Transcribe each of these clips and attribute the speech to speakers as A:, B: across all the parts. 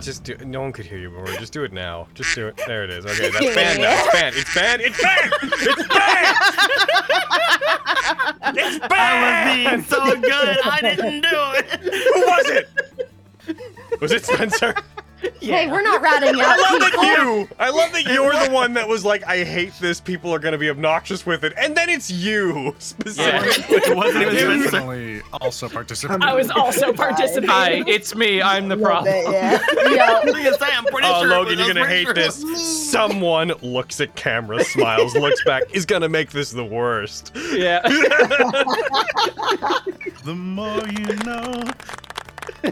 A: Just do. No one could hear you, Rory. Just do it now. Just do it. There it is. Okay, that's banned now. It's banned. It's banned. It's banned. It's banned. It's banned.
B: I was being so good. I didn't do it.
A: Who was it? Was it Spencer?
C: Hey, we're not ratting out
A: I love
C: people.
A: that you. I love that you're the one that was like, I hate this. People are gonna be obnoxious with it, and then it's you specifically.
B: It wasn't even
D: I
B: Spencer.
D: recently also participated.
E: I was also participating.
F: Hi, it's me. I'm the
G: Love
F: problem.
G: it, yeah.
C: Yeah.
B: I was gonna say, I'm pretty
A: Oh,
B: sure it
A: Logan,
B: was-
A: you're
B: I was
A: gonna
B: pretty
A: hate
B: sure it
A: this.
B: was-
A: Someone looks at camera, smiles, looks back, is gonna make this the worst.
F: Yeah.
D: The more you know.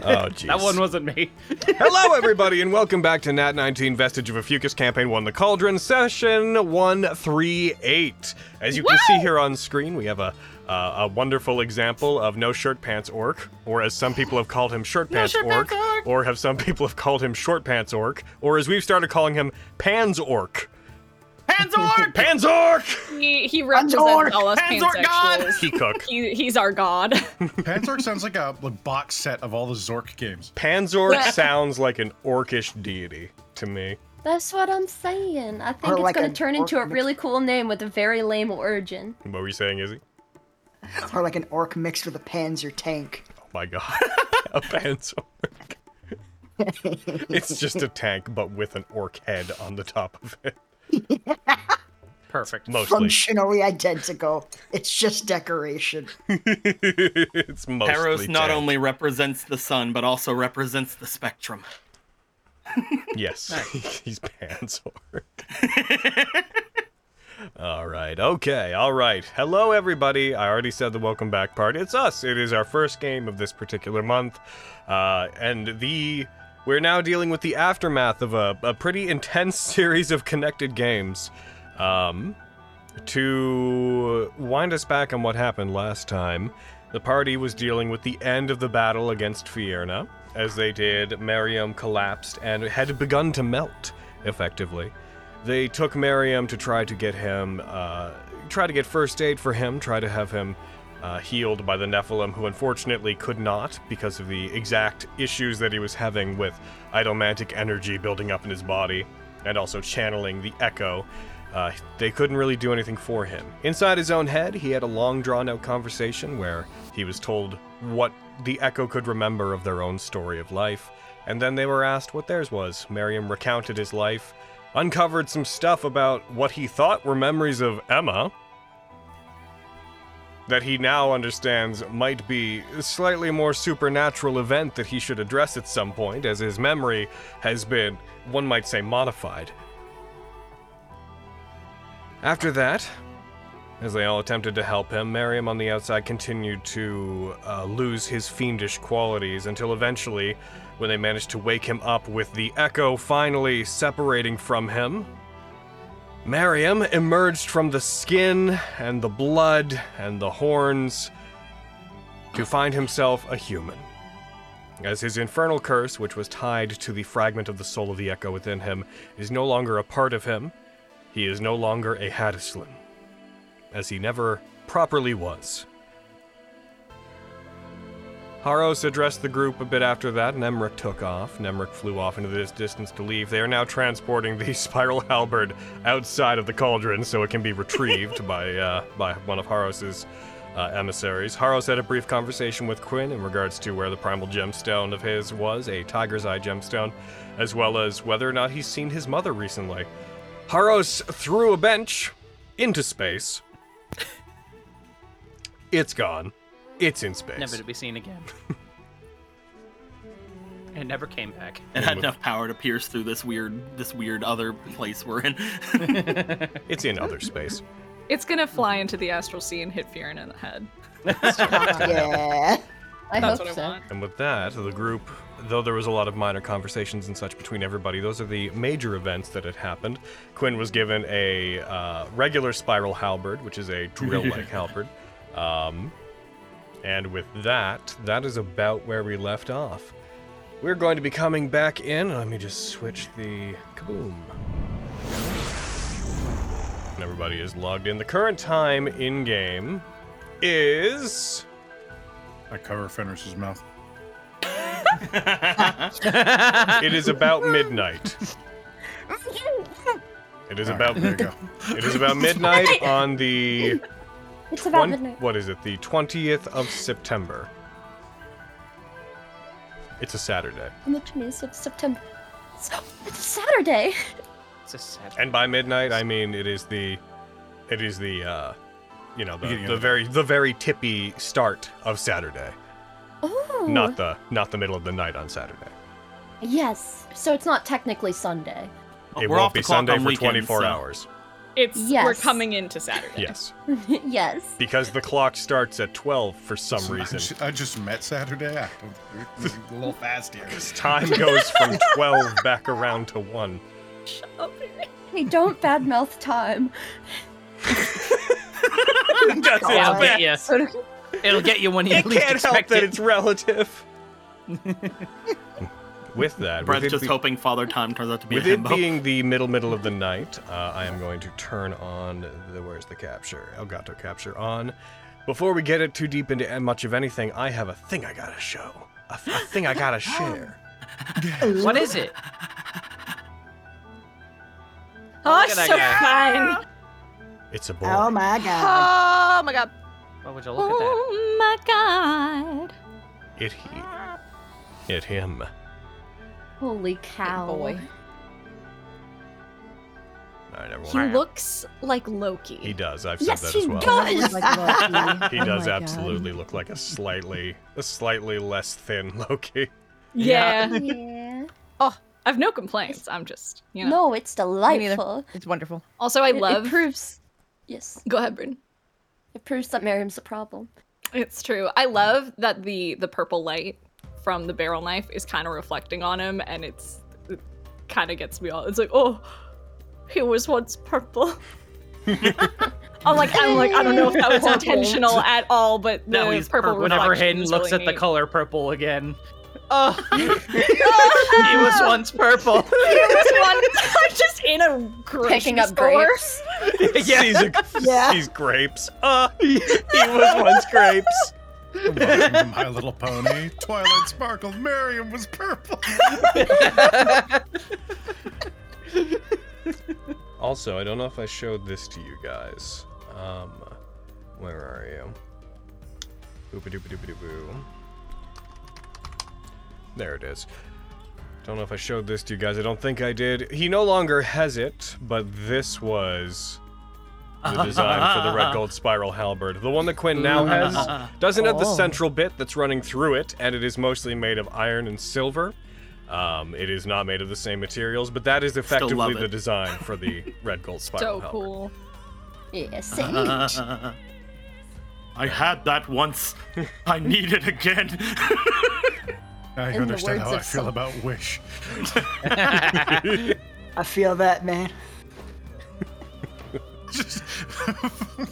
A: Oh, jeez.
F: That one wasn't me.
A: Hello, everybody, and welcome back to Nat 19 Vestige of a Fucus Campaign Won the Cauldron, session 138. As you can see here on screen, we have a uh, a wonderful example of no shirt pants orc, or as some people have called him shirt pants
F: shirt
A: orc,
F: pants orc.
A: or have some people have called him short pants orc, or as we've started calling him pans orc.
B: Hands are
A: Pans orc!
E: He, he
G: Panzor!
E: represents all us
B: Panzor god!
E: pansexuals.
A: He cook.
E: He, he's our god.
D: Panzork sounds like a like, box set of all the Zork games.
A: Panzork sounds like an orcish deity to me.
C: That's what I'm saying. I
G: Or
C: think
G: like
C: it's going
G: an
C: to turn into a
G: orc mix-
C: really cool name with a very lame origin.
A: What were you saying, Izzy?
G: Or like an orc mixed with a panzer tank.
A: Oh my god. a panzork. it's just a tank, but with an orc head on the top of it.
F: Perfect.
A: Mostly.
G: Functionally identical. It's just decoration.
A: it's mostly.
B: Eros not
A: tank.
B: only represents the sun, but also represents the spectrum.
A: Yes, he's Panzork. all right, okay, all right. Hello, everybody. I already said the welcome back part. It's us. It is our first game of this particular month, uh, and the we're now dealing with the aftermath of a, a pretty intense series of connected games. Um, to wind us back on what happened last time, the party was dealing with the end of the battle against Fierna. As they did, Miriam collapsed and had begun to melt, effectively. They took Miriam to try to get him, uh, try to get first aid for him, try to have him uh, healed by the Nephilim, who unfortunately could not because of the exact issues that he was having with idomantic energy building up in his body and also channeling the echo. Uh, they couldn't really do anything for him. Inside his own head, he had a long drawn out conversation where he was told what the echo could remember of their own story of life, and then they were asked what theirs was. Miriam recounted his life, uncovered some stuff about what he thought were memories of Emma, that he now understands might be a slightly more supernatural event that he should address at some point, as his memory has been, one might say, modified. After that, as they all attempted to help him, Miriam on the outside continued to uh, lose his fiendish qualities until eventually, when they managed to wake him up with the echo finally separating from him, Mariam emerged from the skin and the blood and the horns to find himself a human. As his infernal curse, which was tied to the fragment of the soul of the echo within him, is no longer a part of him, he is no longer a Haddislan, as he never properly was. Haros addressed the group a bit after that, and Emmerich took off. Nemric flew off into this distance to leave. They are now transporting the spiral halberd outside of the cauldron so it can be retrieved by uh, by one of Haros's uh, emissaries. Haros had a brief conversation with Quinn in regards to where the primal gemstone of his was, a tiger's eye gemstone, as well as whether or not he's seen his mother recently. Haros threw a bench into space. It's gone. It's in space.
F: Never to be seen again. and it never came back.
B: It had enough power to pierce through this weird, this weird other place we're in.
A: It's in other space.
E: It's gonna fly into the astral sea and hit Fearin in the head.
G: yeah.
C: I
E: That's
C: hope
E: what
C: so.
E: I want.
A: And with that, the group, though there was a lot of minor conversations and such between everybody, those are the major events that had happened. Quinn was given a uh, regular spiral halberd, which is a drill like halberd. Um, and with that, that is about where we left off. We're going to be coming back in. Let me just switch the kaboom. And everybody is logged in. The current time in game is
D: I cover Fenris's mouth.
A: It is about midnight. It is
D: All
A: about
D: right, there you go.
A: it is about midnight on the
C: It's about
A: one-
C: midnight.
A: what is it? The 20th of September. It's a Saturday.
C: On the 20th of September. So, it's a Saturday.
F: It's a sad.
A: And by midnight, I mean it is the, it is the, uh, you know, the,
D: Beginning of
A: the
D: the-
A: very the very tippy start of Saturday,
C: Oh.
A: not the not the middle of the night on Saturday.
C: Yes. So it's not technically Sunday.
B: But
A: it
B: Oh, we're
A: won't
B: off
A: be
B: the clock
A: Sunday
B: on
A: for
B: weekends,
A: 24
B: so-
A: hours.
E: It's we're
C: Yes.
E: coming into Saturday.
A: Yes,
C: yes.
A: because the clock starts at 12 for some
D: So I
A: reason.
D: ju- I just met Saturday. I don't- A little fast here.
A: Time goes from 12 back around to one.
C: Hey, don't badmouth time.
A: That's it.
F: It'll
A: man.
F: get you. It'll get you when you
A: It
F: least
A: can't help
F: expect
A: that
F: it.
A: it's relative. With that, with
B: Brett's
A: it
B: just
A: be-
B: hoping Father Time turns out to be
A: With
B: a
A: it
B: himbo.
A: being the middle middle of the night, uh, I am going to turn on the where's the capture Elgato capture on. Before we get it too deep into an- much of anything, I have a thing I gotta show, a, f- a thing I gotta share.
F: What is it?
E: Oh,
F: Look at
E: so fine.
A: It's a boy.
G: Oh my god.
E: Oh my god.
F: Why would you look at that?
E: Oh my god.
A: It he. It him.
C: Holy cow.
E: boy.
A: All right, everyone.
E: He looks like Loki.
A: He does. I've said
C: Yes,
A: that
C: he
A: as well.
C: does. Oh
H: Like
A: He does absolutely look like a slightly, a slightly less thin Loki.
E: Yeah.
C: yeah.
E: I've Oh, no complaints. I'm just, you know.
C: No, it's delightful.
H: It's wonderful.
E: Also, I
C: It-
E: love.
C: It proves. Yes.
E: Go ahead, Bryn.
C: It proves that Miriam's a problem.
E: It's true. I love that the the purple light from the barrel knife is kind of reflecting on him, and it's it kind of gets me all. It's like, oh, he was once purple. I'm Oh, like, I'm like, I don't know if that was intentional at all, but the
F: Now he's
E: purple.
F: purple. Whenever
E: reflection
F: Hayden
E: is
F: looks
E: really
F: at the
E: neat.
F: color purple again. Oh, he was once purple.
E: He was once just in a grocery
C: Picking up
E: store.
C: grapes.
A: yeah. Sees, a,
G: Yeah.
A: sees grapes. Uh, he was once grapes.
D: Welcome to My Little Pony. Twilight sparkled. Miriam was purple.
A: Also, I don't know if I showed this to you guys. Um, where are you? Oopa doopa doopa doo boo. There it is. Don't know if I showed this to you guys. I don't think I did. He no longer has it, but this was the design for the red gold spiral halberd. The one that Quinn now has doesn't have the
H: Oh.
A: central bit that's running through it, and it is mostly made of iron and silver. Um, it is not made of the same materials, but that is effectively
B: love
A: the
B: it.
A: design for the red gold spiral
E: So
A: halberd.
E: cool.
C: Yeah, see?
F: Uh,
B: I had that once. I need it again.
D: Now you
C: In the
D: understand how
C: words
D: I
C: of
D: feel
C: some-
D: about Wish.
G: I feel that, man.
D: Just,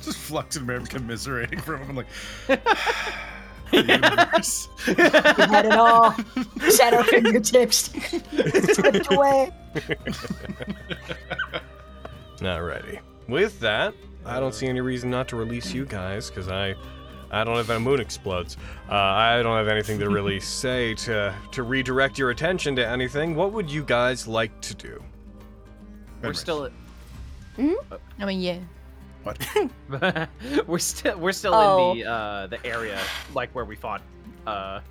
D: just Flux and Miriam commiserating for a moment, like. universe.
G: We had it all. It's at our fingertips. It's slipped away.
A: Alrighty. With that, I don't see any reason not to release you guys because I, I don't have a moon explodes. Uh, I don't have anything to really say to to redirect your attention to anything. What would you guys like to do?
F: We're still.
H: I mean, yeah.
D: What?
F: we're still we're still
C: Oh.
F: in the uh the area like where we fought uh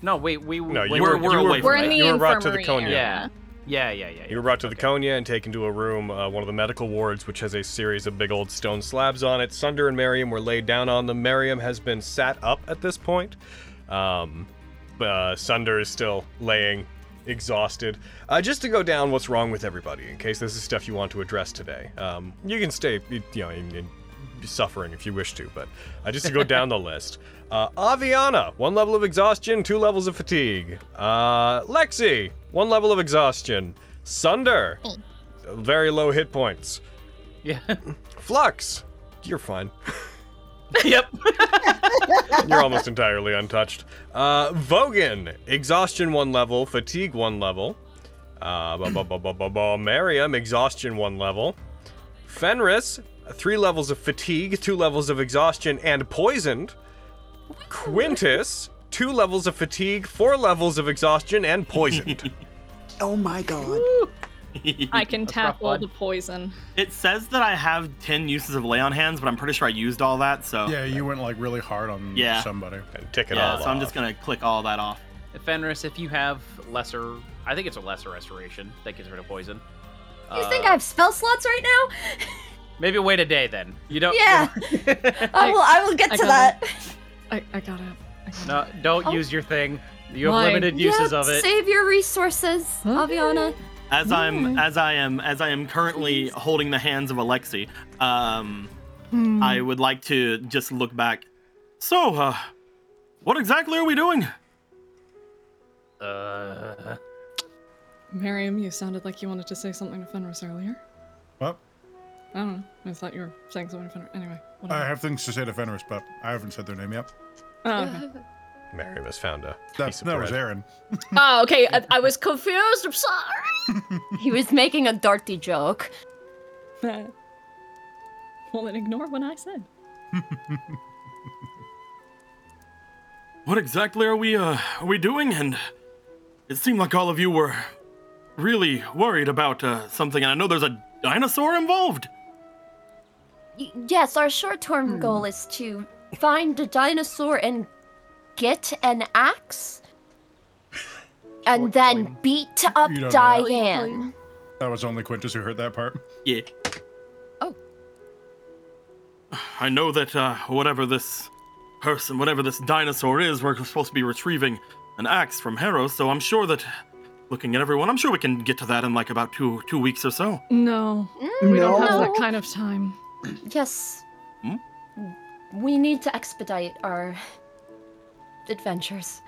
F: no wait we
A: No, you
F: wait,
A: were,
F: wait,
B: we're
A: you
B: away
E: We're in
B: Right,
E: the
A: you were brought
E: infirmary.
A: to the Konya.
E: area.
F: yeah yeah yeah yeah,
A: You
F: yeah.
A: were brought to the Konya and taken to a room, uh, one of the medical wards, which has a series of big old stone slabs on it. Sunder and Miriam were laid down on them. Miriam has been sat up at this point. Um, uh, Sunder is still laying, exhausted. Uh, just to go down what's wrong with everybody, in case this is stuff you want to address today. Um, you can stay, you know, in, in suffering if you wish to, but uh, just to go down the list. Uh, Aviana, one level of exhaustion, two levels of fatigue. Uh, Lexi, one level of exhaustion. Sunder, very low hit points.
F: yeah.
A: Flux, you're fine.
F: yep
A: You're almost entirely untouched. Uh, Vogan, exhaustion one level, fatigue one level. Uh, bu- bu- bu- bu- bu- bu- Miriam, exhaustion one level. Fenris, three levels of fatigue, two levels of exhaustion, and poisoned. Quintus, two levels of fatigue, four levels of exhaustion, and poisoned.
G: Oh my god.
E: I can tap
F: rough,
E: all
F: bud.
E: the poison.
B: It says that I have 10 uses of lay on hands, but I'm pretty sure I used all that, so.
D: Yeah, you went like really hard on
B: Yeah.
D: somebody.
A: and tick it
B: Yeah,
A: all
B: so I'm
A: off.
B: just gonna click all that off.
F: Fenris, if you have lesser, I think it's a lesser restoration that gets rid of poison.
C: You think
F: Uh,
C: I have spell slots right now?
F: Maybe wait a day then. You don't.
C: Yeah. I will. I will get
E: I
C: to
E: got
C: that.
E: I, I gotta. I gotta.
F: no, don't
E: Oh.
F: use your thing. You have
E: My-
F: limited uses
C: Yeah,
F: of it.
C: Save your resources, Aviana.
B: As I'm as I am as I am currently holding the hands of Alexi, um,
C: Hmm.
I: Mm.
B: I would like to just look back. So, uh, what exactly are we doing?
F: Uh,
E: Miriam, you sounded like you wanted to say something to Fenris earlier.
D: Well,
E: I don't know. I thought you were saying something to Fenris. Anyway,
D: I
E: whatever.
D: have things to say to Fenris, but I haven't said their name yet.
E: oh, okay.
A: Mary has found a
D: That,
A: piece of
D: that was
A: bread.
D: Aaron.
C: Ah,
E: Oh, okay. I, I was confused. I'm sorry.
C: He was making a dirty joke.
E: well, then ignore what I said.
B: What exactly are we uh are we doing? And it seemed like all of you were really worried about uh, something. And I know there's a dinosaur involved.
C: Y- yes, our short-term
E: Hmm.
C: goal is to find a dinosaur and get an axe, and then beat up
D: You don't know that.
C: Diane.
D: That was only Quintus who heard that part.
B: Yeah.
C: Oh.
B: I know that uh, whatever this person, whatever this dinosaur is, we're supposed to be retrieving an axe from Harrow. So I'm sure that, looking at everyone, I'm sure we can get to that in like about two two weeks or so.
E: No,
C: Mm,
E: we don't have
C: no.
E: that kind of time.
C: Yes.
B: Hmm?
C: We need to expedite our adventures.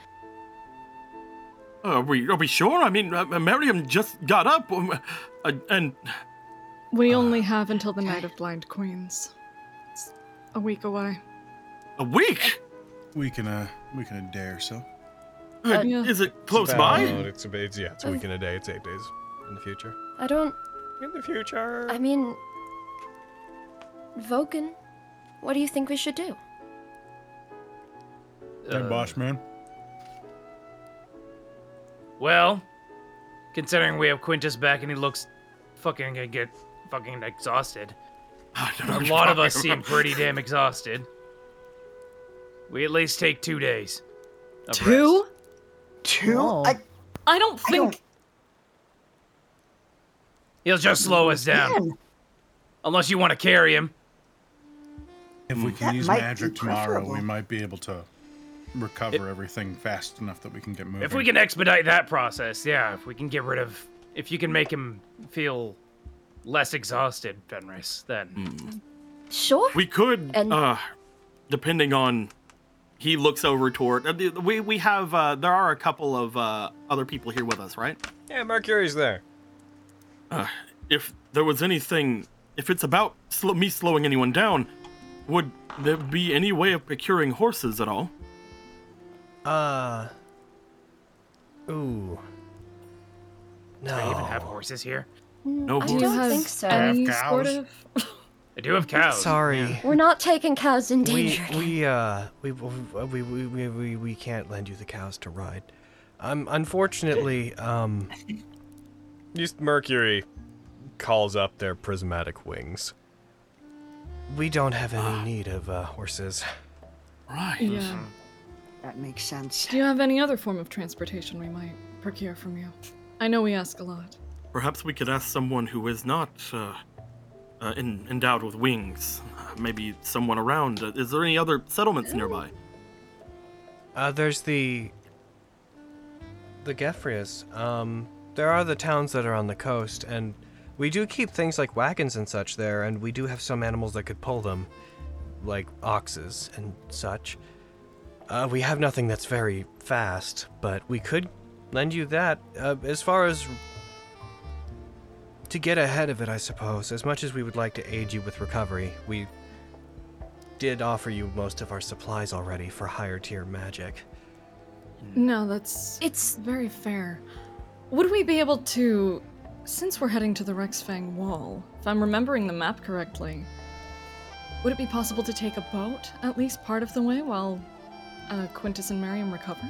B: Uh, Are we are we sure? I mean, uh, Miriam just got up, um, uh, and
E: We only have until the night of Blind Queens. It's a week away.
B: a week.
D: We can uh we can a day or so.
B: Uh,
E: yeah.
B: Is it close
A: It's
B: by?
A: about- It's, it's yeah, it's a week and a day. It's eight days in the future.
C: I don't.
A: In the future.
C: I mean, Vulcan, what do you think we should do?
D: Hey,
F: uh,
D: boss man.
J: Well, considering we have Quintus back and he looks fucking gonna get fucking exhausted. A lot of us seem pretty damn exhausted. We at least take two days. of rest.
G: Two?
H: Whoa.
G: I,
E: I don't
G: I
E: think.
J: He'll just slow us down.
G: man,
J: Unless you want to carry him.
D: If we can
G: That
D: use
G: might be
D: magic tomorrow, we
G: preferable.
D: might be able to recover everything fast enough that we can get moving.
J: If we can expedite that process, yeah, if we can get rid of. If you can make him feel less exhausted, Fenris, then.
C: Hmm. Sure.
B: We could,
C: And-
B: uh, depending on. He looks over toward. uh, the- We we have uh, there are a couple of uh, other people here with us, right? Uh,
A: yeah, Mercury's there.
B: If there was anything, if it's about sl- me slowing anyone down, would there be any way of procuring horses at all?
A: Uh. Ooh.
J: Do I even have horses here?
B: No
J: Oh,
C: I
B: horses.
E: you
C: don't
E: have
C: think so.
E: any
D: Have
E: sort
D: cows.
E: of?
J: I do have cows.
I: Sorry.
C: We're not taking cows in
I: We
C: danger.
I: we uh we we, we we we we can't lend you the cows to ride. Um unfortunately, um
A: Just Mercury calls up their prismatic wings.
I: we don't have
F: Ah.
I: any need of uh, horses.
B: Right.
E: Yeah.
G: that makes sense.
E: Do you have any other form of transportation we might procure from you? I know we ask a lot.
B: Perhaps we could ask someone who is not uh, uh, in, endowed with wings. Maybe someone around. Uh, Is there any other settlements nearby?
I: Uh there's the the Gephrias. Um there are the towns that are on the coast and we do keep things like wagons and such there and we do have some animals that could pull them like oxes and such. Uh, we have nothing that's very fast, but we could lend you that. Uh, as far as to get ahead of it, I suppose, as much as we would like to aid you with recovery, we did offer you most of our supplies already for higher tier magic.
E: No, that's
C: It's
E: very fair. Would we be able to, since we're heading to the Rexfang Wall, if I'm remembering the map correctly, would it be possible to take a boat at least part of the way while uh, Quintus and Miriam recover?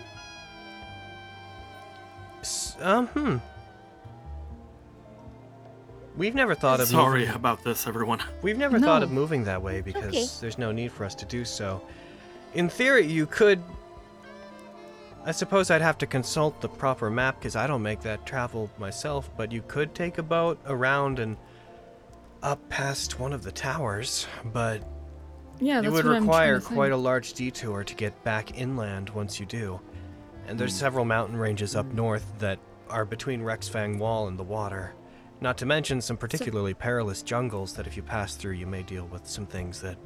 I: S- um, hmm. We've never thought of.
B: Sorry
I: moving-
B: about this, everyone.
I: We've never thought of
B: No.
I: moving that way because
B: okay.
I: there's no need for us to do so. In theory, you could. I suppose I'd have to consult the proper map because I don't make that travel myself, but you could take a boat around and up past one of the towers, but
E: Yeah,
I: you
E: that's
I: would
E: what I'm
I: require
E: trying to
I: quite a
E: think.
I: large detour to get back inland once you do. And there's
E: Hmm.
I: several mountain ranges up north that are between Rexfang Wall and the water. Not to mention some particularly perilous jungles that if you pass through you may deal with some things that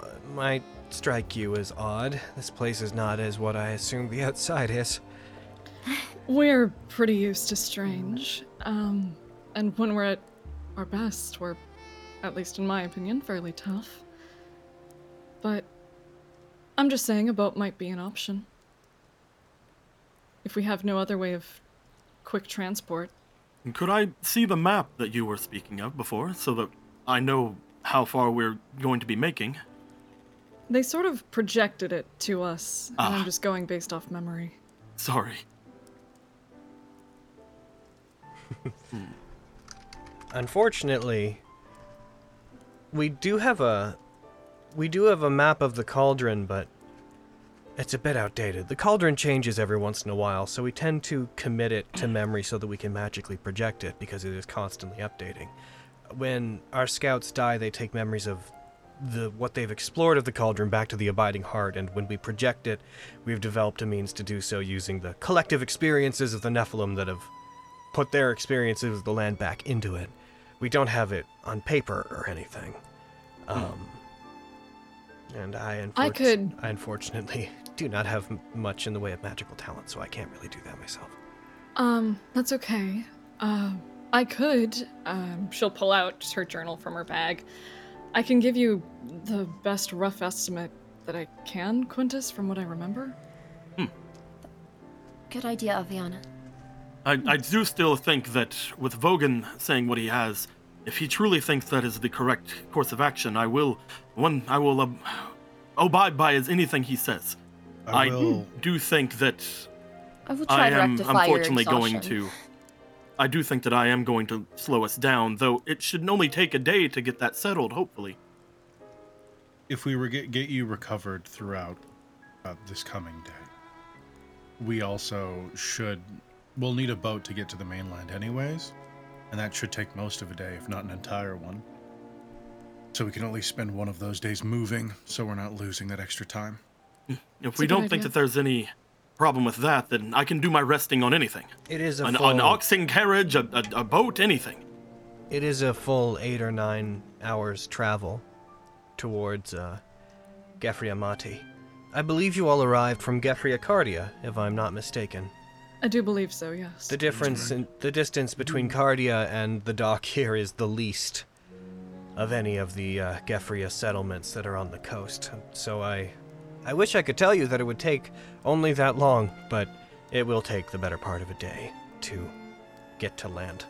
I: uh, might strike you as odd. This place is not as what I assume the outside is.
E: We're pretty used to strange. Um, and when we're at our best, we're, at least in my opinion, fairly tough. But I'm just saying a boat might be an option. If we have no other way of quick transport.
B: Could I see the map that you were speaking of before so that I know how far we're going to be making?
E: They sort of projected it to us, and
B: Ah.
E: I'm just going based off memory.
B: Sorry.
I: Unfortunately, we do have a we do have a map of the cauldron, but it's a bit outdated. The cauldron changes every once in a while, so we tend to commit it to memory so that we can magically project it because it is constantly updating. When our scouts die, they take memories of the what they've explored of the cauldron back to the abiding heart, and when we project it, we've developed a means to do so using the collective experiences of the Nephilim that have put their experiences of the land back into it. We don't have it on paper or anything. Um, and I, unfortu-
E: I could-
I: I unfortunately do not have m- much in the way of magical talent, so I can't really do that myself.
E: Um, that's okay. Um, I could. Um, she'll pull out just her journal from her bag. I can give you the best rough estimate that I can, Quintus, from what I remember.
I: Hmm.
C: Good idea, Aviana.
B: I, I do still think that with Vogan saying what he has, if he truly thinks that is the correct course of action, I will one I will um, abide by as anything he says.
D: I will-
B: do think that
C: I will try to
B: am
C: rectify your
B: unfortunately going
C: exhaustion.
B: to. I do think that I am going to slow us down, though it should only take a day to get that settled. Hopefully,
D: If we were get, get you recovered throughout uh, this coming day, we also should. We'll need a boat to get to the mainland, anyways, and that should take most of a day, if not an entire one. So we can at least spend one of those days moving, so we're not losing that extra time.
B: if
D: It's
B: we
D: a good
B: don't think
D: idea.
B: that there's any problem with that, then I can do my resting on anything.
I: It is a
B: an,
I: full,
B: an oxen carriage, a, a, a boat, anything.
I: it is a full eight or nine hours travel towards uh, Gefriamati. I believe you all arrived from Gefriacardia, if I'm not mistaken.
E: I do believe so, yes.
I: The difference in the distance between Cardia and the dock here is the least of any of the uh, Gefria settlements that are on the coast. So I, I wish I could tell you that it would take only that long, but it will take the better part of a day to get to land.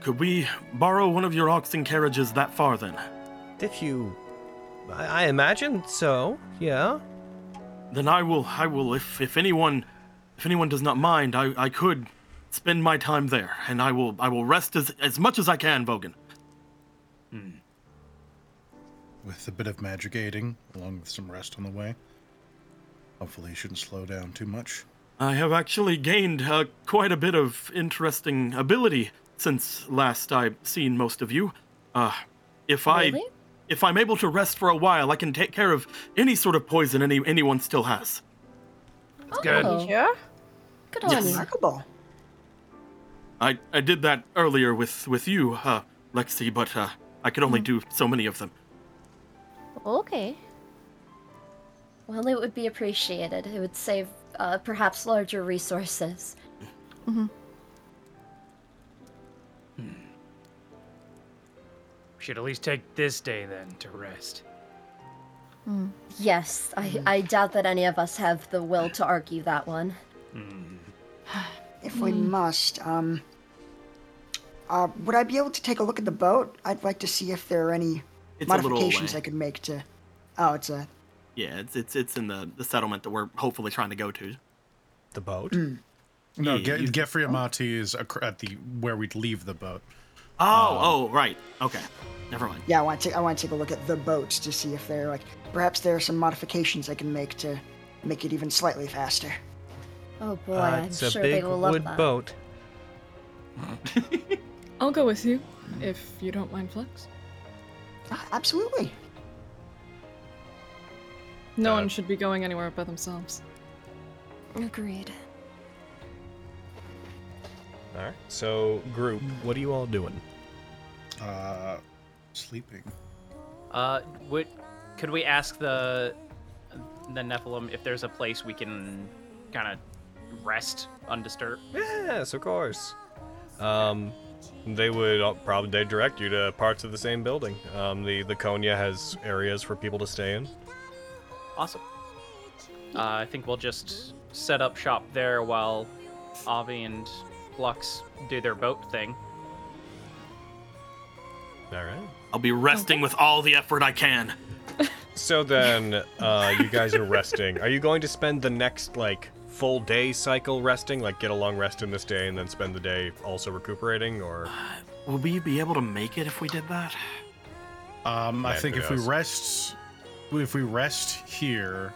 B: Could we borrow one of your oxen carriages that far then?
I: If you, I, I imagine so. Yeah.
B: Then I will. I will. If if anyone, if anyone does not mind, I I could spend my time there, and I will. I will rest as as much as I can, Vogan.
D: With a bit of magic aiding, along with some rest on the way. Hopefully, you shouldn't slow down too much.
B: I have actually gained uh, quite a bit of interesting ability since last I've seen most of you. Uh, if I,
C: Really?
B: if I'm able to rest for a while, I can take care of any sort of poison any anyone still has.
G: That's
B: good.
E: Oh.
G: Yeah.
C: Good
B: Yes.
G: on you. Remarkable.
B: I I did that earlier with with you, uh, Lexi, but uh, I could only do so many of them.
C: Okay. Well, it would be appreciated. It would save uh, perhaps larger resources.
J: We should at least take this day then to rest.
C: Mm. Yes, I, I doubt that any of us have the will to argue that one.
G: If we must, um, uh, would I be able to take a look at the boat? I'd like to see if there are any
B: It's a little
G: modifications
B: away.
G: I could make to. Oh, it's a.
B: Yeah, it's it's it's in the, the settlement that we're hopefully trying to go to.
A: The boat?
G: Mm.
D: No,
B: Yeah,
D: Ge-
B: you-
D: Geoffrey Amati is ac- at the where we'd leave the boat. Um,
B: Oh, oh, right. Okay. Never mind.
G: Yeah, I want to. I want to take a look at the boats to see if they're like. Perhaps there are some modifications I can make to make it even slightly faster.
C: Oh boy,
A: Uh,
C: I'm
A: it's a
C: sure
A: big
C: they will love
A: wood
C: that.
A: boat.
E: I'll go with you, if you don't mind, Flex.
G: Ah, absolutely.
E: No
A: Uh,
E: one should be going anywhere by themselves.
C: Agreed.
A: All right. So, group, what are you all doing?
D: Uh, sleeping.
F: Uh, would could we ask the the Nephilim if there's a place we can kind of rest undisturbed?
A: Yes, of course. Um, they would all- probably they direct you to parts of the same building. Um, the the Konya has areas for people to stay in.
F: Awesome. Uh, I think we'll just set up shop there while Avi and Lux do their boat thing.
A: All right.
B: I'll be resting with all the effort I can.
A: So then, uh, you guys are resting. Are you going to spend the next like full day cycle resting, like get a long rest in this day and then spend the day also recuperating, or
B: Will we be able to make it if we did that?
D: Um, I
A: Yeah,
D: think
A: who
D: if we
A: knows?
D: rest, if we rest here,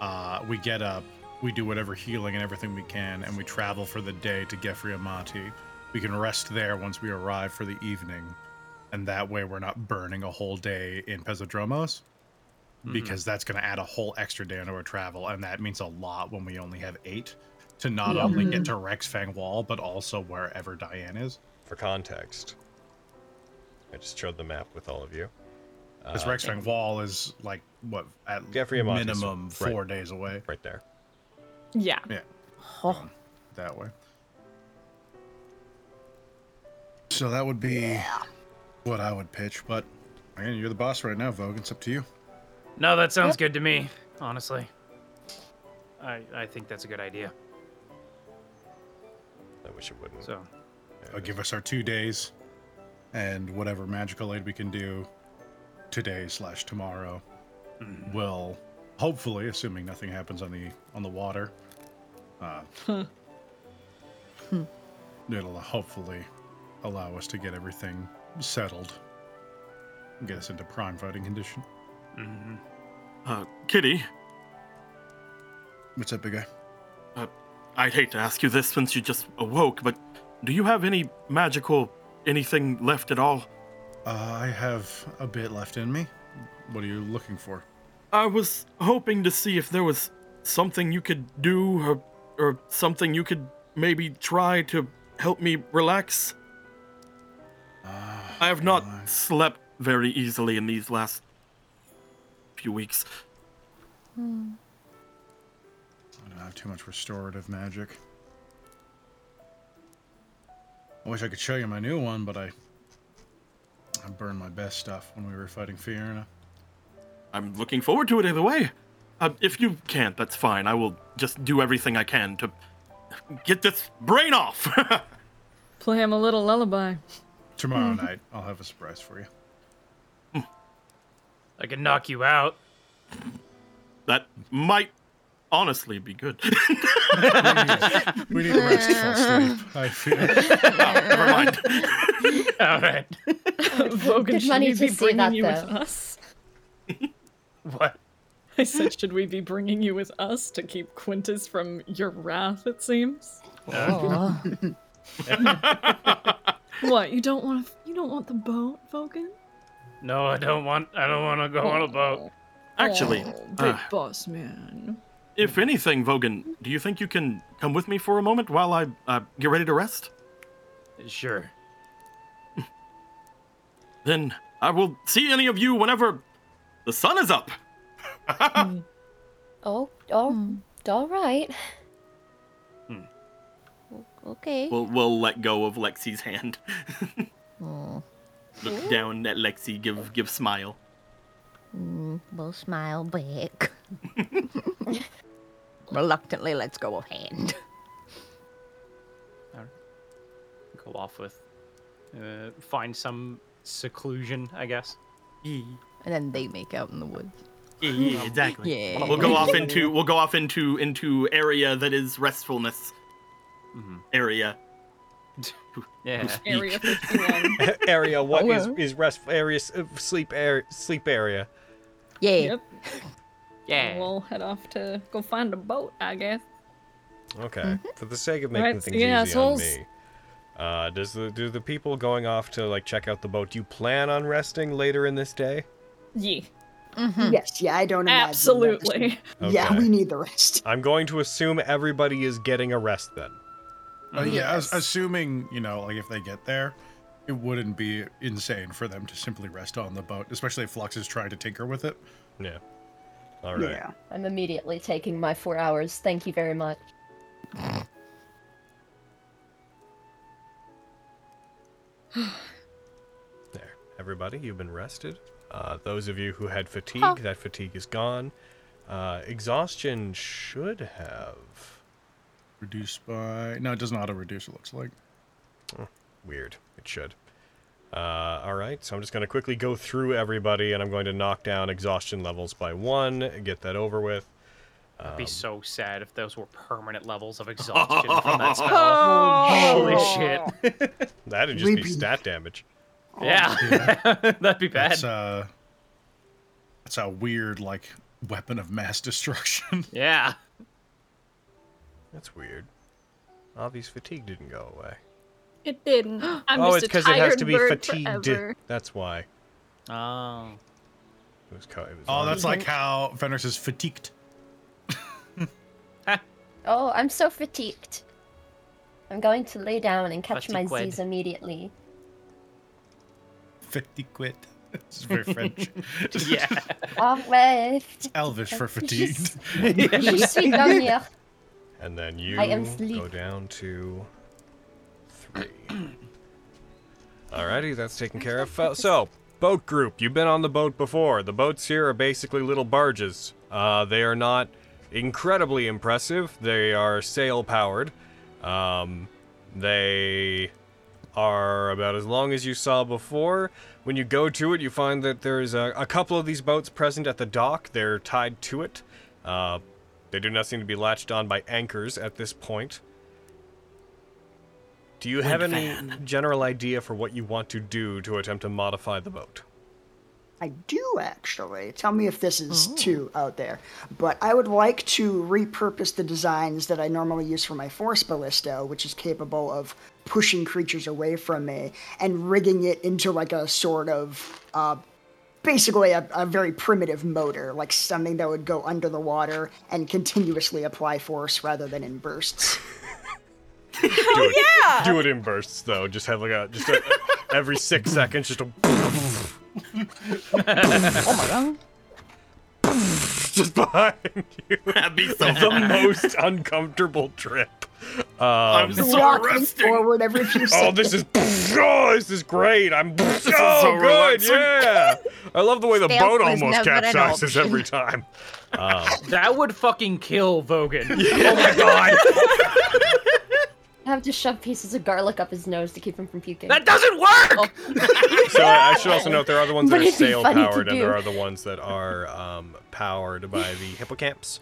D: uh, we get up, we do whatever healing and everything we can, and we travel for the day to Geoffrey Amati. We can rest there once we arrive for the evening, and that way we're not burning a whole day in Pesadromos,
A: Mm-hmm.
D: because that's going to add a whole extra day into our travel, and that means a lot when we only have eight to not only get to Rexfang Wall, but also wherever Diane is.
A: for context? I just showed the map with all of you. Uh,
D: Because Rexfang Wall is like what at
A: Geoffrey Amontis,
D: minimum
A: right.
D: four days away.
A: Right there.
E: Yeah.
D: Yeah,
G: Oh,
D: that way. So that would be what I would pitch. But again, you're the boss right now, Vogue. It's up to you.
J: No, that sounds good to me, honestly. I I think that's a good idea.
A: I wish it wouldn't.
J: So,
D: Uh, give us our two days, and whatever magical aid we can do today slash tomorrow will hopefully, assuming nothing happens on the on the water, uh, it'll hopefully allow us to get everything settled, and get us into prime fighting condition.
B: Uh, Kitty,
D: What's up, big guy?
B: uh, I'd hate to ask you this since you just awoke, but do you have any magical anything left at all?
D: Uh, I have a bit left in me. What are you looking for?
B: I was hoping to see if there was something you could do or, or something you could maybe try to help me relax.
D: Ah,
B: I have
D: uh,
B: not slept very easily in these last few weeks.
E: Hmm.
D: I don't have too much restorative magic. I wish I could show you my new one, but I I burned my best stuff when we were fighting Fiona.
B: I'm looking forward to it either way. Uh, if you can't, that's fine. I will just do everything I can to get this brain off.
E: Play him a little lullaby.
D: Tomorrow
J: Hmm.
D: night, I'll have a surprise for you.
J: I can knock you out.
B: that might honestly be good.
D: We need to rest and fall asleep. I feel.
B: Never mind.
J: All right.
E: Vogan,
C: Good
E: should
C: money
E: we
C: to
E: be
C: see
E: bringing
C: that,
E: you with
C: though.
E: us?
J: What?
E: I said, should we be bringing you with us to keep Quintus from Um, your wrath? It seems.
H: Oh.
E: What? You don't want? You don't want the boat, Vogan?
J: No, I don't want. I don't want to go on a boat.
B: Actually,
E: Oh, big
B: uh,
E: boss man.
B: if anything, Vogan, do you think you can come with me for a moment while I uh, get ready to rest?
J: Sure.
B: Then I will see any of you whenever the sun is up.
C: Oh, oh, all right. O- Okay.
B: We'll, we'll let go of Lexi's hand.
H: Oh.
B: Look down at Lexi, give give smile.
H: Mm, We'll smile back. Reluctantly, let's go of hand.
F: Go off with, uh, find some seclusion, I guess.
H: And then they make out in the woods.
B: Yeah,
F: Um,
B: yeah, exactly.
H: Yeah.
B: We'll go off into we'll go off into into area that is restfulness
A: Mm-hmm.
B: area.
F: Yeah.
E: Area 51.
A: area what is
H: Hello?
A: is rest area s- uh, sleep air sleep area.
H: Yeah.
E: yep.
F: Yeah.
E: We'll head off to go find a boat, I guess.
A: Okay. For the sake of making
E: Mm-hmm. Right,
A: things
E: see you,
A: easy
E: assholes.
A: on me. Uh, does the do the people going off to like check out the boat? Do you plan on resting later in this day?
E: Yeah.
G: Yes, yeah, I don't imagine. that this
E: Absolutely.
G: would- Yeah,
A: Okay.
G: we need the rest.
A: I'm going to assume everybody is getting a rest then.
D: Uh, yeah, as,
E: Yes.
D: assuming you know, like if they get there, it wouldn't be insane for them to simply rest on the boat, especially if Flux is trying to tinker with it.
A: Yeah. All right.
G: Yeah.
C: I'm immediately taking my four hours. Thank you very much.
A: There. Everybody, you've been rested. Uh, those of you who had fatigue, that fatigue is gone. Uh, exhaustion should have.
D: Reduce by no, it doesn't auto reduce. It looks like.
A: Hmm. Weird. It should. Uh, all right, so I'm just going to quickly go through everybody and I'm going to knock down exhaustion levels by one, get that over with.
F: I'd be so sad if those were permanent levels of exhaustion from that spell.
K: Oh!
F: Holy shit.
A: That'd just be
G: Repeat.
A: stat damage.
F: yeah. That'd be bad.
D: That's uh, that's a weird like weapon of mass destruction.
F: yeah.
A: That's weird. Obvious fatigue didn't go away.
E: It didn't. I'm
A: oh,
E: just
A: it's
E: a tired
A: it has to be
E: bird
A: fatigued.
E: forever.
A: That's why.
F: Oh.
A: It was, co- it was
D: oh, that's like how Fenris is fatigued.
C: Oh, I'm so fatigued. I'm going to lay down and catch my
F: Fatigued.
C: Z's immediately.
D: Fifty quid. It's very French.
F: Yeah.
C: Au revoir.
D: Elvish for fatigued.
C: Je suis dormir.
A: And then you
C: I am
A: go
C: sleep.
A: down to three. Alrighty, that's taken care of. Fel- So, boat group, you've been on the boat before. The boats here are basically little barges. Uh, they are not incredibly impressive. They are sail powered. Um, they are about as long as you saw before. When you go to it, you find that there's a, a couple of these boats present at the dock. They're tied to it. Uh, they do not seem to be latched on by anchors at this point. Do you have
B: Wind
A: any general idea for what you want to do to attempt to modify the boat?
G: I do actually. Tell me if this is too out there. But I would like to repurpose the designs that I normally use for my Force Ballisto, which is capable of pushing creatures away from me, and rigging it into like a sort of uh, basically a, a very primitive motor, like something that would go under the water and continuously apply force rather than in bursts.
A: do it, yeah! Do it in bursts though. Just have like a just a, every six seconds, just a. just behind you.
B: That'd be so
A: The
B: fun.
A: most uncomfortable trip.
B: I'm
A: Um,
B: so
G: Walking
B: resting.
G: forward every few seconds.
A: oh, this is oh, this is great. I'm oh,
B: so
A: good.
B: relaxing.
A: Yeah, I love the way the
H: Stealth
A: boat
H: was
A: almost
H: never an
A: capsizes
H: option.
A: every time.
F: That would fucking kill Vogan.
A: Oh my god.
C: I have to shove pieces of garlic up his nose to keep him from puking.
F: That doesn't work!
A: So I should also note there are the ones that
C: But
A: are
C: it'd be
A: sail
C: funny to
A: powered, and there
C: do.
A: are the ones that are um, powered by the hippocamps.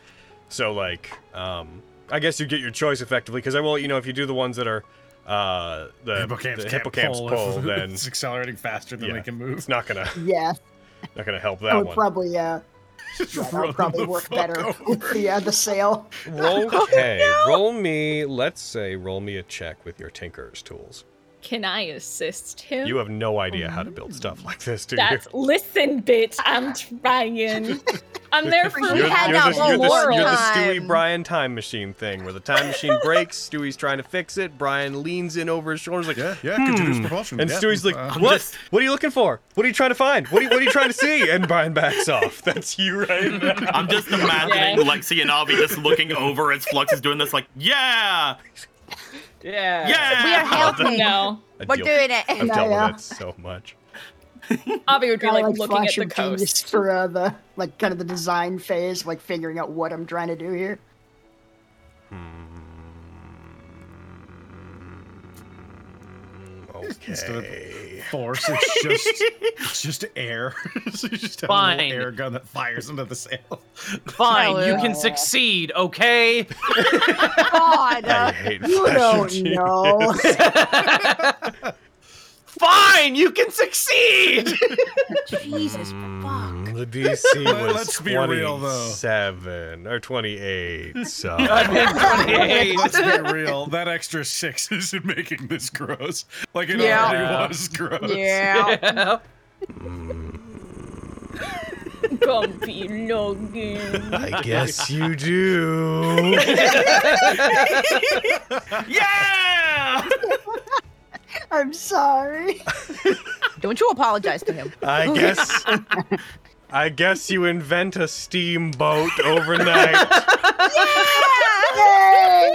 A: So like, um, I guess you get your choice effectively because I will, let you know, if you do the ones that are uh, the
D: Hippocamps
A: the
D: can't
A: hippocamps
D: pull,
A: pull,
D: if
A: then
D: it's accelerating faster than
A: yeah,
D: they can move.
A: It's not gonna
G: yeah.
A: not gonna help
G: I
A: that
G: would
A: one.
G: probably uh, yeah, that
D: run
G: would probably
D: the
G: work
D: fuck
G: better with the uh, the sail.
A: Oh, okay, roll me. Let's say roll me a check with your tinker's tools.
E: Can I assist him?
A: You have no idea how to build stuff like this, do you?
E: That's listen, bitch. I'm trying. I'm there for
A: You're,
H: We had
A: you're
H: that
A: the, you're,
H: one
A: the,
H: world
A: you're the
H: time.
A: Stewie Brian time machine thing, where the time machine breaks, Stewie's trying to fix it, Brian leans in over his shoulder, he's like, "Hmm."
D: Yeah, yeah, continuous propulsion.
A: and
D: yeah.
A: Stewie's like,
D: Uh,
A: what?
B: just-
A: What are you looking for? What are you trying to find? What are you, what are you trying to see? And Brian backs off. That's you right now.
B: I'm just imagining
E: Yeah.
B: Lexi and Avi just looking over as Flux is doing this, like, yeah,
F: Yeah.
B: yeah.
H: We are helping.
E: no.
A: I
H: We're
A: deal-
H: doing
A: I've
H: it.
A: dealt with
G: Yeah.
A: that so much.
E: Avi would be
G: Kinda
E: like looking at
G: flash
E: the
G: of genius
E: coast.
G: for uh, the like kind of the design phase, like figuring out what I'm trying to do here.
A: Mm,
D: Instead of force, it's just it's just air. so you just have a
F: Fine.
D: little air gun that fires into the sail.
F: Fine, you
G: Tyler.
F: can succeed, okay?
G: God,
A: I hate
G: you
A: fashion
G: don't
A: genius.
G: know.
F: Fine, you can succeed!
K: Jesus fuck.
A: The DC was
D: Let's be real, though.
A: 27 or 28. So
D: Let's be real. That extra six isn't making this gross. Like it
K: Yeah.
D: already was gross.
K: Yeah.
E: Gumpy no good.
A: I guess you do.
F: yeah!
G: I'm sorry.
K: Don't you apologize to him.
A: I guess I guess you invent a steamboat overnight.
G: Yay!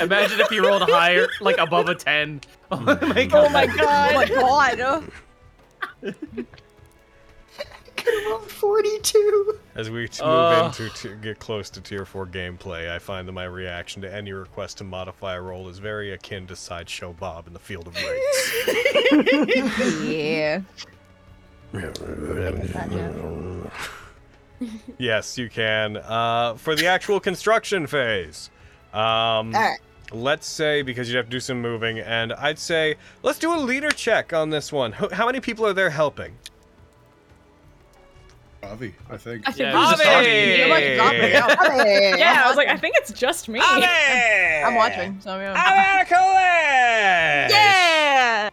F: Imagine if you rolled higher, like above a 10. Oh
D: Mm.
F: my god.
K: Oh my god. Oh my god.
G: I'm 42.
A: As we t- move
F: Oh.
A: into t- get close to tier 4 gameplay, I find that my reaction to any request to modify a roll is very akin to sideshow Bob in the field of race.
K: Yeah.
A: yes, you can. Uh, for the actual construction phase. Um,
G: All right.
A: Let's say because you'd have to do some moving, and I'd say let's do a leader check on this one. How, how many people are there helping?
D: Avi, I think.
E: I think
F: Yeah,
E: it was
F: just
E: just
F: Bobby!
E: me.
K: You're like, "God,
A: Hey.
K: yeah, buddy."
E: Yeah, I was like, I think it's just me.
K: I'm watching. So yeah.
A: America!
E: Yeah!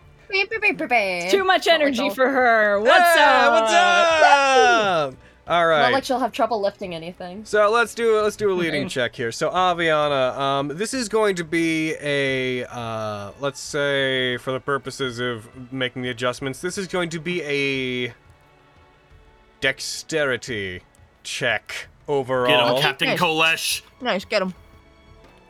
E: Too much energy for her. What's up?
A: What's up? All
C: Not
A: right.
C: like she'll have trouble lifting anything.
A: So let's do let's do a leading check here. So Aviana, um, this is going to be a uh, let's say for the purposes of making the adjustments, this is going to be a dexterity check
B: Get
A: overall.
B: him, Captain
K: Yes.
B: Kolesh.
K: Nice, get him.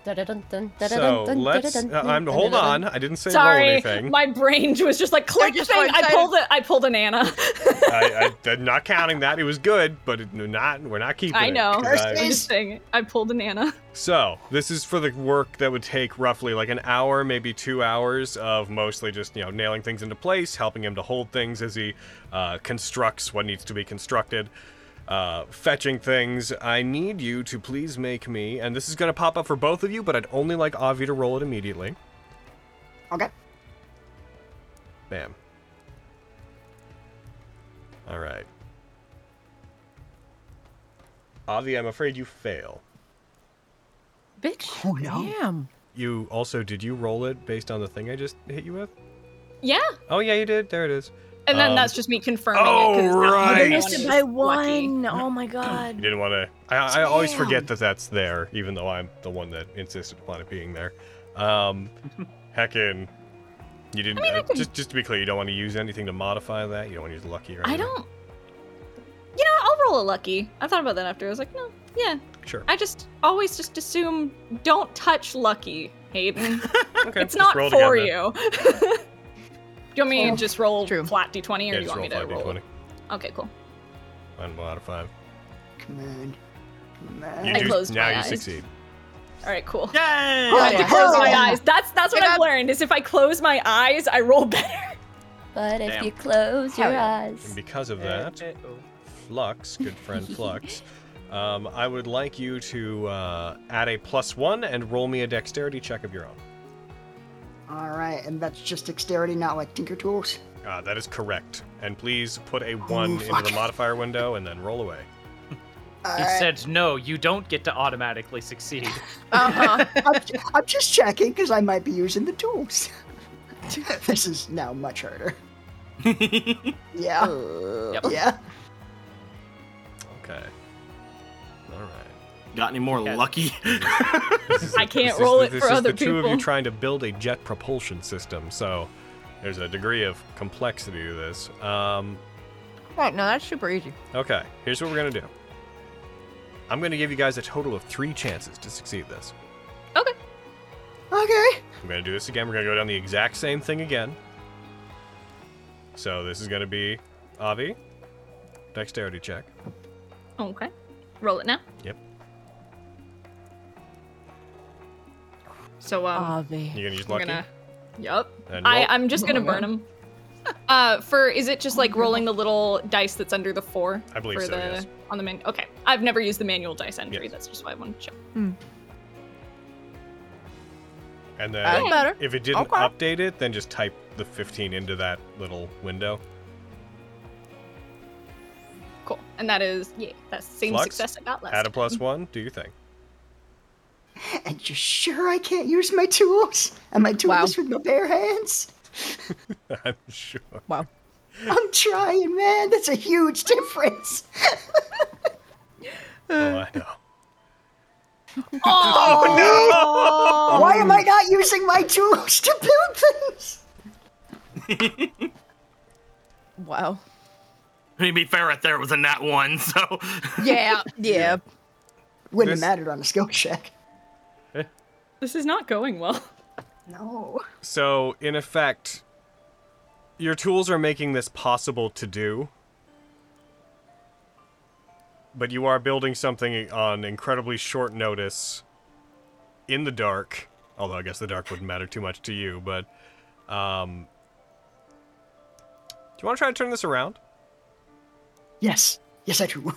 C: Dun-dun-dun,
A: So
C: dun-dun-dun,
A: let's.
C: dun-dun-dun,
A: Uh, I'm hold
C: dun-dun-dun.
A: on. I didn't say roll
E: Sorry,
A: anything.
E: my brain was just like click
K: just
E: thing.
K: so
E: I
K: excited.
E: pulled it. I pulled an Anna.
A: I, I, I'm not counting that. It was good, but it, not. We're not keeping.
E: I
A: it,
E: know.
A: 'cause
E: I'm
A: I-
E: just saying. I pulled an Anna.
A: So, this is for the work that would take roughly like an hour, maybe two hours of mostly just, you know, nailing things into place, helping him to hold things as he uh, constructs what needs to be constructed, uh, fetching things. I need you to please make me, and this is going to pop up for both of you, but I'd only like Avi to roll it immediately.
G: Okay.
A: Bam. All right. Avi, I'm afraid you fail.
K: Bitch. Oh no. Damn.
A: You also, did you roll it based on the thing I just hit you with?
E: Yeah,
A: Oh yeah, you did. There it is.
E: and then
A: Um,
E: that's just me confirming.
A: oh,
E: it, 'cause it's not
A: right.
E: the
A: I
K: missed
E: one
K: it
E: who's
K: by
E: lucky.
K: one. Oh my
A: You
K: god.
A: didn't want to. I, I always forget
K: Damn.
A: that that's there, even though I'm the one that insisted upon it being there. Um, heckin, you didn't. uh, just just to be clear, you don't want to use anything to modify that. You don't want to use lucky or
E: I
A: anything.
E: don't. You know, I'll roll a lucky. I thought about that after. I was like, no, yeah.
A: Sure.
E: I just always just assume don't touch lucky, Hayden.
A: okay.
E: it's
A: just
E: not
A: roll
E: for
A: again, then.
E: you. do you want me to just roll
K: Oh, True.
E: flat d20, or
A: Yeah,
E: you
A: just
E: want
A: roll
E: me to
A: five
E: roll?
A: d20.
E: Okay, cool.
A: Unmodified.
G: Come on. Come on.
A: You
E: I
A: do-
E: closed
A: now
E: my
A: you
E: eyes.
A: succeed.
E: All right, cool.
B: Yay!
E: I have to
K: yeah.
E: close my
G: Oh.
E: eyes. That's that's what
K: Hang
E: I've
K: on.
E: learned is if I close my eyes, I roll better.
C: But if
F: Damn.
C: you close
K: Hell
C: your
K: yeah.
A: And
C: eyes,
A: because of that, Flux, good friend Flux, um, I would like you to uh, add a plus one and roll me a dexterity check of your own.
G: All right, and that's just dexterity, not like Tinker Tools.
A: Uh, that is correct. And please put a 1 into the modifier window and then roll away.
G: All
F: He
G: right.
F: said no, you don't get to automatically succeed.
K: Uh
E: Uh-huh.
K: huh.
G: I'm, ju- I'm just checking because I might be using the tools. this is now much harder. Yeah.
F: Yep.
G: Yeah.
A: Okay. All right.
B: Got any more lucky?
E: I can't
A: This is-
E: roll it
A: this
E: for
A: is
E: other
A: the two of you
E: people.
A: trying to build a jet propulsion system, so there's a degree of complexity to this. Um,
K: Right, no, that's super easy.
A: okay, here's what we're gonna do. I'm gonna give you guys a total of three chances to succeed this.
E: Okay.
G: Okay.
A: I'm gonna do this again. We're gonna go down the exact same thing again. So this is gonna be Avi, dexterity check.
E: Okay. Roll it now.
A: Yep.
E: So um,
K: Avi.
A: You're gonna use
E: I'm
A: um, lucky.
E: gonna Yep.
A: And
E: I,
A: roll-
E: I'm just gonna burn him. Uh, for is it just like rolling the little dice that's under the four?
A: I believe
E: for
A: so,
E: The,
A: yes.
E: On the main. Okay, I've never used the manual dice entry. That's just why I wanted to check.
A: And then
E: That's better.
A: if it didn't
E: Okay.
A: update it, then just type the 15 into that little window.
E: Cool. And that is yeah, that's the same
A: Flux,
E: success I got last.
A: Add a plus
E: time.
A: one. Do your thing.
G: And you're sure I can't use my tools? Am I doing this with my bare hands?
A: I'm sure.
K: Wow.
G: I'm trying, man. That's a huge difference.
A: Oh, I know.
G: Oh, no! Why am I not using my tools to build things?
K: Wow.
B: To be fair, right there it was a nat one, so.
K: Yeah. Yeah.
G: Wouldn't have mattered on a skill check.
A: Eh.
E: This is not going well.
G: No.
A: So, in effect, your tools are making this possible to do. But you are building something on incredibly short notice in the dark. Although I guess the dark wouldn't matter too much to you, but um Do you want to try to turn this around?
G: Yes. Yes, I do.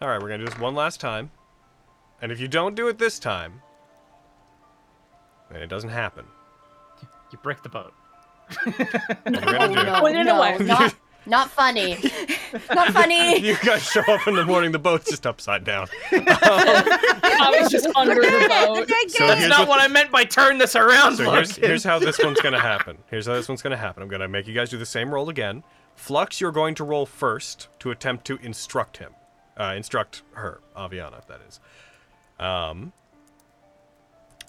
A: All right, we're going to do this one last time. And if you don't do it this time, then it doesn't happen.
F: You break the boat.
A: We're gonna do it.
C: Oh, No, no, not, not funny. not funny.
A: You guys show up in the morning, the boat's just upside down.
E: I was just under the boat.
A: So
F: That's
A: here's
F: not
A: what-
F: what I meant by turn this around,
A: So here's,
F: Larkin.
A: here's how this one's gonna happen. Here's how this one's gonna happen. I'm gonna make you guys do the same roll again. Flux, you're going to roll first to attempt to instruct him, uh, instruct her, Aviana, that is. Um,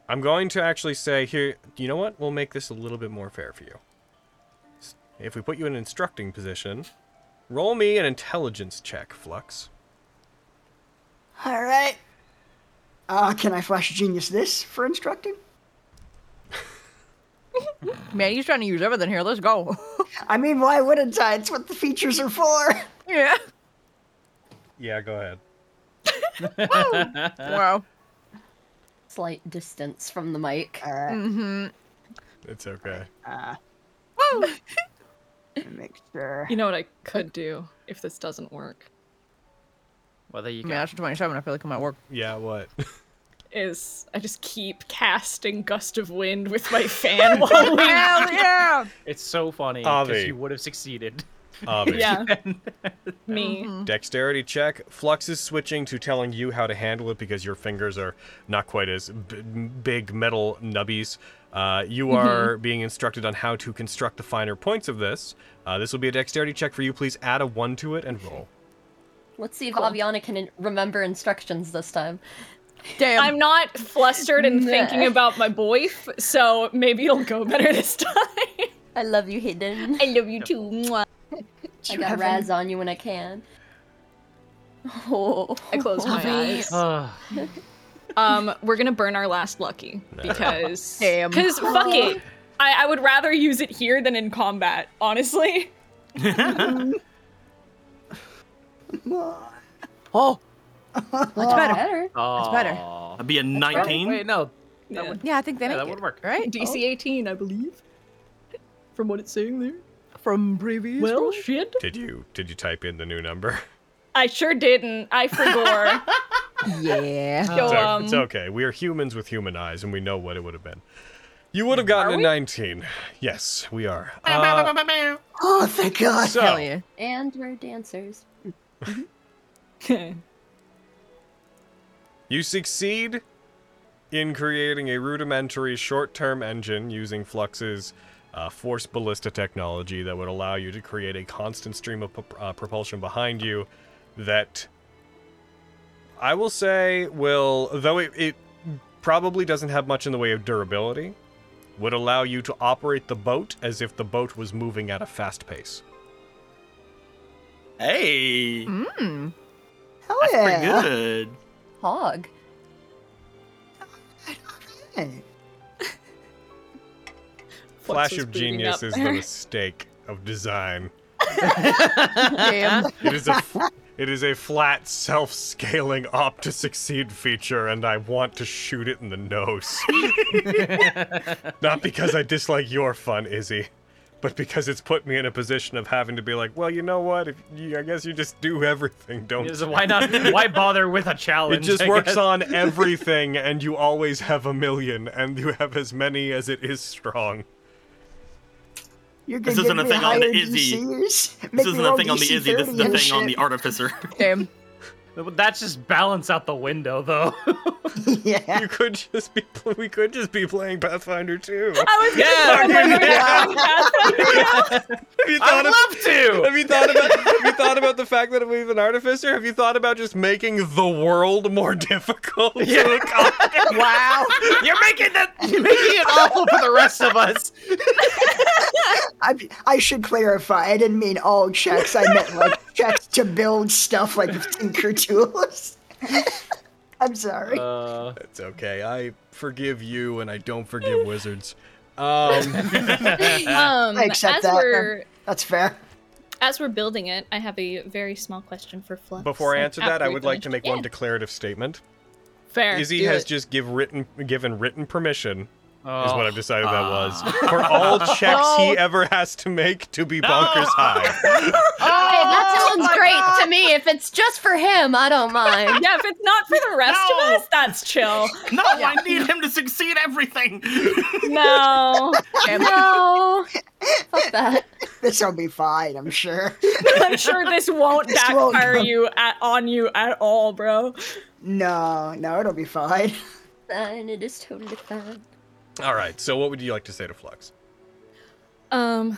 A: I'm going to actually say here. You know what? We'll make this a little bit more fair for you. S- If we put you in an instructing position, roll me an intelligence check, Flux.
G: All right. Uh, can I flash genius this for instructing?
K: Man, he's trying to use everything here. Let's go.
G: I mean, why wouldn't I? It's what the features are for.
K: yeah.
A: Yeah, go ahead.
K: Wow.
C: Slight distance from the mic.
G: All right.
K: Mm-hmm.
A: It's okay.
G: Uh,
K: Woo.
G: let me make sure.
E: You know what I could do if this doesn't work
F: Well, there you
K: Man,
F: go.
K: after 27, I feel like I'm at work.
A: Yeah, what?
E: is I just keep casting gust of wind with my fan while
K: Hell
E: we
K: yeah!
F: It's so funny
A: Avi.
F: because you would have succeeded.
A: Avi.
E: Yeah. me.
A: Dexterity check. Flux is switching to telling you how to handle it because your fingers are not quite as b- big metal nubbies. Uh, you
E: Mm-hmm.
A: are being instructed on how to construct the finer points of this. Uh, this will be a dexterity check for you. Please add a one to it and roll.
C: Let's see if Aviana can in- remember instructions this time.
K: Damn.
E: I'm not flustered and
C: Nah.
E: thinking about my boy, f- so maybe it'll go better this time.
C: I love you, Hidden.
E: I love you too. Mwah.
C: I
G: you
C: got
G: have
C: Raz on you when I can. Oh.
E: I
G: Uh,
E: close my eyes.
F: Ah.
E: Um, we're gonna burn our last lucky because
K: Damn.
E: because fuck it. I, I would rather use it here than in combat, honestly.
G: Mm-hmm.
K: Oh.
C: Much better.
F: That's
K: better.
B: That'd be a 19.
F: Wait, no.
E: Yeah.
K: Yeah, I think that, make
F: Yeah, that
K: it,
F: would work.
K: Right?
E: DC 18, I believe. From what it's saying there.
K: From previous.
E: Well,
K: roll?
E: shit.
A: Did you did you type in the new number?
E: I sure didn't. I forgot.
K: yeah.
E: so,
A: It's o-
E: um,
A: it's okay. We are humans with human eyes, and we know what it would have been. You would have gotten a 19. Yes, we are. Uh,
G: Oh, thank God.
A: so,
K: Hell yeah.
C: And we're dancers.
L: Mm-hmm.
A: You succeed in creating a rudimentary short term engine using Flux's uh, force ballista technology that would allow you to create a constant stream of pu- uh, propulsion behind you that I will say will, though it, it probably doesn't have much in the way of durability, would allow you to operate the boat as if the boat was moving at a fast pace.
B: Hey!
K: Mm.
G: Hell
B: That's
C: Oh,
G: yeah.
B: pretty good.
C: Hog.
G: Hey.
A: Flash
E: was
A: of
E: breathing
A: genius
E: up
A: is the
E: there.
A: mistake of design.
K: Damn.
A: It is a f- It is a flat, self scaling opt to succeed feature, and I want to shoot it in the nose. Not because I dislike your fun, Izzy, but because it's put me in a position of having to be like, well, you know what? If you, I guess you just do everything, don't
F: Is-
A: you?
F: why not? Why bother with a
A: It
F: challenge?
A: just
F: I
A: works
F: guess?
A: on everything, and you always have a million, and you have as many as it is strong.
G: You're
B: This
G: gonna
B: isn't
G: give
B: a
G: me
B: thing on the
G: higher
B: Izzy.
G: DCs?
B: This
G: Make me
B: isn't a
G: roll
B: thing on the
G: DC
B: Izzy. This is
G: 30
B: the
G: and
B: thing on the
G: shit.
B: artificer.
H: Damn.
F: That's just balance out the window, though.
G: Yeah.
A: You could just be, we could just be playing Pathfinder 2.
L: I was
F: Yeah,
L: gonna
A: yeah.
L: yeah.
A: Have you
F: I'd
A: thought of-
F: love to.
A: Have you thought about have you thought about the fact that we have an artificer? Have you thought about just making the world more difficult?
F: Yeah.
G: Wow.
F: You're making the you're making it awful for the rest of us.
G: I, I should clarify. I didn't mean all checks. I meant like checks to build stuff like Tinker Tools. I'm sorry.
F: Uh,
A: It's okay. I forgive you and I don't forgive wizards. Um
L: um,
G: I accept
L: as
G: that.
L: we're
G: That's fair.
L: as we're building it, I have a very small question for Fluff.
A: before I answer that, I would like to make one
L: declaration.
A: declarative statement.
L: Fair.
A: Izzy
L: do
A: has
L: it.
A: just give written given written permission is
F: Oh.
A: what I've decided that was. For all checks he ever has to make to be bonkers high.
C: Hey,
G: Oh
C: that sounds great to me. If it's just for him, I don't mind.
L: Yeah, if it's not for the rest
B: No.
L: of us, that's chill.
B: No, I need him to succeed everything.
L: No.
C: no. Fuck that.
G: This will be fine. I'm sure.
L: I'm sure this won't
G: This won't
L: backfire
G: come-
L: you at, on you at all, bro.
G: No, no, it'll be fine.
C: And it is totally fine.
A: Alright, so what would you like to say to Flux?
L: Um,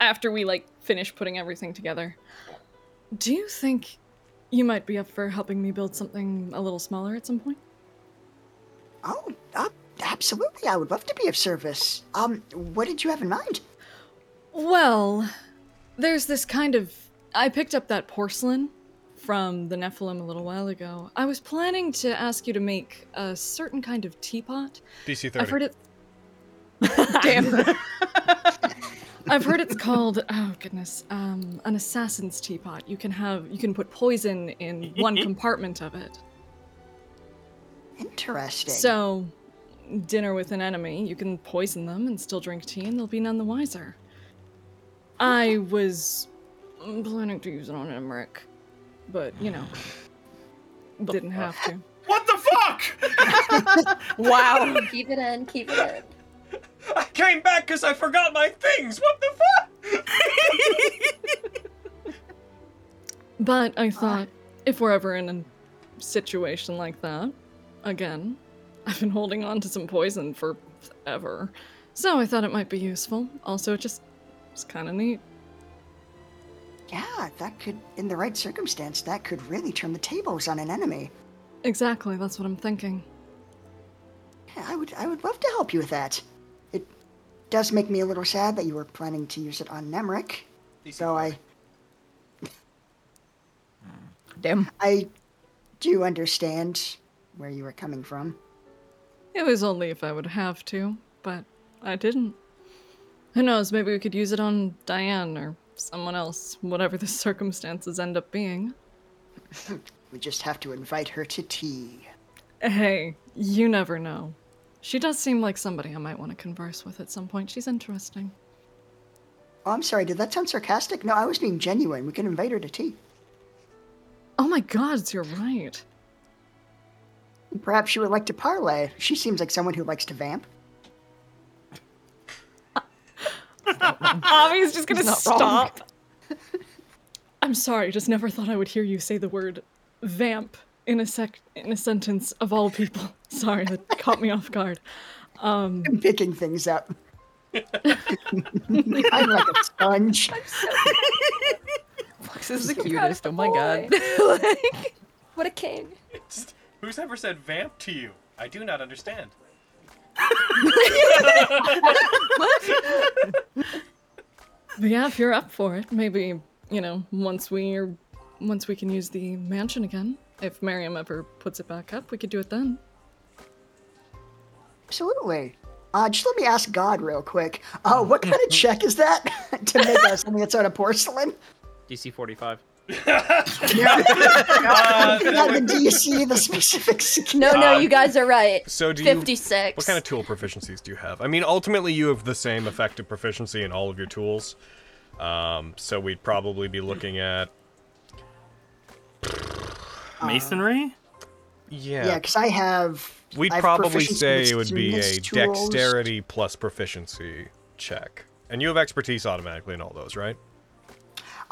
L: after we like finish putting everything together, do you think you might be up for helping me build something a little smaller at some point?
G: Oh, uh, absolutely. I would love to be of service. Um, what did you have in mind?
L: Well, there's this kind of. I picked up that porcelain from the Nephilim a little while ago. I was planning to ask you to make a certain kind of teapot.
A: DC
L: I've heard
A: thirty.
L: it. Damn. I've heard it's called oh goodness, um, an assassin's teapot. You can have you can put poison in one compartment of it.
G: Interesting.
L: So, dinner with an enemy, you can poison them and still drink tea, and they'll be none the wiser. I was planning to use it on Emmerich, but you know, didn't have to.
B: what the fuck?
L: Wow.
C: Keep it in. Keep it in.
A: I came back because I forgot my things. What the fuck?
L: But I thought, if we're ever in a situation like that, again, I've been holding on to some poison for ever. So I thought it might be useful. Also, it just it's kind of neat.
G: yeah, that could, in the right circumstance, that could really turn the tables on an enemy.
L: Exactly, that's what I'm thinking.
G: Yeah, I would, I would love to help you with that. It does make me a little sad that you were planning to use it on Nemric. So I,
H: Damn.
G: I do understand where you were coming from.
L: It was only if I would have to, but I didn't. Who knows, maybe we could use it on Diane or someone else, whatever the circumstances end up being.
G: We just have to invite her to tea.
L: Hey, you never know. She does seem like somebody I might want to converse with at some point. She's interesting.
G: Oh, I'm sorry. Did that sound sarcastic? No, I was being genuine. We can invite her to tea.
L: Oh my god, you're right.
G: Perhaps she would like to parlay. She seems like someone who likes to vamp.
L: Avi's just gonna
H: wrong.
L: stop. I'm sorry, just never thought I would hear you say the word vamp in a sec in a sentence of all people. Sorry, that caught me off guard. Um,
G: I'm picking things up. I'm like a sponge.
H: Fox is the cutest. Oh my god.
C: like, what a king.
A: Who's ever said vamp to you? I do not understand.
L: But yeah, if you're up for it, maybe you know once we're once we can use the mansion again. If Miriam ever puts it back up, we could do it then.
G: Absolutely. Uh, just let me ask God real quick.
L: Oh.
G: Uh, what kind of check is that to make us something that's out of porcelain?
F: DC 45.
G: Not the DC, the specific skill.
C: No, no,
A: Uh,
C: you guys are right.
A: So do you-
C: fifty-six.
A: What kind of tool proficiencies do you have? I mean, ultimately, you have the same effective proficiency in all of your tools. Um, so we'd probably be looking at
B: masonry.
A: Yeah.
G: Yeah, because I have.
A: We'd
G: I have
A: probably
G: proficiency
A: say
G: with
A: it would be a
G: students' tools.
A: dexterity plus proficiency check. And you have expertise automatically in all those, right?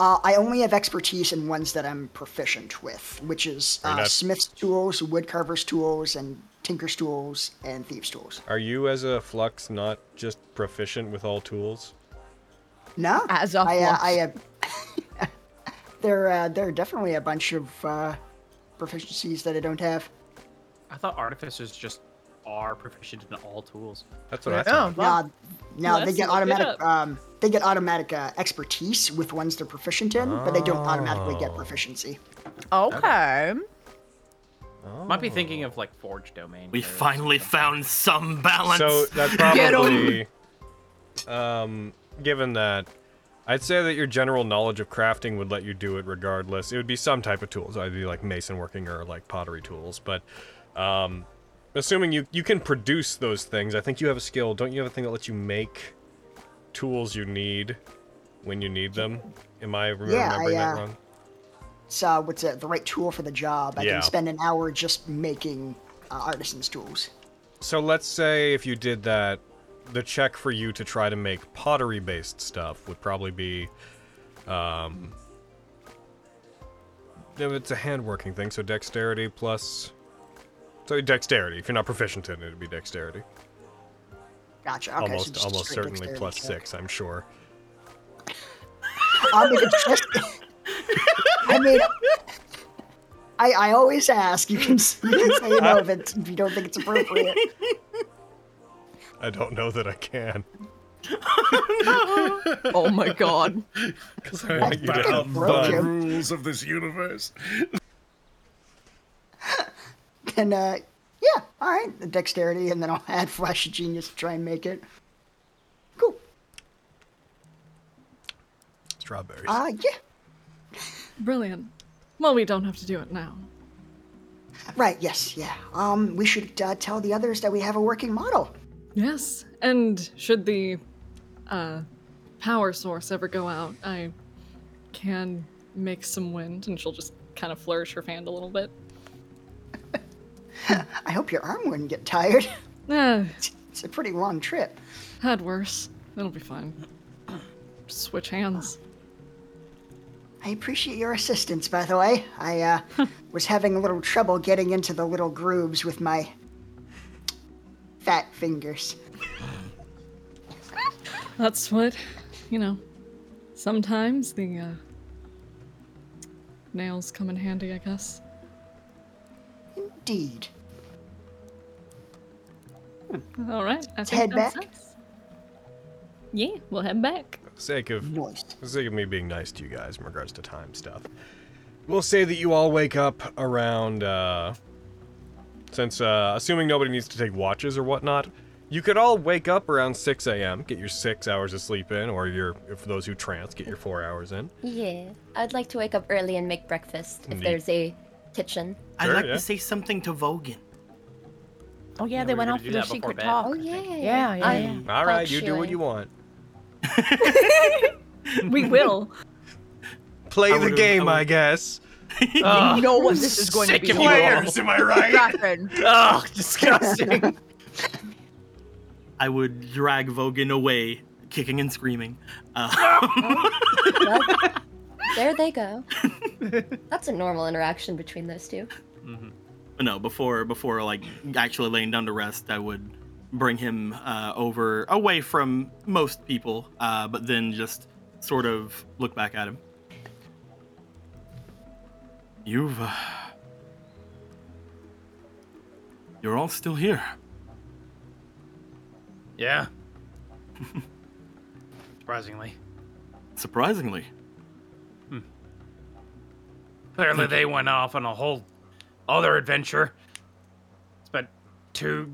G: Uh, I only have expertise in ones that I'm proficient with, which is
A: Are you
G: uh,
A: not-
G: smith's tools, woodcarver's tools, and tinker's tools, and thieves' tools.
A: Are you, as a flux, not just proficient with all tools?
G: No,
H: As a
G: I, uh,
H: flux.
G: I, uh, there, uh, there are definitely a bunch of uh, proficiencies that I don't have.
F: I thought artificers just are proficient in all tools.
A: That's
B: Oh,
F: what
G: I
F: thought.
G: No, no, they
F: Oh, Let's
G: get
F: look it
G: automatic.
F: up.
G: Um, they get automatic uh, expertise with ones they're proficient in, but they don't automatically get proficiency.
H: Okay.
F: Might
A: Oh.
F: be thinking of like Forge Domain.
B: We finally found some balance.
A: So that's probably, um, given that, I'd say that your general knowledge of crafting would let you do it regardless. It would be some type of tools, either like mason working or like pottery tools. But, um, assuming you you can produce those things, I think you have a skill. Don't you have a thing that lets you make tools you need when you need them? Am I remembering
G: Yeah, I,
A: that
G: uh,
A: wrong?
G: It's uh, what's it, the right tool for the job. I
A: Yeah.
G: can spend an hour just making uh, artisans' tools.
A: So let's say if you did that, the check for you to try to make pottery based stuff would probably be. Um, no, it's a handworking thing, so dexterity plus. So dexterity. If you're not proficient in it, it'd be dexterity.
G: Gotcha. Okay, so
A: almost,
G: just a
A: almost
G: straight
A: certainly
G: dexterity
A: plus
G: check.
A: six, I'm sure.
G: I mean, it's just, I mean, I, I always ask. You can, s- you can say no if, it's, if you don't think it's appropriate.
A: I don't know that I can.
K: Oh my god.
D: Because
A: I
D: I
A: want you to
D: bow
A: have
D: by the
A: fun.
D: rules of this universe.
G: And uh, yeah, all right, the dexterity, and then I'll add flash of genius to try and make it. Cool.
A: Strawberries.
G: Uh, yeah.
E: Brilliant. Well, we don't have to do it now.
G: Right. Yes. Yeah. Um, we should uh, tell the others that we have a working model.
E: Yes, and should the uh, power source ever go out, I can make some wind, and she'll just kind of flourish her fan a little bit.
G: I hope your arm wouldn't get tired.
E: Eh,
G: It's a pretty long trip.
E: had worse. It'll be fine. Switch hands.
G: I appreciate your assistance, by the way. I uh, was having a little trouble getting into the little grooves with my fat fingers.
E: That's what, you know. Sometimes the uh, nails come in handy, I guess.
G: Indeed.
E: All right, I
G: Let's
E: think
G: head
E: that's
G: back.
E: us. Yeah, we'll head back.
A: For the sake of
G: Moist.
A: for the sake of me being nice to you guys in regards to time stuff. We'll say that you all wake up around uh since uh assuming nobody needs to take watches or whatnot, you could all wake up around 6 a.m., get your six hours of sleep in, or your if those who trance, get your four hours in.
C: Yeah, I'd like to wake up early and make breakfast if
A: Neat.
C: there's a kitchen.
B: I'd
A: Sure,
B: like
A: yeah.
B: to say something to Vogan.
K: Oh yeah,
F: Yeah,
K: they
F: we were
K: went
F: gonna
K: off
F: do
K: for their
F: that before
K: secret
F: bed.
K: talk.
C: Oh yeah.
K: Yeah, yeah,
C: I-
K: yeah.
A: All right, you do what
C: Actually-
A: you want.
E: We will.
A: Play the
B: would've-
A: game,
B: I
A: I guess.
K: You know what this is going to
F: sick
K: be.
F: of you all.
A: am I right?
K: Catherine.
H: Oh,
F: Ugh, disgusting.
B: I would drag Vogan away, kicking and screaming. Uh,
C: Ah, There they go. That's a normal interaction between those two.
B: mm-hmm. no, before before like actually laying down to rest, I would bring him uh, over away from most people, uh, but then just sort of look back at him. You've uh, you're all still here.
F: yeah. Surprisingly.
B: Surprisingly,
J: Clearly, they went off on a whole other adventure. Spent two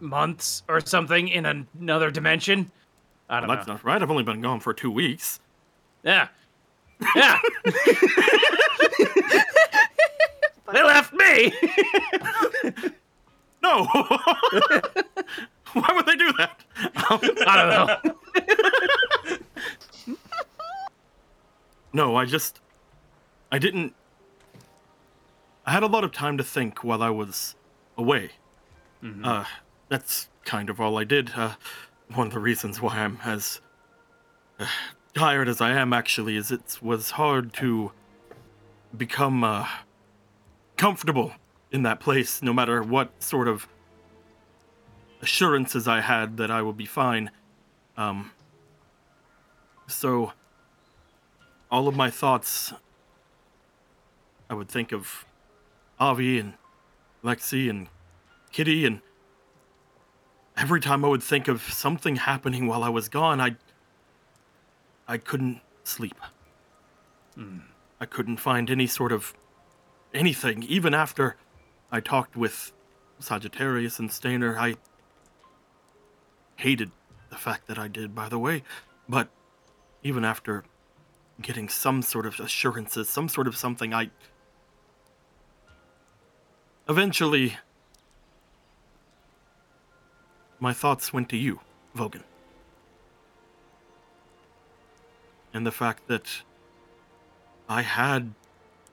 J: months or something in an- another dimension. I don't
B: that's
J: know.
B: not right. I've only been gone for two weeks.
J: Yeah. Yeah. they left me.
B: no. Why would they do that?
J: I don't know.
B: No, I just. I didn't. I had a lot of time to think while I was away. Uh, that's kind of all I did. Uh, one of the reasons why I'm as uh, tired as I am, actually, is it was hard to become uh, comfortable in that place, no matter what sort of assurances I had that I would be fine. Um, so, all of my thoughts, I would think of Avi and Lexi and Kitty, and every time I would think of something happening while I was gone, I I couldn't sleep. I couldn't find any sort of anything. Even after I talked with Sagittarius and Stainer, I hated the fact that I did, by the way. But even after getting some sort of assurances, some sort of something, I eventually my thoughts went to you, Vogan. And the fact that I had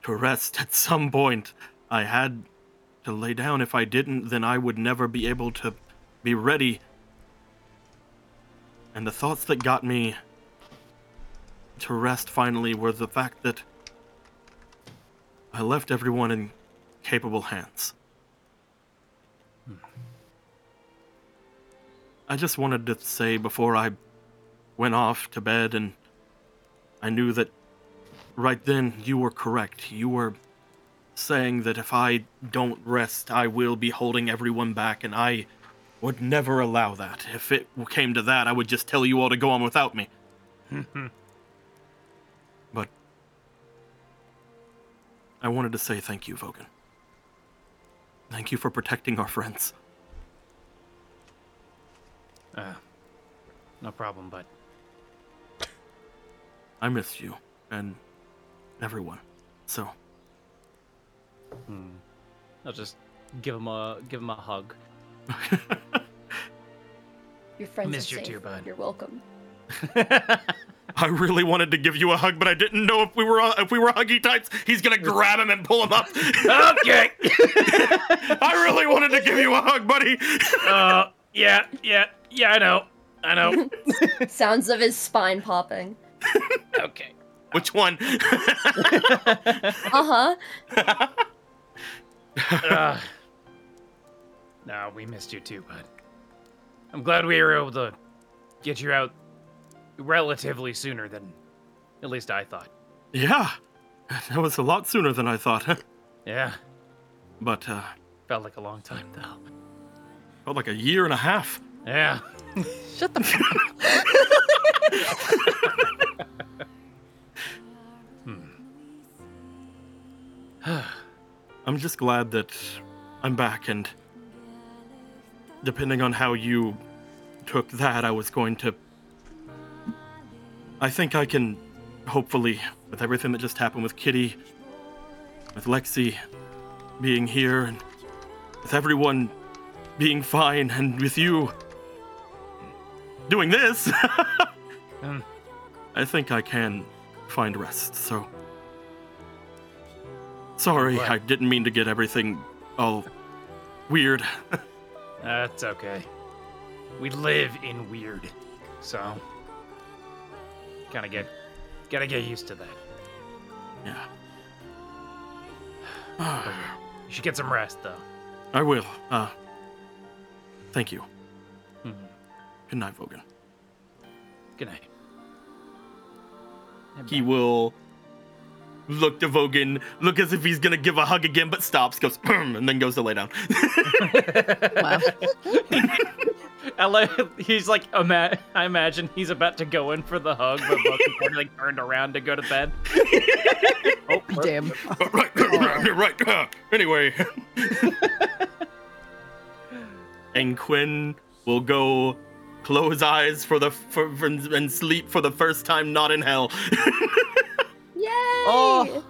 B: to rest at some point. I had to lay down. If I didn't, then I would never be able to be ready. And the thoughts that got me to rest finally were the fact that I left everyone in capable hands. I just wanted to say before I went off to bed, and I knew that right then you were correct. You were saying that if I don't rest, I will be holding everyone back, and I would never allow that. If it came to that, I would just tell you all to go on without me. But I wanted to say thank you, Vogan. Thank you for protecting our friends.
J: Uh, no problem, but
B: I miss you and everyone. So,
F: I'll just give him a give him a hug.
C: Your friends
F: Missed
C: are
F: you
C: safe.
F: too, bud.
C: You're welcome.
B: I really wanted to give you a hug, but I didn't know if we were if we were huggy types. He's gonna grab him and pull him up.
J: okay.
B: I really wanted to give you a hug, buddy.
J: Uh, yeah, yeah, yeah. I know. I know.
C: Sounds of his spine popping.
J: Okay.
B: Which one?
C: Uh huh.
J: Uh, no, we missed you too, bud. I'm glad we were able to get you out relatively sooner than at least I thought.
B: yeah, that was a lot sooner than I thought.
J: Yeah,
B: But uh,
J: felt like a long time though.
B: felt like a year and a half.
J: Yeah.
K: Shut the fuck up.
B: Hmm. I'm just glad that I'm back, and depending on how you took that, I was going to. I think I can, hopefully, with everything that just happened with Kitty, with Lexi being here, and with everyone being fine, and with you doing this,
J: Um,
B: I think I can find rest, so. Sorry,
J: Right.
B: I didn't mean to get everything all weird.
J: That's okay. We live in weird, so gotta get gotta get used to that.
B: yeah,
J: You should get some rest though.
B: I will. Uh, thank you. Good night, Vogan.
J: Mm-hmm. Good night.
B: He will look to Vogan, look as if he's gonna give a hug again, but stops, goes, and then goes to lay down.
F: I like, he's like, ima- I imagine he's about to go in for the hug, but Bucky's already like turned around to go to bed. oh,
K: Damn.
B: right, right, right. uh, anyway. and Quinn will go close eyes for the for, for- and sleep for the first time not in hell.
C: Yay!
A: Oh.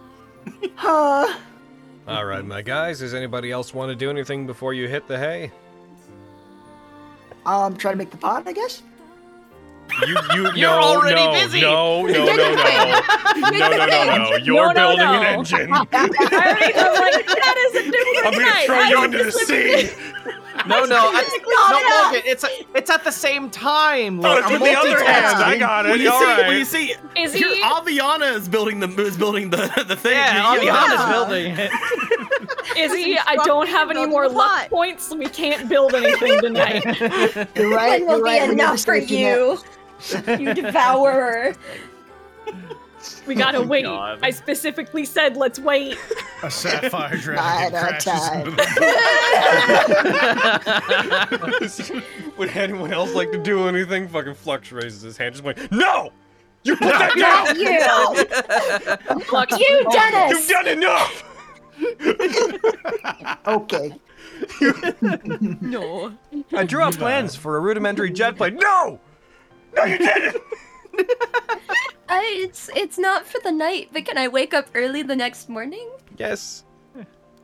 G: Huh.
A: All right, my guys. Does anybody else want to do anything before you hit the hay?
G: Um, try to make the pot, I guess.
A: You, you,
G: You're
A: no,
G: already
A: no,
G: busy.
A: No, no, no,
G: Make
A: no,
G: the hay.
A: no, no, no, no. You're building an engine.
E: that is a different
A: I'm gonna throw you into the sea.
M: No, no, I,
E: Technically
M: no,
E: not.
M: Logan. It's a, it's at the same time.
B: Oh,
M: Logan.
B: it's with the other hand. I got it. All right.
E: Is
B: Here,
E: he?
B: Aviana is building the is building the, the thing.
M: Yeah,
B: You-
M: Aviana's building
B: it.
E: Is he? I don't have any more luck points. We can't build anything tonight.
G: You're
C: One
G: right.
C: will
G: you're right,
C: be
G: we need
C: enough for
G: to safety net.
C: you. you devourer.
E: We gotta
D: Oh,
E: wait.
D: God.
E: I specifically said let's wait.
D: A sapphire dragon crashes into the
A: Would anyone else like to do anything? Fucking Flux raises his hand, just like, no! You put that
C: Not
A: down!
C: you!
E: Flux
C: you, Dennis!
A: You've done enough!
G: okay.
E: no.
A: I drew up plans for a rudimentary jet plane. No! No, you didn't!
C: I, it's it's not for the night, but can I wake up early the next morning?
A: Yes.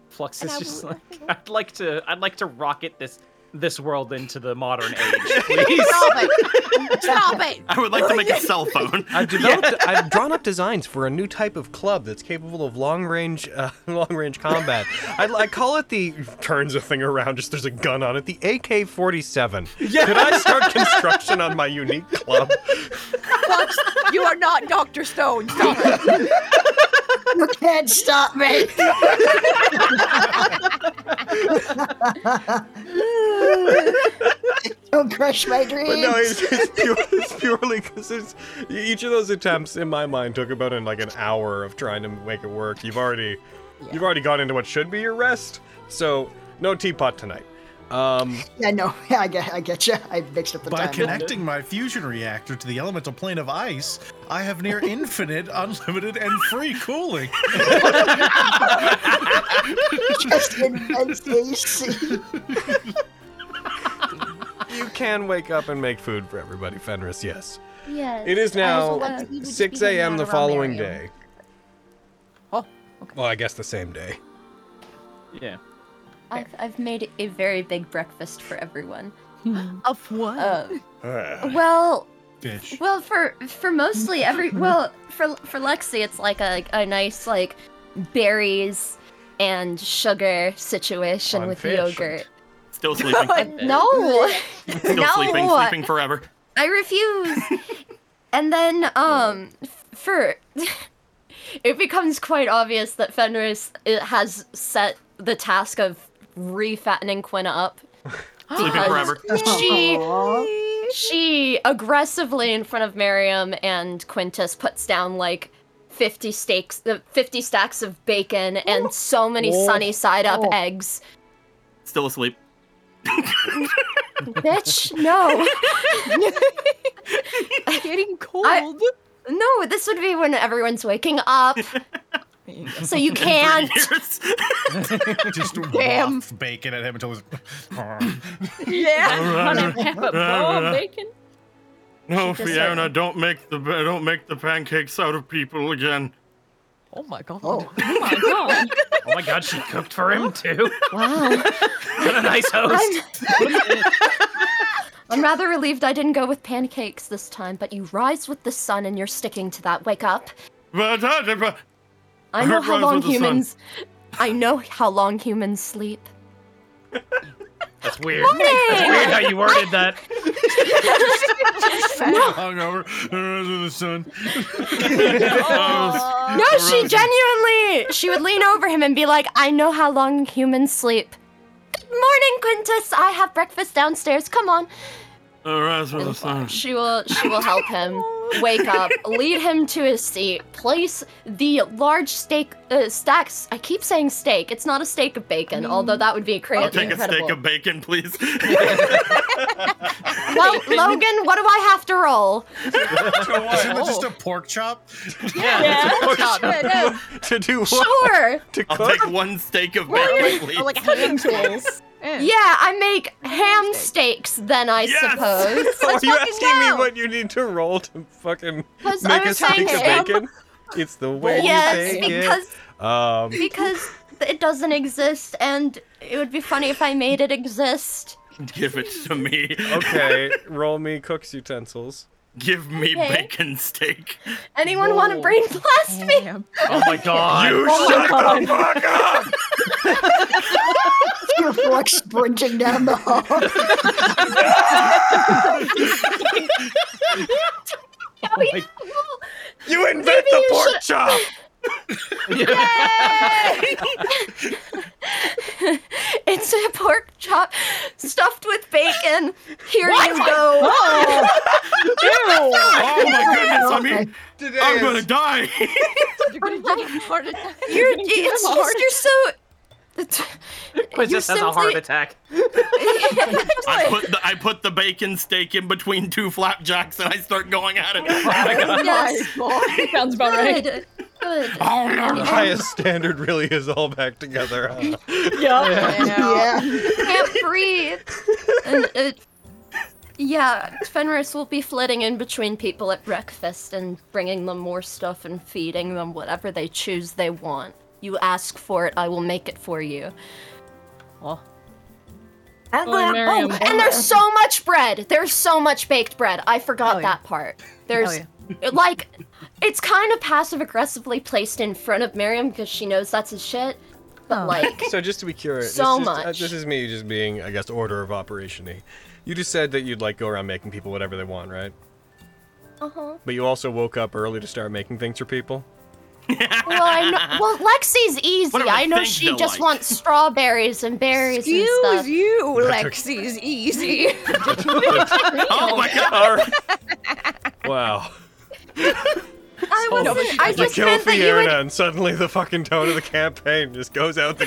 F: Flux
C: And
F: is
C: I
F: just
C: will-
F: like I'd like to I'd like to rocket this this world into the modern age, please.
H: Stop it!
B: I would like to make a cell phone.
A: I've developed, I've drawn up designs for a new type of club that's capable of long-range, uh, long-range combat. I, I call it the turns a thing around. Just there's a gun on it. The AK-47. Could I start construction on my unique club?
H: Flux, you are not Dr. Stone. Stop it.
G: You can't stop me. Don't crush my
A: But
G: dreams.
A: no, it's, it's, pure, it's purely because it's e-, each of those attempts in my mind took about an, like an hour of trying to make it work. You've already, you've already gone into what should be your rest, so no teapot tonight. Um,
G: yeah, no, yeah, I get, I get you. I mixed up the
D: By
G: time.
D: connecting my fusion reactor to the elemental plane of ice, I have near infinite, unlimited, and free cooling.
G: Just invent AC.
A: you can wake up and make food for everybody, Fenris. Yes,
C: Yes.
A: it is
C: I also
A: now
C: want to-
A: 6 a.m. the following day. Oh, well, I guess the same day.
F: Yeah.
C: I've, I've made a very big breakfast for everyone.
F: Hmm.
H: Of what?
C: Um, well,
D: Bitch.
C: well for for mostly every well for for Lexi it's like a, a nice like berries and sugar situation with
B: Efficient.
C: yogurt.
B: Still sleeping.
C: No,
B: Still
C: no,
B: sleeping. Sleeping forever.
C: I refuse. and then um f- for it becomes quite obvious that Fenris it has set the task of refattening Quinn up.
B: Sleeping
C: because
B: forever.
C: She she aggressively in front of Miriam and Quintus puts down like 50 steaks, the 50 stacks of bacon and so many
B: Oh.
C: sunny side up
B: Oh.
C: eggs.
B: Still asleep.
C: Bitch, no.
H: Getting cold.
C: no, this would be when everyone's waking up. so you can't.
D: Just
C: Damn.
D: waft bacon at him until he's.
E: Yeah. Honey, pepper, bowl of bacon.
B: No,
E: She just said-
B: Fiona, don't make the don't make the pancakes out of people again.
H: Oh my god.
E: Oh my god.
F: Oh my god, she cooked for him too.
C: Wow.
F: What a nice host.
C: I'm rather relieved I didn't go with pancakes this time, but you rise with the sun and you're sticking to that. Wake up.
B: But
A: uh,
B: I, but
C: I know
B: Rise
C: how
B: with
C: long
B: the sun.
C: humans. I know how long humans sleep.
F: That's weird. That's weird how you worded that.
D: Hungover, rise of the sun.
C: No, she genuinely. She would lean over him and be like, "I know how long humans sleep." Good morning, Quintus. I have breakfasst downstairs. Come on.
B: uh, rise with the sun.
C: She will. She will help him wake up, lead him to his seat, place the large steak uh, stacks. I keep saying steak. It's not a steak of bacon, although that would be cra-
B: I'll take
C: Mm. incredible.
B: a steak of bacon, please.
C: Well, Logan, what do I have to roll?
D: Isn't it just a pork chop?
C: Yeah, Oh. Yeah. it's a pork chop. Yeah, it
A: to do what?
C: Sure.
B: I'll take one steak of
C: Well,
B: bacon,
C: you-
B: please.
C: like hand tools. Yeah, I make ham steaks then, I suppose.
A: Are you asking me what you need to roll to fucking
C: Because I
A: make a
C: was saying
A: steak of
C: ham.
A: bacon? It's the way
C: Yes,
A: you take it.
C: because-
A: Um,
C: because it doesn't exist, and it would be funny if I made it exist.
B: Give it to me.
A: okay, roll me cook's utensils.
B: Give me
C: Okay.
B: bacon steak.
C: Anyone want to brain blast me?
J: Oh my god.
B: You
C: Oh my
B: shut the fuck up!
G: Your fork sprinting down the hall.
H: Oh,
A: You invent
C: Maybe
A: the
C: you
A: pork
C: should-
A: chop!
C: it's a pork chop stuffed with bacon. Here you go.
B: Oh my goodness, I mean, I'm gonna die.
H: You're gonna give him a heart attack.
C: You're,
H: gonna give
C: it's
H: him a
C: just,
H: heart
C: you're so.
F: Quiz
C: you're
F: has a heart
C: simply-
F: attack.
B: I put the I put the bacon steak in between two flapjacks and I start going at it. Oh my god.
C: Yes.
E: Sounds about right.
C: Good. Good.
D: Oh
A: The highest standard really is all back together. huh?
C: Can't breathe. And it, yeah, Fenris will be flitting in between people at breakfast and bringing them more stuff and feeding them whatever they choose they want. You ask for it, I will make it for you.
E: Well.
C: And,
E: Well,
C: there-
E: Miriam-
C: oh, and there's so much bread. There's so much baked bread. I forgot
E: Oh, yeah. Oh,
C: that part. There's like, it's kind of passive aggressively placed in front of Miriam because she knows that's his shit. But
E: Oh.
C: like,
A: so just to be curious,
C: So
A: this, just- uh,
C: much.
A: this is me just being, I guess, order of operation y. You just said that you'd like go around making people whatever they want, right?
C: uh huh.
A: But you also woke up early to start making things for people.
C: Well, I know, well, Lexi's easy.
A: Whatever
C: I know
A: things
C: she
A: they'll
C: just
A: like.
C: wants strawberries and berries
H: Excuse
C: and stuff.
H: you, Lexi's easy.
B: Oh my god.
A: All right. Wow.
C: I wasn't. I
A: you
C: just
A: kill
C: meant that you
A: Fiona,
C: would.
A: and suddenly the fucking tone of the campaign just goes out the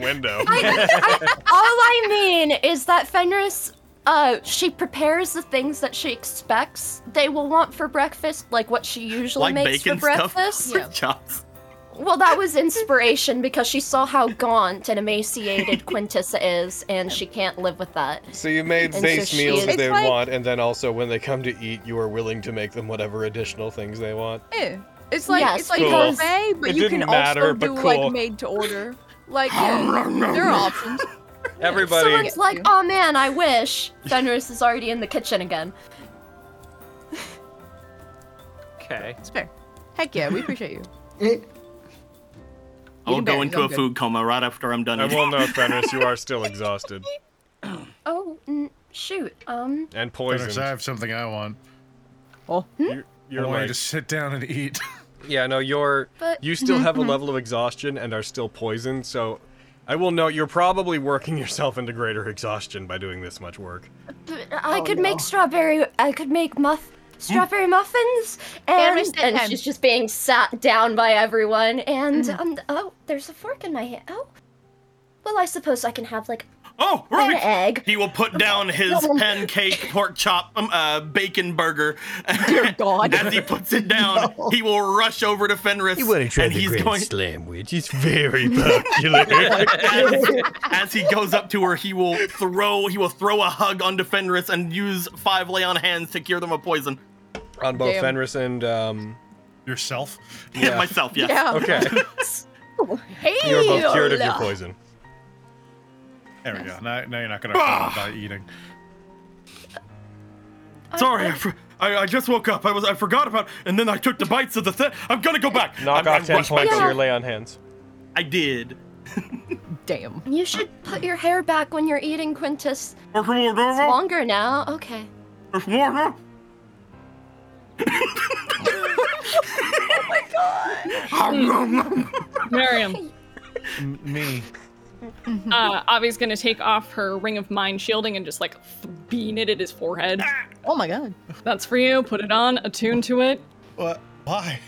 A: window.
C: All I mean is that Fenris, uh, she prepares the things that she expects they will want for breakfast, like what she usually
B: Like
C: makes for
B: bacon
C: breakfast.
B: stuff with chops.
C: Well, that was inspiration because she saw how gaunt and emaciated Quintessa is, and she can't live with that.
A: So you made
C: And so
A: base
C: she
A: meals
C: is-
A: that they
C: It's like-
A: want, and then also when they come to eat, you are willing to make them whatever additional things they want.
H: Yeah. It's like
C: Yes,
H: it's like
A: Cool.
H: buffet, but
A: It
H: you
A: didn't
H: can
A: matter,
H: also
A: but
H: do
A: cool.
H: like made to order. Like yeah, there are options.
A: Everybody,
C: Someone's like, "Oh man, I wish." Fenris is already in the kitchen again.
F: Okay.
H: It's fair. Heck yeah, we appreciate you.
B: I will
H: Eating
B: go
H: berries,
B: into
H: I'm
B: a
H: good.
B: food coma right after I'm done.
A: I
B: eating.
A: will note, Fenris, you are still exhausted
C: Oh n- shoot. Um.
A: and
D: Fenris, I
A: poisoned.
D: have something I want.
H: Oh.
C: Hmm?
A: You're
D: I want you
A: like,
D: to sit down and eat.
A: yeah, no, you're
C: But-
A: you still have a
C: Mhm.
A: level of exhaustion and are still poisoned. So, I will note you're probably working yourself into greater exhaustion by doing this much work.
C: But I
H: Oh,
C: could
H: no.
C: make strawberry. I could make muff strawberry muffins, and
H: Fenris did
C: and
H: ten.
C: she's just being sat down by everyone. And
H: Mm.
C: um, oh, there's a fork in my hand. Oh, well, I suppose I can have like
B: Oh, right.
C: an egg.
B: He will put down his pancake, pork chop, um, uh, bacon burger.
H: Dear God.
B: As he puts it down, he will rush over to Fenris. and he's going.
A: slam, which is very popular.
B: As he goes up to her, he will throw he will throw a hug onto Fenris and use five lay on hands to cure them of poison.
A: On both
H: Damn.
A: Fenris and um,
D: Yourself?
A: Yeah.
B: Myself, yes.
H: Yeah.
A: Oh, okay,
H: Hey,
A: you are both cured of your poison.
D: There we go. Now, now you're not going to fight by eating.
B: Sorry, I, for, I, I just woke up. I was I forgot about, and then I took the bites of the thing. I'm gonna go back.
A: Knock
B: I'm-
A: off
B: I
A: ten
B: rushed back
A: points of
B: over.
A: your lay on hands.
B: I did.
H: Damn.
C: You should put your hair back when you're eating Quintus. It's
H: Mm-hmm.
C: longer now. Okay.
H: Oh
E: Miriam.
D: M- me.
C: Mm-hmm.
E: Uh, Avi's gonna take off her ring of mind shielding and just like bean it at his forehead.
H: Oh my god.
E: That's for you. Put it on. Attune to it
D: What? Why?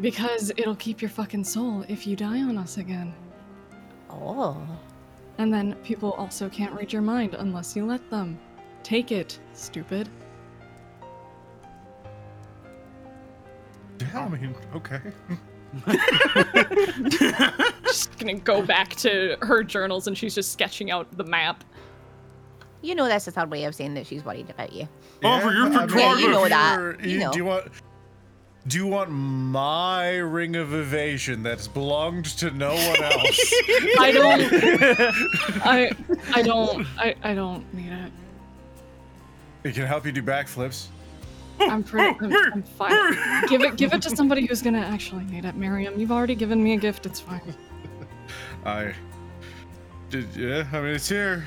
E: because it'll keep your fucking soul if you die on us again.
H: Oh.
E: And then people also can't read your mind unless you let them. Take it, stupid.
D: Yeah, I mean, okay.
E: She's gonna go back to her journals and she's just sketching out the map.
H: You know that's the third way of saying that she's worried about you.
B: Oh, for your
D: I mean,
B: photography.
H: You know
D: if
H: that.
D: you're-
H: You know.
D: Do you want? Do you want my ring of evasion that's belonged to no one else?
L: I don't. I I don't. I, I don't need it.
D: It can help you do backflips.
L: I'm pretty. I'm, I'm fine. Give it. Give it to somebody who's gonna actually need it. Miriam, you've already given me a gift. It's fine.
D: I did. Yeah, I mean it's here.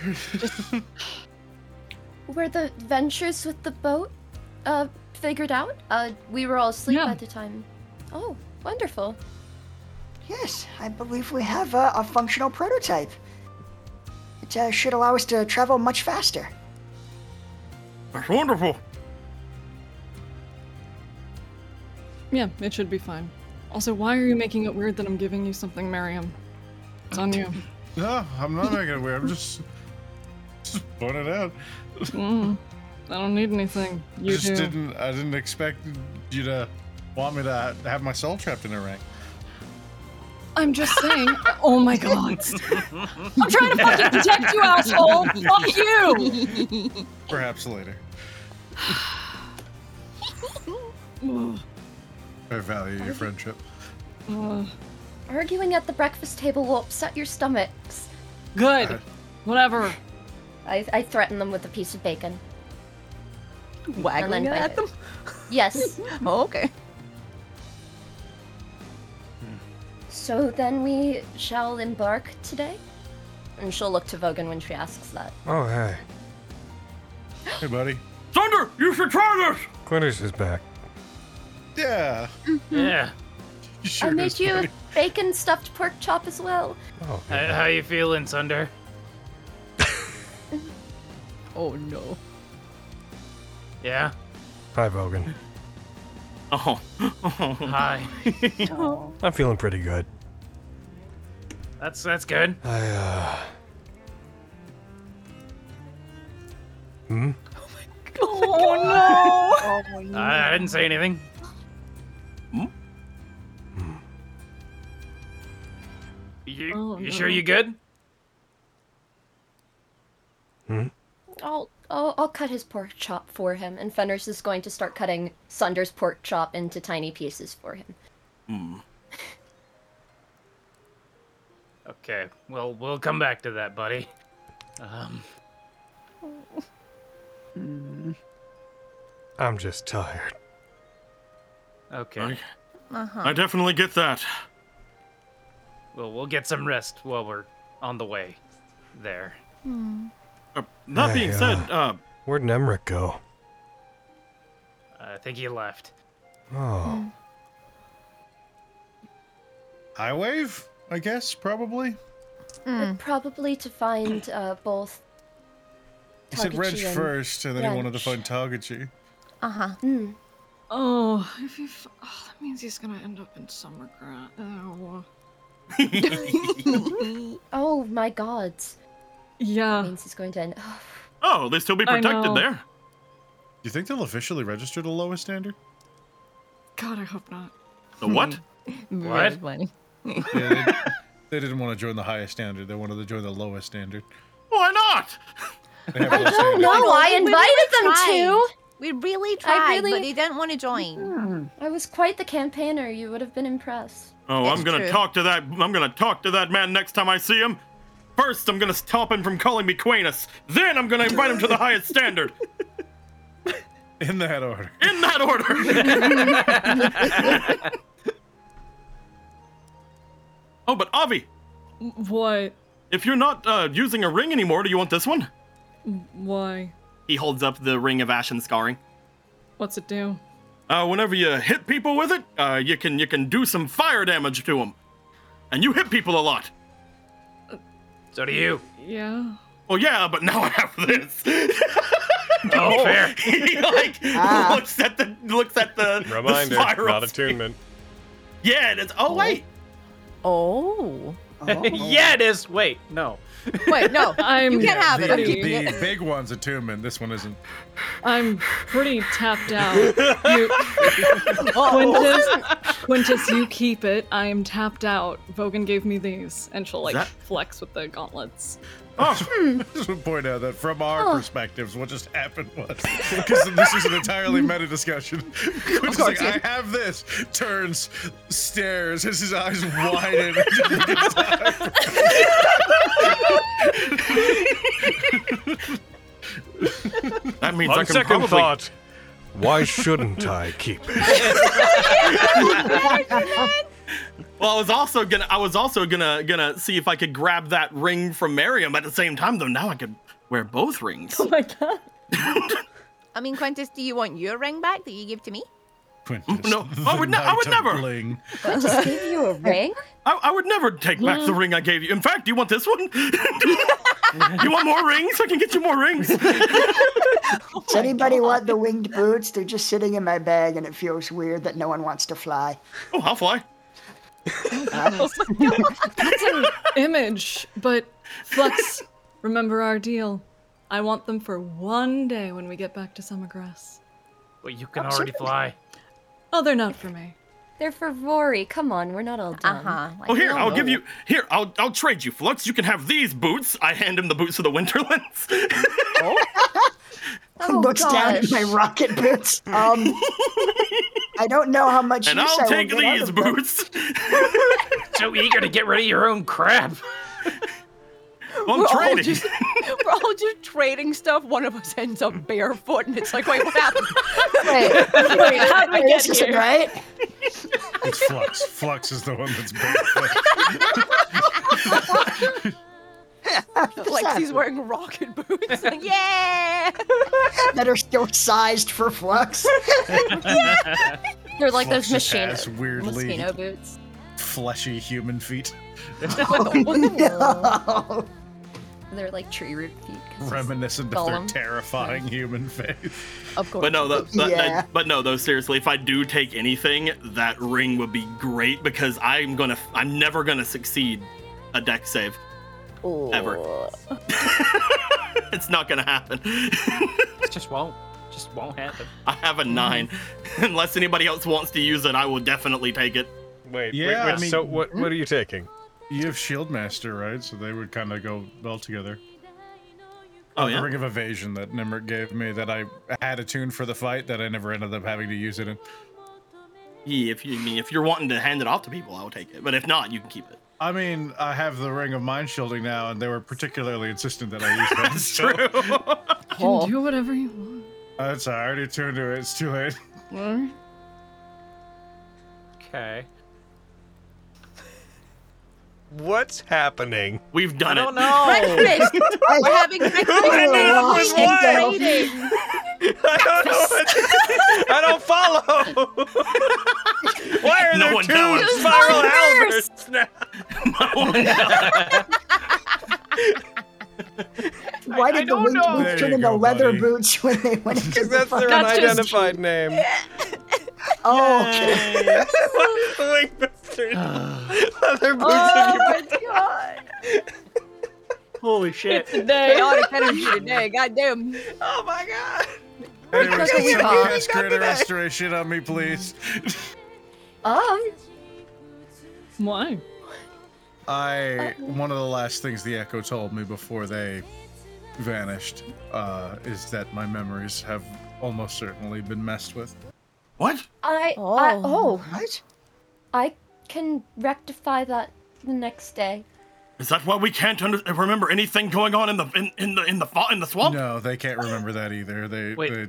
C: Were the ventures with the boat uh, figured out? Uh, we were all asleep at the time. Oh, wonderful.
G: Yes, I believe we have a, a functional prototype. It uh, should allow us to travel much faster.
B: That's wonderful.
L: Yeah, it should be fine. Also, why are you making it weird that I'm giving you something, Miriam? It's on you.
D: no, I'm not making it weird. I'm just just pointing it out.
L: Mm, I don't need anything. You
D: just
L: do.
D: didn't. I didn't expect you to want me to have my soul trapped in a ring.
L: I'm just saying. oh my god. I'm trying to fucking protect you, asshole. Fuck you.
D: Perhaps later.
L: Ugh,
D: I value your friendship.
L: ugh.
C: Arguing at the breakfast table will upset your stomachs.
L: Good. Whatever.
C: I, I threaten them with a piece of bacon.
H: Waggling
C: And then
H: it
C: bite
H: at them.
C: Yes.
H: Oh, okay.
C: Hmm. so then we shall embark today? And she'll look to Vogan when she asks that.
A: Oh, hey.
D: Hey, buddy.
B: Thunder, you should try this.
A: Quintus is back.
D: Yeah.
J: Yeah.
C: I made you a bacon stuffed pork chop as well.
A: Oh,
J: How, how you feeling, Sunder?
H: Oh no.
J: Yeah.
A: Hi, Vogan.
B: Oh.
J: Hi.
A: I'm feeling pretty good.
J: That's that's good.
A: I, uh. Hmm?
H: Oh no.
J: I, I didn't say anything.
B: Hmm?
J: You
C: Oh,
J: you sure
C: no.
J: you good?
C: I'll, I'll I'll cut his pork chop for him, and Fenris is going to start cutting Sunder's pork chop into tiny pieces for him.
B: Hmm.
J: Okay. Well, we'll come back to that, buddy. Um.
A: I'm just tired.
J: Okay.
H: Uh-huh.
B: I definitely get that.
J: Well, we'll get some rest while we're on the way there.
B: Uh, That being
A: Hey,
B: said,
A: uh,
B: uh,
A: Where'd Nemric go?
J: Uh, I think he left.
A: Oh.
D: High wave, I guess, probably.
H: Hmm.
C: But Probably to find uh, both.
D: He said
C: Togechi
D: wrench
C: and-
D: first, and then he wanted to find Togechi.
H: Uh-huh.
C: Mm.
L: Oh, if you f- oh, that means he's gonna end up in some regret. Ew.
C: Oh my god.
L: Yeah.
C: Means he's going to end.
B: oh, they still be
L: I
B: protected
L: know.
B: there.
D: Do you think they'll officially register to lowest standard?
L: God, I hope not.
B: The what?
L: Hmm.
H: Very
J: What?
H: funny.
D: Yeah, they, they didn't want to join the highest standard. They wanted to join the lowest standard.
B: Why not?
D: They have low standard.
C: No, Oh, I
H: We really
C: invited them
H: tried.
C: to.
H: We really tried,
C: really-
H: but they didn't want to join.
C: I was quite the campaigner. You would have been impressed.
B: Oh,
H: It's
B: I'm gonna
H: true.
B: talk to that. I'm gonna talk to that man next time I see him. First, I'm gonna stop him from calling me Quainus. Then, I'm gonna invite him to the highest standard.
D: In that order.
B: In that order. oh, but Avi,
L: What?
B: if you're not uh, using a ring anymore, do you want this one?
L: Why?
B: He holds up the ring of ashen scarring.
L: What's it do?
B: Uh, whenever you hit people with it, uh, you can you can do some fire damage to them, and you hit people a lot.
J: So do you.
L: Yeah.
B: Well, yeah, but now I have this.
J: Oh, fair.
B: he like
G: Ah.
B: looks at the looks at the the
N: Reminder,
B: spiral
N: not
B: thing.
N: attunement.
B: Yeah, and it's oh wait,
H: Oh.
J: yeah, it is. Wait, no.
H: Wait, no.
L: I'm.
H: You can't have
D: The,
H: it. I'm
L: Yeah,
H: keeping it.
D: the big one's attunement. This one isn't.
H: Oh.
C: Oh.
L: I'm pretty tapped out. You, Quintus,
E: Quintus, you keep it. I am tapped out. Vogan gave me these, and she'll like
D: That-
E: flex with the gauntlets.
D: Oh, just want to point out that from
C: Oh.
D: our perspectives, what just happened was because this is an entirely meta discussion. Quint's like, I have this, turns, stares, as his eyes widen.
B: That means
A: On
B: I can
A: second
B: probably
A: thought, why shouldn't I keep it?
B: Well, I was also gonna, I was also gonna, gonna see if I could grab that ring from Miriam at the same time. Though now I could wear both rings. Oh
E: my god!
H: I mean, Quintus, do you want your ring back that you gave to me?
B: no, I would, ne- I would never.
C: Just give you a ring?
B: I, I would never take back the ring I gave you. In fact, do you want this one? you want more rings? I can get you more rings.
G: Does anybody want the winged boots? They're just sitting in my bag, and it feels weird that no one wants to fly.
B: Oh, I'll fly.
E: That's an image, but Flux, remember our deal. I want them for one day when we get back to Summergrass.
J: But you can already
C: Absolutely.
J: fly.
E: Oh, they're not for me.
C: They're for Rory. Come on, we're not all done. Uh huh.
B: Oh, here, I'll give you. Here, I'll, I'll trade you, Flux. You can have these boots. I hand him the boots of the Winterlands.
G: Looks down at my rocket boots. Um, I don't know how much
B: and
G: use I
B: I'll
G: will
B: take
G: get out
B: these
G: of them.
B: boots.
J: so eager to get rid of your own crap.
B: I'm trading.
H: we're all just trading stuff. One of us ends up barefoot, and it's like, wait, what happened?
G: Wait, this isn't right.
D: it's Flux. Flux is the one that's barefoot.
H: Like he's wearing rocket boots. Like, yeah.
G: that are still sized for flux.
C: They're like those
D: Flux just
C: machine-
D: has weirdly-
C: mosquito boots.
D: Fleshy human feet.
C: Oh, no. They're like tree root feet. 'cause
D: Reminiscent of their
C: Gollum.
D: terrifying human face.
C: Of
B: But no, tho- tho-
D: Yeah.
B: that- but no, though. Seriously, if I do take anything, that ring would be great because I'm gonna, f- I'm never gonna succeed a deck save ever. it's not gonna happen.
F: It just won't. Just won't happen.
B: I have a nine. Unless anybody else wants to use it, I will definitely take it.
A: Wait,
D: Yeah, I mean- hmm?
A: are you taking?
D: You have Shield Master, right? So they would kind of go well together.
B: Oh,
D: the
B: yeah?
D: Ring of Evasion that Nimric gave me that I had attuned for the fight that I never ended up having to use it in.
B: Yeah, if you I mean if you're wanting to hand it off to people, I'll take it. But if not, you can keep it.
D: I mean, I have the Ring of Mind Shielding now, and they were particularly insistent that I use that. That's
B: true.
E: You
H: Oh.
E: can do whatever you want.
D: That's I already tuned to it. It's too late.
F: Okay.
A: What's happening?
B: We've done
A: it.
M: don't know.
H: Breakfast. We're having breakfast.
A: ended up with
H: Trading.
A: I don't know. What, I don't follow. Why are
B: No
A: there
B: one
A: two
B: knows.
A: spiral
B: Who's
A: halberds now?
G: Why did the winged
A: know. There
G: boots turn
A: you
G: into
A: go,
G: leather
A: buddy.
G: boots when they went into the
A: That's their
G: fucking-
A: unidentified name.
G: Oh, okay.
A: Leather boots
H: Oh
A: and
H: my god.
F: Holy shit.
H: Chaotic energy today. Goddamn.
A: Oh my god.
D: Anyways,
H: Look
D: can
H: at you,
D: someone
H: Bob.
D: cast Greater Restoration on me, please?
C: Um.
E: Why?
C: Uh,
D: I one of the last things the Echo told me before they vanished uh, is that my memories have almost certainly been messed with.
B: What?
C: I. Oh. I, oh.
G: What?
C: I can rectify that the next day.
B: Is that why we can't under- remember anything going on in the in, in the in the fa- in the swamp?
D: No, they can't remember that either. They, they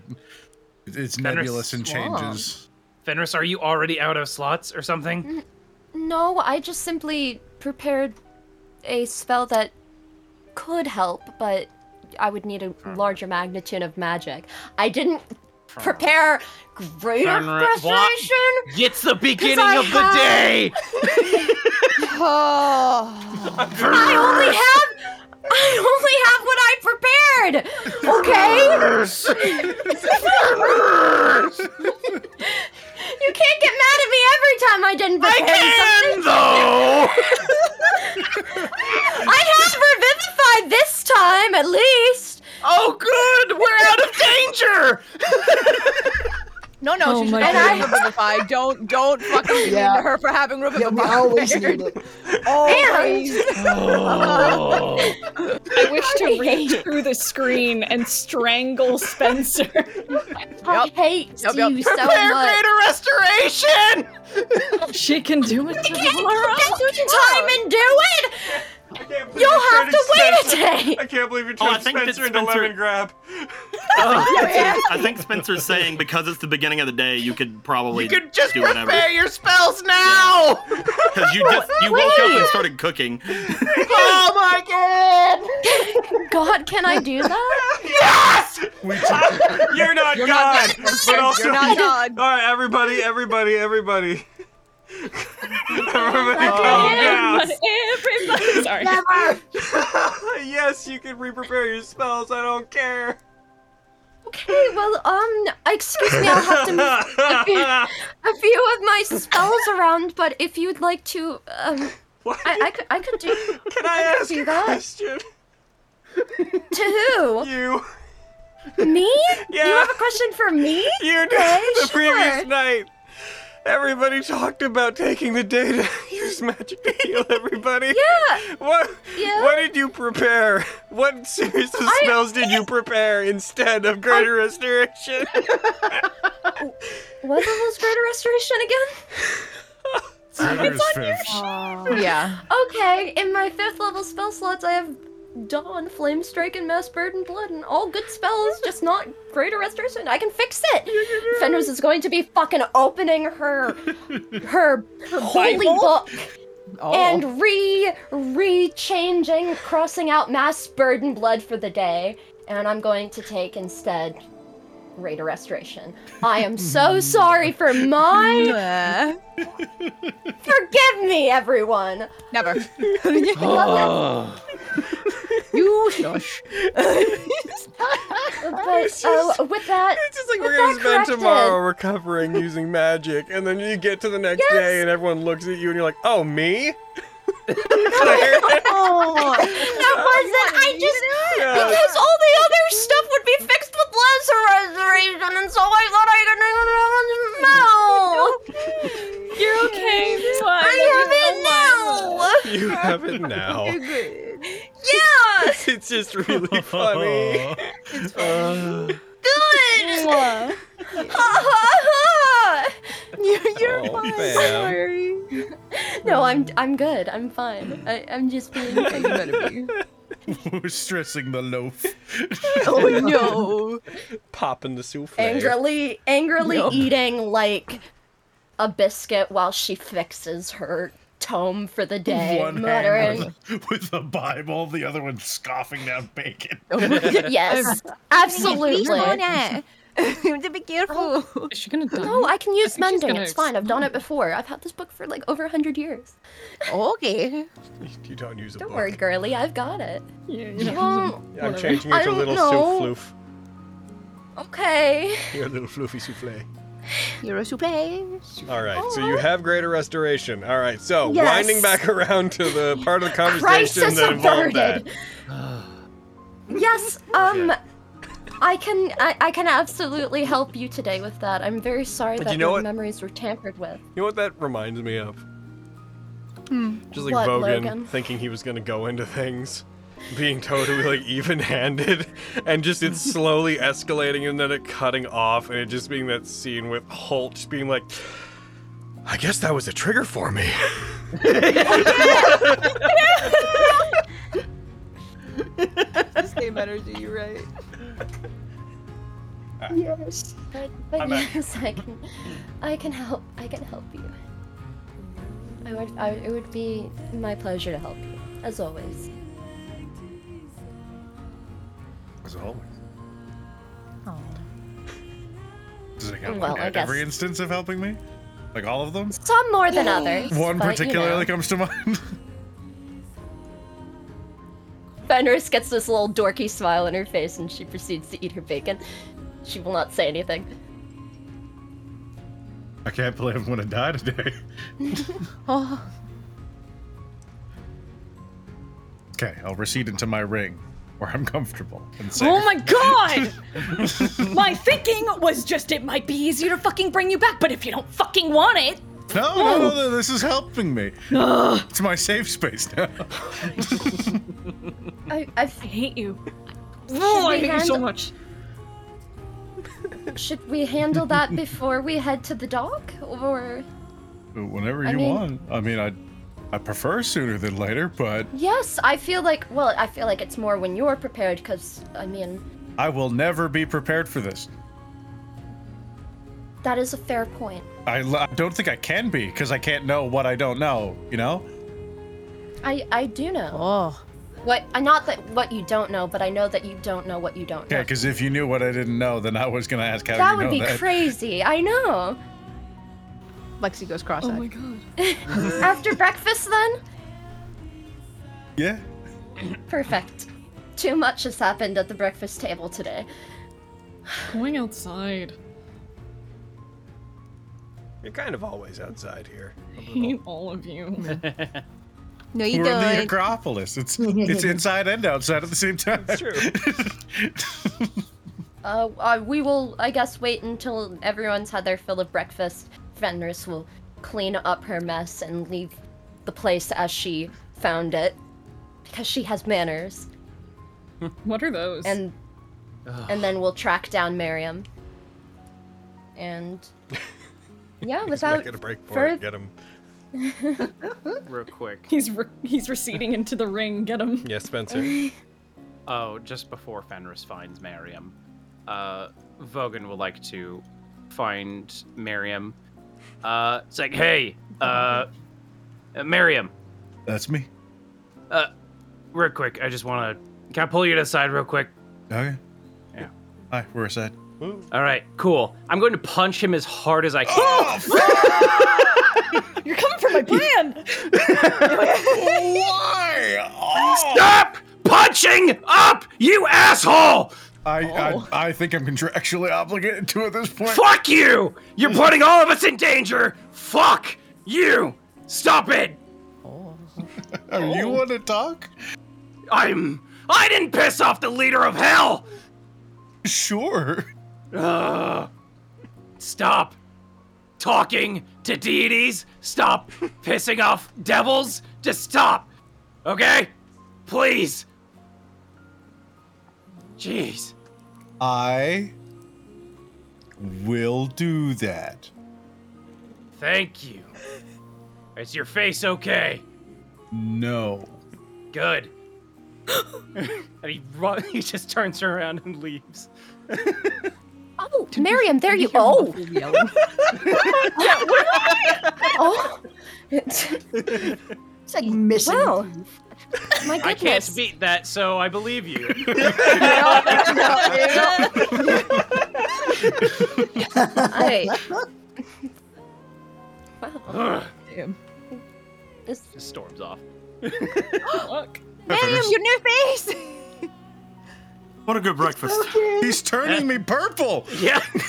D: it's
J: Fenris
D: nebulous and
J: Swamp.
D: changes.
J: Fenris, are you already out of slots or something?
C: No, I just simply prepared a spell that could help, but I would need a
B: Hmm.
C: larger magnitude of magic. I didn't prepare greater
M: Fenrir- what?
C: restoration.
M: It's the
C: I
M: beginning of the
C: have-
M: day. Oh.
C: I only have I only have what I prepared. Okay. you can't get mad at me every time I didn't prepare something. I have revivified this time at least.
M: Oh, good. We're out of danger.
H: No, no,
G: Oh
H: she should
G: my
H: not have
G: God.
H: Revivify. Don't, don't fucking be mean
G: Yeah.
H: to her for having Revivify.
G: Yeah, we always need it.
H: Always.
G: Oh.
E: I wish to reach through the screen and strangle Spencer.
C: I hate you so
M: Prepare
C: much.
M: greater restoration!
E: She can do it.
C: time and do it. You'll have to wait a day.
A: I can't believe you
B: Oh, I
A: turned
B: think that
A: Spencer into
B: Spencer-
A: lemon grab.
B: Oh,
H: Oh,
B: I think Spencer's saying because it's the beginning of the day, you could probably
M: You can just
B: do
M: prepare
B: whatever.
M: your spells now!
B: Because you just you woke up and started cooking.
M: oh my god!
C: God, can I do that?
M: yes!
A: You're not
M: You're not
A: God,
M: God,
A: but
M: Spencer.
A: also
M: You're not God.
A: All right, everybody, everybody, everybody. everybody, calm down.
E: Everybody, sorry.
M: Never!
A: yes, you can re-prepare your spells. I don't care.
C: Okay, well, um, excuse me, I'll have to move a few, a few of my spells around, but if you'd like to, um, I, I, could, I could do. Can I, could
A: ask
C: do
A: a
C: that.
A: question?
C: To who?
A: You.
C: Me? You
A: Yeah.
C: have a question for me?
A: You did
C: Okay, sure.
A: the previous night. Everybody talked about taking the day to use magic to heal everybody.
C: Yeah.
A: What?
C: Yeah.
A: What did you prepare? What series of
C: I-
A: spells did you prepare instead of greater restoration?
C: What level's greater restoration again?
H: yeah.
C: Okay, in my fifth level spell slots, I have Dawn, Flame Strike, and Mass Burden Blood, and all good spells, just not Greater Restoration. I can fix it. Fenris is going to be fucking opening her her, holy
H: Bible?
C: book
H: Oh.
C: and re re changing, crossing out Mass Burden Blood for the day, and I'm going to take instead. Greater restoration. I am so sorry for my. Forgive me, everyone.
H: Never.
A: Oh.
C: You shush. but uh, with that,
A: It's just
C: with
A: like we're gonna
C: that
A: spend
C: corrected,
A: tomorrow recovering using magic, and then you get to the next day and everyone looks at you and you're like, "Oh, me?
H: Oh.
C: That wasn't. I just
A: Yeah.
C: because all the other stuff would be fixed with lesser restoration, and so I thought I didn't. No.
E: You're okay. It's fine.
C: I have it now.
A: You have it now."
C: Yeah.
A: it's just really funny.
C: Good. Ha ha ha. You're, you're
A: Oh,
C: fine.
A: fam.
C: Sorry. No, I'm I'm good. I'm fine. I, I'm just being. you better be.
D: We're stressing the loaf.
H: Oh no.
A: Popping the souffle.
C: angrily angrily
A: No.
C: eating like a biscuit while she fixes her tome for the day
D: One hand
C: muttering
D: with a- with a Bible, the other one scoffing down bacon.
C: yes absolutely
H: You have to be careful.
E: Is she gonna die?
C: no i can use
E: think she's
C: mending
E: gonna
C: it's fine i've done it before i've had this book for like over 100 years
H: Okay.
A: You don't use a
C: don't
A: book.
C: worry girly i've got it
A: you
C: Um,
A: I'm changing
C: I
A: it to
C: don't
A: little
C: know.
A: souffle.
C: okay
A: You're a little floofy souffle.
H: You're a soupe.
A: All right, so
C: Oh.
A: you have greater restoration. All right, so
H: Yes.
A: winding back around to the part of the conversation
C: Crisis
A: that involved
C: averted.
A: that.
C: yes
A: Oh,
C: um I can I, I can absolutely help you today with that. I'm very sorry
A: You
C: that
A: know
C: your
A: what?
C: memories were tampered with.
A: You know what that reminds me of?
H: Hmm.
A: Just like
C: What,
A: Vogan,
C: Logan?
A: thinking he was gonna go into things, being totally like even-handed, and just it's slowly escalating and then it cutting off, and it just being that scene with Holt just being like, "I guess that was a trigger for me."
H: Same energy, you're right.
C: Yes. But, but
A: I'm at-
C: yes, I can, I can help. I can help you. I would. I, it would be my pleasure to help you, as always.
D: As always. Does it
C: Well,
D: well,
C: I
D: at
C: guess-
D: every instance of helping me? Like all of them?
C: Some more than
D: Mm.
C: others.
D: One
C: but, you
D: particularly
C: know.
D: comes to mind.
C: Fenris gets this little dorky smile on her face, and she proceeds to eat her bacon. She will not say anything.
D: I can't believe I'm gonna die today.
H: Oh.
D: Okay, I'll recede into my ring. where I'm comfortable. And safe.
K: Oh my
E: Oh
K: god! my thinking was just it might be easier to fucking bring you back, but if you don't fucking want it,
D: No, no, no, no, this is helping me.
C: Ah.
K: Ugh.
D: It's my safe space now.
C: I, I hate you.
E: Oh, I hate you so much.
C: Should we handle that before we head to the dock, or
D: Whenever you
C: I mean-
D: want. I mean, I, I prefer sooner than later, but
C: yes? I feel like well, I feel like it's more when you're prepared, because I mean
D: I will never be prepared for this.
C: that is a fair point.
D: I, l- I don't think I can be because I can't know what I don't know. You know?
C: I I do know.
H: Oh.
C: What? I not that what you don't know, but I know that you don't know what you don't know.
D: Yeah, because if you knew what I didn't know, then I was gonna ask how
C: that
D: you
C: would
D: know
C: be
D: that.
C: crazy. I know.
H: Lexi goes cross-eyed. Oh my god.
C: After breakfast, then.
D: Yeah.
C: Perfect. Too much has happened at the breakfast table today.
E: Going outside.
A: You're kind of always outside here.
E: hate all of you.
H: No,
D: We're in the Acropolis. It's it's inside and outside at the same time. That's
A: true.
C: Uh, uh, we will, I guess, wait until everyone's had their fill of breakfast. Fenris will clean up her mess and leave the place as she found it, because she has manners.
E: What are those?
C: And and then we'll track down Miriam. And yeah, without
A: Get a break for
C: fur-
A: it. Get him.
F: real quick.
E: he's re- he's receding into the ring. Get him.
A: Yes, Spencer.
F: Oh, just before Fenris finds Miriam, uh, Vogan would like to find Miriam. Uh, it's like, hey, uh, uh, Miriam,
D: That's me.
F: uh, real quick, I just want to. Can I pull you to the side real quick?
D: Okay.
F: Yeah.
D: Hi, we're aside.
F: All right, cool. I'm going to punch him as hard as I can.
C: Oh,
E: You're coming for my plan.
M: Oh,
D: Why?
F: Stop punching up, you asshole!
D: I, I I think I'm contractually obligated to at this point.
F: Fuck you! You're putting all of us in danger! Fuck you! Stop it!
D: Are Oh, you want to talk?
F: I'm. I didn't piss off the leader of hell!
D: Sure.
F: Ugh. stop talking to deities. Stop pissing off devils. Just stop. Okay? Please. Jeez.
D: I will do that.
F: Thank you. Is your face okay?
D: No.
F: Good. and he, run, he just turns around and leaves.
C: Oh, Miriam, there you. Oh. oh.
G: It's like missing.
C: Wow. My
F: I can't
C: goodness.
F: beat that, so I believe you.
C: I,
F: Ugh.
C: This
F: just storms off.
E: Look.
H: Miriam, your new face!
B: What a good breakfast.
D: He's turning me purple.
F: Yeah.
E: He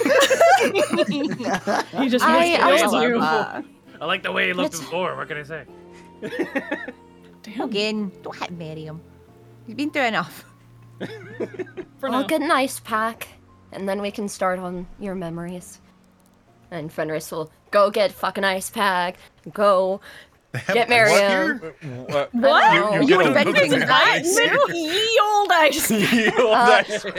J: Ah,
E: just
C: I-
E: missed
C: I
E: it.
C: was
E: It's
C: like-
E: beautiful.
F: I like the way he looked
E: That's-
F: before. What can I say?
H: Again, don't hit Miriam. You've been through enough.
C: I'll get an ice pack, and then we can start on your memories. And Fenris will go get fucking ice pack. Go get Miriam.
A: What?
C: What?
A: You- you don't know
E: inventing
A: the
E: that
A: ice.
E: new old ice.
C: Uh,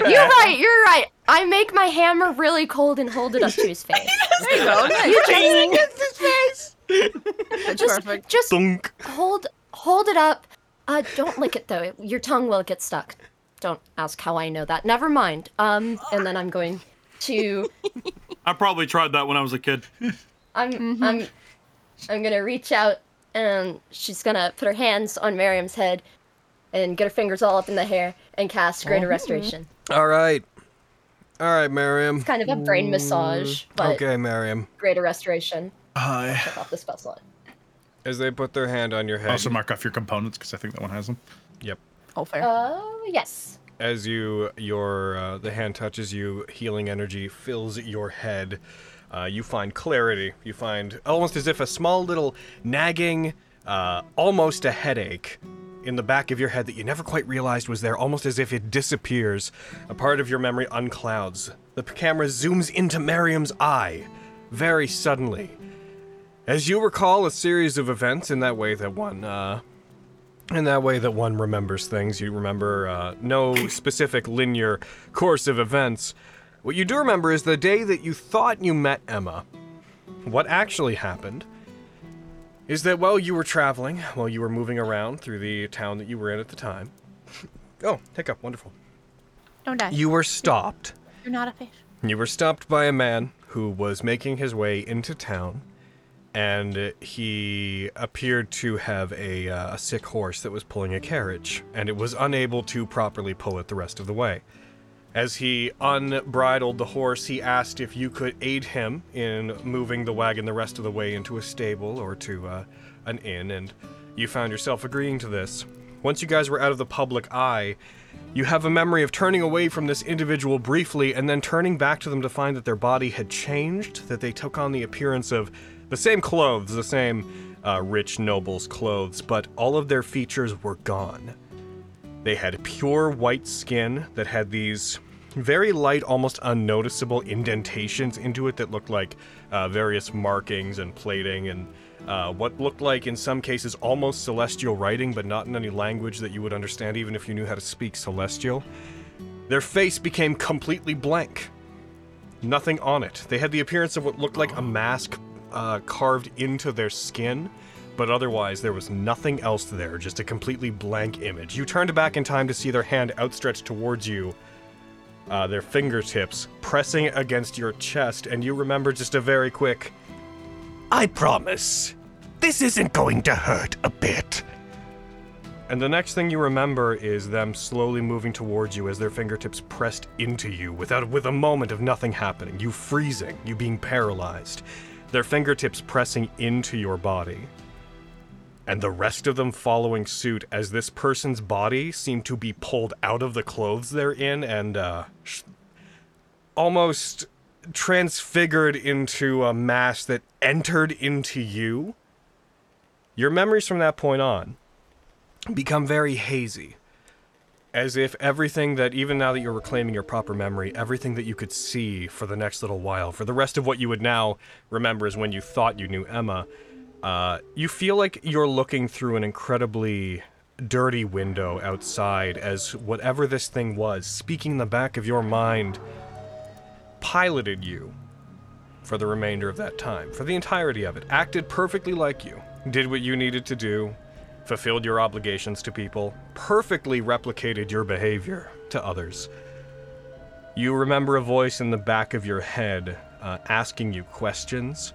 C: you're right. You're right. I make my hammer really cold and hold it up to his face.
E: There you go. Oh, Nice.
C: You
E: Ding.
C: just, Just hold hold it up. Uh, don't lick it though. It- your tongue will get stuck. Don't ask how I know that. Never mind. Um, and then I'm going to.
B: I probably tried that when I was a kid.
C: I'm
E: Mm-hmm.
C: I'm I'm gonna reach out and she's gonna put her hands on Miriam's head and get her fingers all up in the hair and cast Greater
A: Oh.
C: Restoration.
A: All right. All right, Miriam. It's
C: kind of a brain massage, but-
A: Okay, Miriam.
C: Greater Restoration.
D: Hi.
C: Check off the spell slot.
A: As they put their hand on your head.
D: Also mark off your components because I think that one has them.
A: Yep.
H: Oh, fair.
C: Oh yes.
A: As you, your uh, the hand touches you, healing energy fills your head. Uh, you find clarity. You find almost as if a small little nagging, uh, almost a headache, in the back of your head that you never quite realized was there, almost as if it disappears. A part of your memory unclouds. The p- camera zooms into Miriam's eye, very suddenly. As you recall a series of events in that way that one, uh, in that way that one remembers things, you remember uh, no specific linear course of events. What you do remember is the day that you thought you met Emma. What actually happened is that while you were traveling, while you were moving around through the town that you were in at the time, oh, hiccup, wonderful.
O: Don't die.
A: You were stopped.
O: You're not a fish.
A: You were stopped by a man who was making his way into town, and he appeared to have a, uh, a sick horse that was pulling a carriage, and it was unable to properly pull it the rest of the way. As he unbridled the horse, he asked if you could aid him in moving the wagon the rest of the way into a stable or to uh, an inn, and you found yourself agreeing to this. Once you guys were out of the public eye, you have a memory of turning away from this individual briefly and then turning back to them to find that their body had changed, that they took on the appearance of the same clothes, the same uh, rich noble's clothes, but all of their features were gone. They had pure white skin that had these very light, almost unnoticeable indentations into it that looked like uh, various markings and plating and uh, what looked like, in some cases, almost celestial writing, but not in any language that you would understand, even if you knew how to speak celestial. Their face became completely blank. Nothing on it. They had the appearance of what looked like a mask uh, carved into their skin, but otherwise there was nothing else there, just a completely blank image. You turned back in time to see their hand outstretched towards you, uh, their fingertips pressing against your chest, and you remember just a very quick, I promise, this isn't going to hurt a bit. And the next thing you remember is them slowly moving towards you as their fingertips pressed into you, without with a moment of nothing happening, you freezing, you being paralyzed, their fingertips pressing into your body. And the rest of them following suit as this person's body seemed to be pulled out of the clothes they're in and uh, sh- almost transfigured into a mass that entered into you. Your memories from that point on become very hazy. As if everything that, even now that you're reclaiming your proper memory, everything that you could see for the next little while, for the rest of what you would now remember is when you thought you knew Emma, uh, you feel like you're looking through an incredibly dirty window outside as whatever this thing was, speaking in the back of your mind, piloted you for the remainder of that time, for the entirety of it, acted perfectly like you, did what you needed to do, fulfilled your obligations to people, perfectly replicated your behavior to others. You remember a voice in the back of your head uh, asking you questions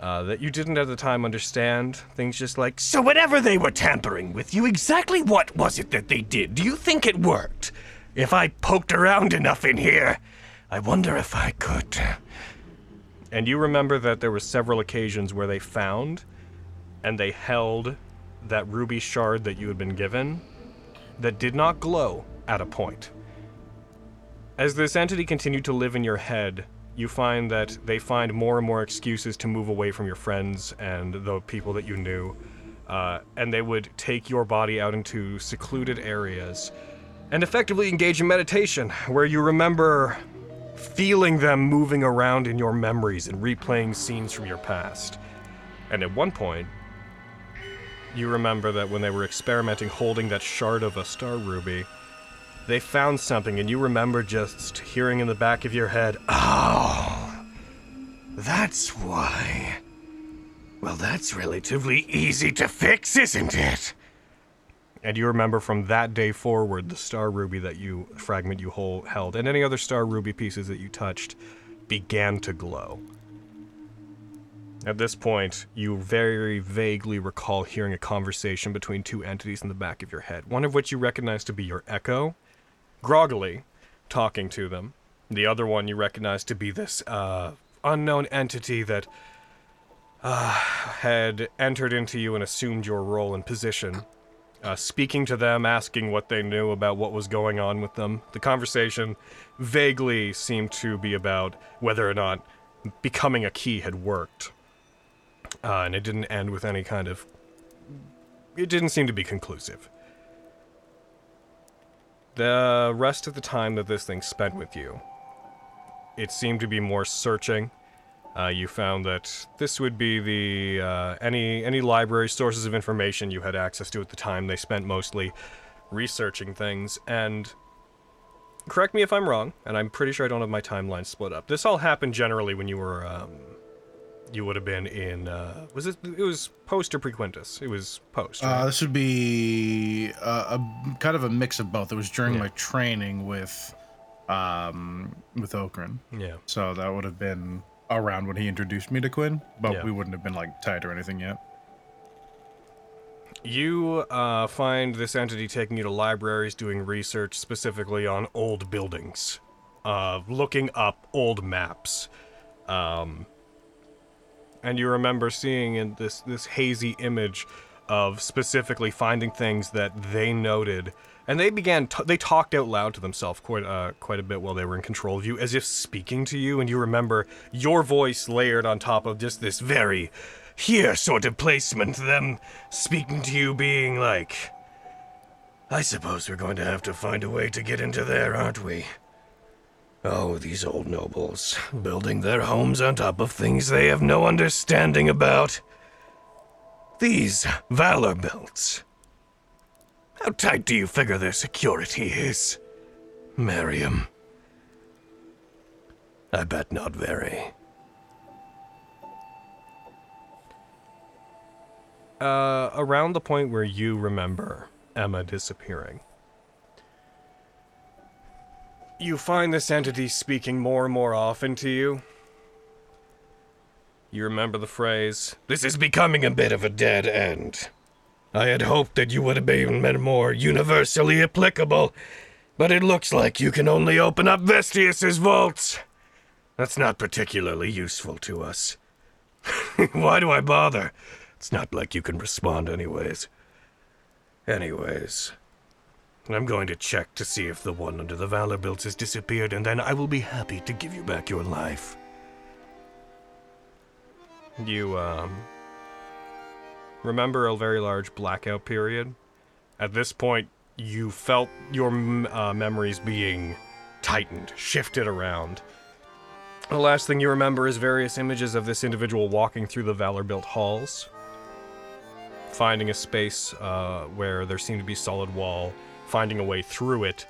A: uh, that you didn't at the time understand. Things just like,
M: So whenever they were tampering with you, exactly what was it that they did? Do you think it worked? If I poked around enough in here, I wonder if I could.
A: And you remember that there were several occasions where they found and they held that ruby shard that you had been given that did not glow at a point. As this entity continued to live in your head, you find that they find more and more excuses to move away from your friends and the people that you knew. Uh, and they would take your body out into secluded areas and effectively engage in meditation, where you remember feeling them moving around in your memories and replaying scenes from your past. And at one point, you remember that when they were experimenting holding that shard of a star ruby, they found something, and you remember just hearing in the back of your head, Oh,
M: That's why. Well, that's relatively easy to fix, isn't it?
A: and you remember from that day forward the star ruby that you fragment you hol- held and any other star ruby pieces that you touched began to glow at this point you very vaguely recall hearing a conversation between two entities in the back of your head one of which you recognize to be your echo groggily talking to them the other one you recognize to be this uh, unknown entity that uh, had entered into you and assumed your role and position uh, speaking to them, asking what they knew about what was going on with them. The conversation vaguely seemed to be about whether or not becoming a key had worked. Uh, and it didn't end with any kind of. It didn't seem to be conclusive. The rest of the time that this thing spent with you, it seemed to be more searching. Uh, you found that this would be the uh, any any library sources of information you had access to at the time. They spent mostly researching things, and correct me if I'm wrong, and I'm pretty sure I don't have my timeline split up. This all happened generally when you were um, you would have been in uh, was it it was post or prequintus? It was post. right?
D: Uh, this would be uh, a kind of a mix of both. It was during my training with, um, with Okran.
A: Yeah.
D: So that would have been around when he introduced me to Quinn, but
A: Yeah.
D: we wouldn't have been like tight or anything yet.
A: You uh, find this entity taking you to libraries, doing research specifically on old buildings, uh, looking up old maps, um, and you remember seeing in this this hazy image of specifically finding things that they noted, and they began t- they talked out loud to themselves quite uh, quite a bit while they were in control of you, as if speaking to you, and you remember your voice layered on top of just this very
M: Here, sort of placement, them speaking to you being like. I suppose we're going to have to find a way to get into there, aren't we? Oh, these old nobles, building their homes on top of things they have no understanding about. These valor belts. How tight do you figure their security is? Miriam. I bet not very.
A: uh, around the point where you remember Emma disappearing. You find this entity speaking more and more often to you. You remember the phrase,
M: This is becoming a bit of a dead end. I had hoped that you would have been more universally applicable, but it looks like you can only open up Vestius's vaults. That's not particularly useful to us. Why do I bother? It's not like you can respond, anyways. Anyways, I'm going to check to see if the one under the Valor Builds has disappeared, and then I will be happy to give you back your life.
A: You um, remember a very large blackout period. At this point, you felt your m- uh, memories being tightened, shifted around. The last thing you remember is various images of this individual walking through the Valor built halls, finding a space uh, where there seemed to be solid wall, finding a way through it,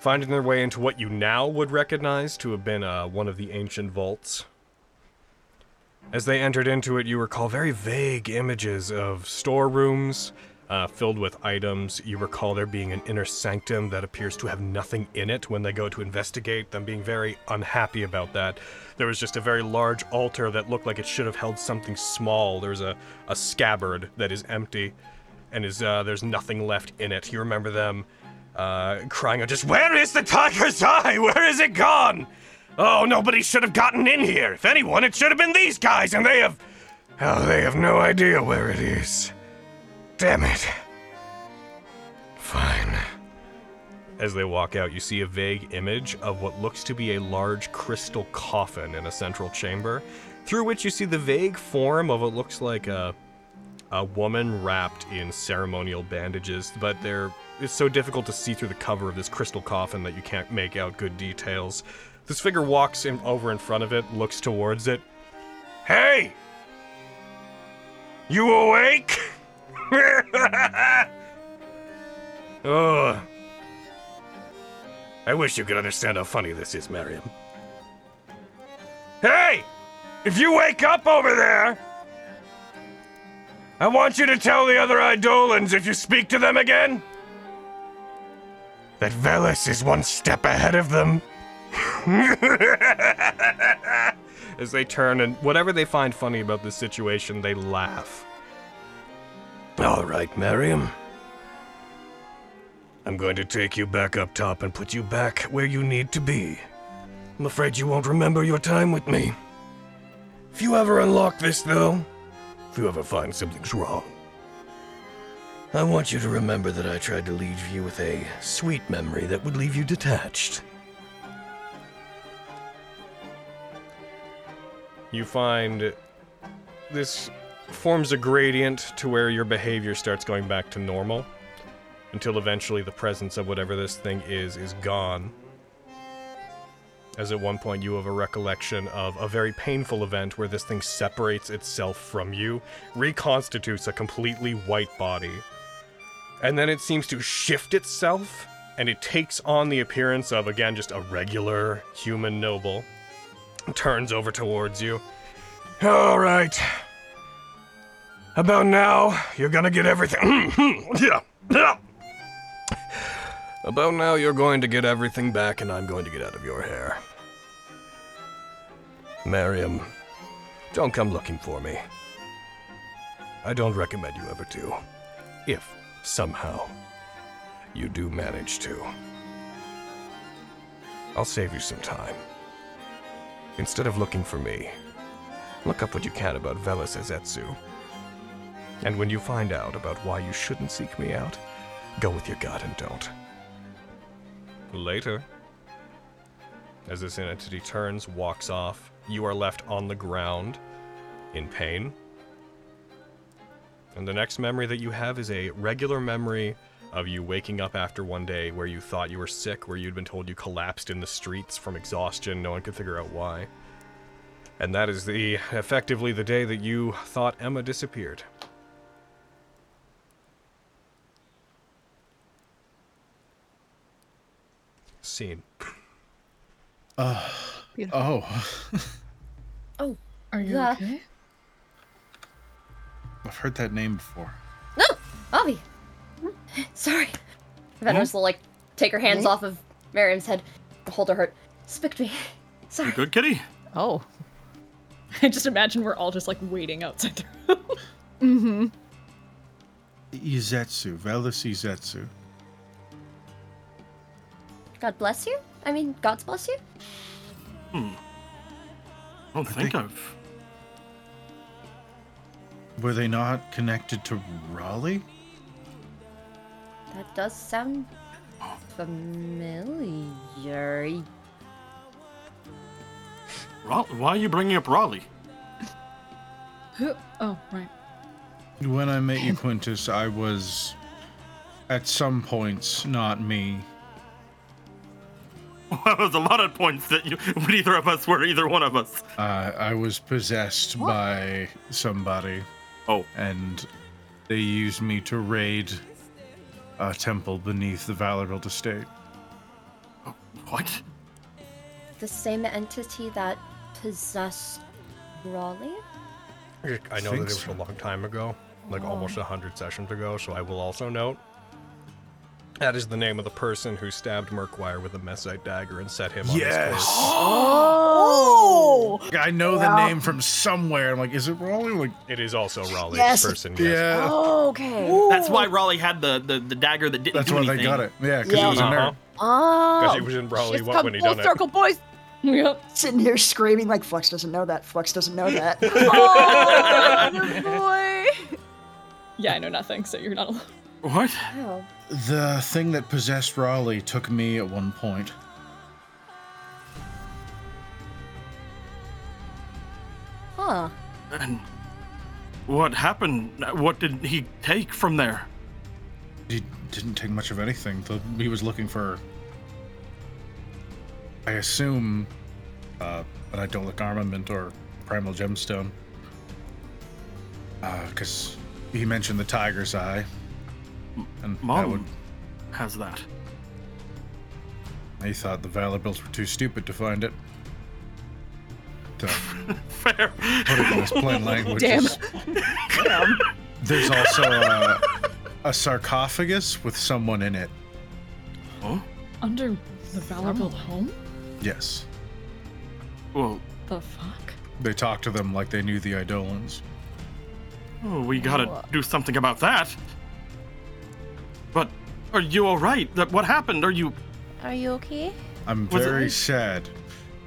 A: finding their way into what you now would recognize to have been uh, one of the ancient vaults. As they entered into it, you recall very vague images of storerooms uh, filled with items. You recall there being an inner sanctum that appears to have nothing in it when they go to investigate, them being very unhappy about that. There was just a very large altar that looked like it should have held something small. There's a, a scabbard that is empty and is uh, there's nothing left in it. You remember them uh, crying out, just
M: Where is the tiger's eye? Where is it gone? Oh, nobody should have gotten in here. If anyone, it should have been these guys, and they have. Oh, they have no idea where it is. Damn it.
A: As they walk out, you see a vague image of what looks to be a large crystal coffin in a central chamber, through which you see the vague form of what looks like a a woman wrapped in ceremonial bandages, but they're it's so difficult to see through the cover of this crystal coffin that you can't make out good details. This figure walks in over in front of it, looks towards it.
M: Hey! You awake? oh. I wish you could understand how funny this is, Miriam. Hey! If you wake up over there, I want you to tell the other Idolans if you speak to them again that Velis is one step ahead of them.
A: as they turn and whatever they find funny about this situation, they laugh.
M: All right, Miriam. I'm going to take you back up top and put you back where you need to be. I'm afraid you won't remember your time with me. If you ever unlock this, though, if you ever find something's wrong, I want you to remember that I tried to leave you with a sweet memory that would leave you detached.
A: you find this forms a gradient to where your behavior starts going back to normal. until eventually the presence of whatever this thing is is gone. As at one point, you have a recollection of a very painful event where this thing separates itself from you, reconstitutes a completely white body, and then it seems to shift itself and it takes on the appearance of, again, just a regular human noble. Turns over towards you.
M: All right. About now, you're gonna get everything. Hmm, yeah. yeah.
A: About now, you're going to get everything back, and I'm going to get out of your hair. Mariam, don't come looking for me. I don't recommend you ever do. If somehow you do manage to,
M: I'll save you some time. Instead of looking for me,
A: look up what you can about Velis Ezetsu. And when you find out about why you shouldn't seek me out, go with your gut and don't. Later, as this entity turns, walks off, you are left on the ground in pain. And the next memory that you have is a regular memory of you waking up after one day where you thought you were sick, where you'd been told you collapsed in the streets from exhaustion, no one could figure out why. And that is the effectively the day that you thought Emma disappeared. Scene.
D: Uh,
K: Beautiful.
D: oh,
K: Oh,
E: are you
H: Uh.
E: okay?
D: I've heard that name before.
C: No, Avi. Sorry. Venomous will like take her hands off of Miriam's head, hold her heart. Spick me.
B: You good, kitty?
E: Oh. I just imagine we're all just like waiting outside the room. mm-hmm.
D: Izetsu, Velis Izetsu.
C: God bless you. I mean, God's bless you.
B: Hmm. I don't think, I've.
D: Were they not connected to Raleigh?
C: That does sound familiar.
B: Ra- Why are you bringing up Raleigh?
E: Who? Oh, right.
D: When I met you, Quintus, I was at some points not me.
B: Well, there was a lot of points that you, neither of us were either one of us.
D: Uh, I was possessed by somebody.
B: Oh.
D: And they used me to raid a temple beneath the Valorville estate.
B: Oh, What?
C: The same entity that possessed Raleigh?
A: I know that it
D: Think
A: was
D: so.
A: a long time ago, like
C: Oh.
A: almost almost 100 sessions ago, so I will also note that is the name of the person who stabbed Merkwire with a messite dagger and set him on his
D: Yes!
A: course.
D: Oh! I know the
A: Wow.
D: name from somewhere. I'm like, is it Raleigh? Like,
A: it is also Raleigh's
D: Yes.
A: person.
D: Yeah.
K: Oh, okay.
B: That's why Raleigh had the, the, the dagger that didn't
D: That's
B: do
D: why
B: anything.
D: they got it. Yeah, 'cause it was a
B: Uh-huh.
G: Oh.
B: 'Cause he was in Raleigh
G: It's
B: when-
G: come
B: when he
G: full
B: done it.
G: circle,
E: boys.
G: Sitting here screaming like Flux doesn't know that. Flux doesn't know that.
E: Oh. Yeah, I know nothing, so you're not alone.
B: What?
C: Wow.
D: The thing that possessed Raleigh took me at one point.
C: Huh.
B: And what happened? What did he take from there?
D: He didn't take much of anything. The- He was looking for, I assume, uh, an idolic armament or primal gemstone. Because he mentioned the tiger's eye. And
B: Mom
D: that would,
B: has that.
D: he thought the Valor Bills were too stupid to find it. So,
B: Fair.
D: put it in his plain language.
K: Damn.
D: is- There's also a, a sarcophagus with someone in it.
B: Oh?
E: Under the Valorville home?
D: Yes.
B: Well,
E: The fuck?
D: They talked to them like they knew the Idolans.
B: oh, we gotta do something about that. But are you all right? That what happened? Are you?
O: Are you okay?
D: I'm
B: Was it-
D: very sad.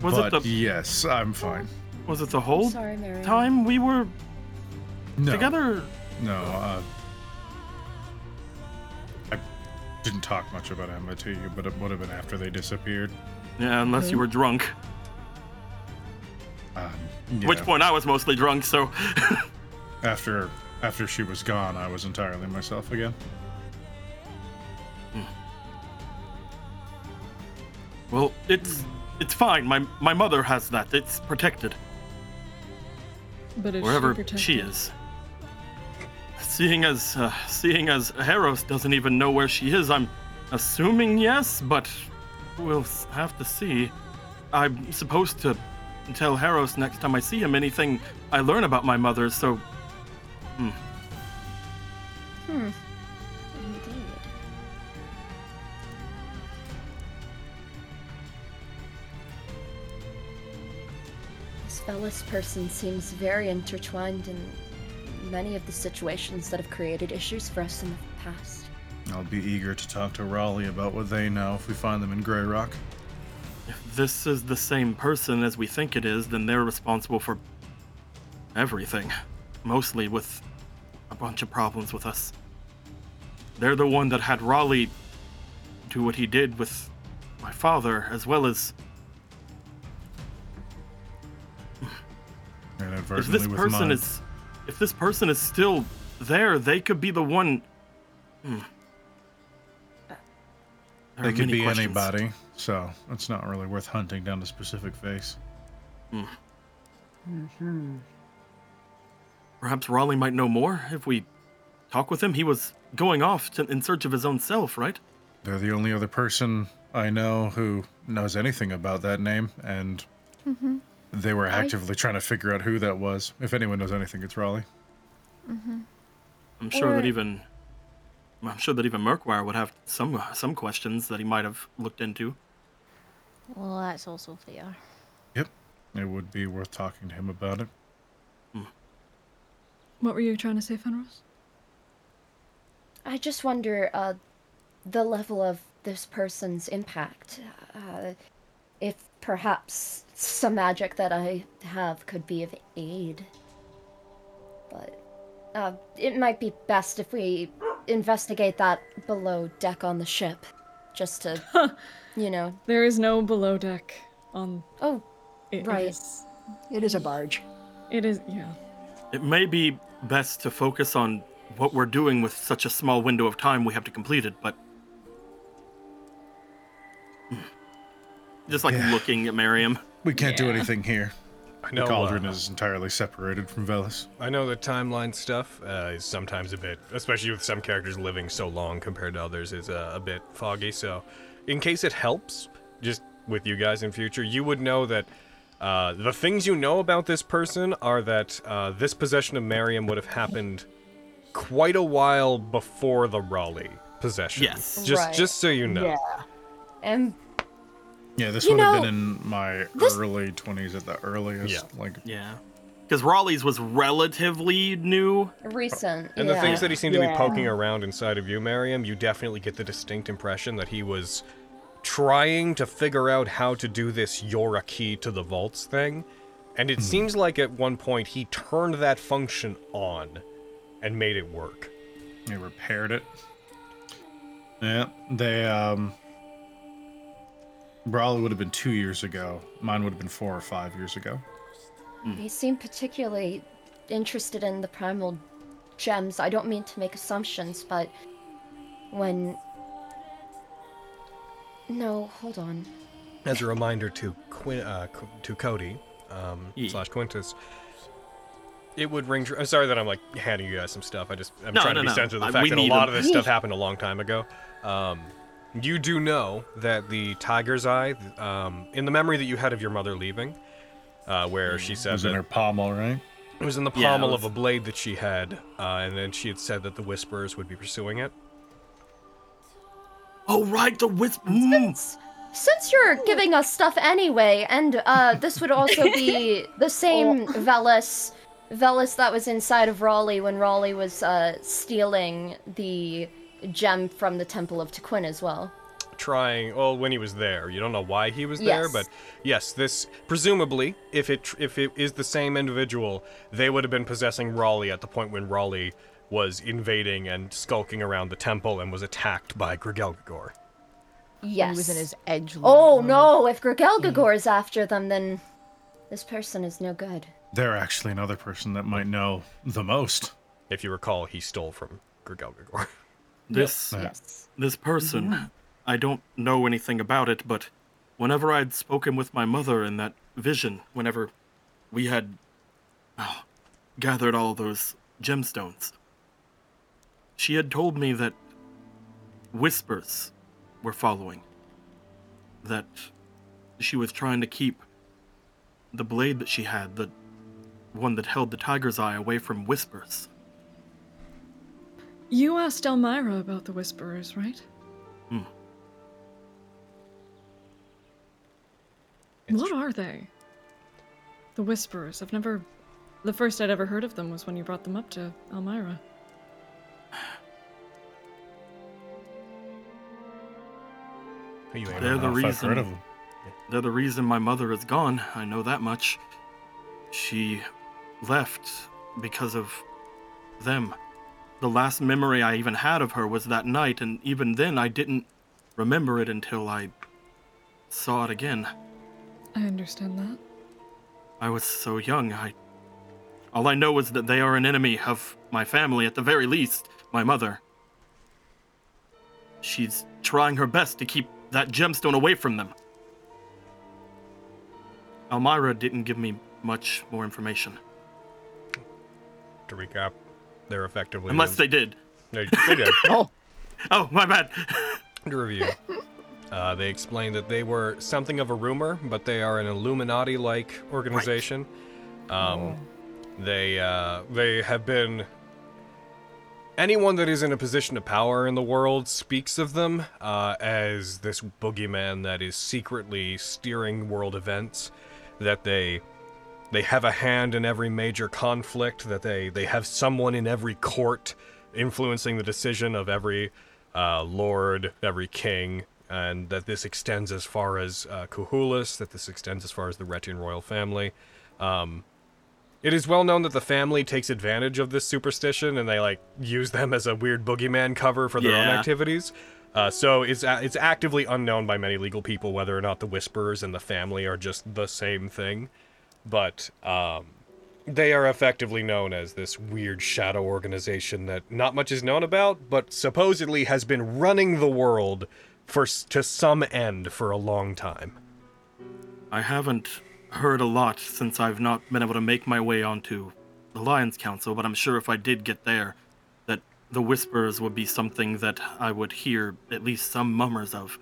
B: Was it
D: but yes, I'm fine.
B: Was it the whole
C: sorry, Mary.
B: time we were
D: No,
B: together?
D: no. Uh, I didn't talk much about Emma to you, but it would have been after they disappeared.
B: Yeah, unless you
D: Mhm.
B: were drunk.
D: Um,
B: Which
D: yeah.
B: point I was mostly drunk, so.
D: After after she was gone, I was entirely myself again.
B: Well, it's it's fine. My my mother has that. It's protected
E: But if
B: wherever
E: she, protect-
B: she is. Seeing as uh, seeing as Heros doesn't even know where she is, I'm assuming yes, but we'll s- have to see. I'm supposed to tell Heros next time I see him anything I learn about my mother. So, hmm.
O: Hmm. Indeed.
C: This Felis person seems very intertwined in many of the situations that have created issues for us in the past.
D: I'll be eager to talk to Raleigh about what they know if we find them in Grey Rock.
B: if this is the same person as we think it is, then they're responsible for everything, mostly with a bunch of problems with us. They're the one that had Raleigh do what he did with my father, as well as if
D: Inadvertently
B: this
D: with
B: person
D: mine.
B: is if this person is still there, they could be the one. Hmm. There
D: they
B: are
D: could
B: many
D: be
B: questions.
D: anybody, so it's not really worth hunting down a specific face.
G: Mm-hmm.
B: Perhaps Raleigh might know more if we talk with him. He was going off to, in search of his own self, right?
D: They're the only other person I know who knows anything about that name, and
O: Mm-hmm.
D: they were
O: I-
D: actively trying to figure out who that was. If anyone knows anything, it's Raleigh.
O: Mm-hmm.
B: I'm sure that
O: Or-
B: even I'm sure that even Merkwire would have some some questions that he might have looked into.
O: Well, that's also fair.
D: Yep, it would be worth talking to him about it.
E: what were you trying to say, Fenris?
C: I just wonder uh, the level of this person's impact. Uh, if perhaps some magic that I have could be of aid. But uh, it might be best if we investigate that below deck on the ship. Just to, you know.
E: There is no below deck on.
C: Oh,
E: it,
C: right.
E: It is,
G: It is a barge.
E: it is yeah.
B: It may be best to focus on what we're doing with such a small window of time we have to complete it, but Hmm. just like looking at Miriam.
D: We can't do anything here.
A: I know,
D: the cauldron
A: uh,
D: is entirely separated from Velis.
A: I know the timeline stuff uh, is sometimes a bit, especially with some characters living so long compared to others, is uh, a bit foggy. So, in case it helps, just with you guys in future, you would know that uh, the things you know about this person are that uh, this possession of Mariam would have happened quite a while before the Raleigh possession.
B: Yes.
A: Just,
C: Right.
A: just so you know.
C: And
D: Yeah, this
C: You
D: would have
C: know,
D: been in my
C: this-
D: early 20s at the earliest. Like,
B: yeah. Because Raleigh's was relatively new.
C: recent.
A: And the
C: yeah.
A: things that he seemed to be
C: Yeah.
A: poking around inside of you, Mariam, you definitely get the distinct impression that he was trying to figure out how to do this you're a key to the vaults thing. And
D: Hmm.
A: it seems like at one point he turned that function on and made it work.
D: They repaired it. Yeah, they um Brawley would have been two years ago. Mine would have been four or five years ago.
C: He seemed particularly interested in the primal gems. I don't mean to make assumptions, but when. No, hold on.
A: As a reminder to Quin- uh, C- to Cody um, slash Quintus, it would ring. Tr- I'm sorry that I'm like handing you guys some stuff. I just I'm
B: No,
A: trying
B: no,
A: to be
B: no.
A: sensitive to
B: I-
A: the fact
B: we
A: that a
B: need
A: lot
B: them.
A: of this stuff happened a long time ago. Um, you do know that the tiger's eye, um, in the memory that you had of your mother leaving, uh, where she
D: It
A: said
D: was in
A: that-
D: her pommel, right?
A: it was in the
B: Yeah, it
A: pommel
B: was-
A: of a blade that she had, uh, and then she had said that the whisperers would be pursuing it.
B: Oh, right, the wisp. Mm.
C: Since you're giving us stuff anyway, and uh, this would also be the same Velis, Velis that was inside of Raleigh when Raleigh was uh, stealing the gem from the Temple of Tequin as well.
A: trying well when he was there you don't know why he was there
C: Yes.
A: but yes this presumably if it if it is the same individual they would have been possessing raleigh at the point when raleigh was invading and skulking around the temple and was attacked by grigelgagor
C: Yes.
H: He was in his edge. Hmm.
C: Oh no, if Grigelgagor is after them, then this person is no good.
D: They're actually another person that might know the most.
A: if you recall he stole from grigelgagor
B: This
D: Yeah.
B: this person, I don't know anything about it, but whenever I'd spoken with my mother in that vision, whenever we had oh, gathered all those gemstones, she had told me that whispers were following. That she was trying to keep the blade that she had, the one that held the tiger's eye, away from whispers.
L: You asked Elmira about the Whisperers, right?
B: Hmm.
L: what are they? The Whisperers. I've never. The first I'd ever heard of them was when you brought them up to Elmira.
D: Hey, you ain't
B: They're the
D: gonna fuck
B: reason.
D: rid of 'em.
B: They're the reason my mother is gone. I know that much. She left because of them. The last memory I even had of her was that night, and even then I didn't remember it until I saw it again.
L: I understand that.
B: I was so young. I all I know is that they are an enemy of my family, at the very least, my mother. She's trying her best to keep that gemstone away from them. Elmira didn't give me much more information,
A: To recap, they're effectively
B: unless they did.
A: They, they did.
B: oh, oh, my bad.
A: to review. Uh, they explained that they were something of a rumor, but they are an Illuminati-like organization.
B: Oh.
A: Um, They uh, they have been. Anyone that is in a position of power in the world speaks of them uh, as this boogeyman that is secretly steering world events. That they they have a hand in every major conflict that they they have someone in every court influencing the decision of every uh, lord every king and that this extends as far as uh, Kuhulis, that this extends as far as the Retian royal family. Um, it is well known that the family takes advantage of this superstition and they like use them as a weird boogeyman cover for their own
B: Yeah.
A: activities. Uh, so it's a- it's actively unknown by many legal people whether or not the whisperers and the family are just the same thing, but um, they are effectively known as this weird shadow organization that not much is known about, but supposedly has been running the world for s- to some end for a long time.
B: I haven't heard a lot since I've not been able to make my way onto the Lions Council, but I'm sure if I did get there, that the whispers would be something that I would hear at least some mummers of.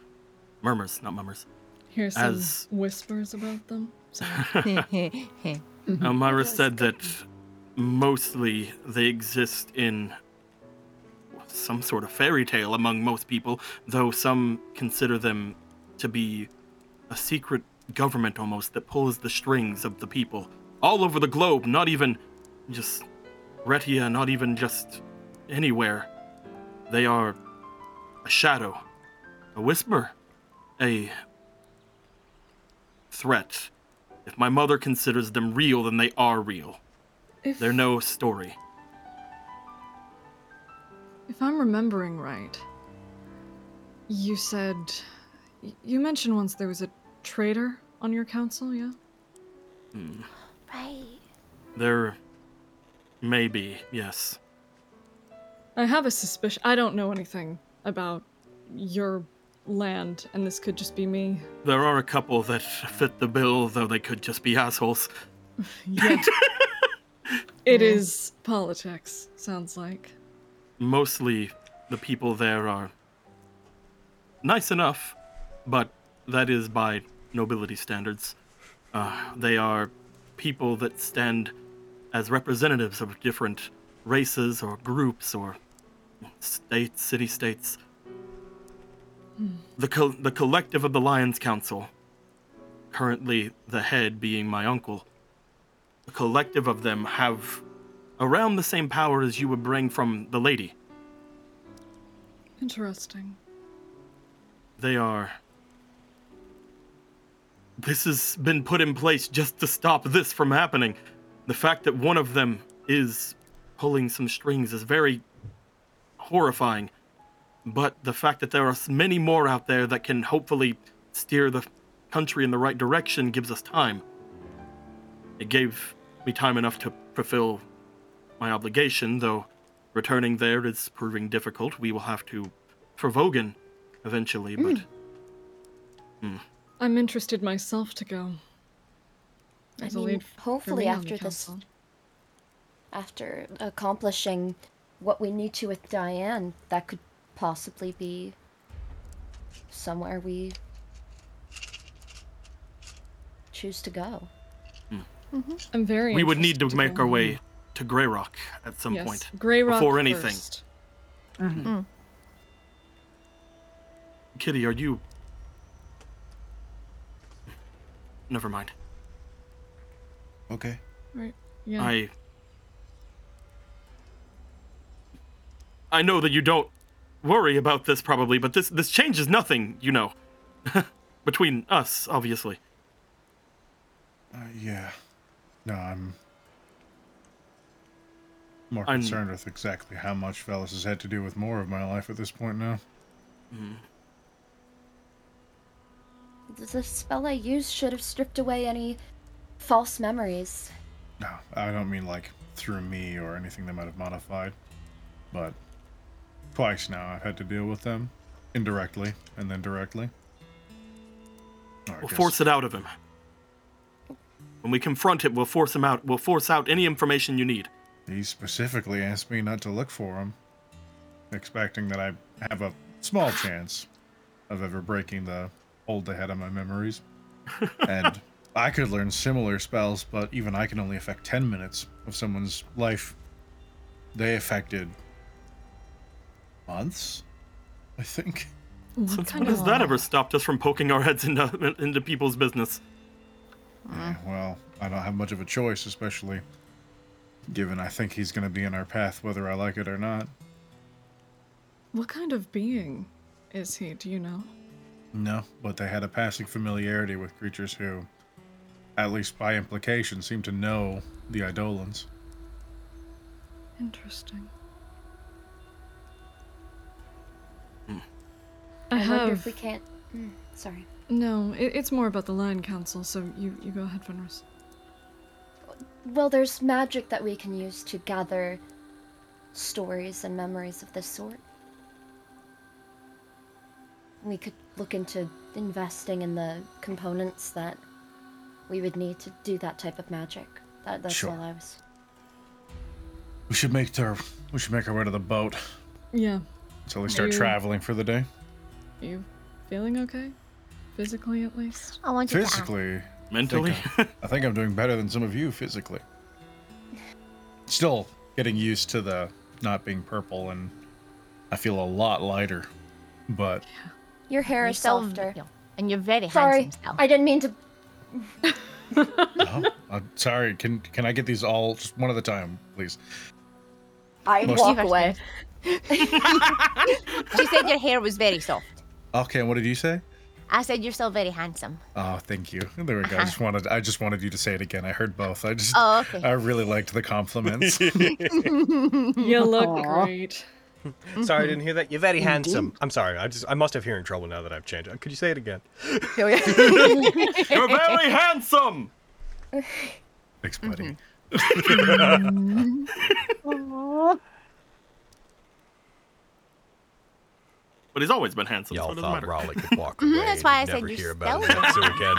B: Murmurs, not mummers.
L: Hear some
B: As-
L: whispers about them. Sorry. Mm-hmm.
B: Elmira said that mostly they exist in some sort of fairy tale among most people, though some consider them to be a secret government almost that pulls the strings of the people all over the globe, not even just Retia, not even just anywhere. They are a shadow, a whisper, a threat. If my mother considers them real, then they are real.
L: If-
B: They're no story.
L: If I'm remembering right, you said. y- You mentioned once there was a traitor on your council, yeah?
B: Hmm.
O: Right.
B: There may be, yes.
L: I have a suspicion. I don't know anything about your land, and this could just be me.
B: There are a couple that fit the bill, though they could just be assholes.
L: Yet. it is politics, sounds like.
B: Mostly the people there are nice enough, but that is by nobility standards. Uh, they are people that stand as representatives of different races or groups or states, city states.
L: Hmm.
B: The, co- the collective of the Lions Council, currently the head being my uncle, the collective of them have around the same power as you would bring from the lady.
L: Interesting.
B: They are. This has been put in place just to stop this from happening. The fact that one of them is pulling some strings is very horrifying. But the fact that there are s- many more out there that can hopefully steer the country in the right direction gives us time. It gave me time enough to fulfill my obligation, though returning there is proving difficult. We will have to, for Vogan, eventually, but. Hmm.
L: I'm interested myself to go.
C: I
L: As a
C: mean,
L: lead for
C: hopefully
L: me on the
C: after this,
L: council.
C: after accomplishing what we need to with Diane, that could possibly be somewhere we choose to go. Mm-hmm.
L: I'm very.
B: Hmm. we would need to
L: interested
B: make
L: go.
B: our way to Grey Rock at some
L: Yes,
B: point
L: Grey Rock
B: before anything.
L: first.
B: Mm-hmm.
O: Mm.
B: Kitty, are you? Never mind.
D: Okay.
L: Right. Yeah.
B: I. I know that you don't worry about this probably, but this this changes nothing, you know, between us, obviously.
D: Uh, yeah. No, I'm more
B: I'm-
D: concerned with exactly how much Velas has had to do with more of my life at this point now.
C: The spell I used should have stripped away any false memories.
D: No, I don't mean like through me or anything they might have modified, but twice now I've had to deal with them indirectly and then directly. I
B: We'll
D: guess-
B: force it out of him. When we confront him, we'll force him out. We'll force out any information you need.
D: He specifically asked me not to look for him, expecting that I have a small chance of ever breaking the hold they had on my memories. and I could learn similar spells, but even I can only affect 10 minutes of someone's life. They affected months, I think.
L: What
B: Since
L: kind
B: when has
L: of-
B: that ever stopped us from poking our heads into into people's business?
D: Yeah, well, I don't have much of a choice, especially given I think he's going to be in our path whether I like it or not.
L: What kind of being is he? Do you know?
D: No, but they had a passing familiarity with creatures who, at least by implication, seemed to know the Eidolons.
L: Interesting.
D: Hmm.
L: I,
C: wonder
L: have
C: if we can't. Mm, sorry.
L: no. It, it's more about the Lion Council, so you you go ahead, Fenris.
C: Well, there's magic that we can use to gather stories and memories of this sort. We could look into investing in the components that we would need to do that type of magic. That, that's
D: Sure.
C: all I was.
D: We should make our we should make our way to the boat
L: Yeah.
D: until we start
L: You-
D: traveling for the day.
L: Are you feeling okay? Physically, at least.
O: I want
D: Physically, mentally, I think, I'm, I think I'm doing better than some of you physically. Still getting used to the not being purple, and I feel a lot lighter. But
C: Your hair is
O: so v-
C: softer.
O: And you're very
C: Sorry,
O: handsome. Sal.
C: I didn't mean to.
D: I'm Uh, sorry. Can can I get these all just one at a time, please?
O: I
D: Most- walk
O: away. she said your hair was very soft.
D: Okay. What did you say?
O: I said you're still very handsome.
D: Oh, thank you. There we go. I just wanted I just wanted you to say it again. I heard both. I just
O: Oh, okay.
D: I really liked the compliments.
L: you look
I: Aw.
L: great.
A: Sorry, I didn't hear that. You're very
L: Indeed.
A: handsome. I'm sorry. I just I must have hearing trouble now that I've changed. it. Could you say it again?
B: You're very handsome.
D: Thanks, buddy.
O: Mm-hmm,
B: But he's always been handsome. Y'all so it doesn't
A: thought
B: matter.
A: Rowley could walk
O: Mhm, that's why I said
A: never
O: you're
A: hear about
O: stealthy.
A: Zenitsu again.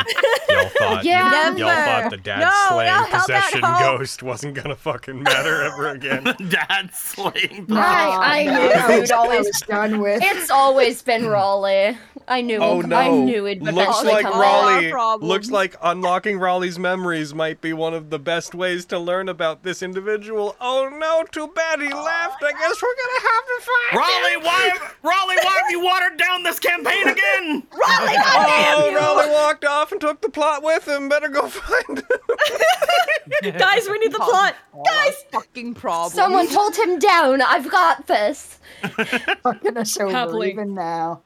A: Y'all thought,
O: Yeah.
A: y'all thought
O: Never.
A: the dad
O: No,
A: slaying
O: no, held that
A: possession
O: hope.
A: ghost wasn't gonna fucking matter ever again.
B: dad slaying
C: I, I
G: Yeah,
C: knew it would always.
G: was done with.
C: It's always been Raleigh. I knew.
A: Oh no!
C: I knew it. would
A: looks
C: eventually
A: like
C: come up.
A: Raleigh. Looks like unlocking Raleigh's memories might be one of the best ways to learn about this individual. Oh no! Too bad he left. I guess we're gonna have to find
B: Raleigh, why, Raleigh, why have you watered down this campaign again?
O: Raleigh,
A: Oh, Raleigh walked off and took the plot with him. Better go find him.
K: Guys, we need the plot.
H: Guys, fucking problem.
C: Someone told him down. I've got this.
G: fucking us over
H: Happily.
G: even now.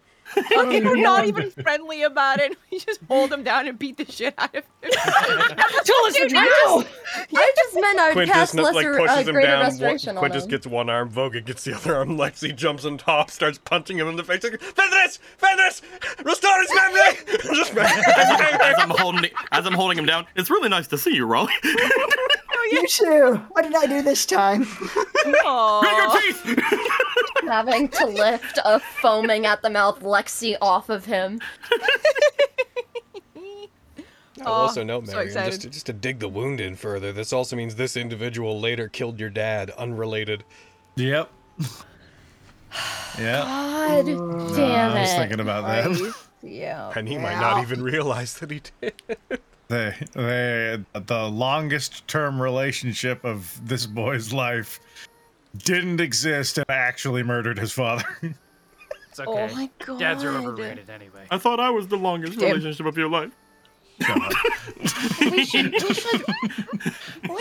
H: Fucking, we're not even friendly about it. We just hold him down and beat the shit out of him.
K: Tell us
C: Dude, I just, I just meant I would
A: Quintus
C: cast
A: like
C: lesser,
A: pushes
C: uh,
A: him
C: greater
A: down.
C: restoration on
A: Quintus
C: him.
A: gets one arm. Vogan gets the other arm. Lexi jumps on top, starts punching him in the face. Like, Fenris, Fenris, restore his memory. Just
B: as I'm holding as I'm holding him down. It's really nice to see you, Raleigh.
G: You too. What did I do this time?
C: Having to lift a foaming at the mouth Lexi off of him.
A: I'll
H: Aw,
A: Oh, also note,
H: so
A: Marion,
H: excited.
A: just, to, just to dig the wound in further, this also means this individual later killed your dad, unrelated.
D: Yep. yeah.
C: God
A: Nah,
C: damn it.
A: I was thinking
D: about that.
C: Yeah.
A: And he might not even realize that he did.
D: They, they, the longest term relationship of this boy's life didn't exist and actually murdered his father.
J: It's
H: Oh
C: Oh
J: okay.
B: my
J: Dads are
B: God.
J: overrated anyway.
B: I thought I was the longest
J: Damn.
B: relationship of your life.
C: we should, we should, we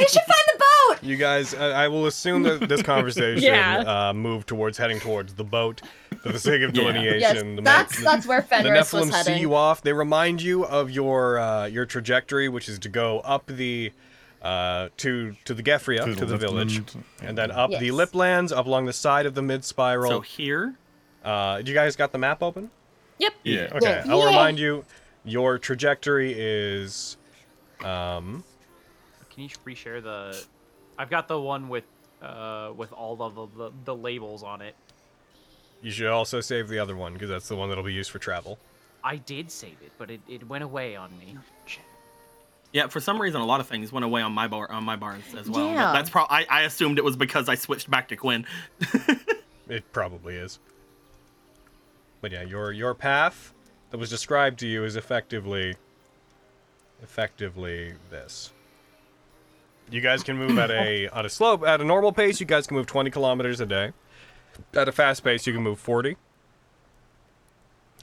C: should find the boat.
A: You guys, I, I will assume that this conversation
C: Yeah.
A: uh, moved towards heading towards the boat for the sake of
I: Yeah.
A: delineation.
C: Yes,
A: the
C: that's- that's where Fenris
A: the
C: was
A: Nephilim see
C: heading.
A: you off. They remind you of your uh, your trajectory, which is to go up the uh, to to the Geffria,
D: To
A: to,
D: the
A: the village,
D: Lipland.
A: and then up the
D: Yes.
A: Liplands, up along the side of the mid spiral.
B: So here,
A: uh, you guys got the map open?
E: Yep.
A: Yeah. E. Okay. I'll remind you, your trajectory is, um,
F: Can you reshare the? I've got the one with, uh, with all of the, the, the labels on it.
A: you should also save the other one because that's the one that'll be used for travel.
F: I did save it, but it, it went away on me.
B: Yeah, for some reason, a lot of things went away on my bar on my bars as well. but
F: Yeah.
B: That's pro- I, I assumed it was because I switched back to Quinn.
A: It probably is. But yeah, your your path that was described to you is effectively, effectively this. You guys can move at a on a slope at a normal pace. You guys can move 20 kilometers a day. At a fast pace, you can move 40.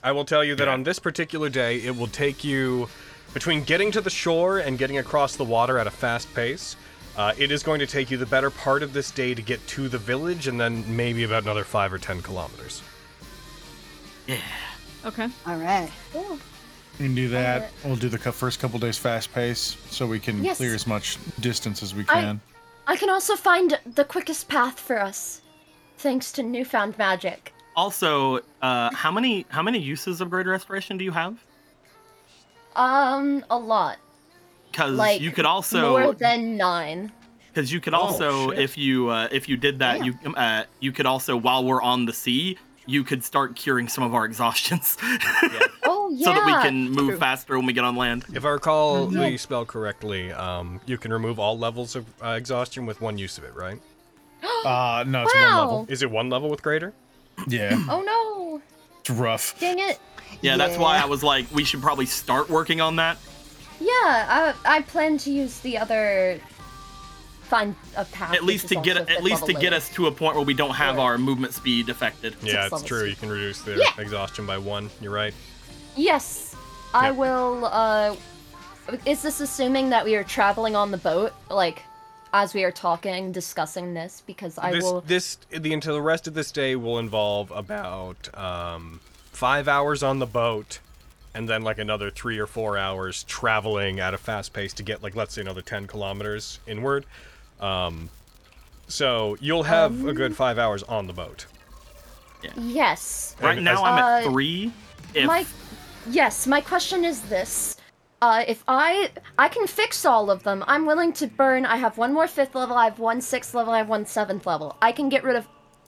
A: I will tell you that on this particular day, it will take you between getting to the shore and getting across the water at a fast pace. Uh, it is going to take you the better part of this day to get to the village, and then maybe about another five or ten kilometers.
E: Okay.
G: All right.
D: We can do that. We'll do the cou- first couple days fast pace so we can
C: Yes.
D: clear as much distance as we
C: I-
D: can.
C: I can also find the quickest path for us, thanks to newfound magic.
B: also, uh, how many how many uses of Greater Restoration do you have?
C: Um, a lot.
B: Because
C: Like
B: you could also
C: more than nine.
B: Because you could
C: Oh,
B: also,
C: shit.
B: if you uh, if you did that, you um, uh, you could also, while we're on the sea, you could start curing some of our exhaustions,
C: Oh yeah.
B: so that we can move faster when we get on land.
A: If I recall
C: Mhm.
A: the spell correctly, um, you can remove all levels of uh, exhaustion with one use of it, right?
D: Uh, no,
C: it's one Wow. level.
A: Is it one level with greater?
D: Yeah,
C: Oh no!
D: it's rough.
C: Dang it!
B: Yeah, that's why I was like, we should probably start working on that.
C: Yeah, I, I plan to use the other. Find a path.
B: at least to get at least to get us to a point where we don't have our movement speed affected.
A: Yeah, it's true. You can reduce the
C: Yeah.
A: exhaustion by one. You're right.
C: Yes, I will. Uh, is this assuming that we are traveling on the boat, like, as we are talking, discussing this? Because I
A: this,
C: will.
A: this the until the rest of this day will involve about um, five hours on the boat, and then like another three or four hours traveling at a fast pace to get like let's say another ten kilometers inward. Um, so you'll have
B: Um.
A: a good five hours on the boat.
C: Yes.
B: Right now, I'm at
C: Uh,
B: three. If
C: My, yes, my question is this. Uh, if I I can fix all of them, I'm willing to burn. I have one more fifth level. I have one sixth level. I have one seventh level. I can get rid of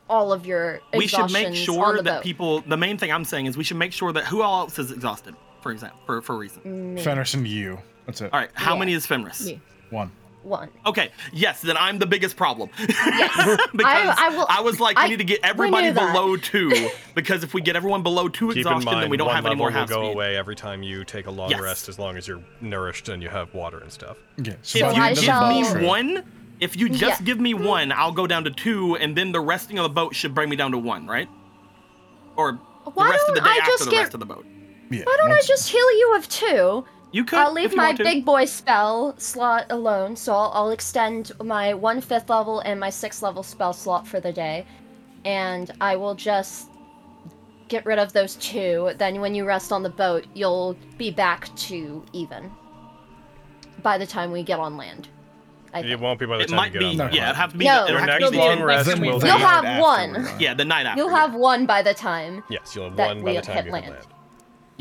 C: all of your
B: we should make
C: exhaustions on
B: sure
C: the
B: that
C: boat.
B: people. The main thing I'm saying is we should make sure that who else is exhausted, for example, for for a reason.
C: Me.
D: Fenris and you. That's it.
B: All right, how many is Fenris?
D: One.
C: One.
B: Okay, yes, then I'm the biggest problem.
C: I, I will.
B: I was like, we
C: I-
B: need to get
C: we
B: everybody
C: knew that.
B: below two, because if we get everyone below two
A: Keep in
B: exhaustion,
A: mind,
B: then we don't
A: one
B: have any
A: level
B: more half
A: will go
B: speed.
A: away every time you take a long
B: Yes.
A: rest, as long as you're nourished and you have water and stuff.
D: Yeah.
B: if
D: by the
B: you
D: end of
B: give
D: the
B: me
D: boat trip-
B: one, if you just
D: Yeah.
B: give me one, I'll go down to two, and then the resting of the boat should bring me down to one, right? Or
C: Why
B: the rest of the
C: don't
B: day
C: I
B: after
C: just
B: the
C: get-
B: rest of the boat.
D: Yeah.
C: Why don't I just heal you of two?
B: You could,
C: I'll leave
B: if you
C: my
B: want to.
C: big boy spell slot alone, so I'll, I'll extend my one fifth level and my sixth level spell slot for the day, and I will just get rid of those two. Then when you rest on the boat, you'll be back to even by the time we get on land. I
A: It won't be by the
B: It
A: time
B: might
A: you
B: be,
A: get on the
B: yeah,
A: boat.
B: it'd have to be.
C: No,
B: it'll
A: Your
B: have
A: next
B: to be the
A: long
B: day
A: rest
B: after we
A: will
B: leave.
A: be-
C: You'll have one.
B: Yeah, the night after.
C: You'll have one by the time.
A: Yes, you'll have
C: that
A: one by
C: we'll
A: the time
C: hit
A: you
C: land.
A: hit land.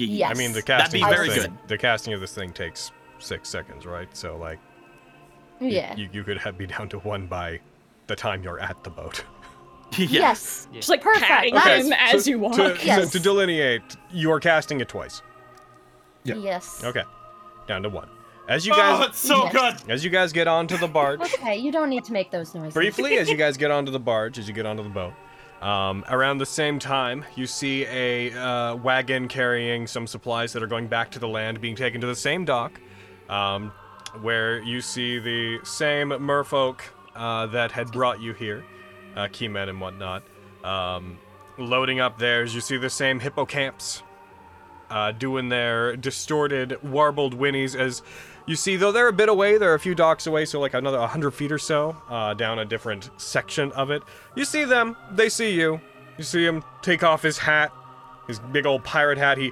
C: Yes.
A: I mean, the
C: That'd
A: casting
C: be
A: of
C: very
A: this thing,
C: good.
A: the casting of this thing takes six seconds, right? So like, you-
C: Yeah.
A: you, you could have be down to one by the time you're at the boat.
C: Yes.
E: Just like
C: Perfect.
E: patting
C: That's-
E: him as
C: so-
E: you walk.
A: To,
C: Yes.
A: so to delineate, you are casting it twice.
C: Yes.
A: Okay, down to one. As you guys,
B: Oh, it's so
C: Yes.
B: good.
A: As you guys get onto the barge,
C: Okay, you don't need to make those noises.
A: briefly as you guys get onto the barge, as you get onto the boat. Um, around the same time, you see a uh, wagon carrying some supplies that are going back to the land being taken to the same dock, um, where you see the same merfolk uh, that had brought you here, uh, keymen and whatnot, um, loading up theirs. You see the same hippocamps uh, doing their distorted, warbled whinnies. As you see, though they're a bit away, they're a few docks away, so like another 100 feet or so uh, down a different section of it. You see them, they see you. You see him take off his hat, his big old pirate hat. He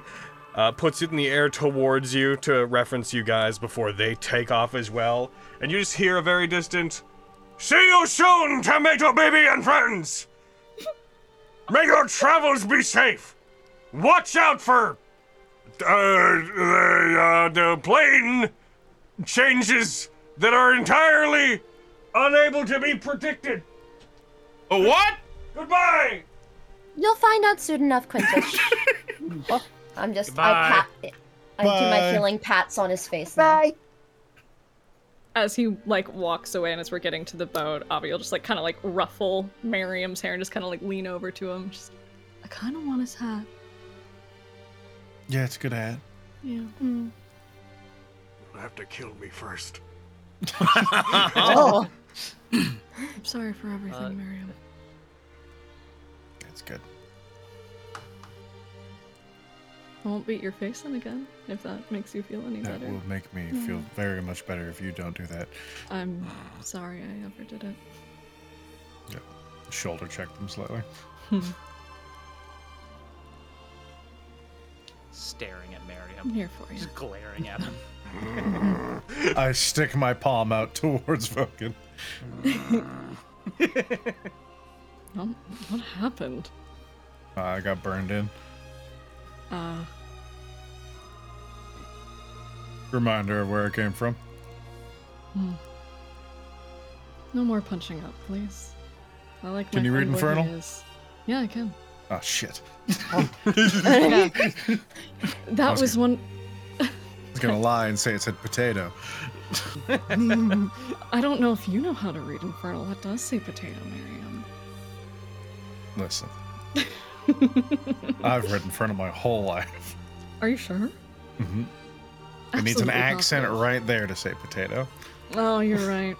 A: uh, puts it in the air towards you to reference you guys before they take off as well. And you just hear a very distant, See you soon, tomato baby and friends! May your travels be safe! Watch out for uh, the, uh, the plane changes that are entirely unable to be predicted.
F: what?
A: Goodbye.
C: You'll find out soon enough, Quintus. Well, I'm just I pat I do
E: Bye.
C: my healing pats on his face. Now.
E: As he like walks away and as we're getting to the boat, Avi will just like kind of like ruffle Miriam's hair and just kind of like lean over to him. Just, I kind of want his hat.
D: Yeah, it's a good ad.
E: Yeah.
C: Mm.
M: You'll have to kill me first.
L: Oh. I'm sorry for everything, Miriam.
D: That's good.
L: I won't beat your face in again if that makes you feel any
D: That
L: better.
D: will make me
L: Yeah.
D: feel Mm. very much better if you don't do that.
L: I'm sorry I ever did it.
D: Yeah. Shoulder check them slightly.
F: Staring at Miriam.
L: I'm here for you.
F: Just glaring at him.
D: I stick my palm out towards Vulcan.
L: Um, what happened?
D: Uh, I got burned in.
L: Uh,
D: Reminder of where I came from.
L: hmm. No more punching up, please. I like.
D: Can
L: my
D: you read
L: friend where he
D: Infernal?
L: is. Yeah, I can.
D: Oh shit.
L: Yeah.
D: I
L: That
D: was
L: was one.
D: I was gonna lie and say it said potato.
L: I don't know if you know how to read Infernal. That does say potato, Miriam.
D: Listen. I've read in front of my whole life.
L: Are you sure?
D: hmm It needs an
L: Absolutely
D: accent
L: possible.
D: right there to say potato.
L: Oh, you're right.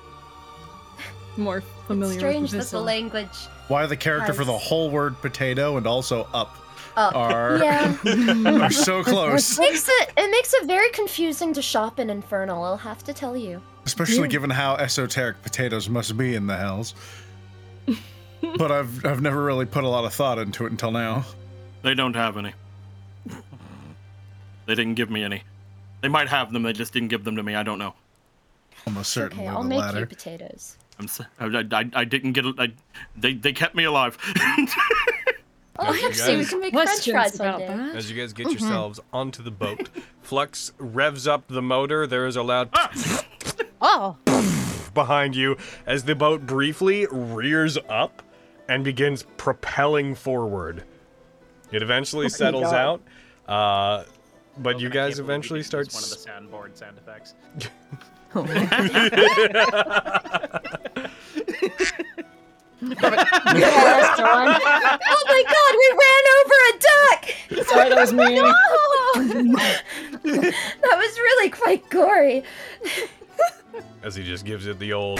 L: More familiar. with
C: Strange that the
L: Vissel.
C: language.
D: Why the character for the
C: Nice.
D: whole word potato and also up,
C: Up.
D: are
C: Yeah.
D: are so close.
C: It makes it it makes it very confusing to shop in Infernal. I'll have to tell you.
D: Especially given how esoteric potatoes must be in the hells. but I've I've never really put a lot of thought into it until now.
B: They don't have any. They didn't give me any. They might have them. They just didn't give them to me. I don't know.
D: Almost certainly
C: Okay, I'll
D: the
C: make you
D: latter.
C: potatoes.
B: I'm. s- I, I- I didn't get. I, they they kept me alive.
C: Oh,
A: you
C: actually, we
A: guys-
C: can make
L: Questions
C: French fries
L: about
C: one day.
L: that?
A: As you guys get
C: Mhm.
A: yourselves onto the boat, Flux revs up the motor. There is a loud
O: Oh.
A: behind you as the boat briefly rears up and begins propelling forward. It eventually
F: Oh my
A: settles
F: God. Oh,
A: out, uh, but you
F: I can't
A: guys
F: believe we
A: eventually
F: didn't
A: start.
F: use one of the soundboard sound effects.
C: oh my god, we ran over a duck!
E: Sorry, that was me.
C: No! that was really quite gory.
A: as he just gives it the old.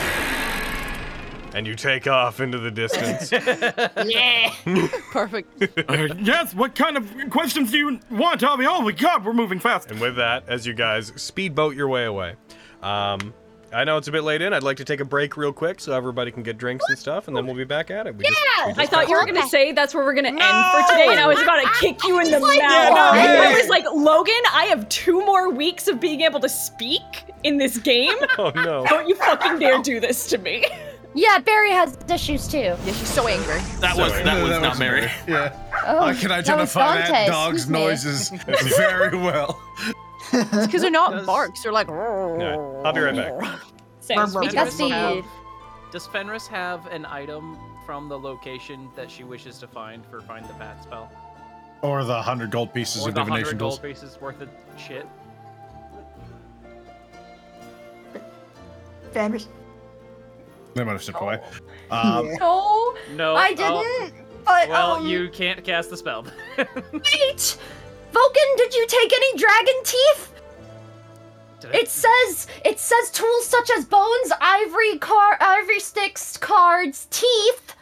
A: And you take off into the distance.
C: yeah.
H: Perfect.
B: Uh, yes. What kind of questions do you want, Avi? Oh my God, we're moving fast.
A: and with that, as you guys speedboat your way away, um, I know it's a bit late in. I'd like to take a break real quick so everybody can get drinks and stuff, and then we'll be back at it. We just- we just
E: I thought you were
A: got-
E: gonna say that's where we're gonna end for today, and I was about to kick you in the mouth.
A: Yeah, no,
E: I
A: hey.
E: was like, Logan, I have two more weeks of being able to speak in this game.
A: Oh no!
E: Don't you fucking dare do this to me.
C: Yeah, Barry has issues too.
H: Yeah, she's so angry.
B: That was that, was
D: that
B: not
D: was
B: Mary.
D: Yeah.
C: Oh,
D: I can
C: that was
D: identify that,
C: Dante,
D: dog's
C: excuse me.
D: noises very well.
H: It's because they're not barks. They're like.
A: Yeah, I'll be right back.
F: Does
H: Sounds
F: Fenris
C: Pikachu.
F: have- Does Fenris have an item from the location that she wishes to find for find the bat spell?
D: Or the hundred gold pieces
F: or
D: of
F: the hundred
D: divination
F: gold
D: tools.
F: pieces worth of shit?
G: Fenris?
D: They might have stepped away. Um,
C: no,
F: no,
C: I
F: oh,
C: didn't. but
F: well,
C: um,
F: you can't cast the spell.
C: Wait, Vulcan, did you take any dragon teeth? It says it says tools such as bones, ivory car, ivory sticks, cards, teeth.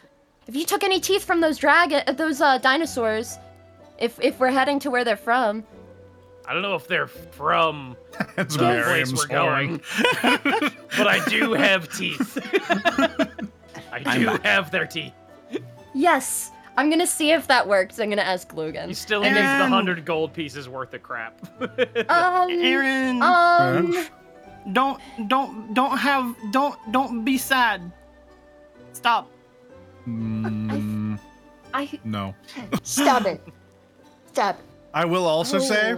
C: If you took any teeth from those dragon, uh, those uh, dinosaurs, if if we're heading to where they're from,
J: I don't know if they're from the
D: Miriam's
J: place we're going, but I do have teeth. I
F: I'm
J: do
F: back.
J: have their teeth.
C: yes, I'm gonna see if that works. I'm gonna ask Logan. You
F: Still needs the hundred gold pieces worth of crap.
C: Um,
B: Aaron.
C: Um.
B: Don't don't don't have don't don't be sad. Stop.
D: mm,
C: I
D: no.
G: Stop it. Stop.
D: I will also say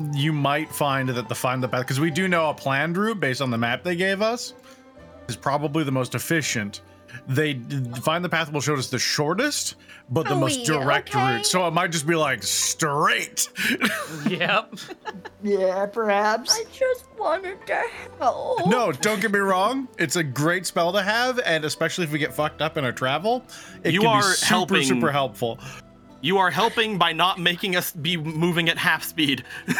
G: Oh.
D: you might find that the find the path because we do know a planned route based on the map they gave us is probably the most efficient. They find the path will show us the shortest, but the most
G: Really?
D: direct route. So it might just be like straight.
J: Yep.
G: yeah, perhaps. I
C: just wanted to help.
D: No, don't get me wrong. It's a great spell to have, and especially if we get fucked up in our travel, it
B: You
D: can
B: are
D: be super,
B: helping-
D: super helpful.
B: You are helping by not making us be moving at half speed.
C: None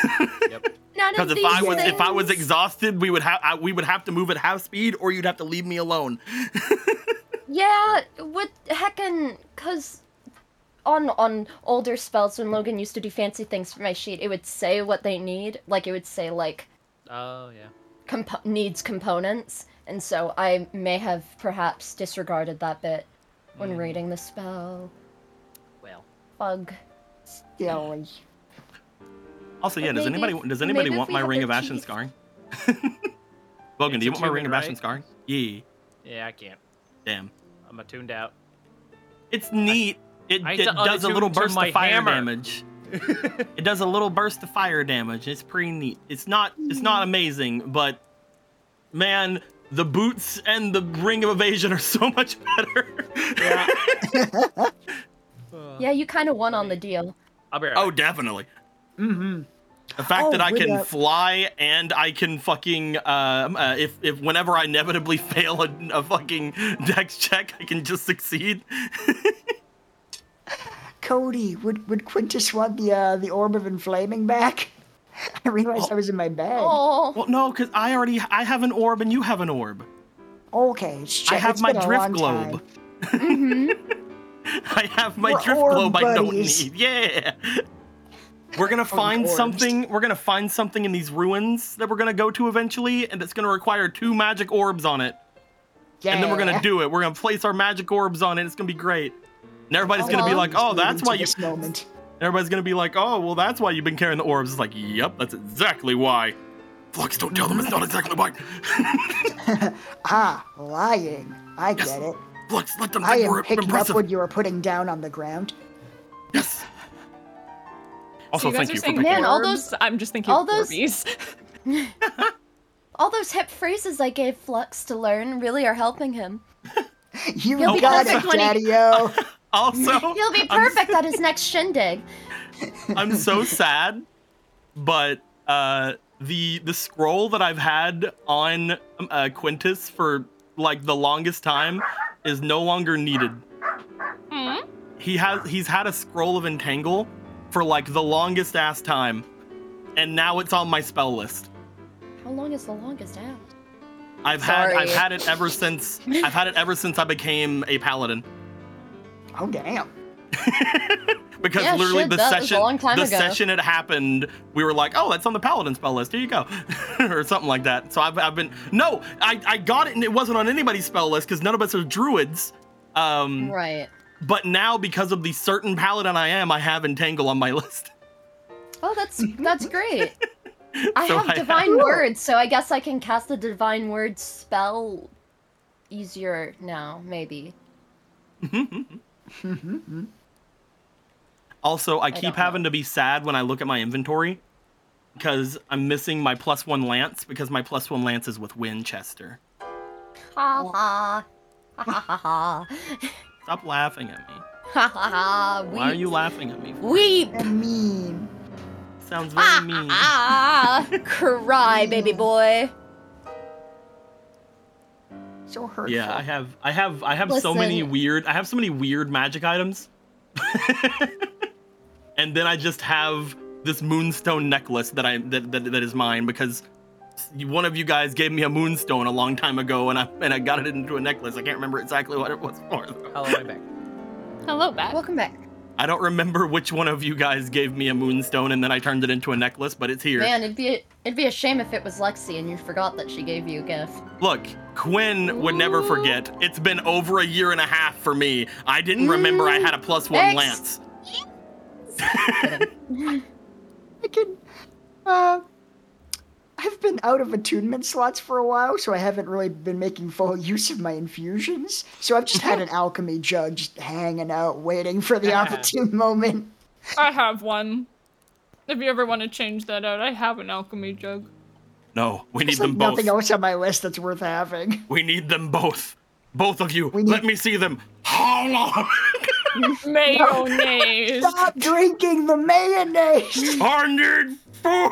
B: Because
C: of
B: if
C: these
B: I was if I was
C: things-
B: exhausted, we would have I- we would have to move at half speed, or you'd have to leave me alone.
C: Yeah, what heckin' cause on on older spells when Logan used to do fancy things for my sheet, it would say what they need. Like it would say like
F: Oh yeah.
C: comp- needs components, and so I may have perhaps disregarded that bit when
F: Mm.
C: reading the spell.
F: Well.
C: Bug.
G: Silly.
B: Also, yeah.
C: But
B: Does
C: maybe-
B: anybody does anybody
C: maybe if
B: want
C: we
B: my
C: had
B: ring
C: the
B: of ashen
C: teeth-
B: scarring? Bogan,
F: It's
B: do you want my ring
F: attunement,
B: of ashen
F: right?
B: scarring? Yeah.
F: Yeah, I can't.
B: Damn.
F: I'm attuned out.
B: It's neat. It,
F: I
B: it
F: need to
B: does a little
F: unattune to
B: burst
F: my
B: of fire
F: hammer.
B: damage. it does a little burst of fire damage. It's pretty neat. It's not it's
C: Hmm.
B: not amazing, but man, the boots and the ring of evasion are so much better.
C: yeah, you kind of won on the deal.
F: I'll be right
B: Oh, definitely.
G: Mm-hmm.
B: The fact
C: Oh,
B: that I
C: with
B: can
C: that-
B: fly and I can fucking um, uh, if if whenever I inevitably fail a, a fucking dex check, I can just succeed.
G: Cody, would would Quintus want the uh, the orb of inflaming back? I realized
B: Oh.
G: I was in my bag.
B: Well, no, because I already I have an orb and you have an orb.
G: Okay, it's ju-
B: I have
G: it's
B: my
G: been a
B: drift
G: long
B: globe.
G: time.
B: I have my
G: We're
B: drift
G: orb
B: globe I don't
G: buddies.
B: need. Yeah. We're gonna find
G: course.
B: something. We're gonna find something in these ruins that we're gonna go to eventually, and it's gonna require two magic orbs on it. And then we're
G: Yeah.
B: gonna do it. We're gonna place our magic orbs on it. It's gonna be great. And everybody's gonna be
G: Well,
B: like, "Oh,
G: leading
B: that's
G: to
B: why you."
G: this moment.
B: Everybody's gonna be like, "Oh, well, that's why you've been carrying the orbs." It's like, "Yep, that's exactly why." Flux, don't tell them. It's not exactly why.
G: Ah, lying. I get it.
B: Flux, let them
G: I
B: think
G: am
B: we're
G: picking
B: impressive.
G: up what you are putting down on the ground.
B: Also,
E: you guys
B: thank
E: are
B: you for
E: saying
B: picking
C: Man, all
E: orbs?
C: those-
E: I'm just thinking
C: all
E: of
C: those-
E: Orbeez.
C: All those hip phrases I gave Flux to learn really are helping him.
G: You
C: He'll be
G: got
C: perfect
G: it,
C: when he-
G: Daddy-O.
B: Also,
C: He'll be
B: I'm
C: perfect at his next shindig.
B: I'm so sad, but uh, the the scroll that I've had on um, uh, Quintus for like the longest time is no longer needed. He has he's had a scroll of entangle for like the longest ass time, and now it's on my spell list.
C: How long is the longest out?
B: I've had I've
C: Sorry.
B: had it ever since I've had it ever since I became a paladin.
G: Oh damn.
B: Because
C: Yeah,
B: literally
C: shit,
B: the
C: that was a
B: session
C: long time
B: the
C: ago.
B: session it happened, we were like, oh, that's on the paladin spell list. Here you go, or something like that. So I've, I've been no, I, I got it and it wasn't on anybody's spell list because none of us are druids. Um,
C: Right.
B: But now because of the certain paladin I am, I have entangle on my list.
C: Oh, that's that's great. I
B: So
C: have
B: I-
C: divine
B: Cool.
C: words, so I guess I can cast the divine word spell easier now, maybe.
B: Also, I,
C: I
B: keep
C: don't
B: having to be sad when I look at my inventory because I'm missing my plus one lance because my plus one lance is with Winchester.
C: Ha ha. Ha ha ha
B: Stop laughing at me.
C: ha. Ha ha
B: Why are
C: ha.
B: you laughing at me?
C: Weep.
G: I mean.
B: Sounds very mean.
C: Ah, cry, baby boy.
G: So hurtful.
B: Yeah, I have, I have, I have so many
G: Listen.
B: weird, I have so many weird magic items, and then I just have this moonstone necklace that I that, that that is mine because you- one of you guys gave me a moonstone a long time ago, and I and I got it into a necklace. I can't remember exactly what it was for.
F: Hello, back.
E: Hello, back.
C: Welcome back.
B: I don't remember which one of you guys gave me a moonstone, and then I turned it into a necklace, but it's here.
C: Man, it'd be a, it'd be a shame if it was Lexi and you forgot that she gave you a gift.
B: Look, Quinn would never forget. It's been over a year and a half for me. I didn't remember I had a plus one
G: Ex-
B: lance.
G: I can. Uh, I've been out of attunement slots for a while, so I haven't really been making full use of my infusions. So I've just had an alchemy jug just hanging out, waiting for the opportune moment.
E: I have one. If you ever want to change that out, I have an alchemy jug.
B: No, we need
G: There's like
B: them both.
G: nothing else on my list that's worth having.
B: We need them both. Both of you. Let me see them. How long?
E: Mayonnaise.
G: Stop drinking the mayonnaise.
B: Hundred four.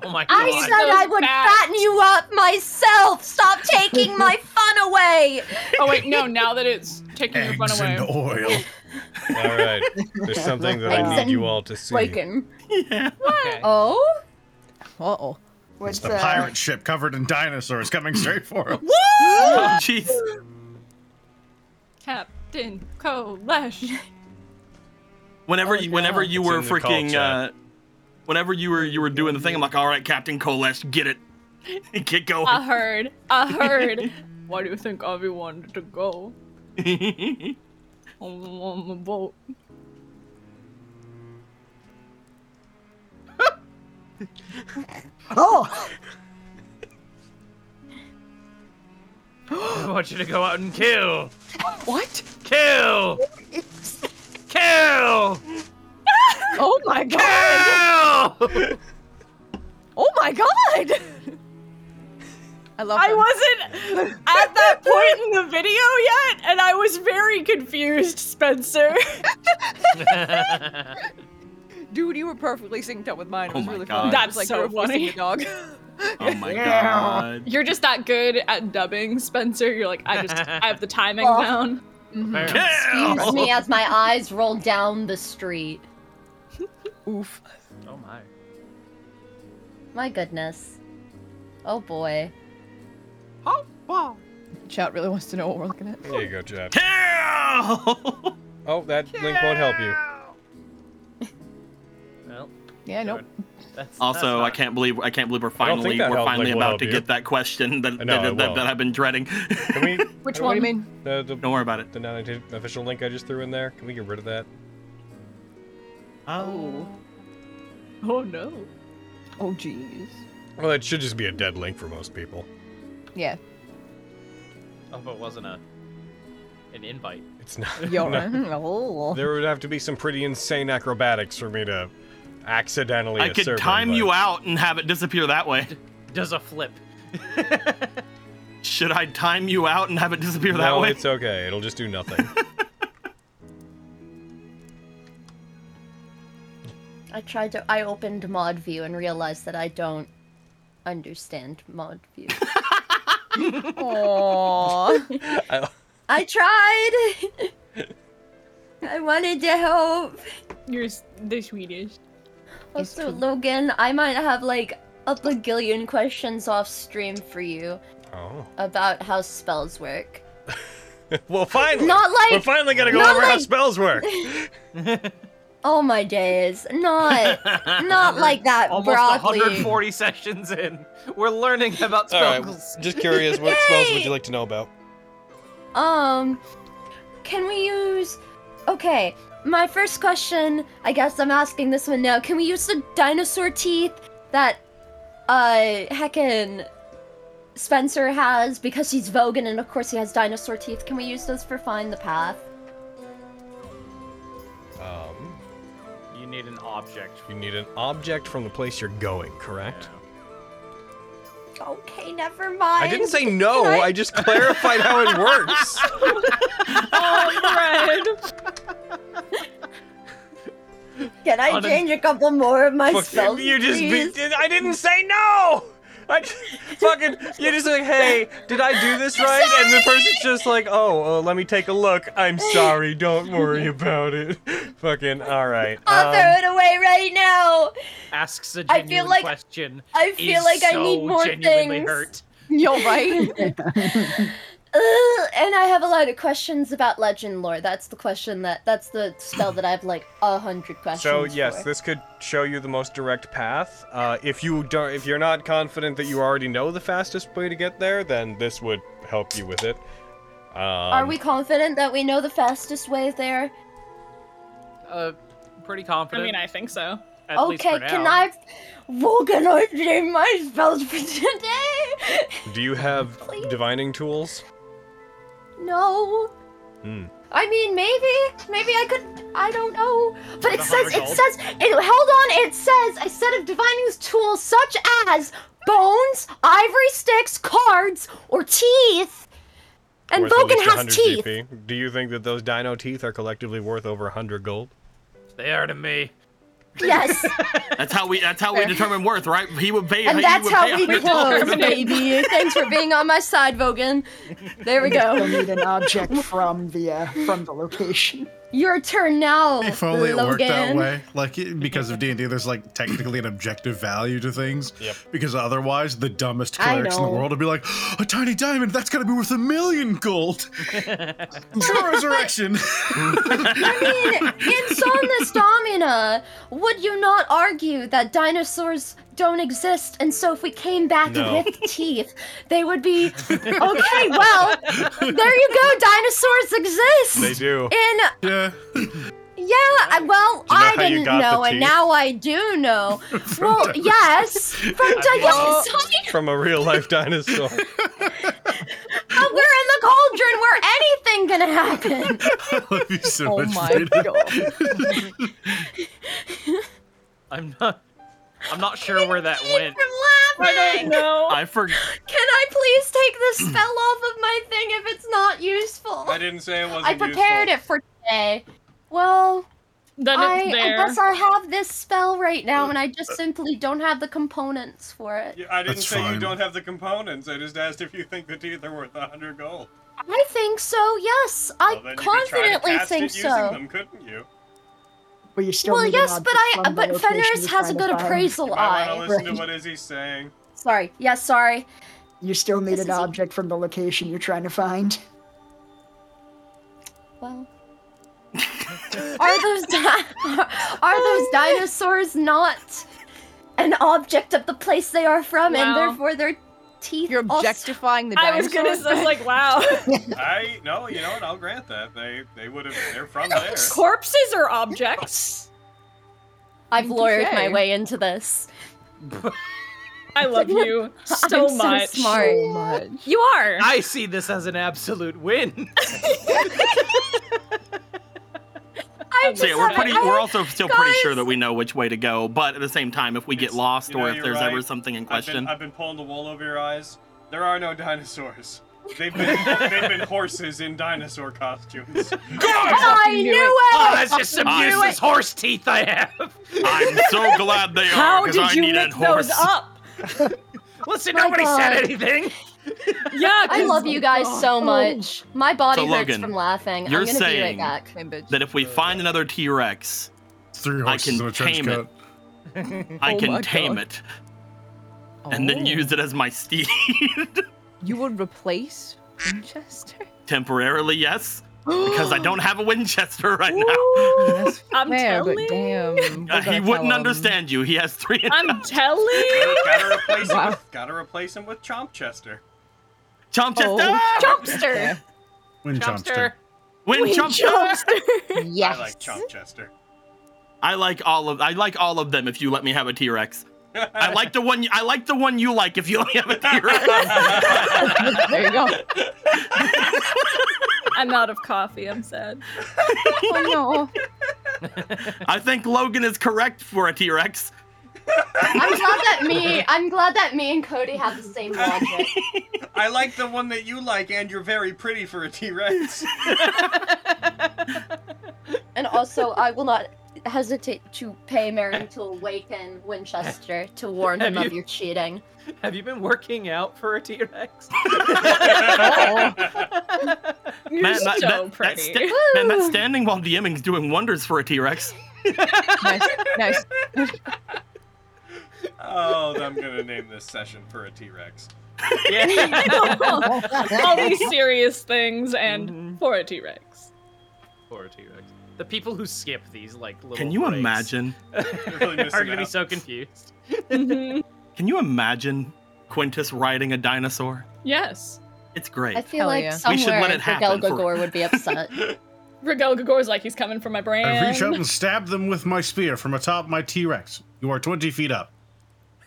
J: Oh my god.
C: I said I would fatten you up myself. Stop taking my fun away.
E: Oh wait, no. Now that it's taking your fun away,
D: oil.
A: All right. There's something that I
C: Eggs
A: need you
C: and
A: all to see.
C: Bacon.
B: Yeah.
C: Oh.
O: Uh oh.
G: What's
D: It's the pirate ship covered in dinosaurs coming straight for him.
B: Oh, jeez.
E: Captain Colesh.
B: Whenever you, whenever you
A: It's
B: were
A: in the call
B: freaking,
A: chat.
B: uh, whenever you were you were doing the thing, I'm like, all right, Captain Kolesh, get it, get going.
E: I heard. I heard. Why do you think Avi wanted to go on, on the boat?
G: Oh,
J: I want you to go out and kill.
H: What?
J: Kill. Kill.
H: Oh my god! Oh my god!
O: I love
E: I wasn't at that point in the video yet, and I was very confused, Spencer.
H: Dude, you were perfectly synced up with mine. It
E: Oh
H: was
E: my
H: really funny.
E: God. That's
H: It was like
E: so
H: you were voicing
E: funny.
H: a dog.
B: Oh my
H: Yeah.
B: god.
E: You're just that good at dubbing, Spencer. You're like, I just, I have the timing
C: Oh.
E: down.
H: Mm-hmm.
C: Excuse me as my eyes roll down the street.
H: Oof.
J: Oh my.
C: My goodness. Oh boy.
H: Oh, wow. Chat really wants to know what we're looking at.
A: There you go, Jeff.
B: Kill!
A: Oh, that link won't help you.
J: Well,
H: Yeah, nope.
J: that's
B: Also, I can't believe I can't believe we're
A: I don't
B: finally
A: think that
B: we're
A: helped,
B: finally
A: like, will
B: about
A: help
B: to
A: you.
B: get that question that
A: know,
B: that,
A: it
B: that,
A: will.
B: that I've been dreading.
A: Can we?
H: Which What do you one? mean?
A: The, the,
B: Don't worry about it.
A: The non-official link I just threw in there. Can we get rid of that?
B: Oh.
E: Oh no.
H: Oh jeez.
A: Well, it should just be a dead link for most people.
H: Yeah.
F: Oh, but it wasn't a an invite.
A: It's not.
H: Yo.
A: no.
H: oh.
A: There would have to be some pretty insane acrobatics for me to accidentally.
B: I could
A: serve
B: time
A: invite.
B: you out and have it disappear that way.
J: Does a flip.
B: Should I time you out and have it disappear that
A: no,
B: way?
A: it's okay. It'll just do nothing.
C: I tried to. I opened mod view and realized that I don't understand mod view.
H: Aww.
A: I,
C: I tried. I wanted to help.
E: You're s- the sweetest.
C: Also, Logan, I might have like a bagillion questions off stream for you
A: oh.
C: about how spells work.
A: Well, finally.
C: Not like-
A: We're finally gonna go
C: not
A: over how
C: like-
A: spells work.
C: Oh my days. Not not like that
F: Almost
C: broadly.
F: 140 sessions in, we're learning about
A: All right.
F: spells.
A: Just curious, what spells would you like to know about?
C: Um, can we use? Okay, my first question. I guess I'm asking this one now. Can we use the dinosaur teeth that, uh, heckin' Spencer has because he's Vogan and of course he has dinosaur teeth? Can we use those for find the path?
A: Um,
F: You need an object.
A: you need an object from the place you're going, correct?
C: Okay, never mind.
A: I didn't say no. I... just clarified how it works.
E: Oh, Fred.
C: Can I
A: On a-
C: change a couple more of my
A: Fuck,
C: spells?
A: you just be-
C: please?
A: I didn't say no. I just, fucking, you're just like, hey, did I do this right? And the person's just like, oh, uh, let me take a look. I'm sorry, don't worry about it. fucking, all right.
C: I'll
A: um,
C: throw it away right now.
F: Asks a
C: I
F: genuine
C: feel like-
F: question.
C: I feel
F: is
C: like I
F: so
C: need more
F: genuinely
C: things.
F: Hurt.
C: You're right. Uh, and I have a lot of questions about legend lore. That's the question that that's the spell that I have like a hundred questions.
A: So yes,
C: for.
A: this could show you the most direct path. Uh, if you don't, if you're not confident that you already know the fastest way to get there, then this would help you with it. Um,
C: Are we confident that we know the fastest way there?
F: Uh, pretty confident.
E: I mean, I think so.
C: okay, can I? We're gonna do my spells for today.
A: Do you have divining tools?
C: No.
A: Hmm.
C: I mean, maybe, maybe I could. I don't know. But it
A: Not a
C: says, it
A: hundred
C: says, it, hold on. It says a set of divining tools such as bones, ivory sticks, cards, or teeth. And
A: Worth at
C: Vogan
A: least
C: has
A: 100
C: teeth.
A: GP. Do you think that those dino teeth are collectively worth over 100 gold?
J: They are to me.
C: Yes.
B: That's how we. That's how we determine worth, right? He would pay.
C: and
B: he
C: that's
B: would
C: how
B: pay
C: we
B: $100.
C: close, baby. Thanks for being on my side, Vogan. There we
G: You'll
C: go.
G: need an object from the uh, from the location.
C: Your turn now,
D: If only it
C: Logan.
D: worked that way. Like it, because of D and D, there's like technically an objective value to things. Yep. Because otherwise, the dumbest
C: I
D: clerics in the
C: know.
D: world would be like, a tiny diamond. That's gotta be worth a million gold. True resurrection.
C: I mean, in Somnus Domina, would you not argue that dinosaurs don't exist, and so if we came back
H: No.
C: with teeth, they would be okay? Well, there you go. Dinosaurs exist.
A: They do.
C: In
D: yeah,
C: yeah. I- Well,
A: Do you know
C: I
A: how you
C: didn't
A: got the
C: know, and
A: teeth?
C: now I do know. well,
A: dinosaurs.
C: yes, from
A: I mean-
C: dinosaurs.
A: From a real life dinosaur.
C: We're in the cauldron where anything can happen.
D: love you so
C: Oh
D: much.
C: my
D: Frida.
F: I'm not. I'm not sure where that went.
C: I'm laughing.
F: I forgot.
C: Can I please take this spell off of my thing if it's not useful?
A: I didn't say it wasn't
C: I prepared it for today. Well,
E: Then it's
C: I,
E: there.
C: I guess I have this spell right now, and I
A: uh,
C: just simply don't have the components for it.
A: I didn't
D: That's
A: say you
D: fine.
A: don't have the components. I just asked if you think the teeth are worth 100 gold.
C: I think so. Yes,
A: Well,
C: I
A: then you could try to
C: confidently
A: cast
C: think
A: it using
C: so.
A: them, couldn't you?
G: But you still
C: Well,
G: need an
C: yes, but
G: object
C: I
G: from the
C: but
G: location
C: Fenris has
G: you're
C: a
G: trying to
C: good
G: find.
C: appraisal
A: I
C: eye.
A: want to listen to what Izzy's saying.
C: Sorry. Yeah, sorry.
G: You still need
C: This
G: an
C: is-
G: object from the location you're trying to find.
C: Well, are those di- are those dinosaurs not an object of the place they are from, and
H: Wow.
C: therefore their teeth? You're
P: objectifying
H: I was gonna say, I was like, wow.
A: I no, you know what? I'll grant that they they would have. They're from there.
E: Corpses are objects.
C: I've lawyered
E: touche.
C: my way into this.
E: I love you so
C: I'm so
E: much.
C: smart. So
E: You are.
F: I see this as an absolute win.
C: I
B: So yeah, we're pretty. We're also still pretty sure that we know which way to go. But at the same time, if we get lost
A: You know,
B: or if
A: you're
B: there's
A: right.
B: ever something in
A: I've been,
B: question,
A: I've been pulling the wool over your eyes. There are no dinosaurs. They've been they've been horses in dinosaur costumes.
C: I knew it.
F: Oh, that's just some
B: I knew
F: useless
B: it.
F: horse teeth I have.
B: I'm so glad they are
H: How
B: because I
H: did you
B: need that
H: make
B: horse.
H: those up?
F: Listen,
C: My
F: nobody said
C: God.
F: anything.
H: Yeah,
C: I love you guys
E: Oh.
C: so much. My body
B: So,
C: hurts
B: Logan,
C: from laughing.
B: you're
C: I'm gonna
B: saying
C: be right back.
B: That if we find another T-Rex,
D: Three
B: I
D: horses in
B: can
D: a trench
B: tame
D: coat.
B: it.
C: Oh
B: I can tame it, and then use it as my steed.
P: You would replace Winchester?
B: Temporarily, yes, because I don't have a Winchester right
E: I'm
P: Oh, Fair,
E: telling
P: but damn. we're
B: now. Uh,
P: gonna
B: he wouldn't
P: tell
C: um,
P: 'em.
B: understand you. He has three.
E: I'm telling you.
A: gotta replace him.
P: Wow.
A: With, gotta replace him with Chompchester.
B: Chompchester.
E: Chompster.
D: Wind
E: Chompster.
B: Win Chompster.
P: Yes.
A: I like Chompchester.
B: I like all of I like all of them. If you let me have a T Rex, I like the one I like the one you like. If you let me have a T Rex,
P: there you go.
E: I'm out of coffee. I'm sad.
P: Oh
B: I think Logan is correct for a T Rex.
C: I'm glad that me. I'm glad that me and Cody have the same logic.
A: I like the one that you like, and you're very pretty for a T Rex.
C: And also, I will not hesitate to pay Mary to awaken Winchester to warn him
F: Have
C: of
F: you-
C: your cheating.
F: Have you been working out for a T Rex?
B: Man, that, that, That sta- man, that standing while DMing's doing wonders for a T Rex.
O: nice, nice.
A: Oh, I'm gonna name this session for a T Rex.
E: All these serious things and
P: Mm-hmm.
E: for a T Rex.
F: Poor T Rex. The people who skip these like little.
B: Can you
F: breaks
B: imagine?
F: Are gonna be so confused.
P: Mm-hmm.
B: Can you imagine Quintus riding a dinosaur?
E: Yes.
B: It's great.
C: I feel like
B: we should
C: somewhere
B: let it happen. for-
C: Gelgagor would be upset.
E: Regal Gagor's like he's coming for my brain.
D: I reach out and stab them with my spear from atop my T Rex. You are 20 feet up.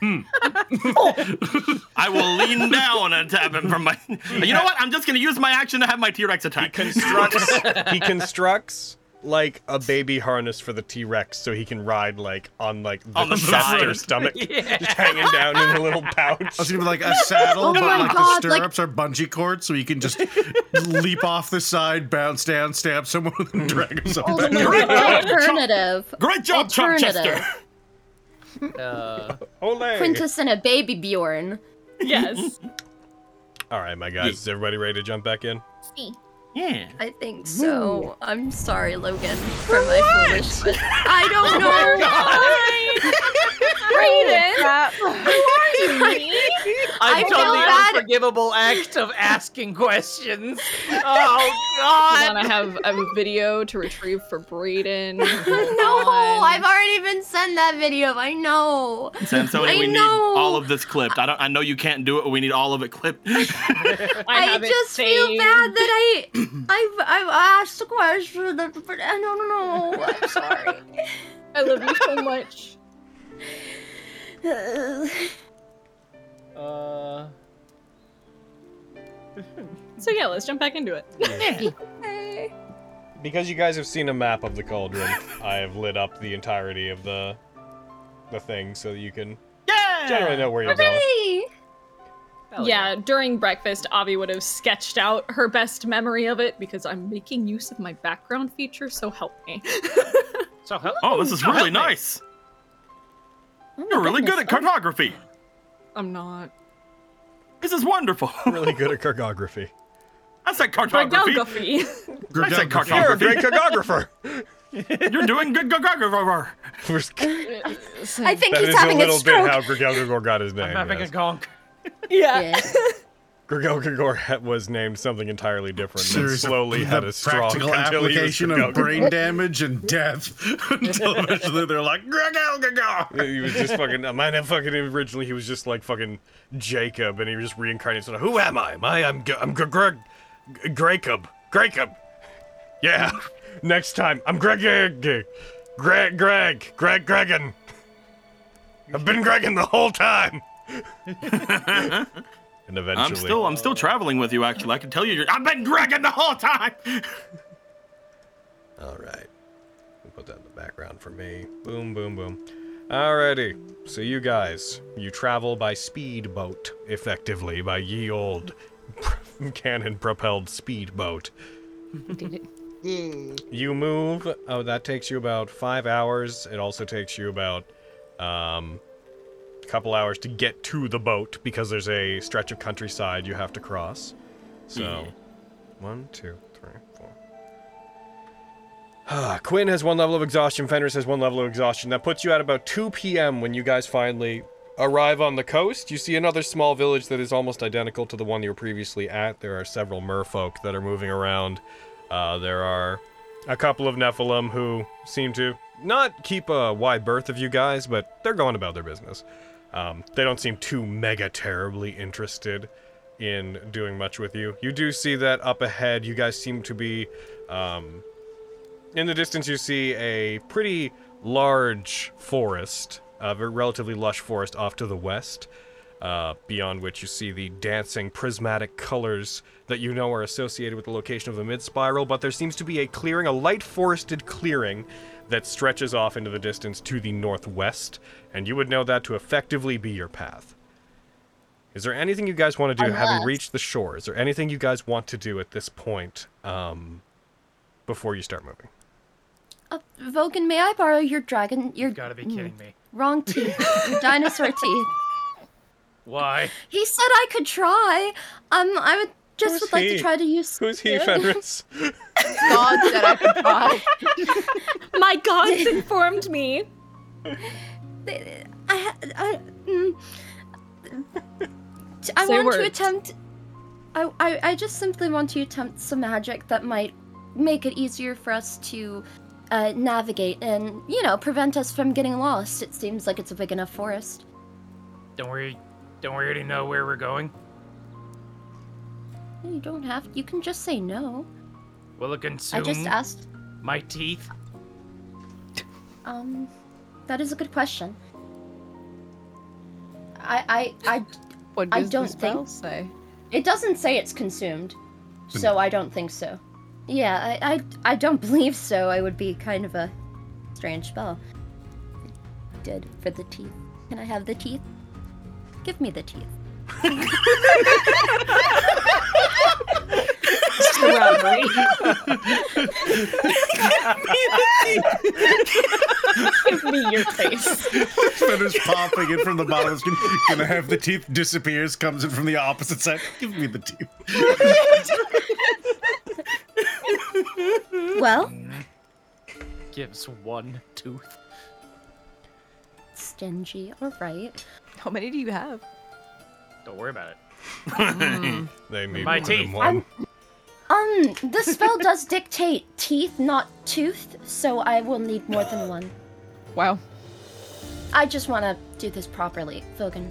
B: I will lean down and tap him from my. You know what? I'm just gonna use my action to have my T Rex attack. He
A: constructs. he constructs like a baby harness for the T Rex so he can ride like on like the,
B: On the
A: chapter
B: side.
A: stomach,
B: Yeah.
A: just hanging down in a little pouch.
D: It's gonna be like a saddle,
A: Oh
D: but
A: my
D: like
A: God,
D: the
A: like-
D: stirrups are bungee cords, so you can just leap off the side, bounce down, stab someone,
A: Hmm.
D: and drag himself back.
C: Alternative.
B: Great
D: job,
C: Alternative.
F: Uh,
C: Quintus and a baby Bjorn.
E: Yes.
A: All right, my guys, is everybody ready to jump back in?
B: Yeah.
C: I think so. I'm sorry, Logan, for my foolish. But I don't know.
E: Who
C: are
E: you?
F: I've
C: I
F: done
C: feel
F: the
C: bad.
F: unforgivable act of asking questions.
E: Oh God! Hold on, I have I have a video to retrieve for Brayden.
C: no, I've already been sent that video. I know.
B: Samsoni,
C: I
B: we need
C: know.
B: all of this clipped. I don't. I know you can't do it. but We need all of it clipped.
C: I, just feel bad that I, I've, I've asked a question, that- but I don't know. I'm sorry.
E: I love you so much.
F: Uh.
E: So yeah, let's jump back into it.
A: Because you guys have seen a map of the cauldron, I have lit up the entirety of the the thing so that you can generally know where you're going.
E: yeah, during breakfast, Avi would have sketched out her best memory of it because I'm making use of my background feature, so help me.
F: So help.
B: Oh, this is really nice.
C: Oh,
B: You're really good at cartography.
L: I'm not.
B: This is wonderful.
A: really good at cartography.
B: I said cartography. I said
A: Cartography.
B: cartography.
A: You're a great cartographer.
B: You're doing good cartographer.
C: I think
A: That
C: he's
A: is
C: having a
A: a little
C: stroke.
A: bit how Grgelgagor got his name.
F: I'm having
A: yes.
F: a gonk.
E: Yeah.
A: Grgelgagor ha- was named something entirely different and
D: Seriously,
A: slowly
D: the
A: had a stroke
D: practical
A: until he was
D: application of
A: Grgelgagor.
D: brain damage and death. Until eventually they're like, Grgelgagor.
A: He was just fucking. Mine had fucking originally. He was just like fucking Jacob, and he was just reincarnated. So like, who am I? Am I? I'm G- I'm G- Greg, G- Graycob, Graycob. Yeah. Next time, I'm Greg, Greg, Greg, Greg, Greg, Gregan. I've been Gregan the whole time. and eventually,
B: I'm still, I'm still traveling with you. Actually, I can tell you, you're- I've been Gregan the whole time.
A: All right. We'll Put that in the background for me. Boom, boom, boom. Alrighty. So you guys, you travel by speedboat, effectively by ye old cannon-propelled speedboat. You move. Oh, that takes you about five hours. It also takes you about um, a couple hours to get to the boat because there's a stretch of countryside you have to cross. So,
I: Yeah.
B: Hmm.
A: one, two, three, four. Ah, Quinn has one level of exhaustion. Fenris has one level of exhaustion. That puts you at about 2 p.m. when you guys finally arrive on the coast. You see another small village that is almost identical to the one you were previously at. There are several merfolk that are moving around. Uh, there are a couple of Nephilim who seem to not keep a wide berth of you guys, but they're going about their business. Um, they don't seem too mega terribly interested in doing much with you. You do see that up ahead. You guys seem to be. Um, in the distance, you see a pretty large forest, a ver- relatively lush forest off to the west, uh, beyond which you see the dancing prismatic colors that you know are associated with the location of the mid spiral. But there seems to be a clearing, a light forested clearing that stretches off into the distance to the northwest, and you would know that to effectively be your path. Is there anything you guys want to do, having
C: Unless-
A: reached the shore? Is there anything you guys want to do at this point um, before you start moving?
C: Uh, Vogan, may I borrow your dragon? Your
J: You've gotta be kidding me.
C: Wrong teeth. your dinosaur teeth.
J: Why?
C: He said I could try. Um, I would just
A: Who's
C: would like
A: he?
C: to try to use.
A: Who's he,
C: Yeah.
A: Fenris?
C: God said I could try.
E: My gods informed me.
C: I, I, mm, t- I
E: Say
C: want to
E: words.
C: attempt. I, I, I just simply want to attempt some magic that might make it easier for us to uh, navigate and, you know, prevent us from getting lost. It seems like it's a big enough forest.
J: Don't worry. Don't we already know where we're going?
C: You don't have. You can just say no.
J: We're looking soon.
C: I just asked.
J: My teeth.
C: Um, that is a good question. I, I, I,
O: What
C: I
O: does the
C: don't
O: spell
C: think
O: say?
C: It doesn't say it's consumed, so I don't think so. Yeah, I, I, I don't believe so. I would be kind of a strange
O: Oh.
C: spell. Did for the teeth. Can I have the teeth? Give me the teeth.
E: Give me your face.
D: Fenris popping in from the bottom of the screen. Gonna have the teeth disappears, comes in from the opposite side. Give me the teeth.
C: Well,
F: Gives one tooth.
C: stingy. All right.
O: How many do you have?
F: Don't worry about it.
C: Mm.
A: they made
F: My
A: more than
F: teeth.
A: one.
C: Um, the spell does dictate teeth, not tooth, so I will need more than one.
O: Wow.
C: I just want to do this properly, Vogan.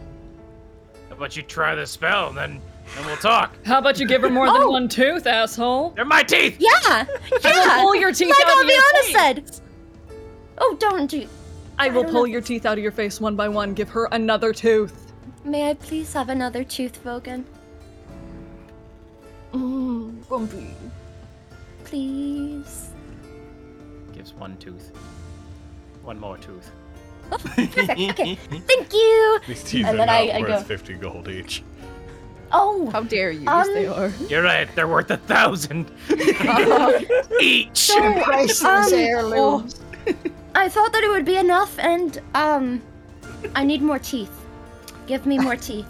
J: How about you try the spell, and then then we'll talk.
E: How about you give her more than one tooth, asshole?
J: They're my teeth.
C: Oh, Yeah,
E: I will
C: yeah.
E: pull your teeth
C: like
E: out of your
C: Aviana
E: face.
C: said. Oh, don't do.
L: I will
C: don't
L: pull
C: know.
L: your teeth out of your face one by one. Give her another tooth.
C: May I please have another tooth, Vogan?
L: Mm, Grumpy.
C: Please.
F: Gives one tooth. One more tooth.
C: Perfect. Okay. Thank you.
A: These teeth
C: and
A: are
C: then
A: not
C: I, I
A: worth
C: go.
A: 50 gold each.
C: Oh.
O: How dare you?
C: Um,
O: yes, they are.
J: You're right. They're worth a thousand each.
C: So,
G: Priceless
C: um,
G: heirlooms.
C: I thought that it would be enough, and um, I need more teeth. Give me more teeth.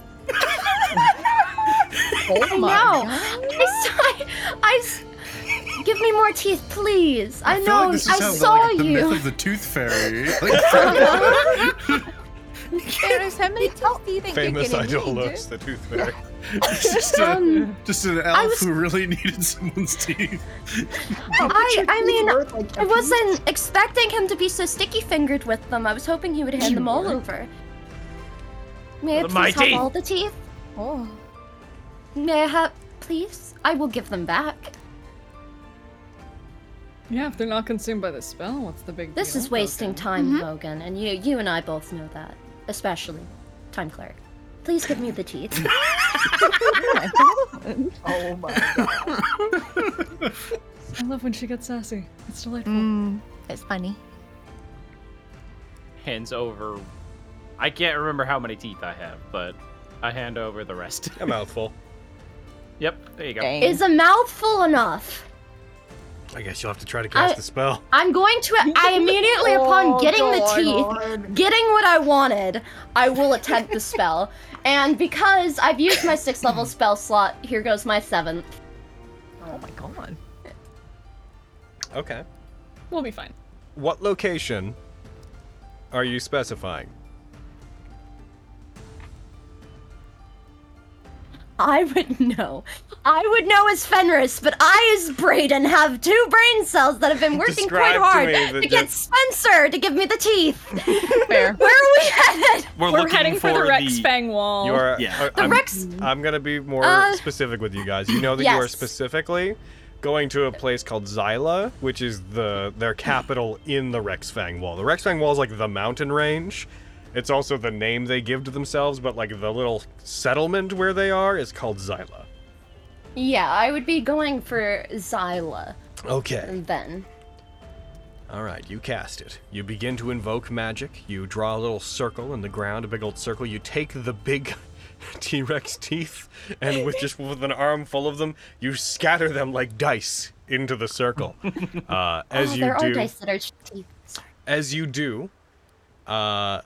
O: Oh my
C: no,
O: god.
C: I, s- I, I s- give me more teeth, please. I,
D: feel
C: know,
D: like this
C: I
D: is how the,
C: saw
D: like, the
C: you.
D: myth of the tooth fairy.
O: Ferris, how many teeth do you think
A: Famous
O: you're getting?
A: Idolos, the tooth fairy.
D: It's just, a,
C: Um,
D: just an elf
C: was-
D: who really needed someone's teeth.
C: I, I mean,
G: Worth, like,
C: I wasn't expecting him to be so sticky fingered with them. I was hoping he would hand them all over. May I
J: Well,
C: please
J: my
C: have
J: teeth.
C: all the teeth?
O: Oh.
C: May I have, please? I will give them back.
L: Yeah, if they're not consumed by the spell, what's the big
C: This
L: deal?
C: is wasting time,
O: Mm-hmm.
C: Logan, and you, you and I both know that, especially time cleric. Please give me the teeth.
O: Oh my god.
G: Oh my god.
L: I love when she gets sassy. It's delightful.
O: Mm, that's funny.
F: Hands over. I can't remember how many teeth I have, but I hand over the rest.
A: A mouthful.
F: yep, there you go.
O: Dang.
C: Is a mouthful enough?
A: I guess you'll have to try to cast
C: I-
A: the spell.
C: I'm going to. I immediately
O: Oh,
C: upon getting the teeth, getting what I wanted, I will attempt the spell. And because I've used my sixth level spell slot, here goes my seventh.
O: Oh my god.
A: Okay.
E: We'll be fine.
A: What location are you specifying?
C: I would know. I would know as Fenris, but I as Brayden have two brain cells that have been working
A: Describe
C: quite
A: to
C: hard
A: me the
C: to get
A: dif-
C: Spencer to give me the teeth.
O: Fair.
C: Where are we headed?
B: We're,
E: We're
B: looking
E: heading for, the Rex Fang wall.
A: You are.
B: yeah.
A: are-
C: The
A: I'm,
C: Rex-
A: I'm gonna be more
C: Uh,
A: specific with you guys. You know that you are
C: yes.
A: specifically going to a place called Xyla, which is the their capital in the Rexfang Wall. The Rexfang Wall is like the mountain range. It's also the name they give to themselves, but like the little settlement where they are is called Xyla.
C: Yeah, I would be going for Xyla
A: Okay.
C: then.
A: All right, you cast it. You begin to invoke magic. You draw a little circle in the ground, a big old circle. You take the big T-Rex teeth, and with just with an arm full of them, you scatter them like dice into the circle. Uh, as
Q: oh,
A: you
Q: there
A: do,
Q: are dice that are teeth. Sorry.
A: as you do, uh,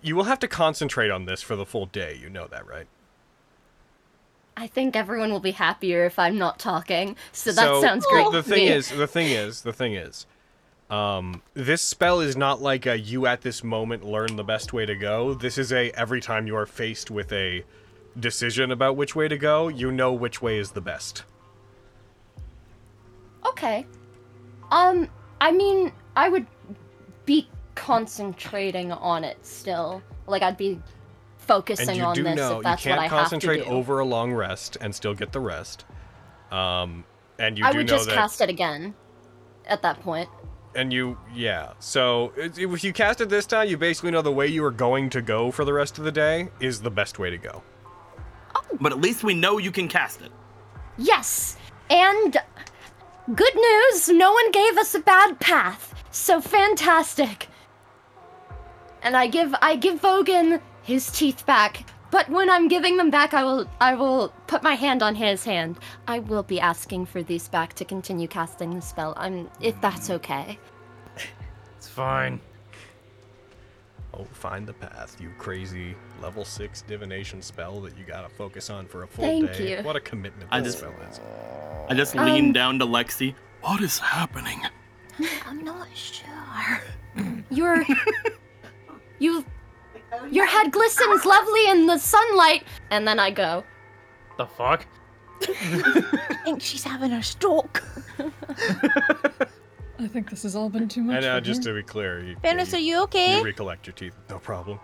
A: you will have to concentrate on this for the full day. You know that, right?
C: I think everyone will be happier if I'm not talking. So that sounds
A: the-
C: great. to
A: The thing
C: me.
A: is, the thing is, the thing is, um, this spell is not like a you at this moment learn the best way to go. This is a every time you are faced with a decision about which way to go, you know which way is the best.
C: Okay. Um, I mean, I would be concentrating on it still. Like I'd be focusing
A: and you
C: on
A: do
C: this
A: know
C: if
A: you
C: that's what I
A: can't concentrate
C: have to do.
A: over a long rest and still get the rest. Um, and you
C: I
A: do
C: would
A: know
C: just
A: that,
C: cast it again at that point.
A: and you yeah. So it- if you cast it this time, you basically know the way you are going to go for the rest of the day is the best way to go.
B: But at least we know you can cast it.
Q: Yes, and good news no one gave us a bad path. So fantastic.
C: And I give I give Vogan his teeth back. But when I'm giving them back, I will I will put my hand on his hand. I will be asking for these back to continue casting the spell. I'm if that's okay.
J: It's fine.
A: Hmm. Oh, find the path, you crazy level six divination spell that you gotta focus on for a full
C: Thank
A: day.
C: you.
A: What a commitment
B: I
A: that
B: just-
A: spell is.
B: I just
C: Um,
B: lean down to Lexi. What is happening?
Q: I'm not sure. Your you your head glistens lovely in the sunlight, and then I go.
J: The fuck?
K: I think she's having a stroke.
L: I think this has all been too much.
A: And uh,
L: for
A: just
L: her.
A: to be clear, you,
K: Fairness, are you okay?
A: you recollect your teeth, no problem.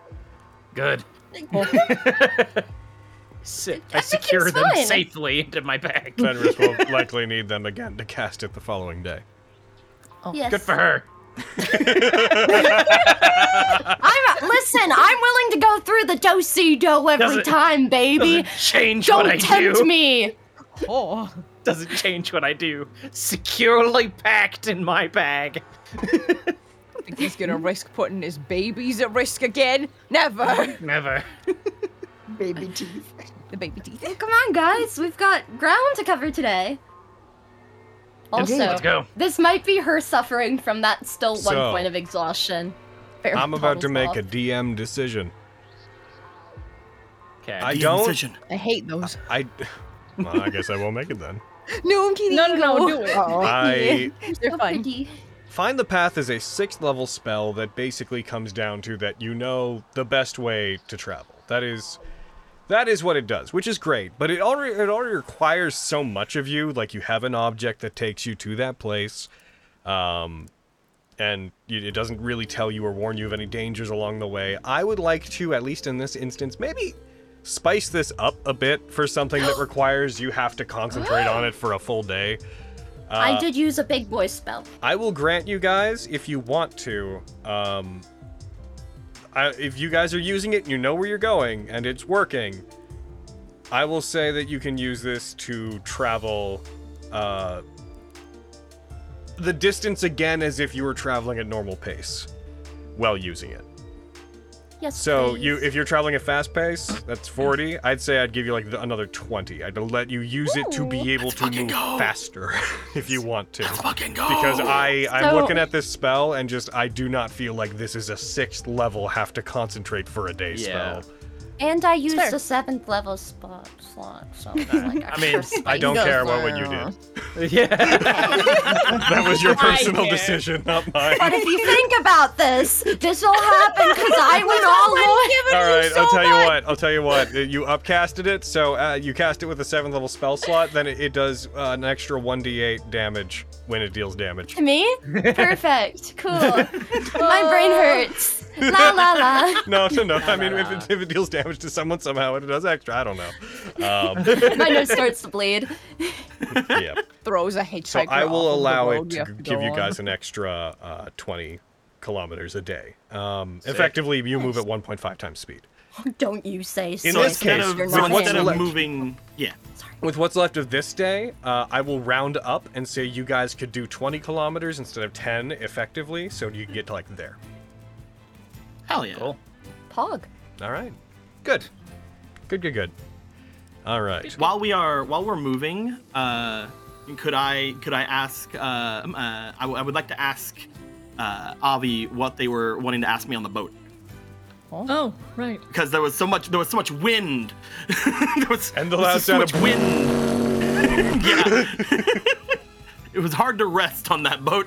J: Good.
F: Se- I,
J: I think
F: secure
J: it's
F: them
J: fine.
F: safely into my bag.
A: Fenris will likely need them again to cast it the following day.
Q: Yes.
F: Good for her.
Q: I'm listen. I'm willing to go through the do si do every
F: Doesn't-
Q: time, baby.
F: doesn't change
Q: Don't
F: what I
Q: tempt
F: do.
Q: me.
K: Oh.
F: Doesn't change what I do. Securely packed in my bag.
K: I think he's gonna risk putting his babies at risk again. Never.
J: Never.
G: Baby teeth.
K: The baby teeth.
C: Well, come on, guys. We've got ground to cover today. Also,
J: Indeed. Let's go.
C: this might be her suffering from that still one
A: So,
C: point of exhaustion.
A: I'm about to make a
C: it.
A: DM decision.
F: Okay.
A: I don't.
K: I hate those.
A: I. Well, I guess I won't make it then.
K: No, I'm kidding.
E: No, no, no,
K: go.
E: do it.
A: I-
K: They're fun.
A: Find the Path is a sixth level spell that basically comes down to that you know the best way to travel. That is that is what it does, which is great, but it already it already requires so much of you. Like you have an object that takes you to that place, um, and y- it doesn't really tell you or warn you of any dangers along the way. I would like to, at least in this instance, maybe spice this up a bit for something that requires you have to concentrate on it for a full day.
C: I
A: Uh,
C: did use a big boy spell.
A: I will grant you guys, if you want to, um, I, if you guys are using it, you know where you're going, and it's working. I will say that you can use this to travel uh, the distance again as if you were traveling at normal pace while using it.
C: Yes.
A: So
C: please.
A: you, if you're traveling at fast pace, that's 40. I'd say I'd give you like the, another 20. I'd let you use it to be able to move faster if you want to.
B: fucking go.
A: Because I, I'm
C: So-
A: looking at this spell and just I do not feel like this is a sixth level have to concentrate for a day
F: Yeah.
A: spell.
C: And I used a seventh level spot slot, so it's like
A: I mean,
C: extra
A: I don't
C: spice.
A: care what, what you did.
F: Yeah.
A: That was your
C: I
A: personal
C: care.
A: decision, not mine.
C: But if you think about this, this will happen because I went all in.
A: All right, I'll tell you what. I'll tell you what. Uh, You upcasted it, so uh, you cast it with a seventh level spell slot. Then it, it does uh, an extra 1d8 damage when it deals damage.
C: To me? Perfect. Cool. My brain hurts. La la la.
A: No, no, no. I mean, if it, if it deals damage to someone somehow, it does extra. I don't know. Um,
C: My nose starts to bleed.
A: yeah.
K: Throws a hitchhiker.
A: So I
K: off
A: will
K: of the
A: allow it
K: road
A: to
K: have
A: g- give
K: go
A: you
K: on.
A: guys an extra uh, 20 kilometers a day. Um,
F: Sick.
A: effectively, you move at 1.5 times speed.
C: Don't you say so.
A: In this
B: instead
A: case,
B: of,
A: with
B: so
A: what's
B: instead of
A: left-
B: moving, yeah.
A: With what's left of this day, uh, I will round up and say you guys could do 20 kilometers instead of 10 effectively, so you can get to like there.
B: Hell yeah.
C: Pog.
A: All right. Good. Good, good, good. All right.
B: While we are while we're moving, uh, could I could I ask? Uh, um, uh, I, w- I would like to ask uh, Avi what they were wanting to ask me on the boat
E: Oh, right.
B: because there was so much there was so much wind. there was, and
A: the last
B: so
A: sound
B: much
A: of-
B: wind. yeah. it was hard to rest on that boat.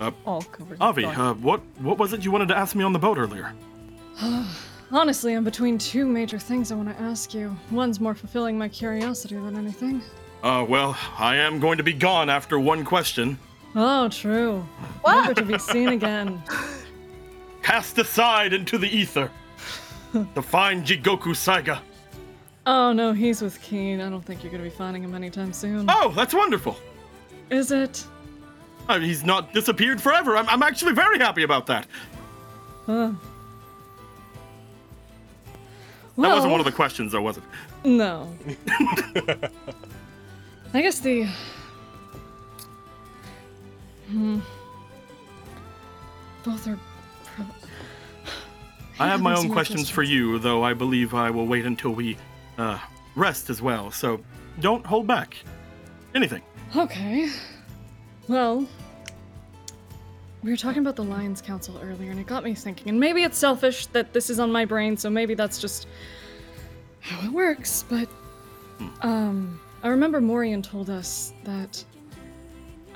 B: uh,
E: All covered. in
B: Avi,
E: fog.
B: uh, what what was it you wanted to ask me on the boat earlier?
L: Honestly, I'm between two major things I want to ask you. One's more fulfilling my curiosity than anything.
B: Uh, well, I am going to be gone after one question.
L: Oh, true. Never to be seen again.
B: Cast aside into the ether to find Jigoku Saiga.
L: Oh no, he's with Keen. I don't think you're gonna be finding him anytime
E: Hmm.
L: soon.
B: Oh, that's wonderful.
L: Is it?
B: Uh, he's not disappeared forever. I'm, I'm actually very happy about that.
L: Huh.
B: that wasn't
L: Well- Oh.
B: one of the questions, though, was it?
L: No. I guess the. Hmm. Both are. Pro-
B: I have my
L: haven't
B: own
L: seen
B: questions
L: this
B: for you, though I believe I will wait until we uh, rest as well. So don't hold back. Anything.
L: Okay. Well, we were talking about the Lions Council earlier, and it got me thinking. And maybe it's selfish that this is on my brain, so maybe that's just how it works. But um, I remember Morian told us that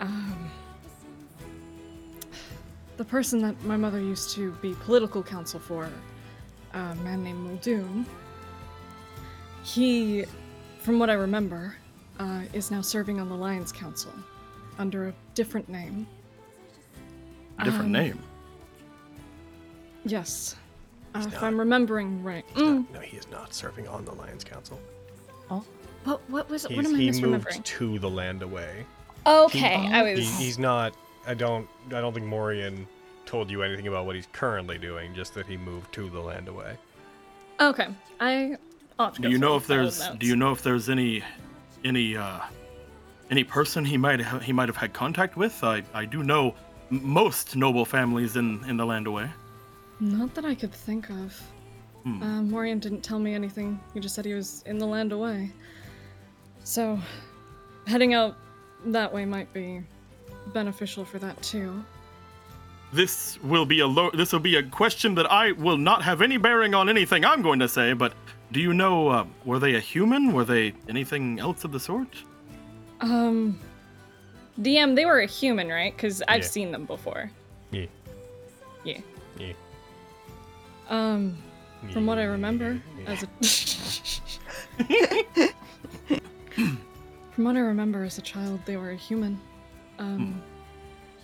L: um, the person that my mother used to be political counsel for, a man named Muldoon, he, from what I remember, uh, is now serving on the Lions Council under a different name.
B: Different
K: Uh-huh.
L: Um,
B: name.
L: Yes. Uh, if
A: not.
L: I'm remembering right. Mm.
A: No, he is not serving on the Lions Council.
L: What, what was it?
A: He's,
L: What am I
A: he
L: misremembering?
A: moved to the land away.
L: Okay,
A: He-
L: I was-
A: he- he's not. I don't. I don't think Morian told you anything about what he's currently doing. Just that he moved to the land away.
L: Okay. I. I'll have to
B: Do
L: go
B: you
L: through
B: know
L: my
B: if there's
L: phone
B: do you
L: notes.
B: know if there's any any uh any person he might ha- he might have had contact with? I I do know m- most noble families in in the land away.
L: Not that I could think of.
B: Hmm.
L: Uh, Morian didn't tell me anything. He just said he was in the land away. So, heading out that way might be beneficial for that too.
B: This will be a lo- this will be a question that I will not have any bearing on anything I'm going to say, but do you know uh, were they a human? Were they anything else of the sort?
E: Um, DM, they were a human, right? Because I've
B: Yeah.
E: seen them before.
A: Yeah.
E: Yeah.
A: Yeah.
L: Um, from what I remember, as a from what I remember as a child, they were a human. Um,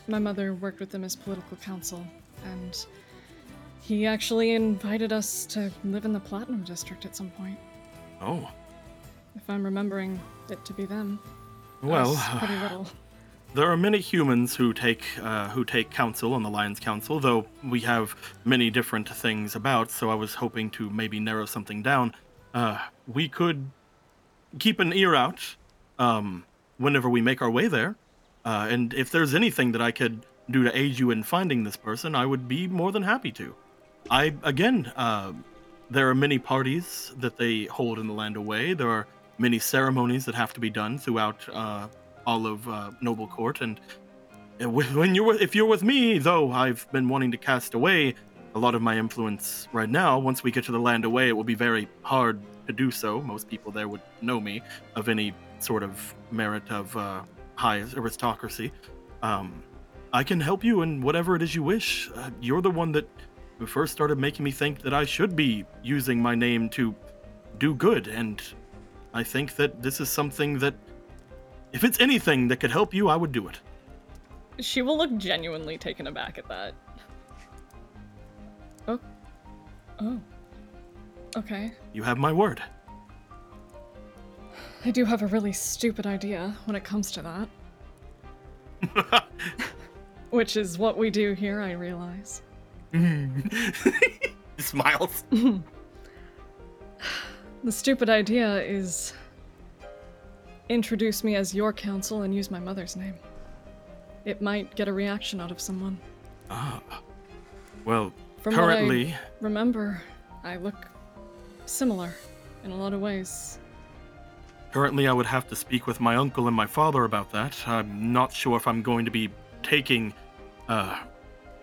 L: My mother worked with them as political counsel, and he actually invited us to live in the Platinum District at some point.
B: Oh,
L: If I'm remembering it to be them,
B: well.
L: Us, pretty little.
B: There are many humans who take uh, who take counsel on the Lions Council, though we have many different things about. So I was hoping to maybe narrow something down. Uh, we could keep an ear out um, whenever we make our way there, uh, and if there's anything that I could do to aid you in finding this person, I would be more than happy to. I again, uh, there are many parties that they hold in the land away. There are many ceremonies that have to be done throughout uh, all of uh, Noble Court, and uh, wh- when you're with, if you're with me, though, I've been wanting to cast away a lot of my influence right now. Once we get to the land away, it will be very hard to do so. Most people there would know me of any sort of merit of uh, high aristocracy. Um, I can help you in whatever it is you wish. Uh, you're the one that first started making me think that I should be using my name to do good, and I think that this is something that, if it's anything that could help you, I would do it.
E: She will look genuinely taken aback at that. Oh. Oh.
L: Okay.
B: You have my word.
L: I do have a really stupid idea when it comes to that. Which is what we do here, I realize.
B: Smiles.
L: The stupid idea is introduce me as your counsel and use my mother's name. It might get a reaction out of someone.
B: Ah. Well,
L: From
B: currently,
L: what I remember, I look similar in a lot of ways.
B: Currently, I would have to speak with my uncle and my father about that. I'm not sure if I'm going to be taking uh,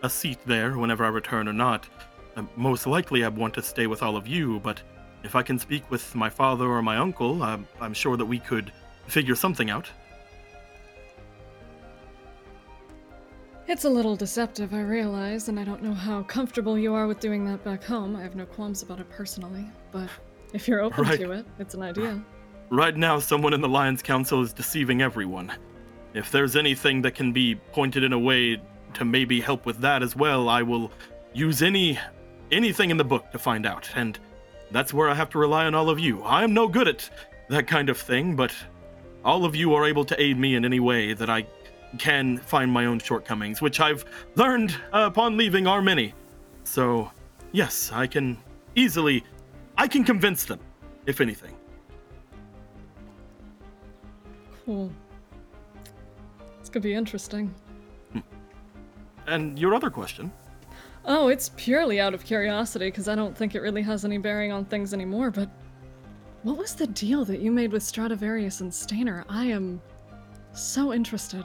B: a seat there whenever I return or not. Uh, most likely, I want to stay with all of you, but if I can speak with my father or my uncle, I'm, I'm sure that we could figure something out.
L: It's a little deceptive, I realize, and I don't know how comfortable you are with doing that back home. I have no qualms about it personally, but if you're open
B: Right.
L: to it, it's an idea.
B: Right now, someone in the Lions Council is deceiving everyone. If there's anything that can be pointed in a way to maybe help with that as well, I will use any anything in the book to find out. And that's where I have to rely on all of you. I am no good at that kind of thing, but all of you are able to aid me in any way that I can find my own shortcomings, which I've learned uh, upon leaving are many. So, yes, I can easily I can convince them, if anything.
L: Cool. It's gonna be interesting.
B: And your other question?
L: Oh, it's purely out of curiosity because I don't think it really has any bearing on things anymore, but what was the deal that you made with Stradivarius and Stainer? I am so interested.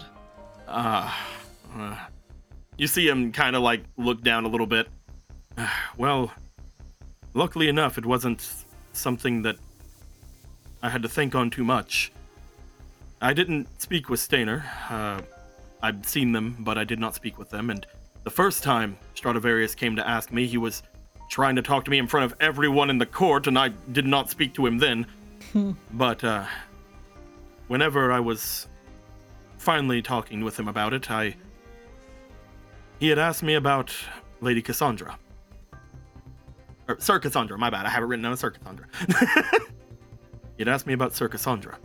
B: Ah. uh, you see him kind of like look down a little bit. well, luckily enough, it wasn't something that I had to think on too much. I didn't speak with Stainer. Uh, I'd seen them, but I did not speak with them. And the first time Stradivarius came to ask me, he was trying to talk to me in front of everyone in the court, and I did not speak to him then. But uh, whenever I was finally talking with him about it, I he had asked me about Lady Cassandra. Or Sir Cassandra, my bad. I have it written down as Sir Cassandra. he had asked me about Sir Cassandra.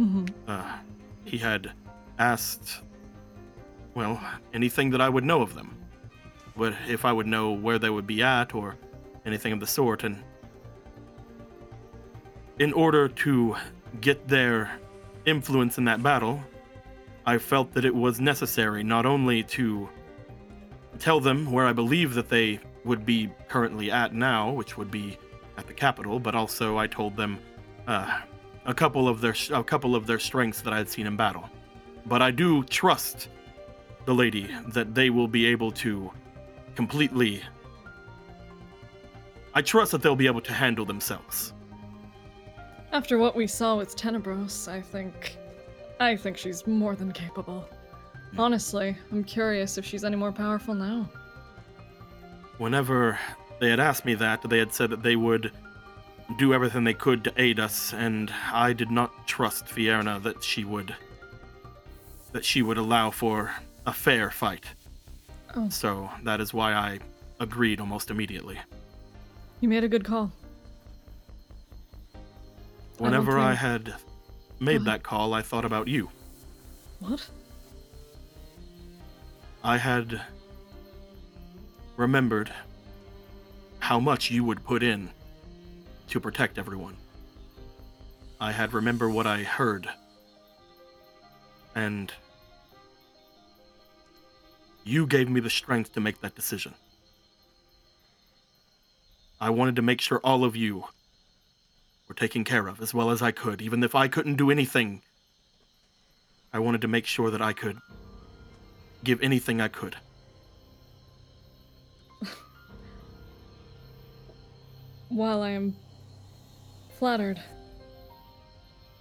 L: Mhm.
B: Uh, he had asked, well, anything that I would know of them. But if I would know where they would be at or anything of the sort, and in order to get their influence in that battle, I felt that it was necessary not only to tell them where I believe that they would be currently at now, which would be at the capital, but also I told them uh, a couple of their a couple of their strengths that I had seen in battle. But I do trust the lady that they will be able to completely. I trust that they'll be able to handle themselves.
L: After what we saw with Tenebros, I think I think she's more than capable. Honestly, I'm curious if she's any more powerful now.
B: whenever they had asked me that, they had said that they would do everything they could to aid us, and I did not trust Fierna that she would that she would allow for a fair fight.
L: Oh.
B: So that is why I agreed almost immediately.
L: You made a good call. don't
B: Whenever I
L: think-
B: had made that call, I thought about you.
L: What?
B: I had remembered how much you would put in to protect everyone. I had remember what I heard. And you gave me the strength to make that decision. I wanted to make sure all of you were taken care of as well as I could, even if I couldn't do anything. I wanted to make sure that I could give anything I could.
L: While I am flattered,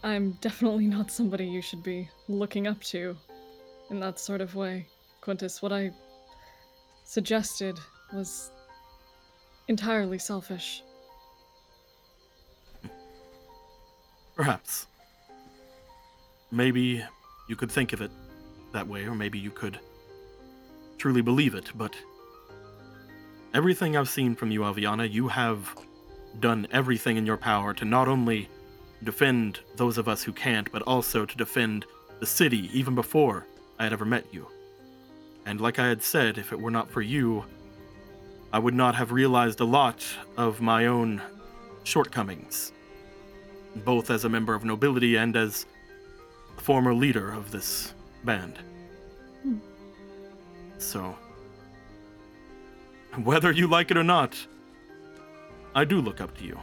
L: I'm definitely not somebody you should be looking up to in that sort of way, Quintus. What I suggested was entirely selfish.
B: Perhaps. Maybe you could think of it that way, or maybe you could truly believe it, but everything I've seen from you, Aviana, you have done everything in your power to not only defend those of us who can't, but also to defend the city even before I had ever met you. And like I had said, if it were not for you, I would not have realized a lot of my own shortcomings both as a member of nobility and as a former leader of this band.
L: Hmm.
B: So, whether you like it or not, I do look up to you.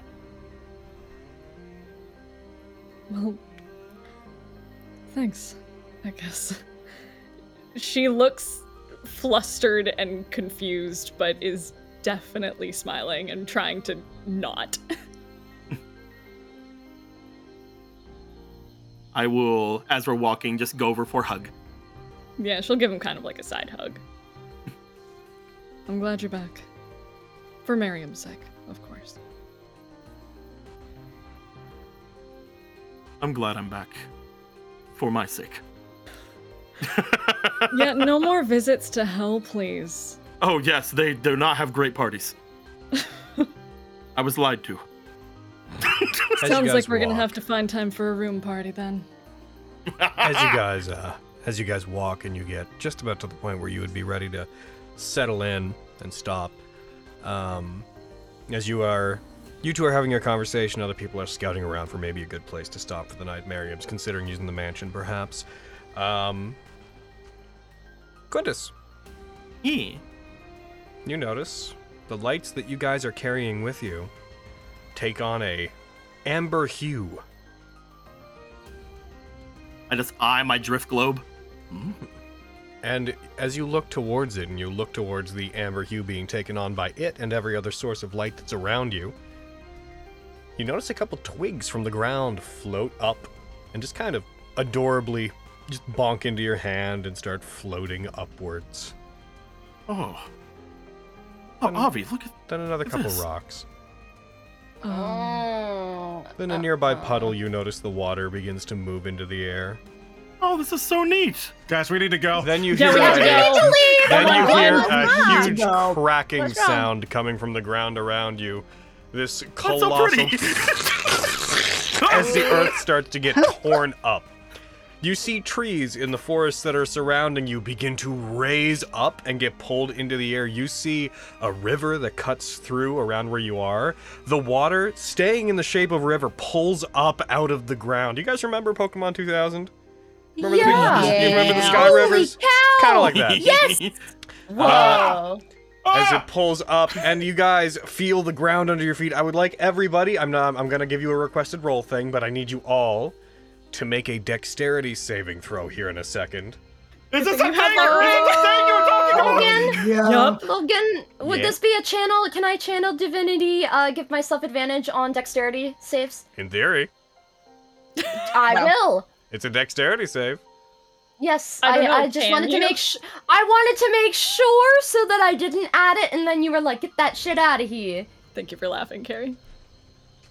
L: Well, thanks, I guess.
E: She looks flustered and confused, but is definitely smiling and trying to not.
B: I will, as we're walking, just go over for a hug.
E: yeah, she'll give him kind of like a side hug.
L: I'm glad you're back. For Miriam's sake, of course.
B: I'm glad I'm back. For my sake.
L: yeah, no more visits to hell, please.
B: Oh, yes, they do not have great parties. I was lied to.
L: Sounds like we're gonna have to find time for a room party then.
A: as you guys uh, as you guys walk and you get just about to the point where you would be ready to settle in and stop um, as you are you two are having your conversation other people are scouting around for maybe a good place to stop for the night miriam's considering using the mansion perhaps um, quintus
B: yeah.
A: you notice the lights that you guys are carrying with you take on a amber hue
B: I just eye my drift globe.
A: Mm-hmm. And as you look towards it, and you look towards the amber hue being taken on by it and every other source of light that's around you, you notice a couple twigs from the ground float up and just kind of adorably just bonk into your hand and start floating upwards.
B: Oh. Oh, Avi, look at
A: Then another
B: Look at
A: couple
B: this.
A: rocks.
C: Oh.
A: Then a nearby puddle, you notice the water begins to move into the air.
B: Oh, this is so neat.
D: Guys, we need to go.
A: Then you
D: Yeah,
A: hear,
D: we have to
A: a,
D: go. We need to leave.
A: Then
D: Oh
A: you
D: my
A: hear
D: God, let's
A: a
D: not.
A: huge
D: Go.
A: cracking
D: Let's go.
A: sound coming from the ground around you. This
D: so
A: colossal
D: pretty.
A: as the earth starts to get torn up. You see trees in the forests that are surrounding you begin to raise up and get pulled into the air. You see a river that cuts through around where you are. The water, staying in the shape of a river, pulls up out of the ground. You guys remember Pokemon 2000? Remember the big-
Q: Yeah.
A: you remember the
Q: Yeah.
A: Sky
Q: Holy
A: Rivers?
Q: cow!
A: Kind of like that. Uh,
Q: Yes!
A: Whoa. as it pulls up, and you guys feel the ground under your feet. I would like everybody. I'm not. I'm gonna give you a requested roll thing, but I need you all to make a dexterity saving throw here in a second.
B: Is
Q: this a thing? Is this a thing you were talking Logan?
A: yeah. Yup.
Q: Logan, would
A: Yeah.
Q: this be a channel? Can I channel divinity? Uh, give myself advantage on dexterity saves.
A: In theory,
Q: I will.
A: it's a dexterity save.
Q: Yes,
E: I
Q: I,
E: don't know,
Q: I just
E: can
Q: wanted
E: you?
Q: to make sh- I wanted to make sure so that I didn't add it, and then you were like, "Get that shit out of here."
E: Thank you for laughing, Carrie.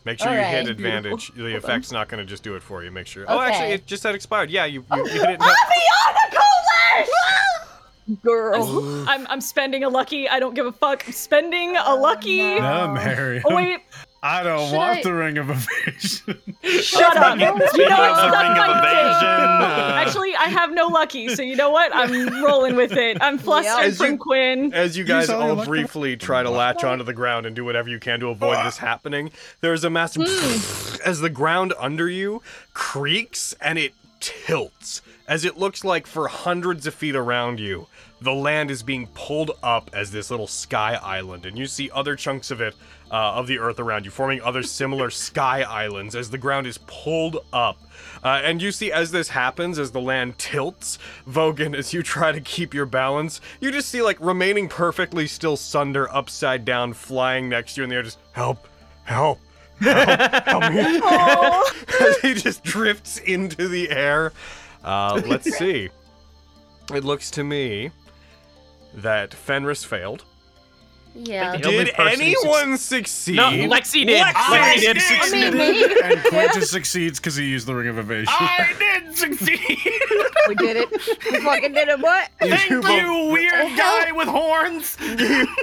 A: Make sure
Q: All
A: you
Q: right.
A: hit advantage.
E: Beautiful.
A: The
E: Hold
A: effect's not gonna just do it for you. Make sure. Oh,
Q: Okay.
A: actually, it just had expired. Yeah, you. you, you hit it.
E: Girl, I'm, I'm spending a lucky. I don't give a fuck. I'm spending a lucky.
D: No, Mary.
E: Oh wait,
D: I don't
E: Should
D: want
E: I-
D: the ring of evasion.
E: shut up. You know it's
D: Speaking of
E: not
D: the Ring of
E: my
D: Evasion,
E: thing.
D: uh,
E: Actually, I have no lucky, so you know what? I'm rolling with it. I'm flustered
A: As you-
E: from Quinn.
A: As you guys
E: saw your
A: all
E: luck-
A: briefly try to latch onto the ground and do whatever you can to avoid this happening, there's a massive
Q: Hmm.
A: as the ground under you creaks and it tilts as it looks like for hundreds of feet around you. The land is being pulled up as this little sky island, and you see other chunks of it, uh, of the earth around you, forming other similar sky islands as the ground is pulled up. Uh, and you see, as this happens, as the land tilts, Vogan, as you try to keep your balance, you just see, like, remaining perfectly still Sunder upside down flying next to you in the air, just help, help, help, help me. as he just drifts into the air. Uh, let's see. It looks to me that Fenris failed.
Q: Yeah.
A: Did anyone succeed?
F: No, Lexi did.
D: I
F: Lexi did.
D: succeeded, and Quintus succeeds because he used the ring of evasion.
H: I did succeed. we did it. We fucking did it. What?
D: You both-
H: weird guy with horns.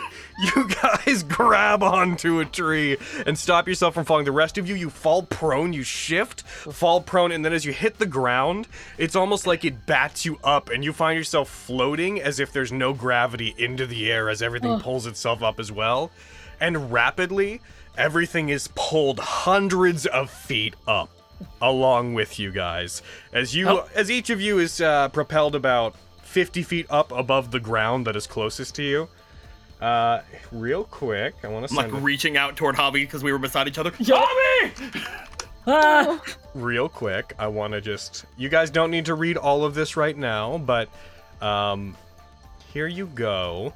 A: You guys grab onto a tree and stop yourself from falling. The rest of you, you fall prone, you shift, fall prone, and then as you hit the ground, it's almost like it bats you up and you find yourself floating as if there's no gravity into the air as everything
M: Ugh.
A: pulls itself up as well. And rapidly, everything is pulled hundreds of feet up along with you guys as you
F: Oh.
A: as each of you is uh, propelled about 50 feet up above the ground that is closest to you Uh, real quick, I want to
B: I'm like
A: send a-
B: reaching out toward Hobby because we were beside each other.
E: Ah.
A: real quick. I want to just. You guys don't need to read all of this right now, but um, here you go.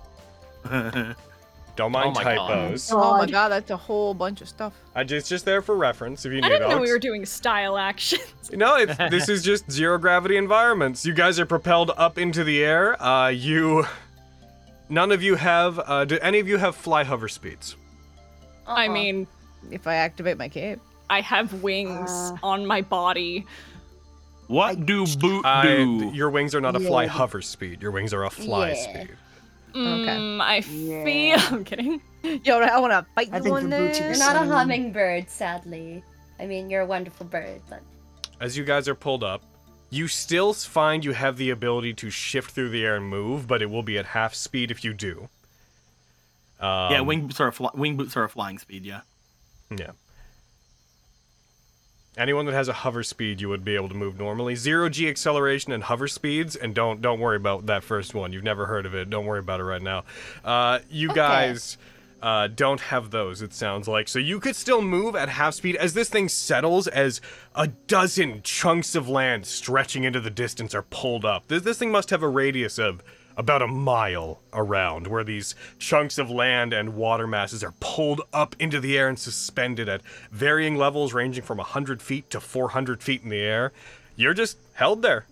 A: don't mind
O: my God.
A: typos.
O: Oh my god, that's a whole bunch of stuff.
A: I just, it's just there for reference if you need
E: I didn't know
A: Alex.
E: we were doing style actions.
A: No, it's, this is just zero gravity environments. You guys are propelled up into the air. Uh, you, none of you have. Uh, do any of you have fly hover speeds?
E: I mean,
O: if I activate my cape,
E: I have wings on my body.
B: What do boot
A: do? Your wings are not a fly
E: Yeah.
A: hover speed. Your wings are a fly
E: Yeah.
A: speed.
E: Mm, I
O: Yeah.
E: feel. I'm kidding.
O: Yo, I want to bite
C: I
O: you
C: think
O: one
C: the
O: day.
C: booty You're not a hummingbird, sadly. I mean, you're a wonderful bird, but
A: As you guys are pulled up, you still s- find you have the ability to shift through the air and move, but it will be at half speed if you do. Um,
B: yeah, wing boots are a fly- wing boots are a flying speed. Yeah.
A: Yeah. Anyone that has a hover speed, you would be able to move normally. Zero G acceleration and hover speeds, and don't don't worry about that first one. You've never heard of it. Don't worry about it right now. Uh, you guys uh, don't have those. It sounds like so you could still move at half speed as this thing settles. As a dozen chunks of land stretching into the distance are pulled up. This this thing must have a radius of about a mile around where these chunks of land and water masses are pulled up into the air and suspended at varying levels ranging from 100 feet to 400 feet in the air. You're just held there,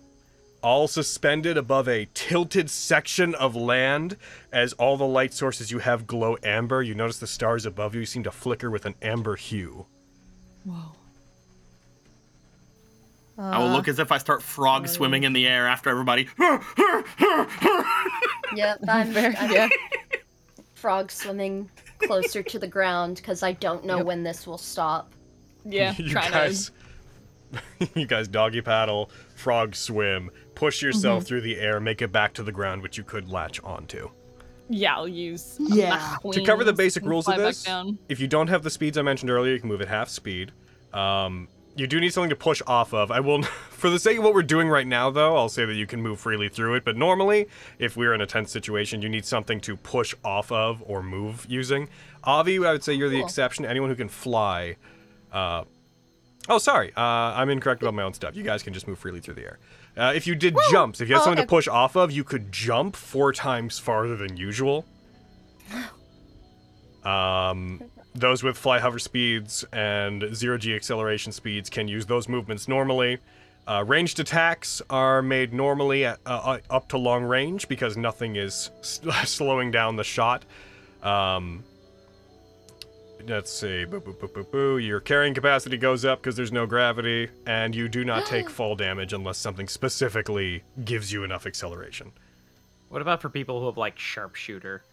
A: all suspended above a tilted section of land. As all the light sources you have glow amber, you notice the stars above you seem to flicker with an amber hue.
O: Whoa.
B: I
C: Uh,
B: will look as if I start frog swimming in the air after everybody.
C: yep, I'm,
O: Fair,
C: I'm
O: yeah.
C: frog swimming closer to the ground because I don't know when this will stop.
E: Yeah,
A: you guys, you guys doggy paddle, frog swim, push yourself
E: Mhm.
A: through the air, make it back to the ground, which you could latch onto.
E: Yeah, I'll use.
A: Yeah. To cover the basic rules of this,
E: Down.
A: if you don't have the speeds I mentioned earlier, you can move at half speed. Um, you do need something to push off of. I will, for the sake of what we're doing right now, though, I'll say that you can move freely through it. But normally, if we're in a tense situation, you need something to push off of or move using. Avi, I would say you're the
M: Cool.
A: exception. Anyone who can fly. Uh, oh, sorry, uh, I'm incorrect about my own stuff. You guys can just move freely through the air. Uh, if you did jumps, if you had
M: Oh,
A: something to
M: okay.
A: push off of, you could jump four times farther than usual. Um, those with fly hover speeds and zero G acceleration speeds can use those movements normally. Uh, ranged attacks are made normally at, uh, uh, up to long range because nothing is s- slowing down the shot. Um, let's see. Boo, boo, boo, boo, boo. Your carrying capacity goes up because there's no gravity, and you do not take fall damage unless something specifically gives you enough acceleration.
F: What about for people who have like sharpshooter?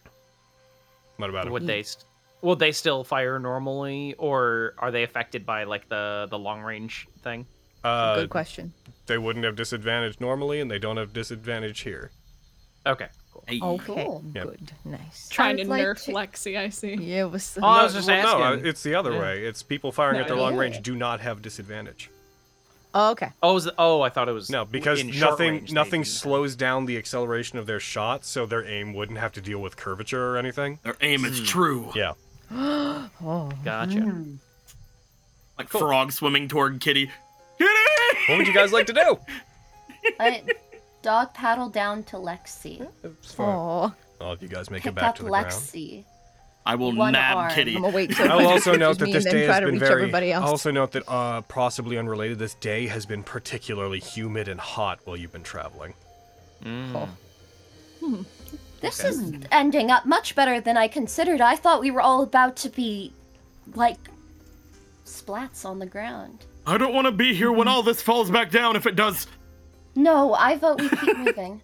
A: What about 'em?
F: Would they st- would they still fire normally, or are they affected by like the the long range thing?
A: Uh,
O: Good question.
A: They wouldn't have disadvantage normally, and they don't have disadvantage here.
F: Okay. Cool.
O: Oh, cool.
A: Yep.
O: Good. Nice.
E: Trying
O: I
E: to
O: would like
E: nerf Lexi, I see.
O: Yeah, it
F: Oh,
O: was.
A: no, well, no, Oh, I- it's the other
F: Yeah.
A: way. It's people firing
F: No,
A: at their
F: yeah.
A: long range do not have disadvantage.
O: Oh, okay.
F: Oh, is it- oh, I thought it was
A: No, because
F: in short
A: nothing
F: range they
A: nothing
F: do.
A: slows down the acceleration of their shot, so their aim wouldn't have to deal with curvature or anything.
B: Their aim is true.
A: Yeah.
O: oh.
F: Hmm. Gotcha.
B: like frog swimming toward Kitty.
A: what would you guys like to do?
C: I dog paddle down to Lexi.
O: Oh.
A: All of you guys make
C: Pick
A: it back
C: up
A: to the ground.
C: Lexi.
B: I will
C: One
B: nab
C: arm.
B: Kitty.
O: I'm gonna wait till
A: I will
O: everybody
A: also
O: reaches
A: note that
O: me
A: this
O: and then
A: day
O: try
A: has
O: to
A: been
O: reach everybody
A: very.
O: else.
A: Also note that, uh, possibly unrelated, this day has been particularly humid and hot while you've been traveling.
O: Oh.
C: Hmm. This
A: Okay.
C: is ending up much better than I considered. I thought we were all about to be like splats on the ground.
B: I don't want to be here when all this falls back down. If it does,
C: No, I vote we keep moving.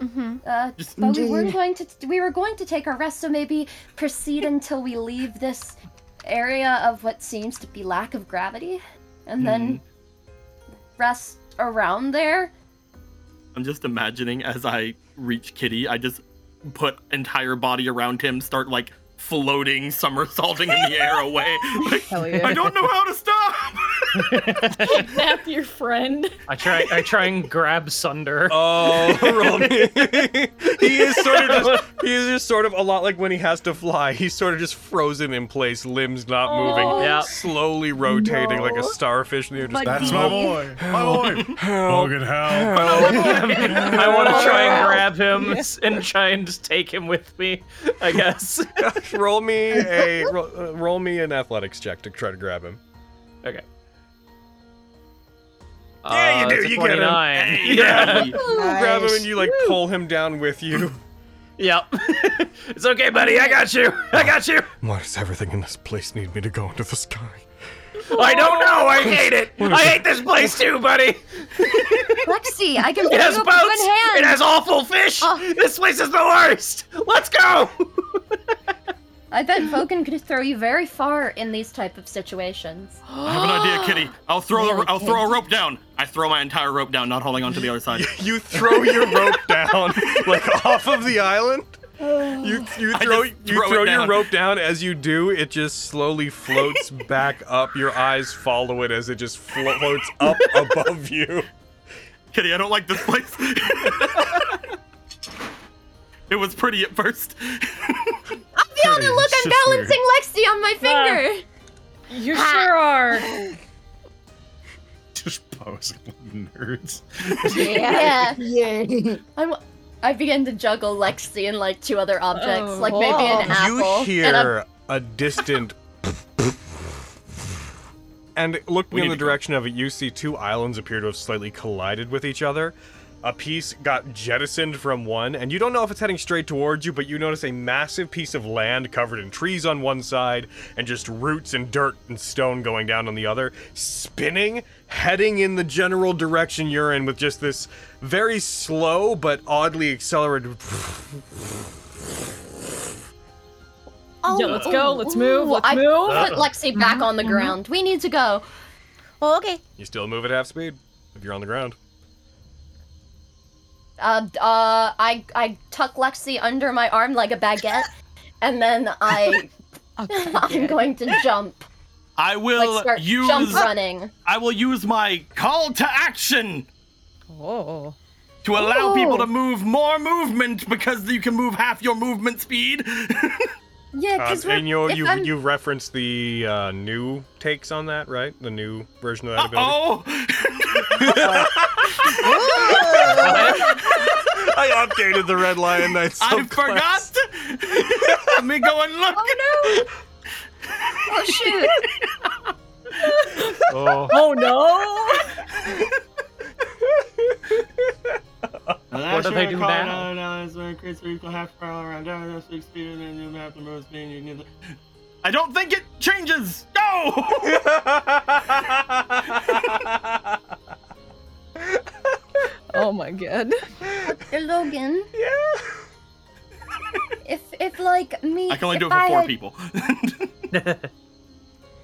C: Uh, but we were
B: Indeed.
C: going to we were going to take our rest, so maybe proceed until we leave this area of what seems to be lack of gravity, and then
A: Mm-hmm.
C: rest around there.
B: I'm just imagining as I reach Kitty, I just put entire body around him, start like floating, somersaulting in the air away. Like,
O: yeah.
B: I don't know how to stop.
E: Kidnap your friend.
J: I try. I try and grab Sunder.
A: Oh, roll me. he is sort of just. He is just sort of a lot like when he has to fly. He's sort of just frozen in place, limbs not moving,
J: Oh. Yeah.
A: slowly rotating like a starfish. And you're just,
D: But That's my he- boy. My boy.
A: Logan,
D: help.
J: I want to try and grab him s- and try and just take him with me. I guess.
A: roll me a roll, uh, roll me an athletics check to try to grab him.
J: Okay.
A: Yeah,
J: Uh,
A: you do.
J: it's a
A: You get him.
J: 29.
A: Hey, you grab him.
J: Yeah.
A: You grab him
J: Nice.
A: and you like pull him down with you.
J: Yep. it's okay, buddy. I got you. I got you.
A: Why does everything in this place need me to go into the sky?
J: I don't know. I hate it.
A: What is
J: I
A: it?
J: hate this place too, buddy.
Q: Lexi, I can
J: It
Q: pick
J: has
Q: you up
J: boats.
Q: with one hand.
J: It has awful fish. This place is the worst. Let's go.
C: I bet Vogan could throw you very far in these type of situations.
B: I have an idea, Kitty. I'll throw the, I'll throw a rope down. I throw my entire rope down, not holding onto the other side.
A: You throw your rope down like off of the island. You you
B: I
A: throw you
B: just throw it
A: throw your
B: down.
A: rope down as you do. It just slowly floats back up. Your eyes follow it as it just flo- floats up above you.
B: Kitty, I don't like this place. it was pretty at first.
C: I'm the only look I'm
B: just weird.
C: balancing Lexi on my finger.
L: you sure are.
D: Just posing like nerds.
C: Yeah.
G: yeah.
C: I'm, I begin to juggle Lexi and like two other objects,
Q: Oh.
C: like maybe an
Q: You
C: apple.
A: You
C: and a-
A: hear a distant and looking
B: We
A: in
B: need
A: the
B: to go.
A: direction of it, you see two islands appear to have slightly collided with each other. A piece got jettisoned from one, and you don't know if it's heading straight towards you, but you notice a massive piece of land covered in trees on one side and just roots and dirt and stone going down on the other, spinning, heading in the general direction you're in with just this very slow but oddly accelerated.
L: Yeah, let's go, let's move, let's
C: Oh, I
L: move.
C: Put Lexi back on the
L: mhm.
C: ground. We need to go.
O: Oh, okay.
A: You still move at half speed if you're on the ground.
C: Uh, d- uh, I I tuck Lexi under my arm like a baguette, and then I I'm going to jump,
B: I will
C: like start
B: use
C: jump running.
B: I will use my call to action.
O: Oh.
B: To allow people
C: Oh.
B: to move more movement because you can move half your movement speed.
C: Yeah,
A: Um,
C: because we're
A: and you
C: if
A: you
C: I'm-
A: you referenced the uh, new takes on that, right? The new version of that
B: oh
A: ability. I updated the Red Lion Knights.
B: I forgot. Let me go and look.
C: Oh
B: no!
C: Oh shoot!
J: Oh.
K: Oh no!
J: What do they do now?
B: I don't think it changes. No.
O: Oh my god.
C: Logan. Yeah. If if like me,
B: I can only do
C: if
B: it for
C: I
B: four
C: had-
B: people.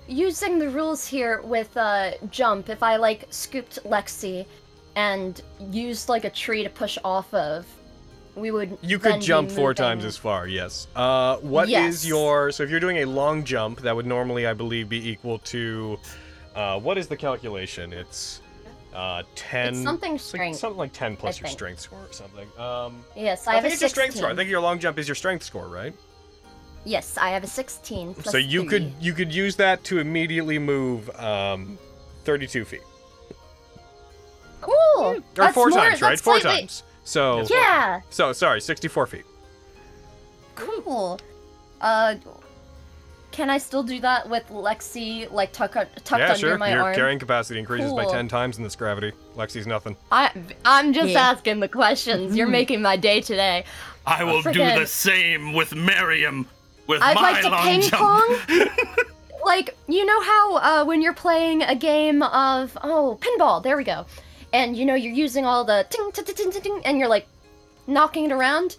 C: using the rules here with uh jump if i like scooped lexi and used like a tree to push off of we would
A: You
C: then
A: could
C: be
A: jump four
C: moving.
A: times as far, yes. Uh, what is
C: Yes.
A: your. So if you're doing a long jump, that would normally, I believe, be equal to. Uh, what is the calculation? It's uh, 10.
C: something
A: it's like-
C: strength,
A: something like 10 plus
C: I
A: your
C: think.
A: strength score or something. Um,
C: yes i,
A: I,
C: have
A: think
C: a
A: it's your strength
C: 16
A: score. I think your long jump is your strength score, right?
C: yes i have a 16 plus
A: so you
C: three.
A: could you could use that to immediately move um, 32 feet.
C: cool
A: Or
C: That's
A: four
C: more-
A: times, right?
C: that's
A: Four
C: slightly-
A: times. So
C: Yeah.
A: So sorry, 64 feet.
C: cool uh can i still do that with lexi like tuck, tucked
A: yeah,
C: under
A: sure.
C: my
A: Your
C: arm
A: carrying capacity increases by
C: Cool.
A: 10 times in this gravity. Lexi's nothing.
C: I, i'm just
O: Yeah.
C: asking the questions you're
O: Mhm.
C: making my day today
B: I will do
C: Friggin-
B: the same with Miriam with
C: I'd
B: my
C: like to
B: long
C: King
B: jump.
C: Kong. like you know how uh, when you're playing a game of oh pinball, there we go, and you know you're using all the ting ting ting ting ting, ting and you're like knocking it around.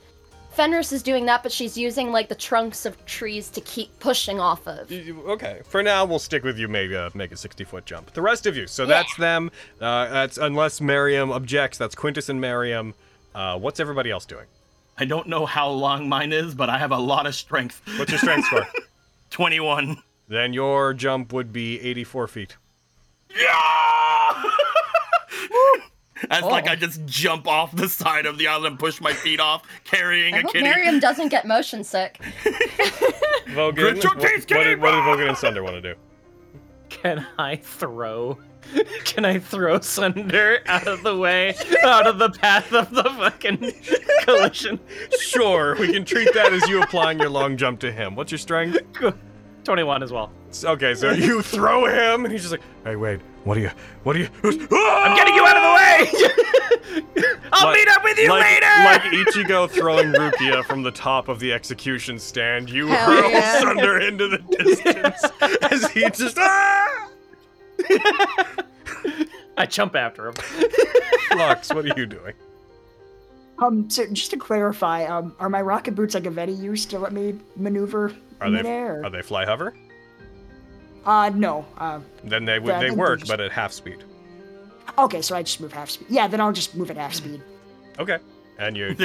C: Fenris is doing that, but she's using like the trunks of trees to keep pushing off of.
A: Y- y- Okay, for now we'll stick with you. Maybe uh, make a 60 foot jump. The rest of you. So that's them. Uh, that's unless Miriam objects. That's Quintus and Miriam. Uh, what's everybody else doing?
B: I don't know how long mine is, but I have a lot of strength.
A: What's your strength score?
B: 21.
A: Then your jump would be 84 feet.
B: As like
C: Oh.
B: I just jump off the side of the island and push my feet off, carrying
C: I
B: a
C: hope
B: kitty.
C: Miriam doesn't get motion sick.
A: Vogan,
B: your
A: what, what, did, what did Vogan and Sunder want to do?
F: Can I throw? Can I throw Sunder out of the way, out of the path of the fucking collision?
A: Sure, we can treat that as you applying your long jump to him. What's your strength?
F: 21 as well.
A: Okay, so you throw him, and he's just like, hey, Wade, what are you, what are you,
F: I'm getting you out of the way!
A: Ah!"
F: I'll
A: Like-
F: meet up with you
A: like,
F: later!
A: Like Ichigo throwing Rukia from the top of the execution stand, you
F: Hell
A: hurl
F: yeah.
A: Sunder into the distance as he just ah!
F: I jump after him.
A: Flux, what are you doing?
G: Um, so just to clarify, um, are my rocket boots like a Veti used to let me maneuver
A: Are
G: in
A: they
G: midair?
A: are they fly hover?
G: Uh, no. Uh,
A: Then they
G: Yeah, I
A: would they
G: think they
A: work,
G: just-
A: but at half speed.
G: okay, so I just move half speed. Yeah, then I'll just move at half speed.
A: Okay, and you.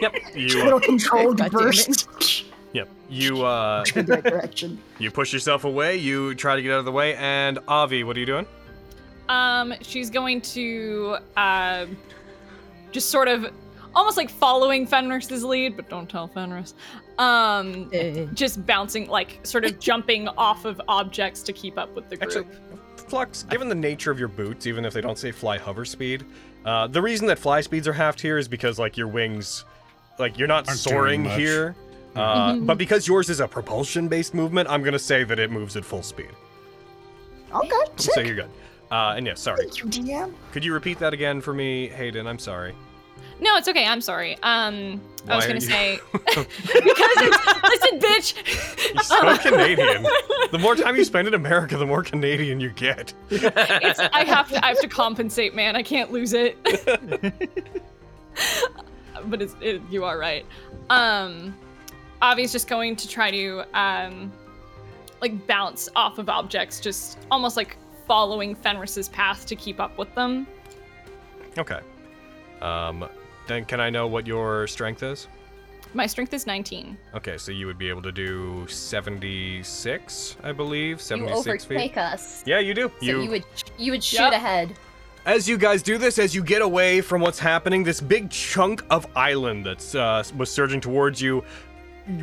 A: yep. You.
G: Little
A: uh,
G: controlled
A: God damn
G: burst.
A: Yep. You. Uh,
G: in the right direction.
A: you push yourself away. You try to get out of the way. And Avi, what are you doing?
E: Um, she's going to uh, just sort of almost like following Fenris's lead, but don't tell Fenris. Um,
O: Eh.
E: just bouncing, like sort of jumping off of objects to keep up with the group.
A: Actually, Flux, given the nature of your boots, even if they don't say fly hover speed, uh, the reason that fly speeds are halved here is because like your wings, like you're not
M: Aren't doing
A: soaring
M: much.
A: here. Uh,
M: Mhm.
A: But because yours is a propulsion-based movement, I'm gonna say that it moves at full speed.
O: Oh,
G: Okay,
A: So you're good. Uh, and yeah, sorry.
G: Thank you, DM.
A: Could you repeat that again for me, Hayden? I'm sorry.
E: No, it's okay. I'm sorry. Um, I
A: Why
E: was
A: are
E: gonna
A: you-
E: say because it's, listen, bitch.
A: You're so Canadian. The more time you spend in America, the more Canadian you get.
E: It's, I have to. I have to compensate, man. I can't lose it. but it's, it, you are right. Um, Avi's just going to try to um, like bounce off of objects, just almost like following Fenris's path to keep up with them.
A: Okay. Um, then can I know what your strength is?
E: My strength is 19.
A: Okay, so you would be able to do 76, I believe,
C: You
A: 76
C: overtake
A: feet.
C: us.
A: Yeah, you do.
C: So you, would you would shoot
E: Yep.
C: ahead.
A: As you guys do this, as you get away from what's happening, this big chunk of island that's uh, was surging towards you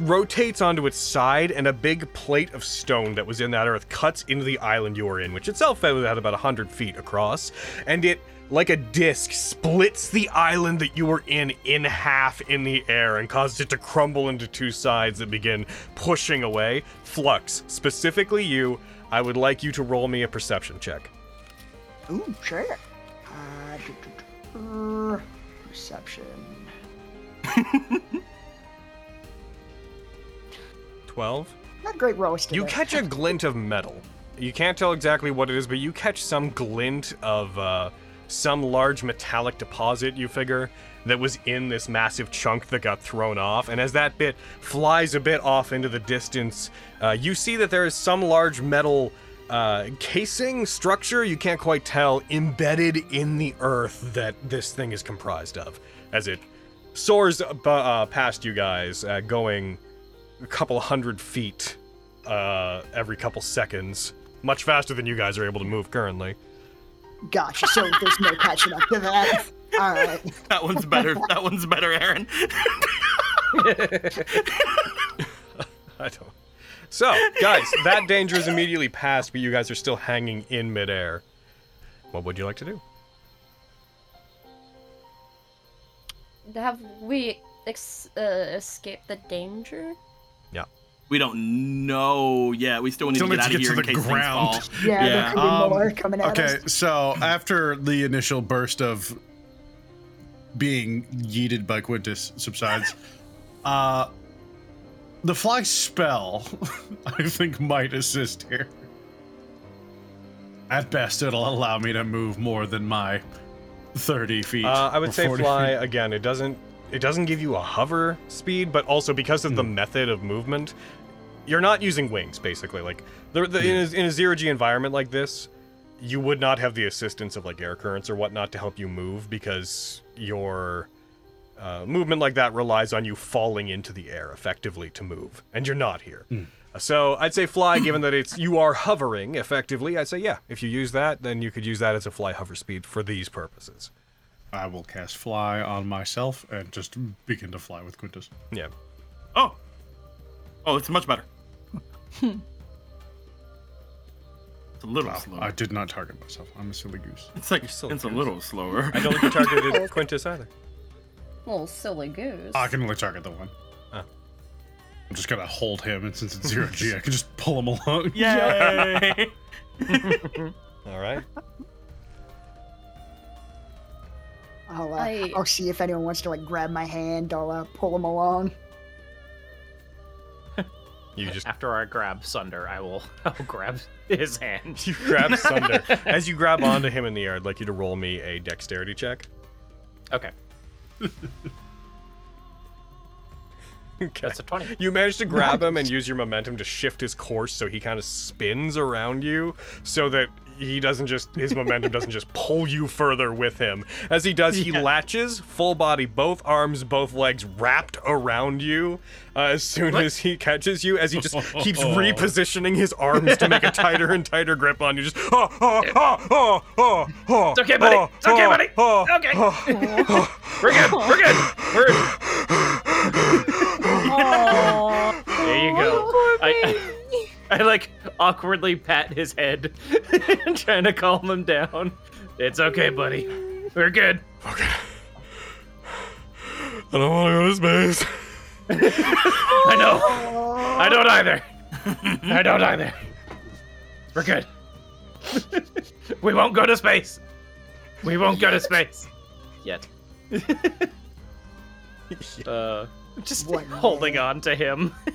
A: rotates onto its side, and a big plate of stone that was in that earth cuts into the island you are in, which itself had about 100 feet across, and it, like a disc, splits the island that you were in in half in the air and causes it to crumble into two sides that begin pushing away. Flux, specifically you, I would like you to roll me a perception check. Mm-hmm.
G: Ooh, sure. Uh, do, do, do, er, perception.
A: 12.
G: Not great rolls today.
A: You catch a glint of metal. You can't tell exactly what it is, but you catch some glint of uh, some large metallic deposit, you figure, that was in this massive chunk that got thrown off. And as that bit flies a bit off into the distance, uh, you see that there is some large metal uh, casing structure, you can't quite tell, embedded in the earth that this thing is comprised of as it soars uh, bu- uh, past you guys, uh, going a couple hundred feet uh, every couple seconds, much faster than you guys are able to move currently.
G: Gosh, so there's no catching up to that. All right.
B: That one's better. That one's better, Aaron.
A: I don't. So, guys, that danger is immediately past, but you guys are still hanging in midair. What would you like to do?
C: Have we ex- uh, escaped the danger?
B: We don't know yet. We still need
D: Still
B: to
D: need
B: get out
D: to
B: of
D: get
B: here
D: to
B: in
D: the
B: case
D: ground.
B: things fall. Um,
D: Yeah, there
G: could be more coming at
D: okay,
G: us.
D: so after the initial burst of being yeeted by Quintus subsides, uh, the fly spell, I think, might assist here. At best, it'll allow me to move more than my 30 feet.
A: Uh, I would
D: or
A: say
D: 40
A: fly
D: feet.
A: again. It doesn't it doesn't give you a hover speed, but also because of the
D: Hmm.
A: method of movement, you're not using wings basically. Like the, the, in,
D: Hmm.
A: a, in a zero g environment like this, you would not have the assistance of like air currents or whatnot to help you move because your uh, movement like that relies on you falling into the air effectively to move, and you're not here. So I'd say fly, given that it's you are hovering effectively. I'd say yeah. If you use that, then you could use that as a fly hover speed for these purposes.
D: I will cast fly on myself and just begin to fly with Quintus.
A: Yeah.
B: Oh, it's much better. It's a little
D: Wow,
B: slower.
D: I did not target myself. I'm a silly goose.
B: It's like it's a little slower.
A: I don't think you targeted Quintus either.
C: Little silly goose.
D: I can only target the one.
A: Oh.
D: I'm just gonna hold him, and since it's zero G, I can just pull him along.
B: Yay!
A: All right.
G: I'll, uh,
C: I-
G: I'll see if anyone wants to like grab my hand. I'll uh, pull them along.
A: You just
F: after I grab Sunder, I will I'll grab his hand.
A: You grab Sunder. As you grab onto him in the air, I'd like you to roll me a dexterity check.
F: Okay.
A: That's
F: a 20.
A: You manage to grab him and use your momentum to shift his course so he kind of spins around you so that he doesn't just, his momentum doesn't just pull you further with him. As he does, he latches, full body, both arms, both legs wrapped around you uh, as soon
M: What?
A: as he catches you, as he just keeps repositioning his arms to make a tighter and tighter grip on you. Just, oh, oh, oh, oh, oh, oh.
M: It's okay, buddy. It's okay, buddy. Okay. oh.
F: We're good. We're good. We're There you go.
J: Oh,
F: I, I like awkwardly pat his head, trying to calm him down. It's okay, buddy. We're good.
M: I don't want to go to space.
F: I know. I don't either. I don't either. We're good. we won't go to space. We won't go to space. Yet. uh, just holding on to him.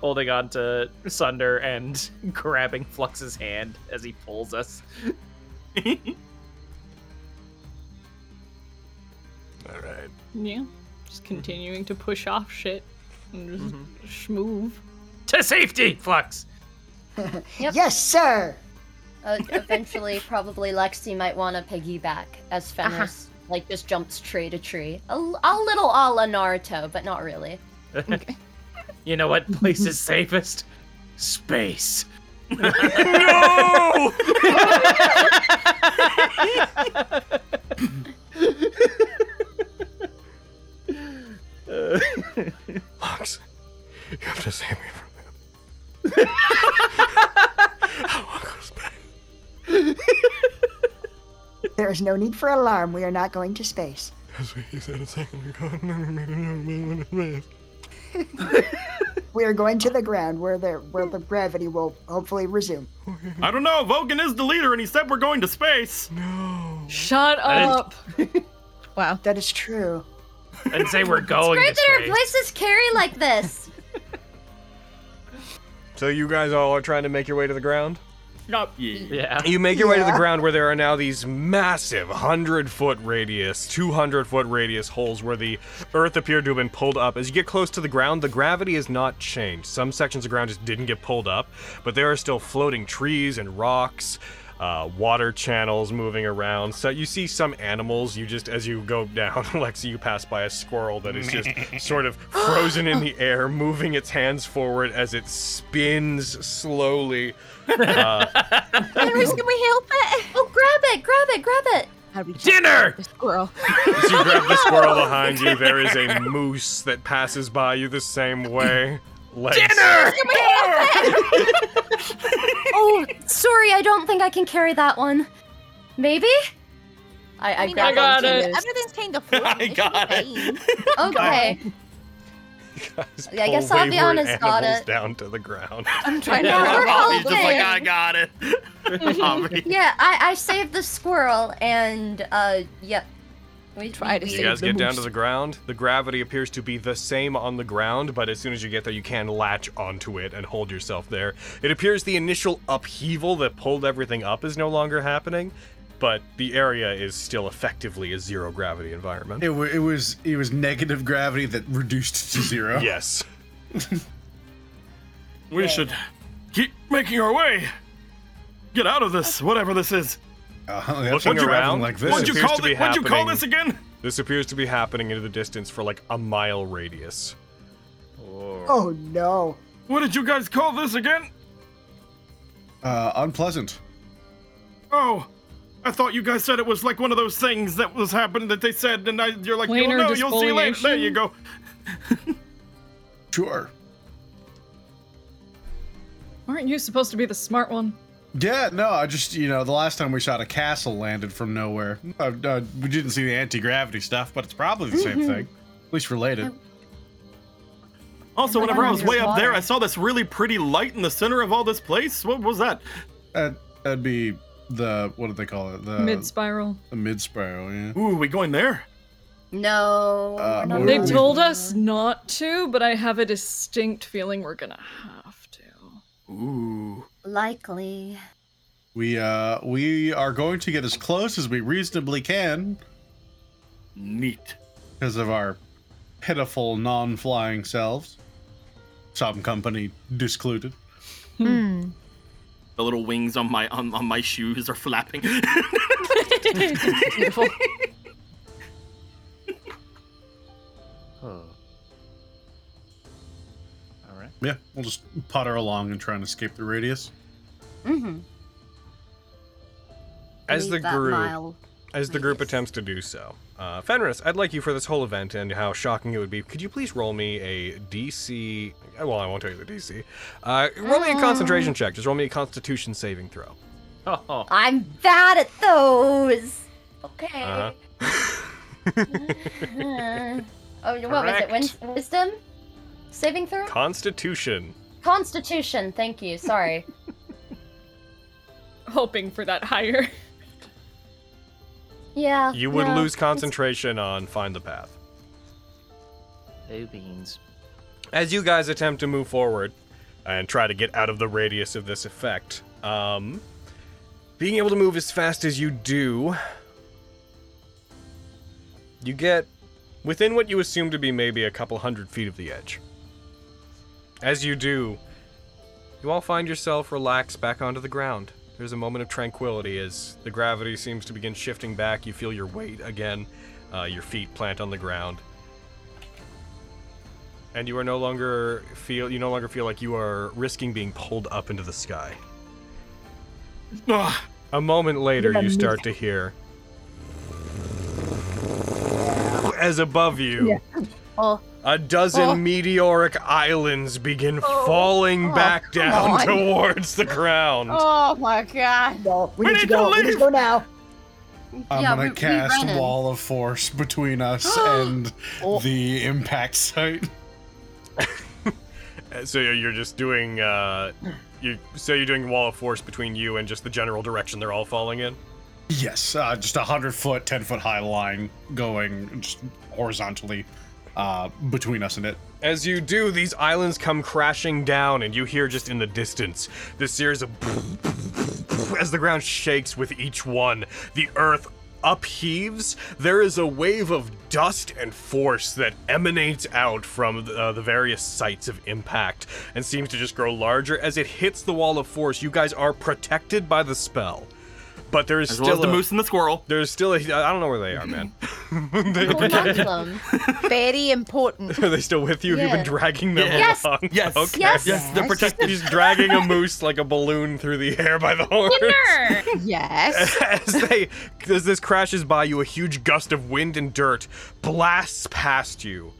F: holding on to Sunder and grabbing Flux's hand as he pulls us.
A: All right.
E: Yeah. Just continuing to push off shit and just schmoove.
F: To safety, Flux!
G: Yes, sir.
C: Uh, eventually, probably Lexi might want to piggyback as Fenris like just jumps tree to tree, a, l- a little a la Naruto, but not really.
F: You know what place is safest? Space.
B: Oh!
M: no! Fox, you have to save me from him.
G: There is no need for alarm. We are not going to space.
M: That's what you said a second ago. and then you made another move.
G: We are going to the ground where the where the gravity will hopefully resume.
B: I don't know. Vogan is the leader, and he said we're going to space.
G: No.
C: uh,
E: Shut
B: That is-
G: wow, that is true.
F: And say we're going
C: Great
F: to
C: that our
F: space.
C: voices carry like this.
A: So you guys all are trying to make your way to the ground?
E: Nope.
F: Yeah.
A: You make your way to the
F: Yeah.
A: ground where there are now these massive 100 foot radius, 200 foot radius holes where the earth appeared to have been pulled up. As you get close to the ground, the gravity has not changed. Some sections of ground just didn't get pulled up, but there are still floating trees and rocks. Uh, water channels moving around. So you see some animals. You just, as you go down, Lexi, you pass by a squirrel that is just sort of frozen in the air, moving its hands forward as it spins slowly. Uh,
Q: Fenris, can we help it? Oh, grab it, grab it, grab it.
F: Dinner!
E: Squirrel.
A: As you grab the squirrel behind you, there is a moose that passes by you the same way. Legs.
Q: Dinner! oh, sorry, I don't think I can carry that one. Maybe? I, I,
H: I mean,
Q: grab
H: got
Q: onto
H: it.
Q: Moose.
H: Everything's kind of fun. I
A: got
H: it.
Q: Okay.
A: Just
Q: I
A: pull
Q: guess I'll be
A: wayward
Q: honest, got
A: animals
Q: it.
A: Down to the ground.
Q: I'm trying to Yeah, help Bobby's just like, him. "I
B: got it.
Q: yeah, I, I saved the squirrel, and uh, yep. We tried
A: You guys get down to the ground. The gravity appears to be the same on the ground, but as soon as you get there, you can latch onto it and hold yourself there. It appears the initial upheaval that pulled everything up is no longer happening, but the area is still effectively a zero gravity environment.
D: It, wa it was it was negative gravity that reduced to zero.
A: Yes.
B: We should keep making our way. Get out of this, whatever this is.
D: Uh,
A: Looking around,
B: What'd you
A: appears
B: call
A: to be
B: thi- what'd you call
A: happening-
B: this again?
A: This appears to be happening into the distance for like a mile radius.
G: Oh no.
B: What did you guys call this again?
D: Uh, unpleasant.
B: Oh, I thought you guys said it was like one of those things that was happening that they said, and I, you're like, you'll
L: Planar
B: know, you'll see later. There you
L: defoliation?
B: go.
D: Sure.
L: Aren't you supposed to be the smart one?
D: Yeah, no, I just, you know, the last time we shot a castle landed from nowhere. Uh, uh, we didn't see the anti gravity stuff, but it's probably the same
B: Mhm.
D: thing. At least related.
B: Also,
D: Like
B: whenever I
D: under
B: was
D: your
B: way up there,
D: water.
B: I saw this really pretty light in the center of all this place. What was that?
D: That, that'd be the, what do they call it? The
L: Mid spiral.
D: The mid spiral, yeah.
B: Ooh, we going there?
H: Oh,
C: No.
D: Uh, we-
L: They've
D: we-
L: told us not to, but I have a distinct feeling we're gonna have to.
B: Ooh.
C: Likely.
D: We uh we are going to get as close as we reasonably can.
B: Neat.
D: Because of our pitiful non-flying selves. Some company discluded.
B: Hmm. The little wings on my on, on my shoes are flapping.
L: Beautiful.
F: Oh. All right.
D: Yeah, we'll just potter along and try and escape the radius.
C: Mm-hmm.
A: As
C: Leave
A: the
C: that
A: guru,
C: mile
A: as the group attempts to do so, uh, Fenris, I'd like you for this whole event and how shocking it would be. Could you please roll me a DC? Well, I won't tell you the DC. Uh, roll me a concentration check. Just roll me a Constitution saving throw.
F: Oh.
C: I'm bad at those. Okay.
A: Uh-huh.
C: Uh, oh, what was it? Win- wisdom? Saving throw?
A: Constitution.
C: Constitution. Thank you. Sorry.
E: Hoping for that higher.
C: Yeah.
A: You would
C: no,
A: lose
C: it's-
A: concentration on find the path.
F: Oh beans.
A: As you guys attempt to move forward and try to get out of the radius of this effect, um, being able to move as fast as you do, you get within what you assume to be maybe a couple hundred feet of the edge. As you do, you all find yourself relaxed back onto the ground. There's a moment of tranquility as the gravity seems to begin shifting back. You feel your weight again, uh, your feet plant on the ground and you are no longer feel you no longer feel like you are risking being pulled up into the sky.
B: Ah,
A: A moment later, you start to hear as above you,
C: Oh.
A: a dozen
C: Oh.
A: meteoric islands begin falling
H: Oh,
A: back
H: come
A: down
H: on.
A: towards the ground.
H: Oh my god.
G: No,
H: we, need, to go.
G: We need to go now.
D: I'm
H: Yeah,
D: gonna
H: we- we
D: cast
H: running.
D: wall of force between us and
H: Oh.
D: the impact site.
A: Uh, So you're just doing uh, you so you're doing wall of force between you and just the general direction they're all falling in.
D: Yes, uh, just a hundred foot, ten foot high line going just horizontally uh, between us and it.
A: As you do, these islands come crashing down, and you hear just in the distance the series of as the ground shakes with each one. The earth upheaves. There is a wave of dust and force that emanates out from the, uh, the various sites of impact and seems to just grow larger as it hits the wall of force. You guys are protected by the spell. But there is
B: As
A: still
B: well as the
A: a-
B: moose and the squirrel.
A: There's still a. I don't know where they are, man.
H: Very important.
A: Are they still with you? You've
H: Yeah.
A: been dragging them
H: Yes.
A: along.
H: Yes.
A: Okay.
H: Yes. Yes,
A: They're protected. He's dragging a moose like a balloon through the air by the horns.
H: yes.
A: As they, as this crashes by you, a huge gust of wind and dirt blasts past you.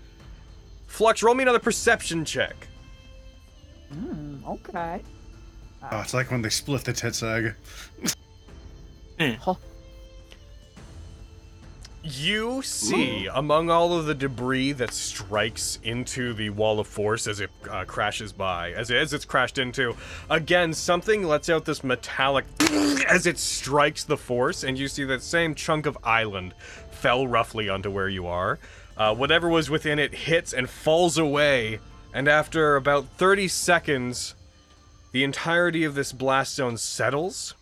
A: Flux, roll me another perception check.
J: Hmm,
G: Mm, okay.
K: Ah.
D: Oh, it's like when they split the Tetsag.
K: Oh,
A: You see, among all of the debris that strikes into the wall of force as it uh, crashes by, as, as it's crashed into, again, something lets out this metallic as it strikes the force, and you see that same chunk of island fell roughly onto where you are. Uh, whatever was within it hits and falls away, and after about 30 seconds, the entirety of this blast zone settles.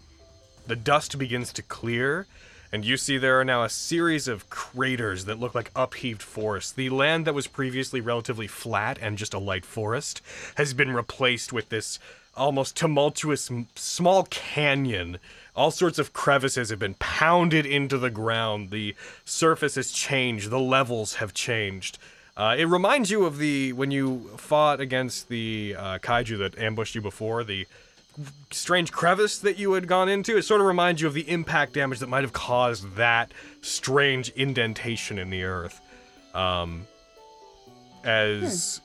A: The dust begins to clear, and you see there are now a series of craters that look like upheaved forests. The land that was previously relatively flat and just a light forest has been replaced with this almost tumultuous m- small canyon. All sorts of crevices have been pounded into the ground. The surface has changed, the levels have changed. Uh, it reminds you of the when you fought against the uh, kaiju that ambushed you before the strange crevice that you had gone into. It sort of reminds you of the impact damage that might have caused that strange indentation in the earth. Um, as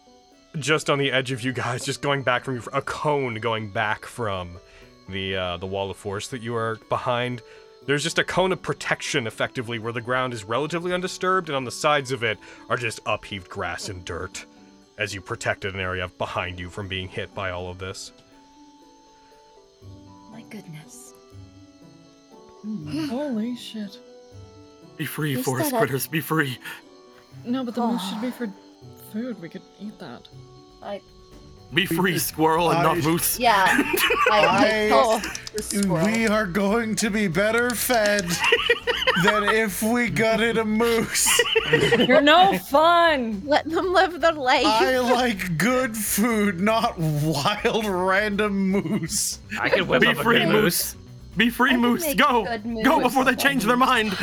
A: just on the edge of you guys, just going back from your, a cone going back from the uh, the wall of force that you are behind. There's just a cone of protection, effectively, where the ground is relatively undisturbed, and on the sides of it are just upheaved grass and dirt, as you protected an area behind you from being hit by all of this.
Q: My goodness.
L: Holy shit.
B: Be free,
L: Is
B: forest
L: that a-
B: critters. Be free.
L: No, but the moose should be for food. We could eat that.
C: Like,
B: Be free, squirrel, and not moose.
C: yeah.
D: I-
C: oh,
D: We are going to be better fed than if we gutted a moose.
L: You're no fun.
H: Let them live their life.
D: I like good food, not wild random moose.
J: I could whip
B: Be
J: up a
B: free,
J: good
B: moose.
J: moose.
B: Be free, moose.
C: make
B: Go,
C: good
B: go
C: moose.
B: before they change their mind.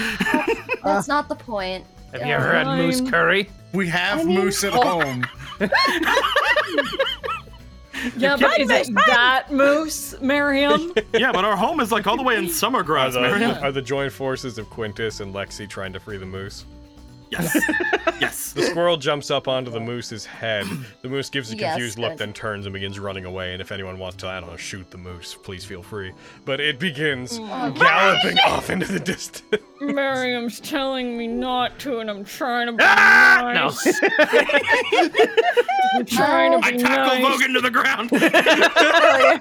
C: that's not the point.
J: Have you ever had moose
C: Fine.
J: curry?
D: We have
C: I mean-
D: moose at
C: Oh.
D: home.
L: Yeah, but is it that moose, Miriam?
B: yeah, but our home is like all the way in summer
A: Are
B: grass, Miriam.
A: the, are the joined forces of Quintus and Lexi trying to free the moose?
B: Yes.
A: The squirrel jumps up onto the moose's head. The moose gives a
Q: Yes,
A: confused look,
Q: guys.
A: then turns and begins running away. And if anyone wants to, I don't know, shoot the moose, please feel free. But it begins
L: Mm.
A: galloping off into the distance.
L: Miriam's telling me not to, and I'm trying to be
D: Ah!
L: nice. I'm trying to
B: I
L: be
B: tackle
L: nice.
B: Logan to the ground.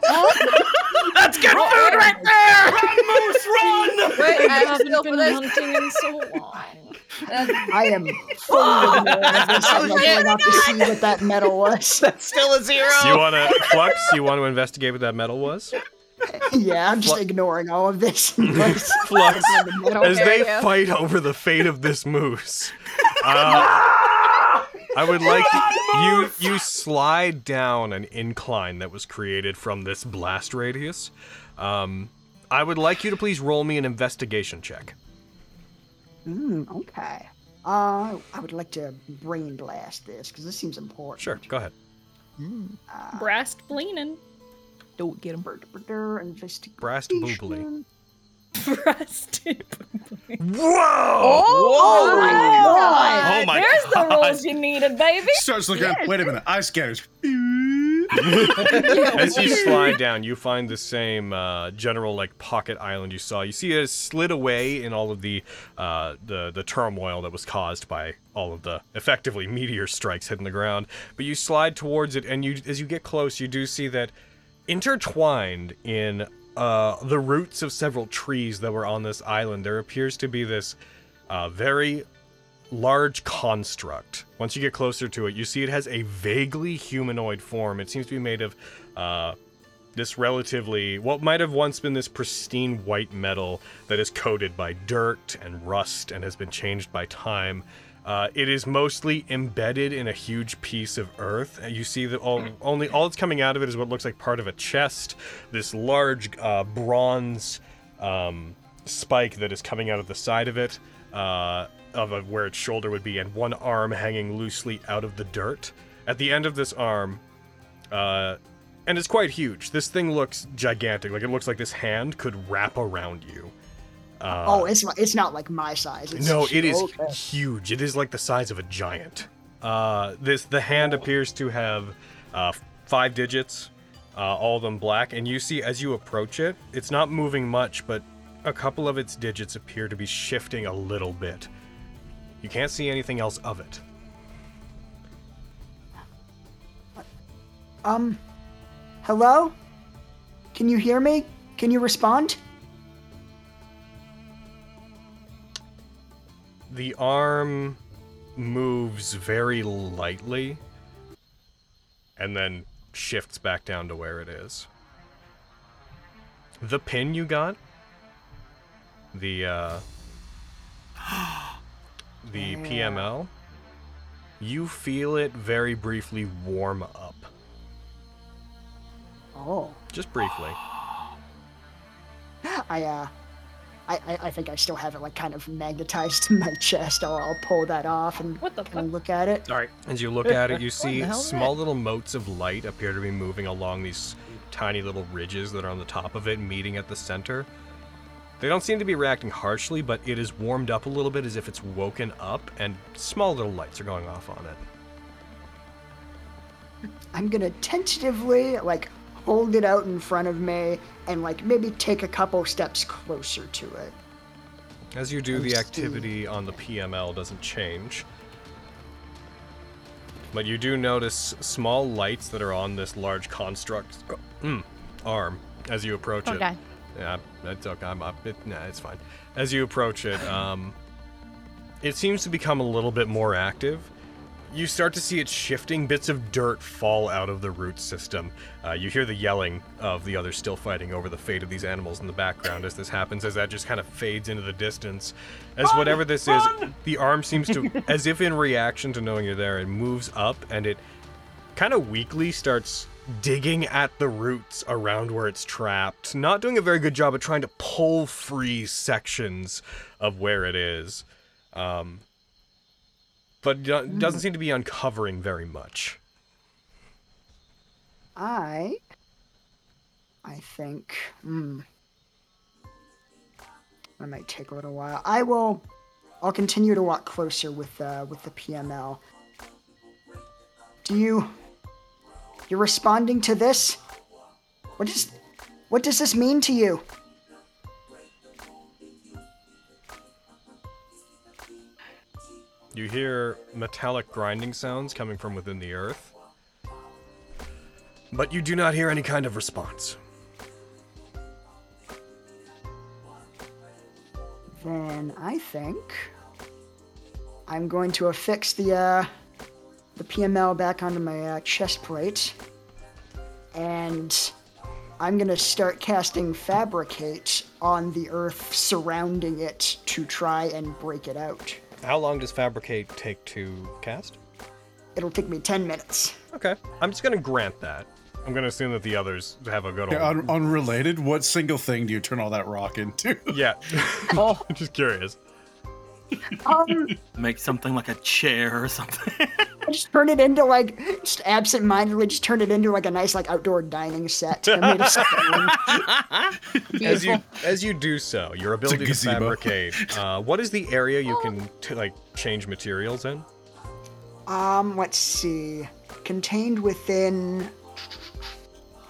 L: That's good food right there. Run, moose, run!
H: Wait, I
L: I
H: have to go for
L: haven't been
H: this.
L: hunting in so long.
G: I am fully ignoring this. I'm like going out to see what that medal was. That's
J: Oh, still a zero.
A: Do you want to, Flux, you want to investigate what that metal was?
G: Yeah, I'm just ignoring all of this. Flux.
A: Flux, As they fight over the fate of this moose, uh, I would like you you slide down an incline that was created from this blast radius. Um, I would like you to please roll me an investigation check.
G: Mm, okay. Uh, I would like to brain blast this because this seems important. Hmm.
A: Sure, go ahead.
E: Brass bleaning.
H: Don't get him.
G: Investigation.
A: Brass boobly.
D: Whoa!
K: Oh, my god.
D: Oh my
K: There's the
D: God.
K: rules you needed, baby.
D: Starts looking. Wait a minute. Eye scatters.
A: As you slide down, you find the same uh, general like pocket island you saw. You see it has slid away in all of the uh, the the turmoil that was caused by all of the effectively meteor strikes hitting the ground. But you slide towards it, and you as you get close, you do see that intertwined in uh, the roots of several trees that were on this island. There appears to be this uh, very large construct. Once you get closer to it, you see it has a vaguely humanoid form. It seems to be made of uh, this relatively, what might have once been this pristine white metal that is coated by dirt and rust and has been changed by time. Uh, it is mostly embedded in a huge piece of earth. And You see that all, only all that's coming out of it is what looks like part of a chest, this large uh, bronze um, spike that is coming out of the side of it, uh, of a, where its shoulder would be, and one arm hanging loosely out of the dirt. At the end of this arm, uh, and it's quite huge. This thing looks gigantic. Like it looks like this hand could wrap around you. Uh,
G: oh, it's not, it's not like my size. It's
A: no, it is
G: okay.
A: huge. It is like the size of a giant. Uh, this the hand
G: Oh.
A: appears to have uh, f- five digits, uh, all of them black, and you see as you approach it, it's not moving much, but a couple of its digits appear to be shifting a little bit. You can't see anything else of it.
G: Um, hello? Can you hear me? Can you respond?
A: The arm moves very lightly and then shifts back down to where it is. The pin you got, the uh the PML, you feel it very briefly warm up. Oh.
G: Oh,
A: Just briefly.
G: I uh, I, I, I think I still have it like kind of magnetized to my chest. I'll, I'll pull that off and kind of look at it.
A: Sorry. As you look at it, you
G: What
A: see
G: the hell is
A: small
G: that?
A: little motes of light appear to be moving along these tiny little ridges that are on the top of it, meeting at the center. They don't seem to be reacting harshly, but it is warmed up a little bit as if it's woken up, and small little lights are going off on it.
G: I'm gonna tentatively like hold it out in front of me and like maybe take a couple steps closer to it.
A: As you do, the activity on the PML doesn't change. But you do notice small lights that are on this large construct mm, arm as you approach
H: Okay.
A: it. Yeah, that's okay. I'm up. It, nah, it's fine. As you approach it, um, it seems to become a little bit more active. You start to see it shifting. Bits of dirt fall out of the root system. Uh, you hear the yelling of the others still fighting over the fate of these animals in the background as this happens. As that just kind of fades into the distance, as whatever this is, the arm seems to, as if in reaction to knowing you're there, it moves up and it kind of weakly starts digging at the roots around where it's trapped, not doing a very good job at trying to pull free sections of where it is. Um, but do- doesn't seem to be uncovering very much.
G: I I think hmm. That might take a little while. I will I'll continue to walk closer with uh with the PML. Do you you're responding to this? What is what does this mean to you?
A: You hear metallic grinding sounds coming from within the earth, but you do not hear any kind of response.
G: Then I think I'm going to affix the uh, the PML back onto my uh, chest plate, and I'm going to start casting Fabricate on the earth surrounding it to try and break it out.
A: How long does fabricate take to cast?
G: It'll take me ten minutes.
A: Okay, I'm just gonna grant that. I'm gonna assume that the others have a good old.
D: Yeah, un- unrelated, what single thing do you turn all that rock into?
A: Yeah.
H: Oh.
A: I'm just curious.
G: Um,
B: Make something like a chair or something.
G: I just turn it into like just absent-mindedly, just turn it into like a nice like outdoor dining set. I made a stone.
A: as you as you do so, your ability to
D: gazebo.
A: fabricate. Uh, what is the area you can t- like change materials in?
G: Um, let's see. Contained within.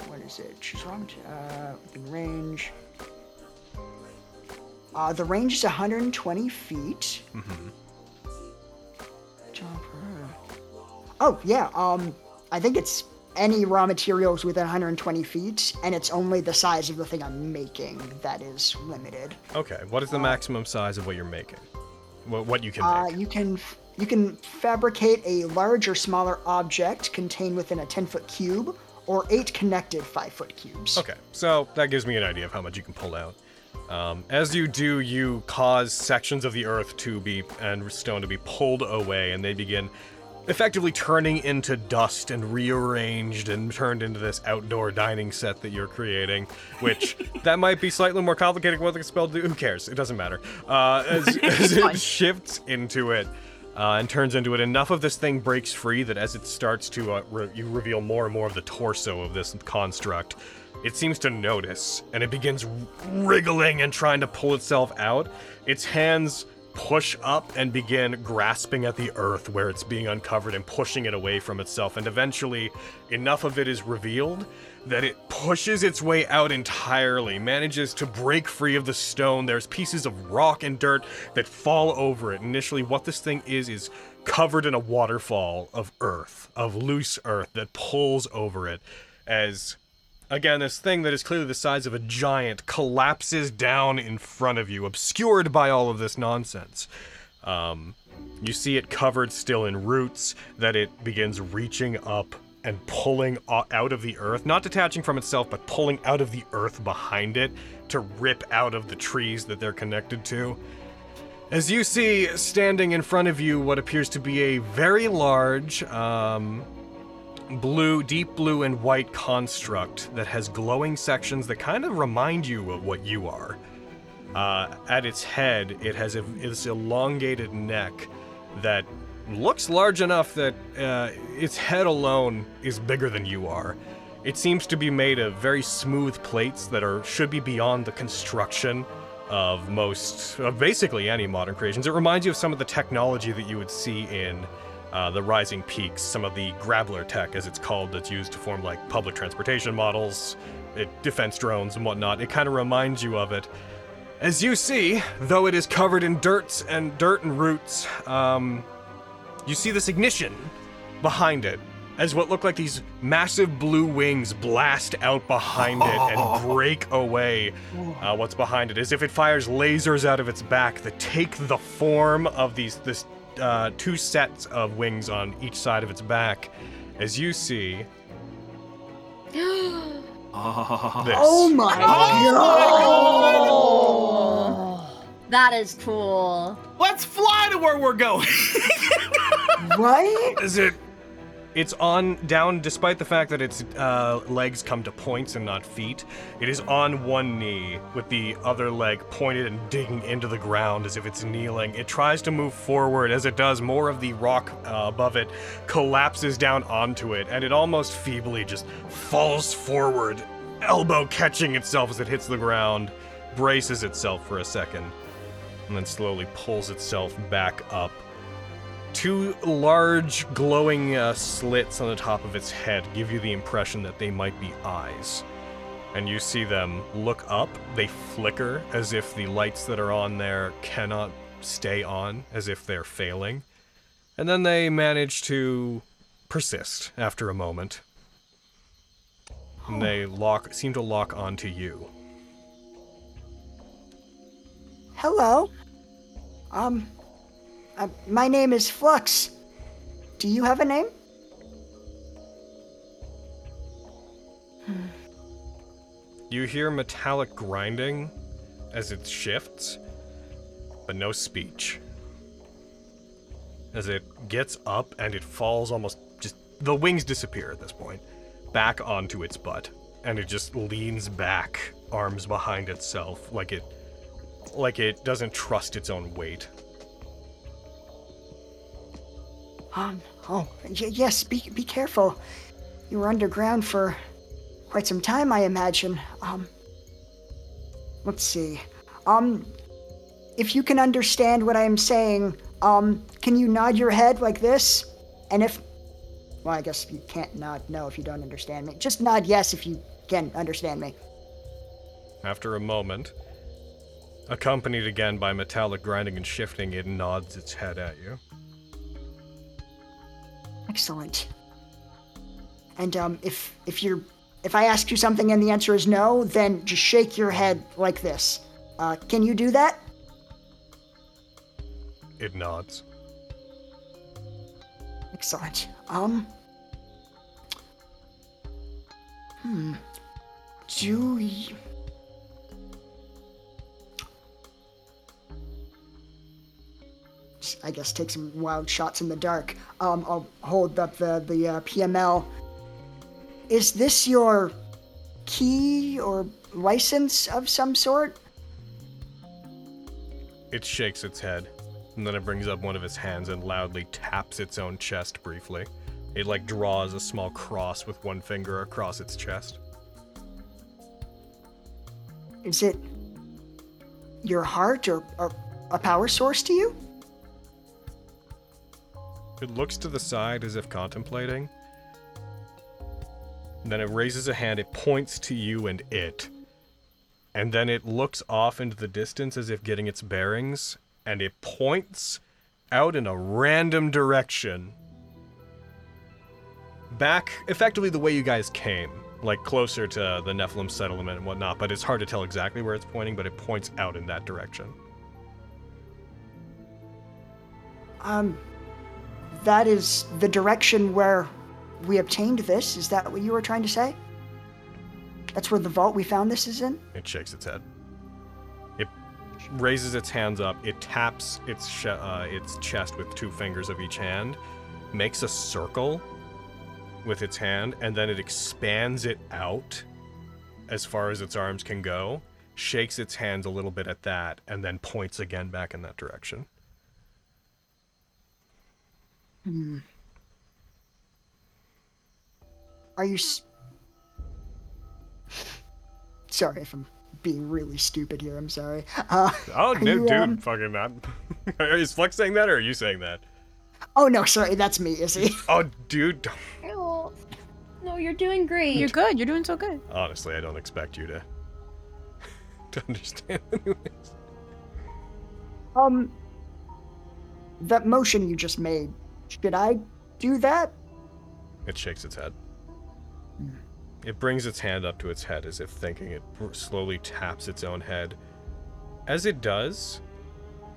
G: What is it? Choose one. Uh, within range. Uh, the range is 120 feet.
A: Mm-hmm.
G: Jump, uh, Oh yeah. Um, I think it's any raw materials within 120 feet, and it's only the size of the thing I'm making that is limited.
A: Okay. What is the maximum size of what you're making? What what you can make?
G: Uh, you can f- you can fabricate a large or smaller object contained within a 10 foot cube, or eight connected five foot cubes.
A: Okay, so that gives me an idea of how much you can pull out. Um, as you do, you cause sections of the earth to be and stone to be pulled away, and they begin effectively turning into dust and rearranged and turned into this outdoor dining set that you're creating. Which that might be slightly more complicated with a spell. Do who cares? It doesn't matter. Uh, as, as it shifts into it. Uh, and turns into it. Enough of this thing breaks free that as it starts to, uh, re- you reveal more and more of the torso of this construct. It seems to notice, and it begins wriggling and trying to pull itself out. Its hands push up and begin grasping at the earth where it's being uncovered and pushing it away from itself. And eventually, enough of it is revealed that it pushes its way out entirely, manages to break free of the stone. There's pieces of rock and dirt that fall over it. Initially, what this thing is is covered in a waterfall of earth, of loose earth that pulls over it as Again, this thing that is clearly the size of a giant collapses down in front of you, obscured by all of this nonsense. Um, you see it covered still in roots, that it begins reaching up and pulling o- out of the earth, not detaching from itself, but pulling out of the earth behind it to rip out of the trees that they're connected to. As you see standing in front of you what appears to be a very large, um, blue, deep blue and white construct that has glowing sections that kind of remind you of what you are. Uh, at its head, it has a, this elongated neck that looks large enough that uh, its head alone is bigger than you are. It seems to be made of very smooth plates that are should be beyond the construction of most, of basically any modern creations. It reminds you of some of the technology that you would see in uh, the Rising Peaks, some of the Grappler tech, as it's called, that's used to form like public transportation models, it, defense drones, and whatnot. It kind of reminds you of it. As you see, though it is covered in dirt and dirt and roots, um, you see this ignition behind it as what look like these massive blue wings blast out behind it and break away uh, what's behind it, as if it fires lasers out of its back that take the form of these this uh, two sets of wings on each side of its back. As you see, this.
Q: Oh my
G: Oh
Q: That is cool.
B: Let's fly to where we're going.
G: right?
A: Is it? It's on down, despite the fact that its uh, legs come to points and not feet. It is on one knee with the other leg pointed and digging into the ground as if it's kneeling. It tries to move forward. As it does, more of the rock uh, above it collapses down onto it, and it almost feebly just falls forward, elbow catching itself as it hits the ground, braces itself for a second, and then slowly pulls itself back up two large glowing uh, slits on the top of its head give you the impression that they might be eyes and you see them look up they flicker as if the lights that are on there cannot stay on as if they're failing and then they manage to persist after a moment and they lock seem to lock onto you
G: Hello. Um, uh, my name is Flux. Do you have a name?
A: you hear metallic grinding as it shifts but no speech as it gets up and it falls almost just the wings disappear at this point back onto its butt and it just leans back arms behind itself like it like it doesn't trust its own weight
G: Um, oh, y- yes, be, be careful. You were underground for quite some time, I imagine. Um, let's see. Um, if you can understand what I'm saying, um, can you nod your head like this? And if, well, I guess you can't nod no if you don't understand me. Just nod yes if you can understand me.
A: After a moment, accompanied again by metallic grinding and shifting, it nods its head at you.
G: Excellent. And um, if if you're if I ask you something and the answer is no, then just shake your head like this. Uh, can you do that?
A: It nods.
G: Excellent. Um. Hmm. Do y- I guess take some wild shots in the dark. Um, I'll hold up the the uh, PML. Is this your key or license of some sort?
A: It shakes its head, and then it brings up one of its hands and loudly taps its own chest briefly. It like draws a small cross with one finger across its chest.
G: Is it your heart or, or a power source to you?
A: It looks to the side as if contemplating. And then it raises a hand, it points to you and it. And then it looks off into the distance as if getting its bearings, and it points out in a random direction. Back, effectively, the way you guys came, like closer to the Nephilim settlement and whatnot, but it's hard to tell exactly where it's pointing, but it points out in that direction.
G: Um, that is the direction where we obtained this. Is that what you were trying to say? That's where the vault we found this is in?
A: It shakes its head. It raises its hands up. It taps its sh- uh, its chest with two fingers of each hand, makes a circle with its hand, and then it expands it out as far as its arms can go, shakes its hands a little bit at that, and then points again back in that direction.
G: Hmm. Are you. S- sorry if I'm being really stupid here. I'm sorry. Uh,
A: Oh,
G: are
A: no,
G: you,
A: dude,
G: um,
A: fucking not. is Flex saying that, or are you saying that?
G: oh, no, sorry. That's me, is he?
A: Oh, dude, don't-
Q: Ew. No, you're doing great.
H: You're good. You're doing so good.
A: honestly, I don't expect you to to understand. Anyways.
G: Um. That motion you just made, should I do that?
A: It shakes its head. It brings its hand up to its head as if thinking. It br- slowly taps its own head. As it does,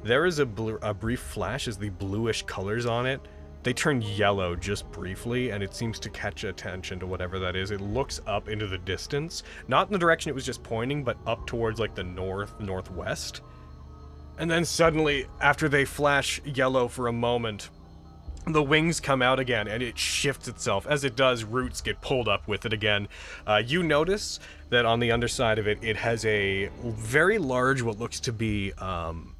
A: there is a, bl- a brief flash as the bluish colors on it. They turn yellow just briefly, and it seems to catch attention to whatever that is. It looks up into the distance, not in the direction it was just pointing, but up towards like the north, northwest. And then suddenly, after they flash yellow for a moment, the wings come out again and it shifts itself. As it does, roots get pulled up with it again. Uh, you notice that on the underside of it, it has a very large, what looks to be, um,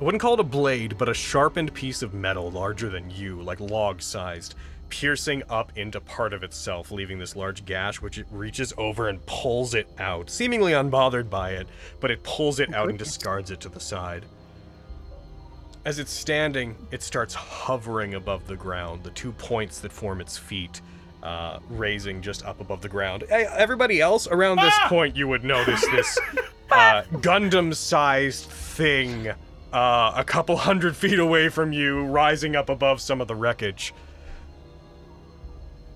A: I wouldn't call it a blade, but a sharpened piece of metal larger than you, like log sized, piercing up into part of itself, leaving this large gash, which it reaches over and pulls it out, seemingly unbothered by it, but it pulls it out and discards it to the side. As it's standing, it starts hovering above the ground, the two points that form its feet uh, raising just up above the ground. Hey, everybody else around this point, you would notice this uh, Gundam sized thing uh, a couple hundred feet away from you, rising up above some of the wreckage.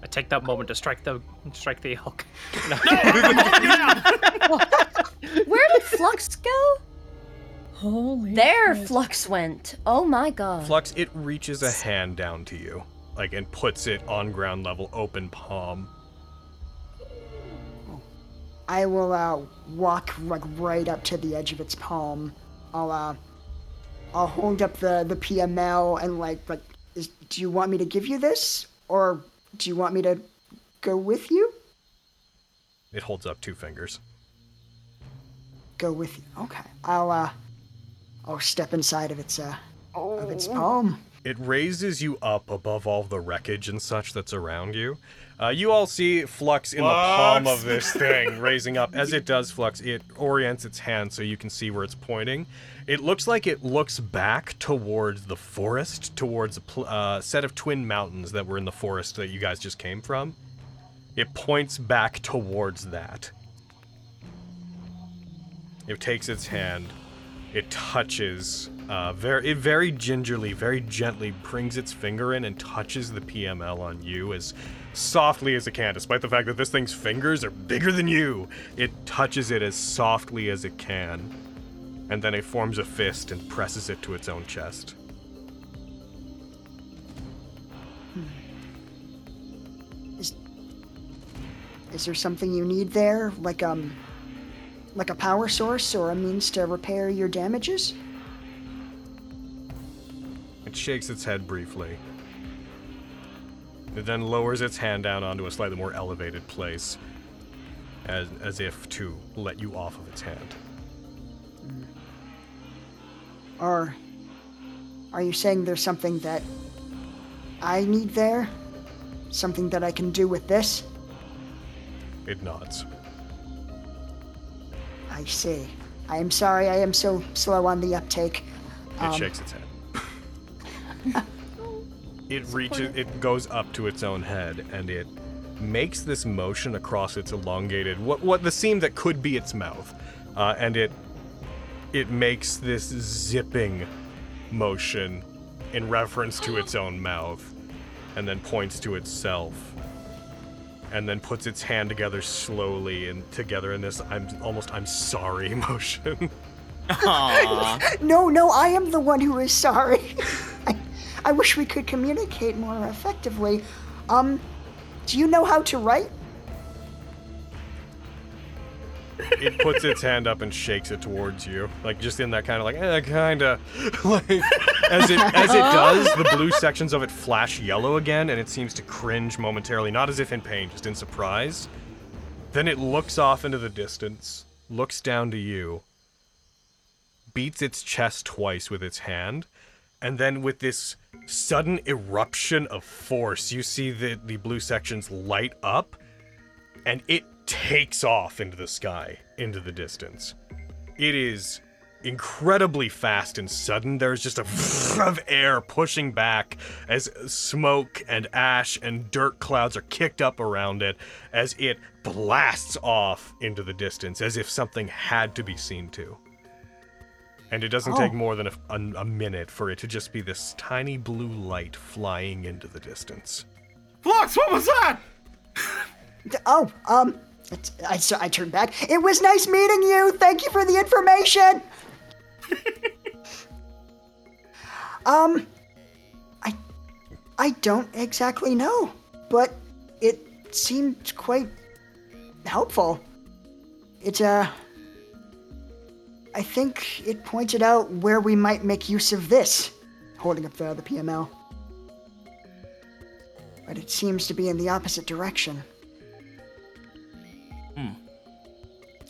F: I take that moment to strike the strike the elk.
C: Where did Flux go?
L: Holy.
C: There, Flux went. Oh my god.
A: Flux, it reaches a hand down to you, like, and puts it on ground level, open palm.
G: I will uh, walk like right up to the edge of its palm. I'll uh, I'll hold up the the PML and like like, is, do you want me to give you this or do you want me to go with you?
A: It holds up two fingers.
G: Go with you. Okay. I'll uh, I'll step inside of its uh of its palm.
A: It raises you up above all the wreckage and such that's around you. Uh, you all see Flux in the palm
M: Flux!
A: of this thing raising up. As it does, Flux, it orients its hand so you can see where it's pointing. It looks like it looks back towards the forest, towards a pl- uh, set of twin mountains that were in the forest that you guys just came from. It points back towards that. It takes its hand. It touches. Uh, very, it very gingerly, very gently brings its finger in and touches the PML on you as softly as it can, despite the fact that this thing's fingers are bigger than you. It touches it as softly as it can, and then it forms a fist and presses it to its own chest.
G: Is there something you need there? Like um like a power source or a means to repair your damages?
A: It shakes its head briefly. It then lowers its hand down onto a slightly more elevated place, as, as if to let you off of its hand.
G: Or are you saying there's something that I need there? Something that I can do with this?
A: It nods.
G: I see. I am sorry I am so slow on the uptake.
A: It
G: Um,
A: shakes its head. it reaches, it goes up to its own head, and it makes this motion across its elongated, what what the seam that could be its mouth, uh, and it it makes this zipping motion in reference to its own mouth, and then points to itself, and then puts its hand together slowly and together in this I'm almost I'm sorry motion.
G: no, no, I am the one who is sorry. I, I wish we could communicate more effectively. Um, do you know how to write?
A: it puts its hand up and shakes it towards you, like just in that kind of like eh, kind of like as it as it does, the blue sections of it flash yellow again, and it seems to cringe momentarily, not as if in pain, just in surprise. Then it looks off into the distance, looks down to you, beats its chest twice with its hand, and then with this sudden eruption of force, you see the, the blue sections light up and it takes off into the sky, into the distance. It is incredibly fast and sudden. There's just a of air pushing back as smoke and ash and dirt clouds are kicked up around it as it blasts off into the distance as if something had to be seen to. And it doesn't take
G: Oh.
A: more than a, a- a minute for it to just be this tiny blue light flying into the distance.
B: Flux, what was that?
G: D- Oh, um, it's- I, so I turned back. It was nice meeting you. Thank you for the information. um, I, I don't exactly know, but it seemed quite helpful. It, uh, I think it pointed out where we might make use of this. Holding up the, the PML. But it seems to be in the opposite direction.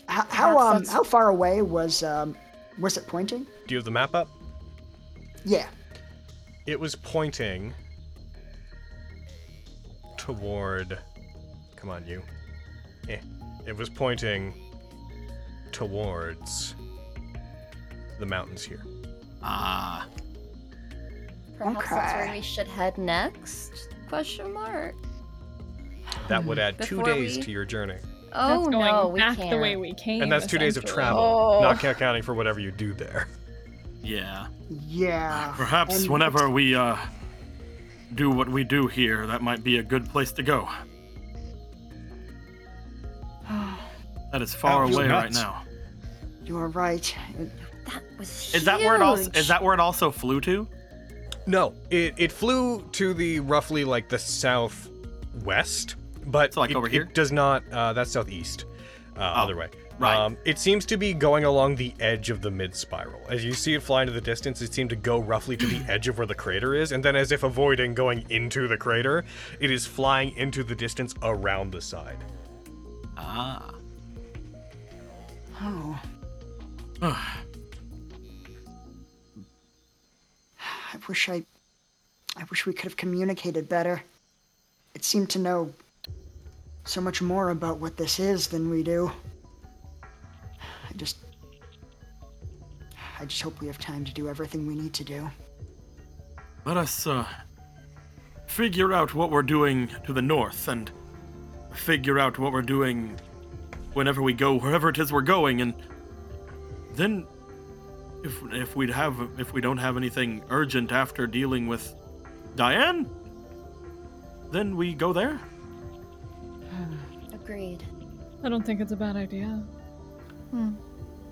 G: How how,
A: Perhaps
G: um,
A: that's-
G: how far away was um, was it pointing?
A: Do you have the map up?
G: Yeah.
A: It was pointing toward. Come on, you. Eh. It was pointing towards the mountains here.
B: Ah.
C: Perhaps that's where we should head next? Question mark.
A: That would add two
C: Before
A: days
C: we-
A: to your journey.
C: Oh
L: That's going
C: no, we
L: back
C: can't.
L: the way we came.
A: and that's two days of
L: essentially.
A: travel, not ca- counting for whatever you do there.
B: Yeah.
G: Yeah.
B: Perhaps
G: And-
B: whenever we uh, do what we do here, that might be a good place to go. That is far
G: That was
B: away right
G: nuts.
B: now.
G: You are right.
B: Is that where it also is that where it also flew to?
A: No, it, it flew to the roughly like the southwest, but
B: like,
A: it,
B: over
A: it
B: here? Oh,
A: does not. Uh, that's southeast. Uh, Other way. Right. Um, it seems to be going along the edge of the mid spiral. As you see it fly into the distance, it seemed to go roughly to the edge of where the crater is, and then, as if avoiding going into the crater, it is flying into the distance around the side.
B: Ah.
G: Oh. I wish I. I wish we could have communicated better. It seemed to know so much more about what this is than we do. I just. I just hope we have time to do everything we need to do.
B: Let us uh, figure out what we're doing to the north and figure out what we're doing whenever we go wherever it is we're going and then if if we'd have if we don't have anything urgent after dealing with Diane then we go there.
C: Agreed.
L: I don't think it's a bad idea.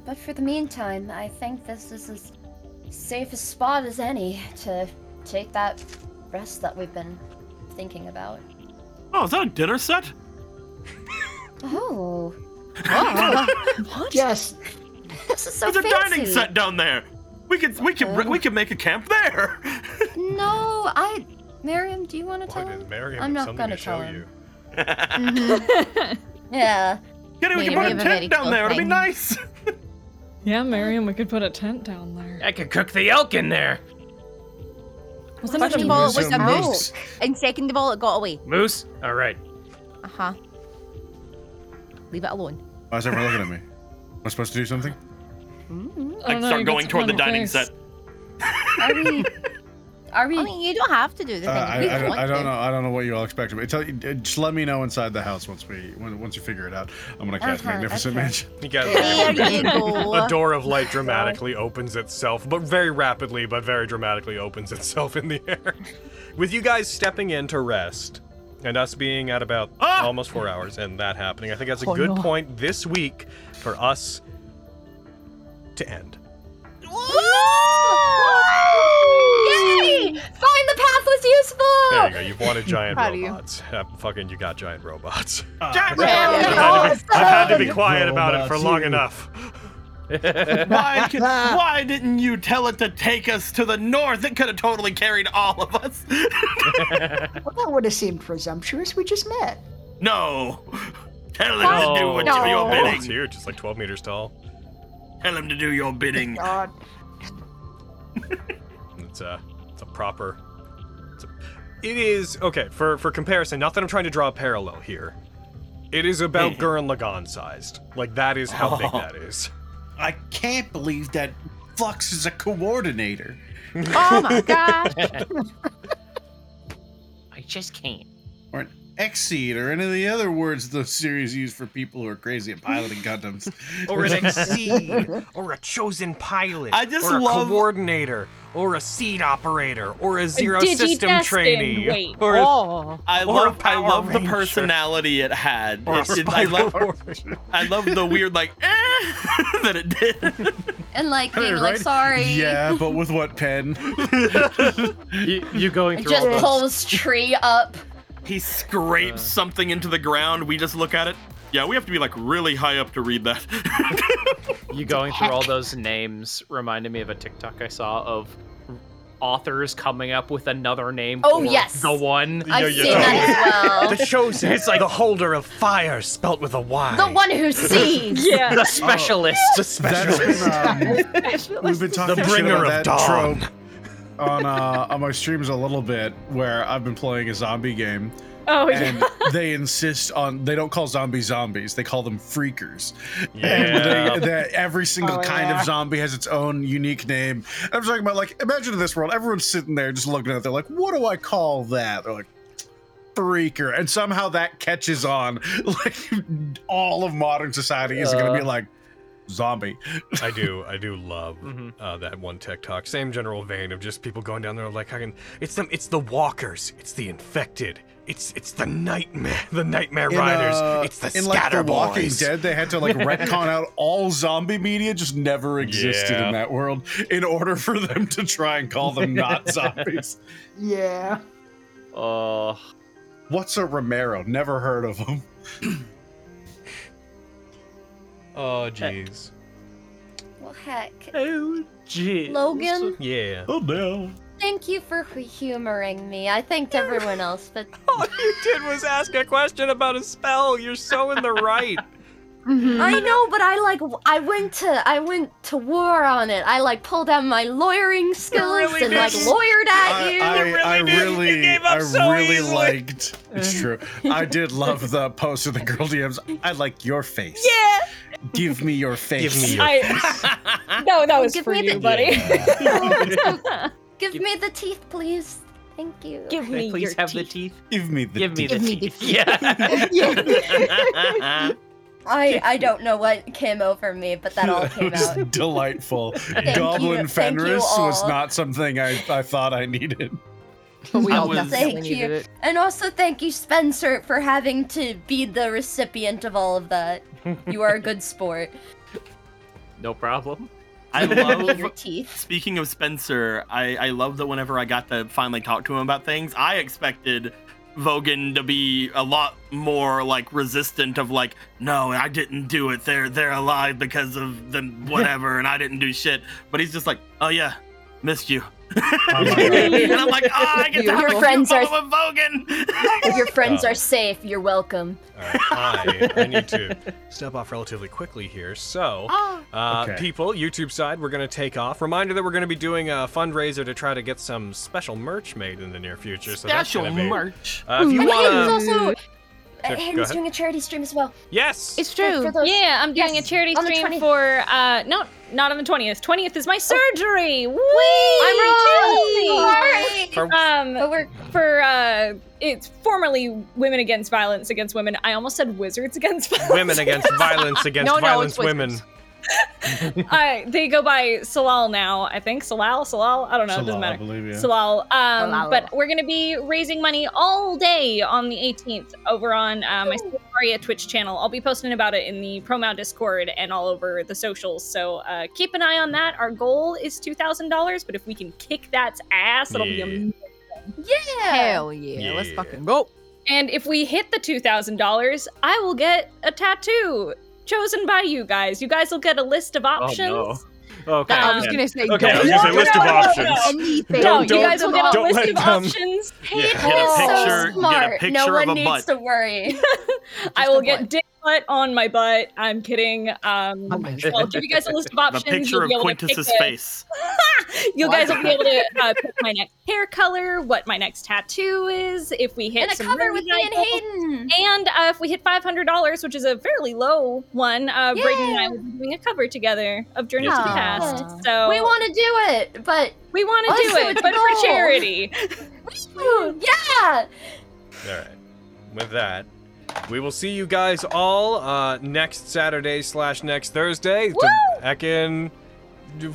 C: But for the meantime, I think this is as safe a spot as any to take that rest that we've been thinking about.
B: Oh, is that a dinner set?
C: Oh.
G: what? Yes.
C: This is so
B: There's a dining
C: fancy.
B: set down there. We could we could we could make a camp there.
C: No, I. Miriam, do you want to tell him?
A: Miriam,
C: I'm not
A: it's something
C: gonna
A: to
C: tell
A: show
C: him.
A: you.
C: Mm-hmm. Yeah.
B: Yeah, we
C: Maybe
B: can put
C: have
B: a
C: very
B: tent down
C: cool
B: there. It'll be
C: thing.
B: nice.
L: Yeah, Miriam, we could put a tent down there.
J: I could cook the elk in there.
L: Was
J: Bunch
H: First
J: of
H: of all, it
J: moose
H: was a
J: and
H: moose,
J: moose.
H: and second of all, it got away.
J: Moose? All right.
H: Uh
C: Uh-huh.
H: huh. Leave it alone.
D: Why is everyone looking at me? Am I supposed to do something?
Q: Oh,
B: I
H: don't know,
B: start
H: Oh, you got
B: going
H: some
B: toward the
H: funny
B: dining
H: face.
B: set.
C: Are we? Are we?
H: I mean, you don't have to do the
D: Uh,
H: thing.
D: I,
H: if you
D: I, don't,
H: want
D: I don't
H: to.
D: know. I don't know what you all expect of me. Tell, just let me know inside the house once we when, once you figure it out. I'm gonna cast
A: Uh-huh,
D: magnificent
A: okay.
D: magic.
A: You guys,
D: There you go.
A: a door of light dramatically opens itself, but very rapidly, but very dramatically opens itself in the air. With you guys stepping in to rest, and us being at about almost four hours, and that happening, I think that's a
M: Oh,
A: good
M: no.
A: point this week for us to end.
C: Yay! Find the path was
H: Ah!
C: useful.
A: There you go. You've wanted giant
C: Proud of you.
A: robots. Uh, fucking, you got giant robots.
B: Giant
A: I've,
B: robots!
A: had to be, I've had to be
B: Awesome!
A: quiet about it for
B: Robots.
A: long enough.
B: why, could, why didn't you tell it to take us to the north? It could have totally carried all of us.
G: Well, that would have seemed presumptuous. We just met.
B: No. Tell him to do what you- your
A: It's
B: bidding.
A: huge. It's like 12 meters tall.
B: Tell him to do your bidding.
G: God.
A: It's a, it's a proper. It's a, it is okay for for comparison. Not that I'm trying to draw a parallel here. It is about Gurren Lagann sized. Like that is how
B: Oh.
A: big that is.
D: I can't believe that Flux is a coordinator.
H: Oh my gosh.
J: I just can't.
D: Or an exceed or any of the other words those series use for people who are crazy at piloting Gundams.
I: Or an exceed, or a chosen pilot,
D: I just
I: or a
D: love-
I: coordinator, or a seed operator, or a zero
E: Digidestin,
I: system trainee,
E: wait.
I: or a-
E: Oh.
B: I
I: Or a
B: love, I
I: Power
B: love the
I: Ranger.
B: personality it had.
I: Or a
B: It- it- I,
I: Spider
B: love, I love the weird like eh, that it did.
C: And like being
D: Right?
C: like, sorry.
D: Yeah, but with what pen?
F: you, you going
C: It just pulls tree up.
B: He scrapes something into the ground. We just look at it. Yeah, we have to be like really high up to read that.
F: You going through all those names reminded me of a TikTok I saw of authors coming up with another name.
C: Oh,
F: for
C: yes.
F: the one.
C: I've seen that as well.
I: the chosen.
F: It's like
I: the holder of fire, spelt with a Y.
C: The one who sees. Yeah.
D: Oh,
F: the specialist.
I: The specialist.
D: We've um, been
I: The
D: talking shit
I: bringer
D: about
I: of
D: that
I: dawn.
D: trope on uh, on my streams a little bit, where I've been playing a zombie game.
E: Oh, yeah.
D: and they insist on they don't call zombies zombies; they call them freakers.
M: Yeah.
D: And they, they, every single
M: Oh,
D: kind
M: yeah.
D: of zombie has its own unique name. And I'm talking about like imagine in this world, everyone's sitting there just looking at it. They're like, "What do I call that?" They're like. Freaker, and somehow that catches on. Like all of modern society is going to be
A: Uh.
D: like zombie.
A: I do. I do love uh, that one TikTok. Same general vein of just people going down there like, I can. It's them. It's the walkers. It's the infected. It's it's the nightmare. The nightmare riders.
D: uh,
A: it's the
D: in like the
A: scatterboys.
D: Walking Dead, they had to like retcon out all zombie media just never existed
A: Yeah.
D: in that world in order for them to try and call them not zombies.
G: Yeah.
F: Oh,
D: what's a Romero? Never heard of him.
A: oh jeez.
C: Well, heck.
F: Oh, jeez.
C: Logan?
A: Yeah.
D: Oh no.
C: Thank you for humoring me. I thanked everyone else, but
A: All you did was ask a question about a spell. You're so in the right.
C: I know, but I like w- I went to I went to war on it. I like pulled out my lawyering skills
Q: really
C: and like
Q: did.
C: lawyered
D: Uh,
C: at you.
D: I really, I really liked. It's
C: Uh.
D: true. I did love the post of the girl DMs. I like your face.
E: Yeah.
D: Give me your face.
E: me your I- No, that was for you, buddy.
C: Give me the teeth, please. Thank you.
E: Give
F: Can I please have the teeth?
D: Give me the
F: Give me
C: teeth.
F: the
C: Give me the
F: teeth. Yeah.
C: I I don't know what came over me, but that all
D: It
C: came
D: was
C: out.
D: delightful.
C: Thank
D: Goblin
C: you- thank you
D: Fenris was
C: all.
D: not something I, I thought I needed.
B: we all
C: Thank you. And also thank you, Spencer, for having to be the recipient of all of that. You are a good sport.
F: no problem.
B: I love
C: your teeth.
B: Speaking of Spencer, I, I love that whenever I got to finally talk to him about things, I expected Vogan to be a lot more like resistant of like, no, I didn't do it. They're they're alive because of the whatever, and I didn't do shit. But he's just like, oh yeah, missed you. and I'm like, oh, I get to have a
C: your
B: few
C: friends are
B: follow-up Vogan.
C: if your friends
A: Oh.
C: are safe, you're welcome.
A: I, I need to step off relatively quickly here. So, uh,
I: Okay.
A: people, YouTube side, we're going to take off. Reminder that we're going to be doing a fundraiser to try to get some special merch made in the near future. So that's
B: Special
A: gonna be,
B: merch.
A: Uh, if you
C: and
A: want
C: Hayden's also
A: Sure,
C: uh,
A: go
C: Hayden's
A: ahead.
C: doing a charity stream as well.
A: Yes.
E: It's
C: true. For those-
E: yeah, I'm doing
C: Yes,
E: a charity
C: on the
E: stream
C: 20th.
E: for uh no, not on the 20th. 20th is my surgery.
C: Whee!
E: Whee! Um for uh it's formerly Women Against Violence Against Women. I almost said Wizards Against Violence.
A: women against violence against
E: No, no,
A: violence
E: it's Wizards.
A: women.
E: I they go by Salal now, I think. Salal, Salal, I don't know, it
A: Salal, I
E: doesn't matter.
A: believe, yeah.
E: Salal. Um
A: Salal.
E: but we're gonna be raising money all day on the 18th over on uh, my Maria Twitch channel. I'll be posting about it in the ProMount Discord and all over the socials. So uh, keep an eye on that. Our goal is two thousand dollars, but if we can kick that ass, it'll
A: Yeah.
E: be amazing.
C: Yeah.
H: Hell yeah. Let's fucking go.
E: And if we hit the $2,000, I will get a tattoo chosen by you guys. You guys will get a list
A: Oh,
E: of options.
F: Oh, Okay.
E: I was
F: then.
E: gonna say,
F: okay, I was
E: don't-
F: gonna say list of
E: no, no,
F: options.
E: no,
C: Anything.
E: No,
F: Don't-
E: you guys will get a
F: don't
E: list
F: let
E: of
F: them-
E: options.
F: Yeah, get a
C: so
F: picture- get a
C: smart. no
F: picture
C: one
F: of a
C: needs
F: butt.
C: to worry.
E: I will get dick butt on my butt. I'm kidding. Um,
C: Oh
H: Oh
B: my
E: I'll give you guys a list of options.
B: A picture
E: You'll
B: of
E: be able to
B: Quintus's
E: pick a-
B: face.
E: you
B: What?
E: guys will be able to uh, pick my next hair color, what my next tattoo is, if we hit
C: And a
E: some
C: cover
E: really
C: with me and
E: high goals, and uh, if we hit five hundred dollars, which is a fairly low one. Uh, Braden and I will be doing a cover together of Journey to the
C: Yeah.
E: Past. So
C: we want to do it, but
E: we want to do it, but for charity.
C: yeah.
A: All right. With that, we will see you guys all uh, next Saturday slash next Thursday. Woo! Back in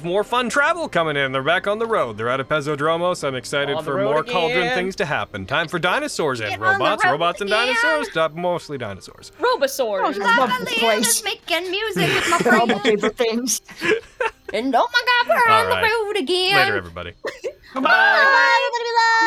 A: more fun travel coming in. They're back on the road. They're out of Pezzodromos. I'm excited
I: On the
A: for
I: road
A: more cauldron
I: again.
A: things to happen. Time for dinosaurs and
C: on the
A: robots.
C: road
A: Robots and
C: again.
A: dinosaurs. Di- Mostly dinosaurs.
C: Oh,
E: Robosaur.
C: I'm just making music with my friends.
G: favorite things.
C: and oh my god, we're
A: All
C: on
A: right.
C: the road again.
A: Later, everybody.
C: Bye.